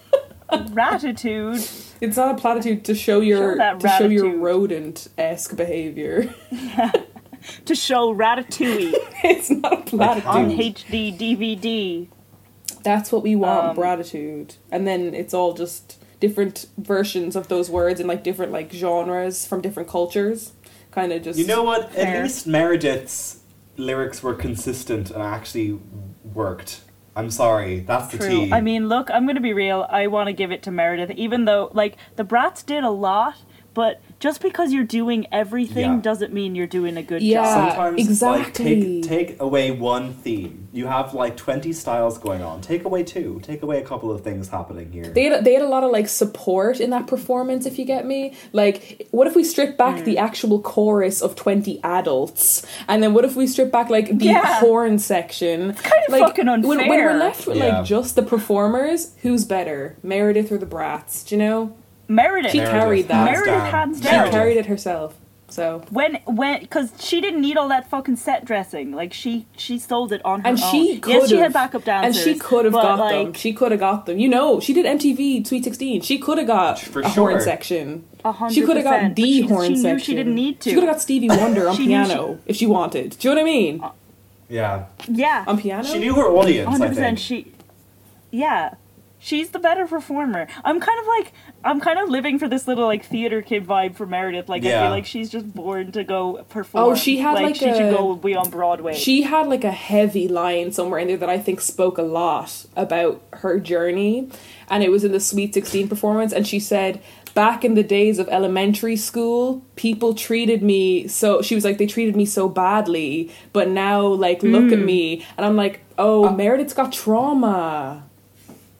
Speaker 1: gratitude.
Speaker 3: It's not a platitude to show your
Speaker 1: Show that
Speaker 3: to show your
Speaker 1: ratitude.
Speaker 3: rodent esque behavior.
Speaker 1: to show Ratatouille
Speaker 3: it's not a
Speaker 1: on
Speaker 3: platitude.
Speaker 1: HD DVD.
Speaker 3: That's what we want,
Speaker 1: Um,
Speaker 3: gratitude. And then it's all just different versions of those words in like different like genres from different cultures. Kind of just
Speaker 2: You know what?
Speaker 1: Fair.
Speaker 2: At least Meredith's lyrics were consistent and actually worked. I'm sorry, that's the
Speaker 1: True.
Speaker 2: tea.
Speaker 1: I mean, look, I'm gonna be real. I want to give it to Meredith, even though like the Brats did a lot, but just because you're doing everything
Speaker 2: Yeah.
Speaker 1: doesn't mean you're doing a good
Speaker 3: Yeah.
Speaker 1: job.
Speaker 2: sometimes
Speaker 3: exactly.
Speaker 2: like take take away one theme. You have like 20 styles going on. Take away two. Take away a couple of things happening here.
Speaker 3: They had, they had a lot of like support in that performance, if you get me. Like, what if we strip back
Speaker 1: Mm.
Speaker 3: the actual chorus of 20 adults? And then what if we strip back like the
Speaker 1: Yeah.
Speaker 3: horn section? kind
Speaker 1: of
Speaker 3: like,
Speaker 1: fucking
Speaker 3: When, when we're
Speaker 1: unfair.
Speaker 3: left with
Speaker 2: Yeah.
Speaker 3: like just the performers, who's better? Meredith or the Brats? Do you know?
Speaker 1: Meredith.
Speaker 3: She carried that.
Speaker 1: Meredith hands
Speaker 3: She
Speaker 1: down.
Speaker 3: carried it herself. So.
Speaker 1: when when because she didn't need all that fucking set dressing. Like she she sold it on her
Speaker 3: And
Speaker 1: own.
Speaker 3: she could
Speaker 1: Oh, yes, she
Speaker 3: have-
Speaker 1: had backup dancers,
Speaker 3: and she could have
Speaker 1: but,
Speaker 3: got
Speaker 1: like,
Speaker 3: them. She could have got them. You know, she did MTV Sweet Sixteen. She could have got
Speaker 2: For
Speaker 3: a
Speaker 2: sure.
Speaker 3: horn section.
Speaker 1: A hundred
Speaker 3: She could have got
Speaker 1: percent,
Speaker 3: the
Speaker 1: but she-
Speaker 3: horn
Speaker 1: she knew she
Speaker 3: section.
Speaker 1: didn't need to.
Speaker 3: She could have got Stevie Wonder on
Speaker 1: She knew she- Uh,
Speaker 3: piano if she wanted. Do you know what I mean?
Speaker 2: yeah.
Speaker 1: yeah,
Speaker 3: On piano.
Speaker 2: She knew her audience, I
Speaker 1: hundred
Speaker 2: think.
Speaker 1: percent. She, yeah, she's the better performer. I'm kind of like I'm kind of living for this little like theater kid vibe for Meredith. Like I
Speaker 2: Yeah.
Speaker 1: feel like she's just born to go perform.
Speaker 3: Oh, she had, like,
Speaker 1: she should
Speaker 3: a-
Speaker 1: go be on Broadway.
Speaker 3: She had like a heavy line somewhere in there that I think spoke a lot about her journey. And it was in the Sweet 16 performance. And she said, Back in the days of elementary school, people treated me so. She was like, They treated me so badly. But now, like, look
Speaker 1: Hmm.
Speaker 3: at me. And I'm like,
Speaker 1: Uh,
Speaker 3: Oh, Meredith's got trauma.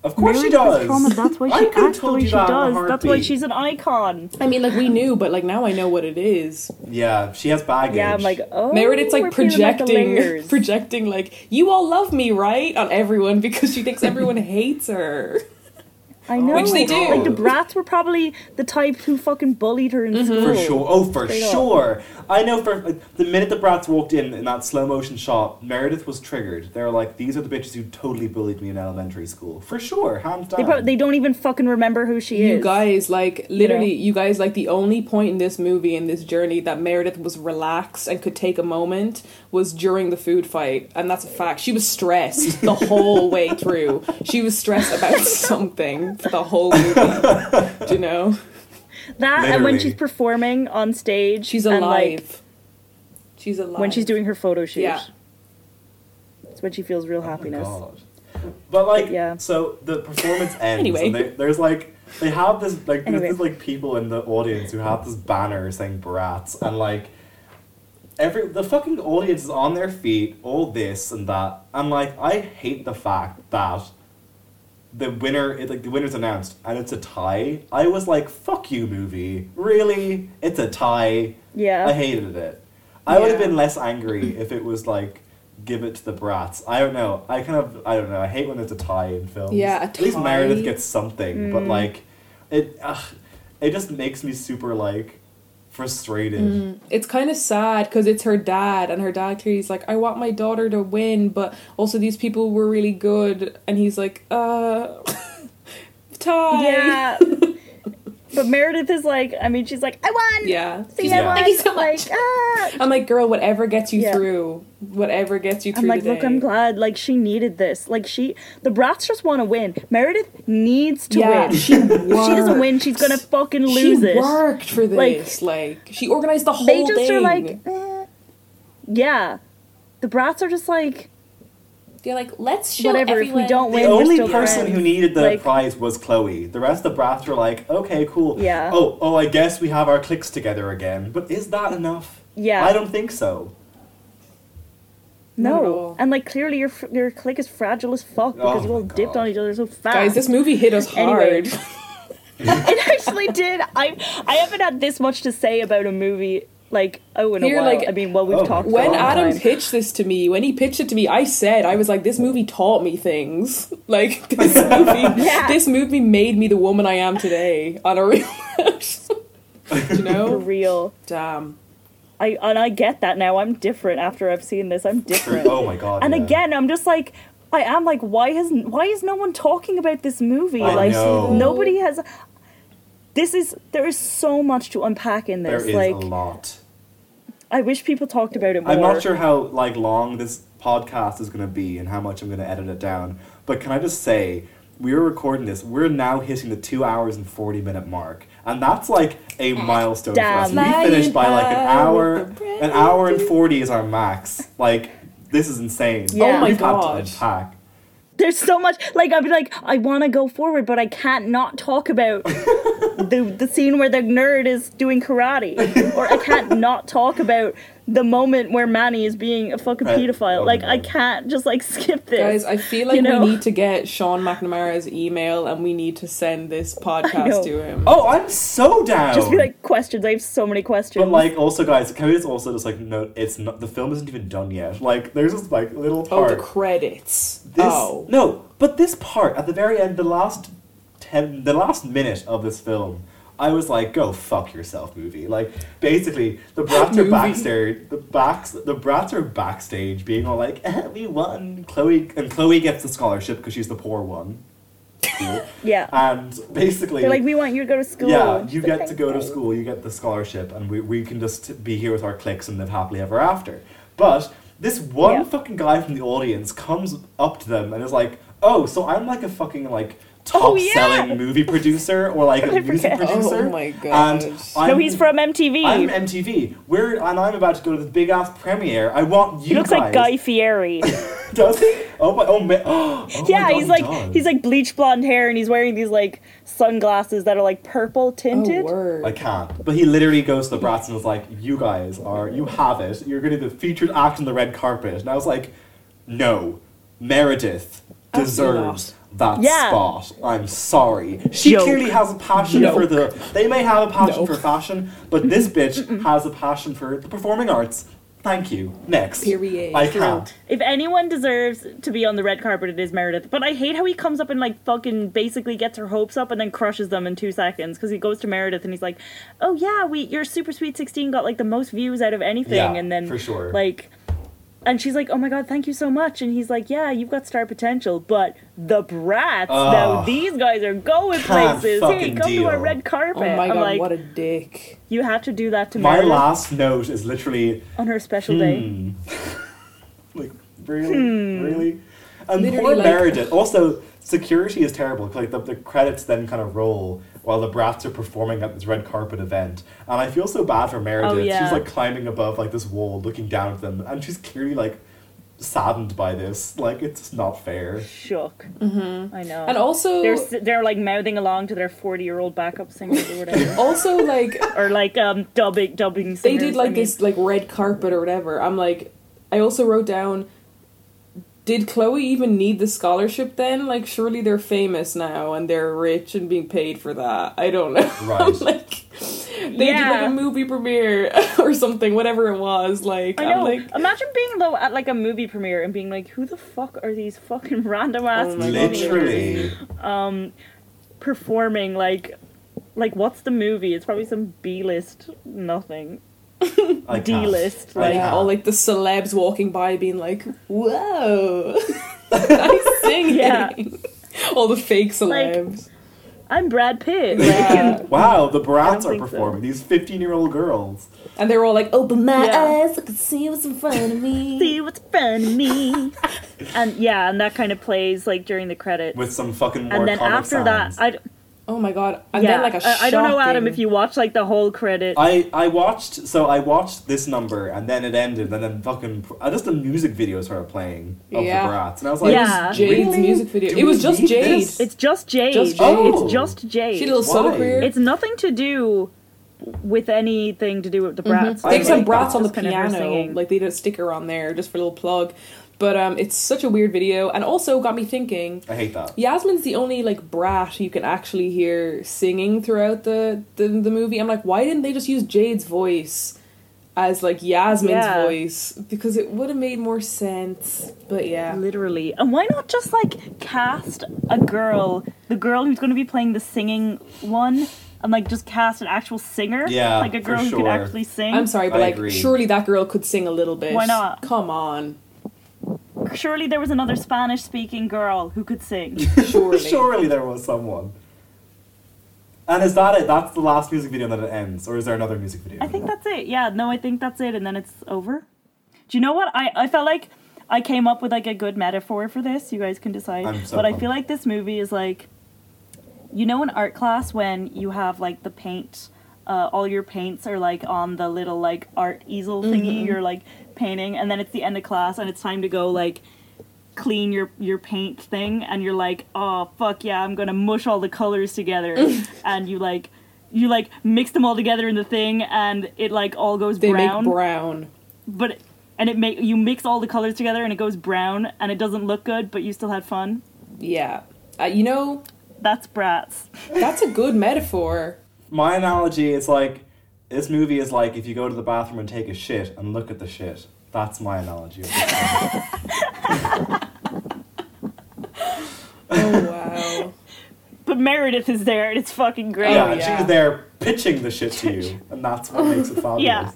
Speaker 2: Of course she
Speaker 1: Meredith has
Speaker 2: does.
Speaker 1: trauma, That's why
Speaker 2: I
Speaker 1: she
Speaker 2: could've
Speaker 1: acts the
Speaker 2: told
Speaker 1: way
Speaker 2: you
Speaker 1: she
Speaker 2: that in a
Speaker 1: does. That's why
Speaker 2: heartbeat.
Speaker 1: she's an icon.
Speaker 3: I mean, like, we knew, but like, now I know what it is.
Speaker 2: Yeah, she has baggage.
Speaker 1: Yeah, I'm like, oh,
Speaker 3: Meredith's like
Speaker 1: we're peeling back the
Speaker 3: projecting,
Speaker 1: layers.
Speaker 3: projecting like you all love me, right, on everyone because she thinks everyone hates her.
Speaker 1: I know.
Speaker 3: Which they do.
Speaker 1: Like the brats were probably the type who fucking bullied her in school.
Speaker 2: For sure. Oh, for
Speaker 1: Straight up.
Speaker 2: sure. I know for like, the minute the brats walked in in that slow motion shot, Meredith was triggered. They were like, these are the bitches who totally bullied me in elementary school. For sure, hands down.
Speaker 1: They probably they don't even fucking remember who she
Speaker 3: You
Speaker 1: is.
Speaker 3: guys, like, literally, you guys, like, the only point in this movie, in this journey, that Meredith was relaxed and could take a moment was during the food fight. And that's a fact. She was stressed the whole way through. She was stressed about something for the whole movie. Do you know?
Speaker 1: that and when
Speaker 2: Literally.
Speaker 1: she's performing on stage,
Speaker 3: She's
Speaker 1: and,
Speaker 3: alive.
Speaker 1: like,
Speaker 3: she's alive.
Speaker 1: when she's doing her photo shoot,
Speaker 3: Yeah.
Speaker 1: it's when she feels real happiness.
Speaker 2: Oh God. But like,
Speaker 1: yeah.
Speaker 2: so the performance ends.
Speaker 3: Anyway.
Speaker 2: and they, there's like they have this like there's
Speaker 1: Anyway.
Speaker 2: this like people in the audience who have this banner saying brats and like every the fucking audience is on their feet, all this and that, and like I hate the fact that. The winner, it, like the winner's announced, and it's a tie. I was like, "Fuck you, movie! Really? It's a tie." I
Speaker 1: Yeah.
Speaker 2: hated it. I would have
Speaker 3: Yeah.
Speaker 2: been less angry if it was like give it to the brats. I don't know. I kind of I don't know. I hate when there's a tie in films.
Speaker 3: Yeah, a
Speaker 2: At least
Speaker 3: tie.
Speaker 2: Meredith gets something, but
Speaker 1: Mm.
Speaker 2: like it ugh, it just makes me super like frustrated.
Speaker 1: Mm.
Speaker 3: it's kind of sad because it's her dad, and her dad clearly is like, I want my daughter to win, but also these people were really good, and he's like, uh, tie.
Speaker 1: Yeah. but Meredith is like, I mean, she's like, I won.
Speaker 3: Yeah.
Speaker 1: See,
Speaker 2: Yeah.
Speaker 1: I won.
Speaker 2: Thank
Speaker 1: you so much. Like, ah.
Speaker 3: I'm like, girl, whatever gets you
Speaker 1: Yeah.
Speaker 3: through, whatever gets you through.
Speaker 1: I'm like,
Speaker 3: the
Speaker 1: look, I'm
Speaker 3: day."
Speaker 1: glad. Like, she needed this. Like, she, the brats just want to win. Meredith needs to
Speaker 3: Yeah,
Speaker 1: win.
Speaker 3: she
Speaker 1: If she doesn't
Speaker 3: worked.
Speaker 1: win, she's gonna fucking
Speaker 3: She
Speaker 1: lose it.
Speaker 3: worked for
Speaker 1: Like-
Speaker 3: this. Like, she organized the whole
Speaker 1: They just
Speaker 3: thing.
Speaker 1: are like, eh. yeah. The brats are just like,
Speaker 5: They're like, let's show
Speaker 1: whatever.
Speaker 5: everyone.
Speaker 1: If we don't
Speaker 2: The
Speaker 1: win, we're
Speaker 2: only
Speaker 1: still
Speaker 2: person
Speaker 1: friends.
Speaker 2: who needed the
Speaker 1: Like-
Speaker 2: prize was Chloe. The rest of the brats were like, "Okay, cool.
Speaker 1: Yeah.
Speaker 2: Oh, oh, I guess we have our clicks together again." But is that enough?
Speaker 1: Yeah.
Speaker 2: I don't think so.
Speaker 3: Not at
Speaker 1: No,
Speaker 3: all.
Speaker 1: and like clearly your fr- your clique is fragile as fuck because
Speaker 2: Oh
Speaker 1: you all
Speaker 2: my
Speaker 1: dipped
Speaker 2: God.
Speaker 1: on each other so fast.
Speaker 3: Guys, this movie hit us
Speaker 1: Anyway.
Speaker 3: hard.
Speaker 1: it actually did. I I haven't had this much to say about a movie like oh in
Speaker 3: Here,
Speaker 1: a while.
Speaker 3: like,
Speaker 1: I mean, well we've
Speaker 2: Oh my
Speaker 1: talked. for a
Speaker 3: When
Speaker 1: long
Speaker 3: Adam
Speaker 1: time.
Speaker 3: pitched this to me, when he pitched it to me, I said I was like, "This movie taught me things. Like this movie,
Speaker 1: Yeah.
Speaker 3: this movie made me the woman I am today." On a real, you
Speaker 1: for
Speaker 3: know,
Speaker 1: real,
Speaker 3: damn.
Speaker 1: I and I get that now. I'm different after I've seen this. I'm different.
Speaker 2: oh my god.
Speaker 1: and
Speaker 2: yeah.
Speaker 1: again, I'm just like. I am like, why has why is no one talking about this movie?
Speaker 2: I
Speaker 1: like,
Speaker 2: know.
Speaker 1: nobody has. This is there is so much to unpack in
Speaker 2: there
Speaker 1: this.
Speaker 2: is
Speaker 1: like,
Speaker 2: a lot.
Speaker 1: I wish people talked about it more.
Speaker 2: I'm not sure how like long this podcast is gonna be and how much I'm gonna edit it down. But can I just say we are recording this. We're now hitting the two hours and forty minute mark, and that's like a
Speaker 1: Mm.
Speaker 2: milestone for us.
Speaker 1: Damn.
Speaker 2: We finished by like an
Speaker 3: Flying
Speaker 2: hour,
Speaker 3: high with the brand
Speaker 2: an hour and forty is our max. Like this is insane.
Speaker 1: Yeah. Oh my
Speaker 2: We've had to
Speaker 3: God.
Speaker 2: unpack.
Speaker 1: there's so much like i'm like i want to go forward but i can't not talk about the the scene where the nerd is doing karate or i can't not talk about the moment where manny is being a fucking
Speaker 2: Right.
Speaker 1: pedophile
Speaker 2: Oh
Speaker 1: like
Speaker 2: my
Speaker 1: i
Speaker 2: God.
Speaker 1: can't just like skip this
Speaker 3: Guys, I feel like
Speaker 1: You know?
Speaker 3: we need to get Sean McNamara's email and we need to send this podcast
Speaker 1: know.
Speaker 3: to him.
Speaker 2: Oh, I'm so down.
Speaker 1: just be like questions i have so many questions
Speaker 2: Oh. But like, also, guys, can we just also just like note it's not the film isn't even done yet. Like, there's this like little
Speaker 3: Oh,
Speaker 2: part.
Speaker 3: the credits.
Speaker 2: This
Speaker 3: oh.
Speaker 2: no, but this part at the very end, the last ten, the last minute of this film, I was like, "Go fuck yourself, movie!" Like basically, the brats are
Speaker 3: Movie.
Speaker 2: backstage. The backs, the brats are backstage, being all like, eh, "We won." Chloe and Chloe gets the scholarship because she's the poor one. Cool.
Speaker 1: yeah
Speaker 2: and basically,
Speaker 1: they're like we want you to go to school
Speaker 2: yeah, you
Speaker 1: But
Speaker 2: get
Speaker 1: thank
Speaker 2: to go to
Speaker 1: you.
Speaker 2: school, you get the scholarship, and we, we can just be here with our cliques and live happily ever after. But this one
Speaker 1: Yeah.
Speaker 2: fucking guy from the audience comes up to them and is like, oh, so I'm like a fucking like top
Speaker 1: Oh, yeah!
Speaker 2: selling movie producer or like a
Speaker 1: I
Speaker 2: music
Speaker 1: forget.
Speaker 2: producer.
Speaker 3: Oh my God.
Speaker 2: And
Speaker 1: no
Speaker 2: I'm,
Speaker 1: he's from mtv
Speaker 2: I'm MTV. We're and I'm about to go to the big ass premiere. I want you
Speaker 1: he looks
Speaker 2: guys.
Speaker 1: like guy fieri
Speaker 2: Does he? Oh my! Oh, ma- oh my
Speaker 1: yeah
Speaker 2: God,
Speaker 1: he's
Speaker 2: he
Speaker 1: like
Speaker 2: does.
Speaker 1: he's like bleach blonde hair and he's wearing these like sunglasses that are like purple
Speaker 3: Oh,
Speaker 1: tinted
Speaker 3: word.
Speaker 2: I can't. But he literally goes to the brats and was like, "You guys are, you have it. You're going to be the featured act on the red carpet." And I was like, "No, Meredith
Speaker 3: Absolutely
Speaker 2: deserves that
Speaker 1: Yeah.
Speaker 2: spot. I'm sorry. She
Speaker 1: Joke.
Speaker 2: clearly has a passion
Speaker 3: No.
Speaker 2: for the. They may have a passion
Speaker 3: No.
Speaker 2: for fashion, but this bitch has a passion for the performing arts. Thank you. Next.
Speaker 3: Period.
Speaker 2: I can't.
Speaker 1: If anyone deserves to be on the red carpet, it is Meredith. But I hate how he comes up and like fucking basically gets her hopes up and then crushes them in two seconds because he goes to Meredith and he's like, "Oh yeah, we your super sweet sixteen got like the most views out of anything,"
Speaker 2: Yeah,
Speaker 1: and then
Speaker 2: for sure.
Speaker 1: like. And she's like, "Oh my god, thank you so much." And he's like, "Yeah, you've got star potential, but the brats now
Speaker 2: Ugh.
Speaker 1: these guys are going
Speaker 2: Can't
Speaker 1: places. Hey,
Speaker 2: fucking
Speaker 1: come to our
Speaker 2: deal.
Speaker 1: red carpet."
Speaker 3: Oh my
Speaker 1: I'm
Speaker 3: god,
Speaker 1: like,
Speaker 3: what a dick.
Speaker 1: "You have to do that to
Speaker 2: My
Speaker 1: Meredith
Speaker 2: last note is literally
Speaker 1: on her special day."
Speaker 2: Hmm. like really,
Speaker 1: Hmm.
Speaker 2: really, and
Speaker 3: Literally,
Speaker 2: poor
Speaker 3: like-
Speaker 2: Meredith. Also, security is terrible. 'cause, Like the, the credits then kind of roll while the brats are performing at this red carpet event, and I feel so bad for Meredith.
Speaker 1: Oh, yeah.
Speaker 2: She's like climbing above like this wall, looking down at them, and she's clearly like saddened by this. Like it's not fair.
Speaker 1: Shook. Mm-hmm. I know.
Speaker 3: And also,
Speaker 1: they're s- they're like mouthing along to their forty year old backup singers or whatever,
Speaker 3: also like
Speaker 1: or like um dubbing dubbing. Singers,
Speaker 3: they did like
Speaker 1: I mean.
Speaker 3: this like red carpet or whatever. I'm like, I also wrote down. Did Chloe even need the scholarship then? Like, surely they're famous now and they're rich and being paid for that. I don't know. I'm
Speaker 2: Right.
Speaker 3: like, they did
Speaker 1: Yeah.
Speaker 3: like a movie premiere or something, whatever it was. Like,
Speaker 1: I
Speaker 3: I'm
Speaker 1: know.
Speaker 3: like,
Speaker 1: Imagine being though at like a movie premiere and being like, "Who the fuck are these fucking random ass
Speaker 3: Oh my God.
Speaker 1: teenagers
Speaker 2: Literally,
Speaker 1: performing like, like what's the movie? It's probably some B list nothing.
Speaker 2: I can't.
Speaker 1: D-list,
Speaker 2: I
Speaker 1: like,
Speaker 2: can't.
Speaker 3: all like the celebs walking by being like, whoa, I sing
Speaker 1: Yeah.
Speaker 3: All the fake
Speaker 1: Like,
Speaker 3: celebs.
Speaker 1: I'm Brad Pitt. Like,
Speaker 3: yeah.
Speaker 2: Wow, the
Speaker 1: I
Speaker 2: brats
Speaker 1: don't
Speaker 2: are
Speaker 1: think so.
Speaker 2: performing. These fifteen-year-old girls.
Speaker 3: And they were all like,
Speaker 5: Open my
Speaker 1: Yeah.
Speaker 5: eyes, I can see what's in front of me.
Speaker 1: see what's in front of me, and yeah, and that kind of plays like during the credits.
Speaker 2: With some fucking more
Speaker 1: and then
Speaker 2: comic
Speaker 1: after
Speaker 2: sounds.
Speaker 1: that, I d-
Speaker 3: oh my god. And
Speaker 1: yeah,
Speaker 3: then like a
Speaker 1: I- I don't know, Adam,
Speaker 3: shocking-
Speaker 1: if you watch like the whole credit.
Speaker 2: I I watched so I watched this number and then it ended and then fucking I just the music video started playing of
Speaker 3: Yeah.
Speaker 2: the brats and I was like
Speaker 1: Yeah.
Speaker 3: Jade's
Speaker 2: really?
Speaker 3: music video.
Speaker 2: Do
Speaker 3: it was
Speaker 2: we
Speaker 3: just
Speaker 2: need
Speaker 3: Jade.
Speaker 2: this?
Speaker 1: It's just Jade.
Speaker 3: Just
Speaker 2: Jade. Oh.
Speaker 1: It's just Jade.
Speaker 3: She had a little solo
Speaker 2: Why?
Speaker 3: career.
Speaker 1: It's nothing to do with anything to do with the brats.
Speaker 2: I
Speaker 3: they just
Speaker 2: like
Speaker 3: Mm-hmm. have brats
Speaker 2: that.
Speaker 3: on the
Speaker 1: Just kind of her
Speaker 3: piano.
Speaker 1: singing.
Speaker 3: Like they did a sticker on there just for a little plug. But um, it's such a weird video, and also got me thinking.
Speaker 2: I hate that.
Speaker 3: Yasmin's the only like brat you can actually hear singing throughout the the, the movie. I'm like, why didn't they just use Jade's voice as like Yasmin's
Speaker 1: Yeah.
Speaker 3: voice? Because it would have made more sense. But yeah,
Speaker 1: Literally. And why not just like cast a girl, the girl who's going to be playing the singing one, and like just cast an actual singer?
Speaker 2: Yeah,
Speaker 1: Like a
Speaker 2: for
Speaker 1: girl who could
Speaker 2: sure.
Speaker 1: actually sing?
Speaker 3: I'm sorry, but
Speaker 2: I
Speaker 3: like,
Speaker 2: agree.
Speaker 3: surely that girl could sing a little bit.
Speaker 1: Why not?
Speaker 3: Come on,
Speaker 1: Surely there was another Spanish speaking girl who could sing.
Speaker 3: surely.
Speaker 2: Surely there was someone. And is that it? That's the last music video that it ends, or is there another music video?
Speaker 1: I think that's it. Yeah, no, I think that's it, and then it's over. Do you know what? I, I felt like I came up with like a good metaphor for this. You guys can decide.
Speaker 2: I'm so
Speaker 1: but I
Speaker 2: pumped.
Speaker 1: feel like this movie is like, you know, in art class when you have like the paint, uh, all your paints are like on the little like art easel thingy you're like painting, and then it's the end of class and it's time to go like clean your your paint thing and you're like oh fuck yeah i'm gonna mush all the colors together and you like you like mix them all together in the thing and it like all goes
Speaker 3: They
Speaker 1: brown
Speaker 3: make brown.
Speaker 1: but and it make you mix all the colors together and it goes brown and it doesn't look good but you still had fun
Speaker 3: Yeah, uh, you know
Speaker 1: that's brats
Speaker 3: that's a good metaphor.
Speaker 2: My analogy is like this movie is like if you go to the bathroom and take a shit and look at the shit. That's my analogy. of it.
Speaker 3: Oh wow.
Speaker 1: but meredith is there and it's fucking great
Speaker 2: yeah,
Speaker 3: Oh,
Speaker 2: and she
Speaker 3: yeah.
Speaker 2: was there pitching the shit to you, and that's what makes it fabulous.
Speaker 1: Yeah.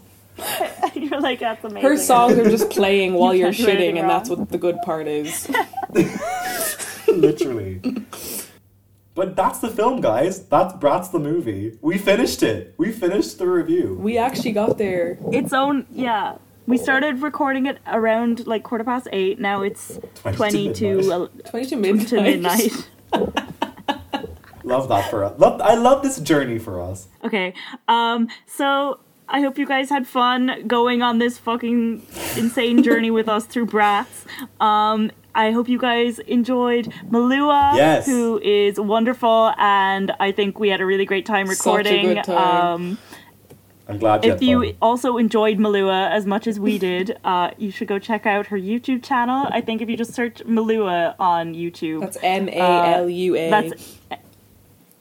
Speaker 1: you're like that's amazing
Speaker 3: Her songs are just playing while
Speaker 1: You
Speaker 3: you are
Speaker 1: can't do anything
Speaker 3: shitting, and
Speaker 1: wrong.
Speaker 3: that's what the good part is.
Speaker 2: Literally. But that's the film, guys. That's Bratz the movie. We finished it. We finished the review.
Speaker 3: We actually got there.
Speaker 1: its own yeah we started recording it around like quarter past eight now it's 20 to,
Speaker 2: midnight.
Speaker 1: el-
Speaker 3: 22 midnight.
Speaker 1: to midnight
Speaker 2: Love that for us. Love, I love this journey for us.
Speaker 1: Okay. Um so I hope you guys had fun going on this fucking insane journey with us through brats. Um I hope you guys enjoyed Malua,
Speaker 2: Yes.
Speaker 1: who is wonderful, and I think we had a really great time
Speaker 3: Such a
Speaker 1: recording.
Speaker 3: good time.
Speaker 1: Um,
Speaker 2: I'm glad you
Speaker 1: if
Speaker 2: had
Speaker 1: you
Speaker 2: fun.
Speaker 1: also enjoyed Malua as much as we did, uh, you should go check out her YouTube channel. I think if you just search Malua on Uh, YouTube,
Speaker 3: That's M A L U A.
Speaker 1: that's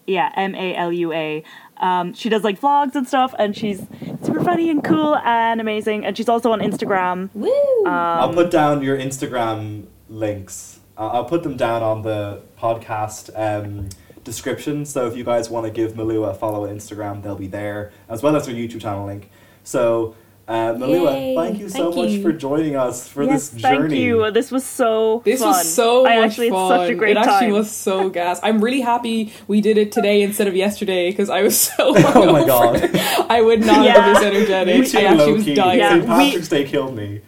Speaker 1: yeah, M A L U A. Um, she does like vlogs and stuff, and she's super funny and cool and amazing. And she's also on Instagram.
Speaker 5: Woo!
Speaker 1: um,
Speaker 2: I'll put down your Instagram links. I- I'll put them down on the podcast um, description. So if you guys want to give Malua a follow on Instagram, they'll be there, as well as her YouTube channel link. So, uh, Malua,
Speaker 5: Yay,
Speaker 2: thank you so
Speaker 5: thank
Speaker 2: much
Speaker 5: you.
Speaker 2: for joining us for
Speaker 1: yes,
Speaker 2: this
Speaker 1: thank
Speaker 2: journey.
Speaker 1: you. This was so.
Speaker 3: This
Speaker 1: fun.
Speaker 3: was so
Speaker 1: I
Speaker 3: much
Speaker 1: actually
Speaker 3: fun.
Speaker 1: It's such a great
Speaker 3: it actually
Speaker 1: time.
Speaker 3: was so gas. I'm really happy we did it today instead of yesterday because I was so.
Speaker 2: Oh my
Speaker 3: hungover.
Speaker 2: god.
Speaker 3: I would not
Speaker 1: Yeah.
Speaker 3: have been this
Speaker 2: Me
Speaker 3: energetic.
Speaker 2: too,
Speaker 3: I actually was
Speaker 2: low-key.
Speaker 3: dying.
Speaker 1: Yeah.
Speaker 2: St. Patrick's Day killed me.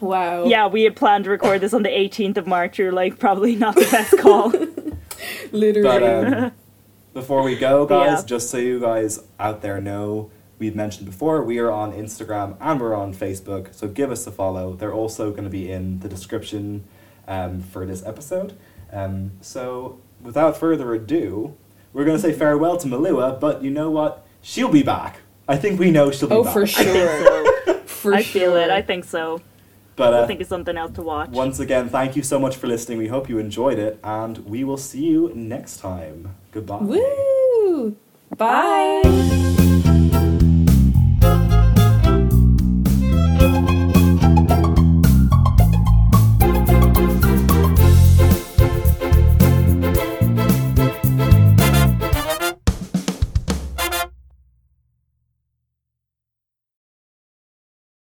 Speaker 3: Wow.
Speaker 1: yeah, we had planned to record this on the 18th of March. You're like probably not the best call.
Speaker 3: Literally.
Speaker 2: But um, before we go, guys,
Speaker 1: Yeah.
Speaker 2: just so you guys out there know, we've mentioned before, we are on Instagram and we're on Facebook, so give us a follow. They're also going to be in the description um, for this episode. Um, so without further ado, we're going to
Speaker 1: Mm-hmm.
Speaker 2: say farewell to Malua, but you know what? She'll be back. I think we know she'll be
Speaker 3: oh,
Speaker 2: back.
Speaker 3: for
Speaker 1: I think
Speaker 3: sure.
Speaker 1: so.
Speaker 3: For
Speaker 1: I
Speaker 3: sure.
Speaker 1: feel it. I think so.
Speaker 2: But
Speaker 1: I
Speaker 2: uh,
Speaker 1: think it's something else to watch.
Speaker 2: once again, thank you so much for listening. We hope you enjoyed it, and we will see you next time. Goodbye.
Speaker 3: Woo! Bye.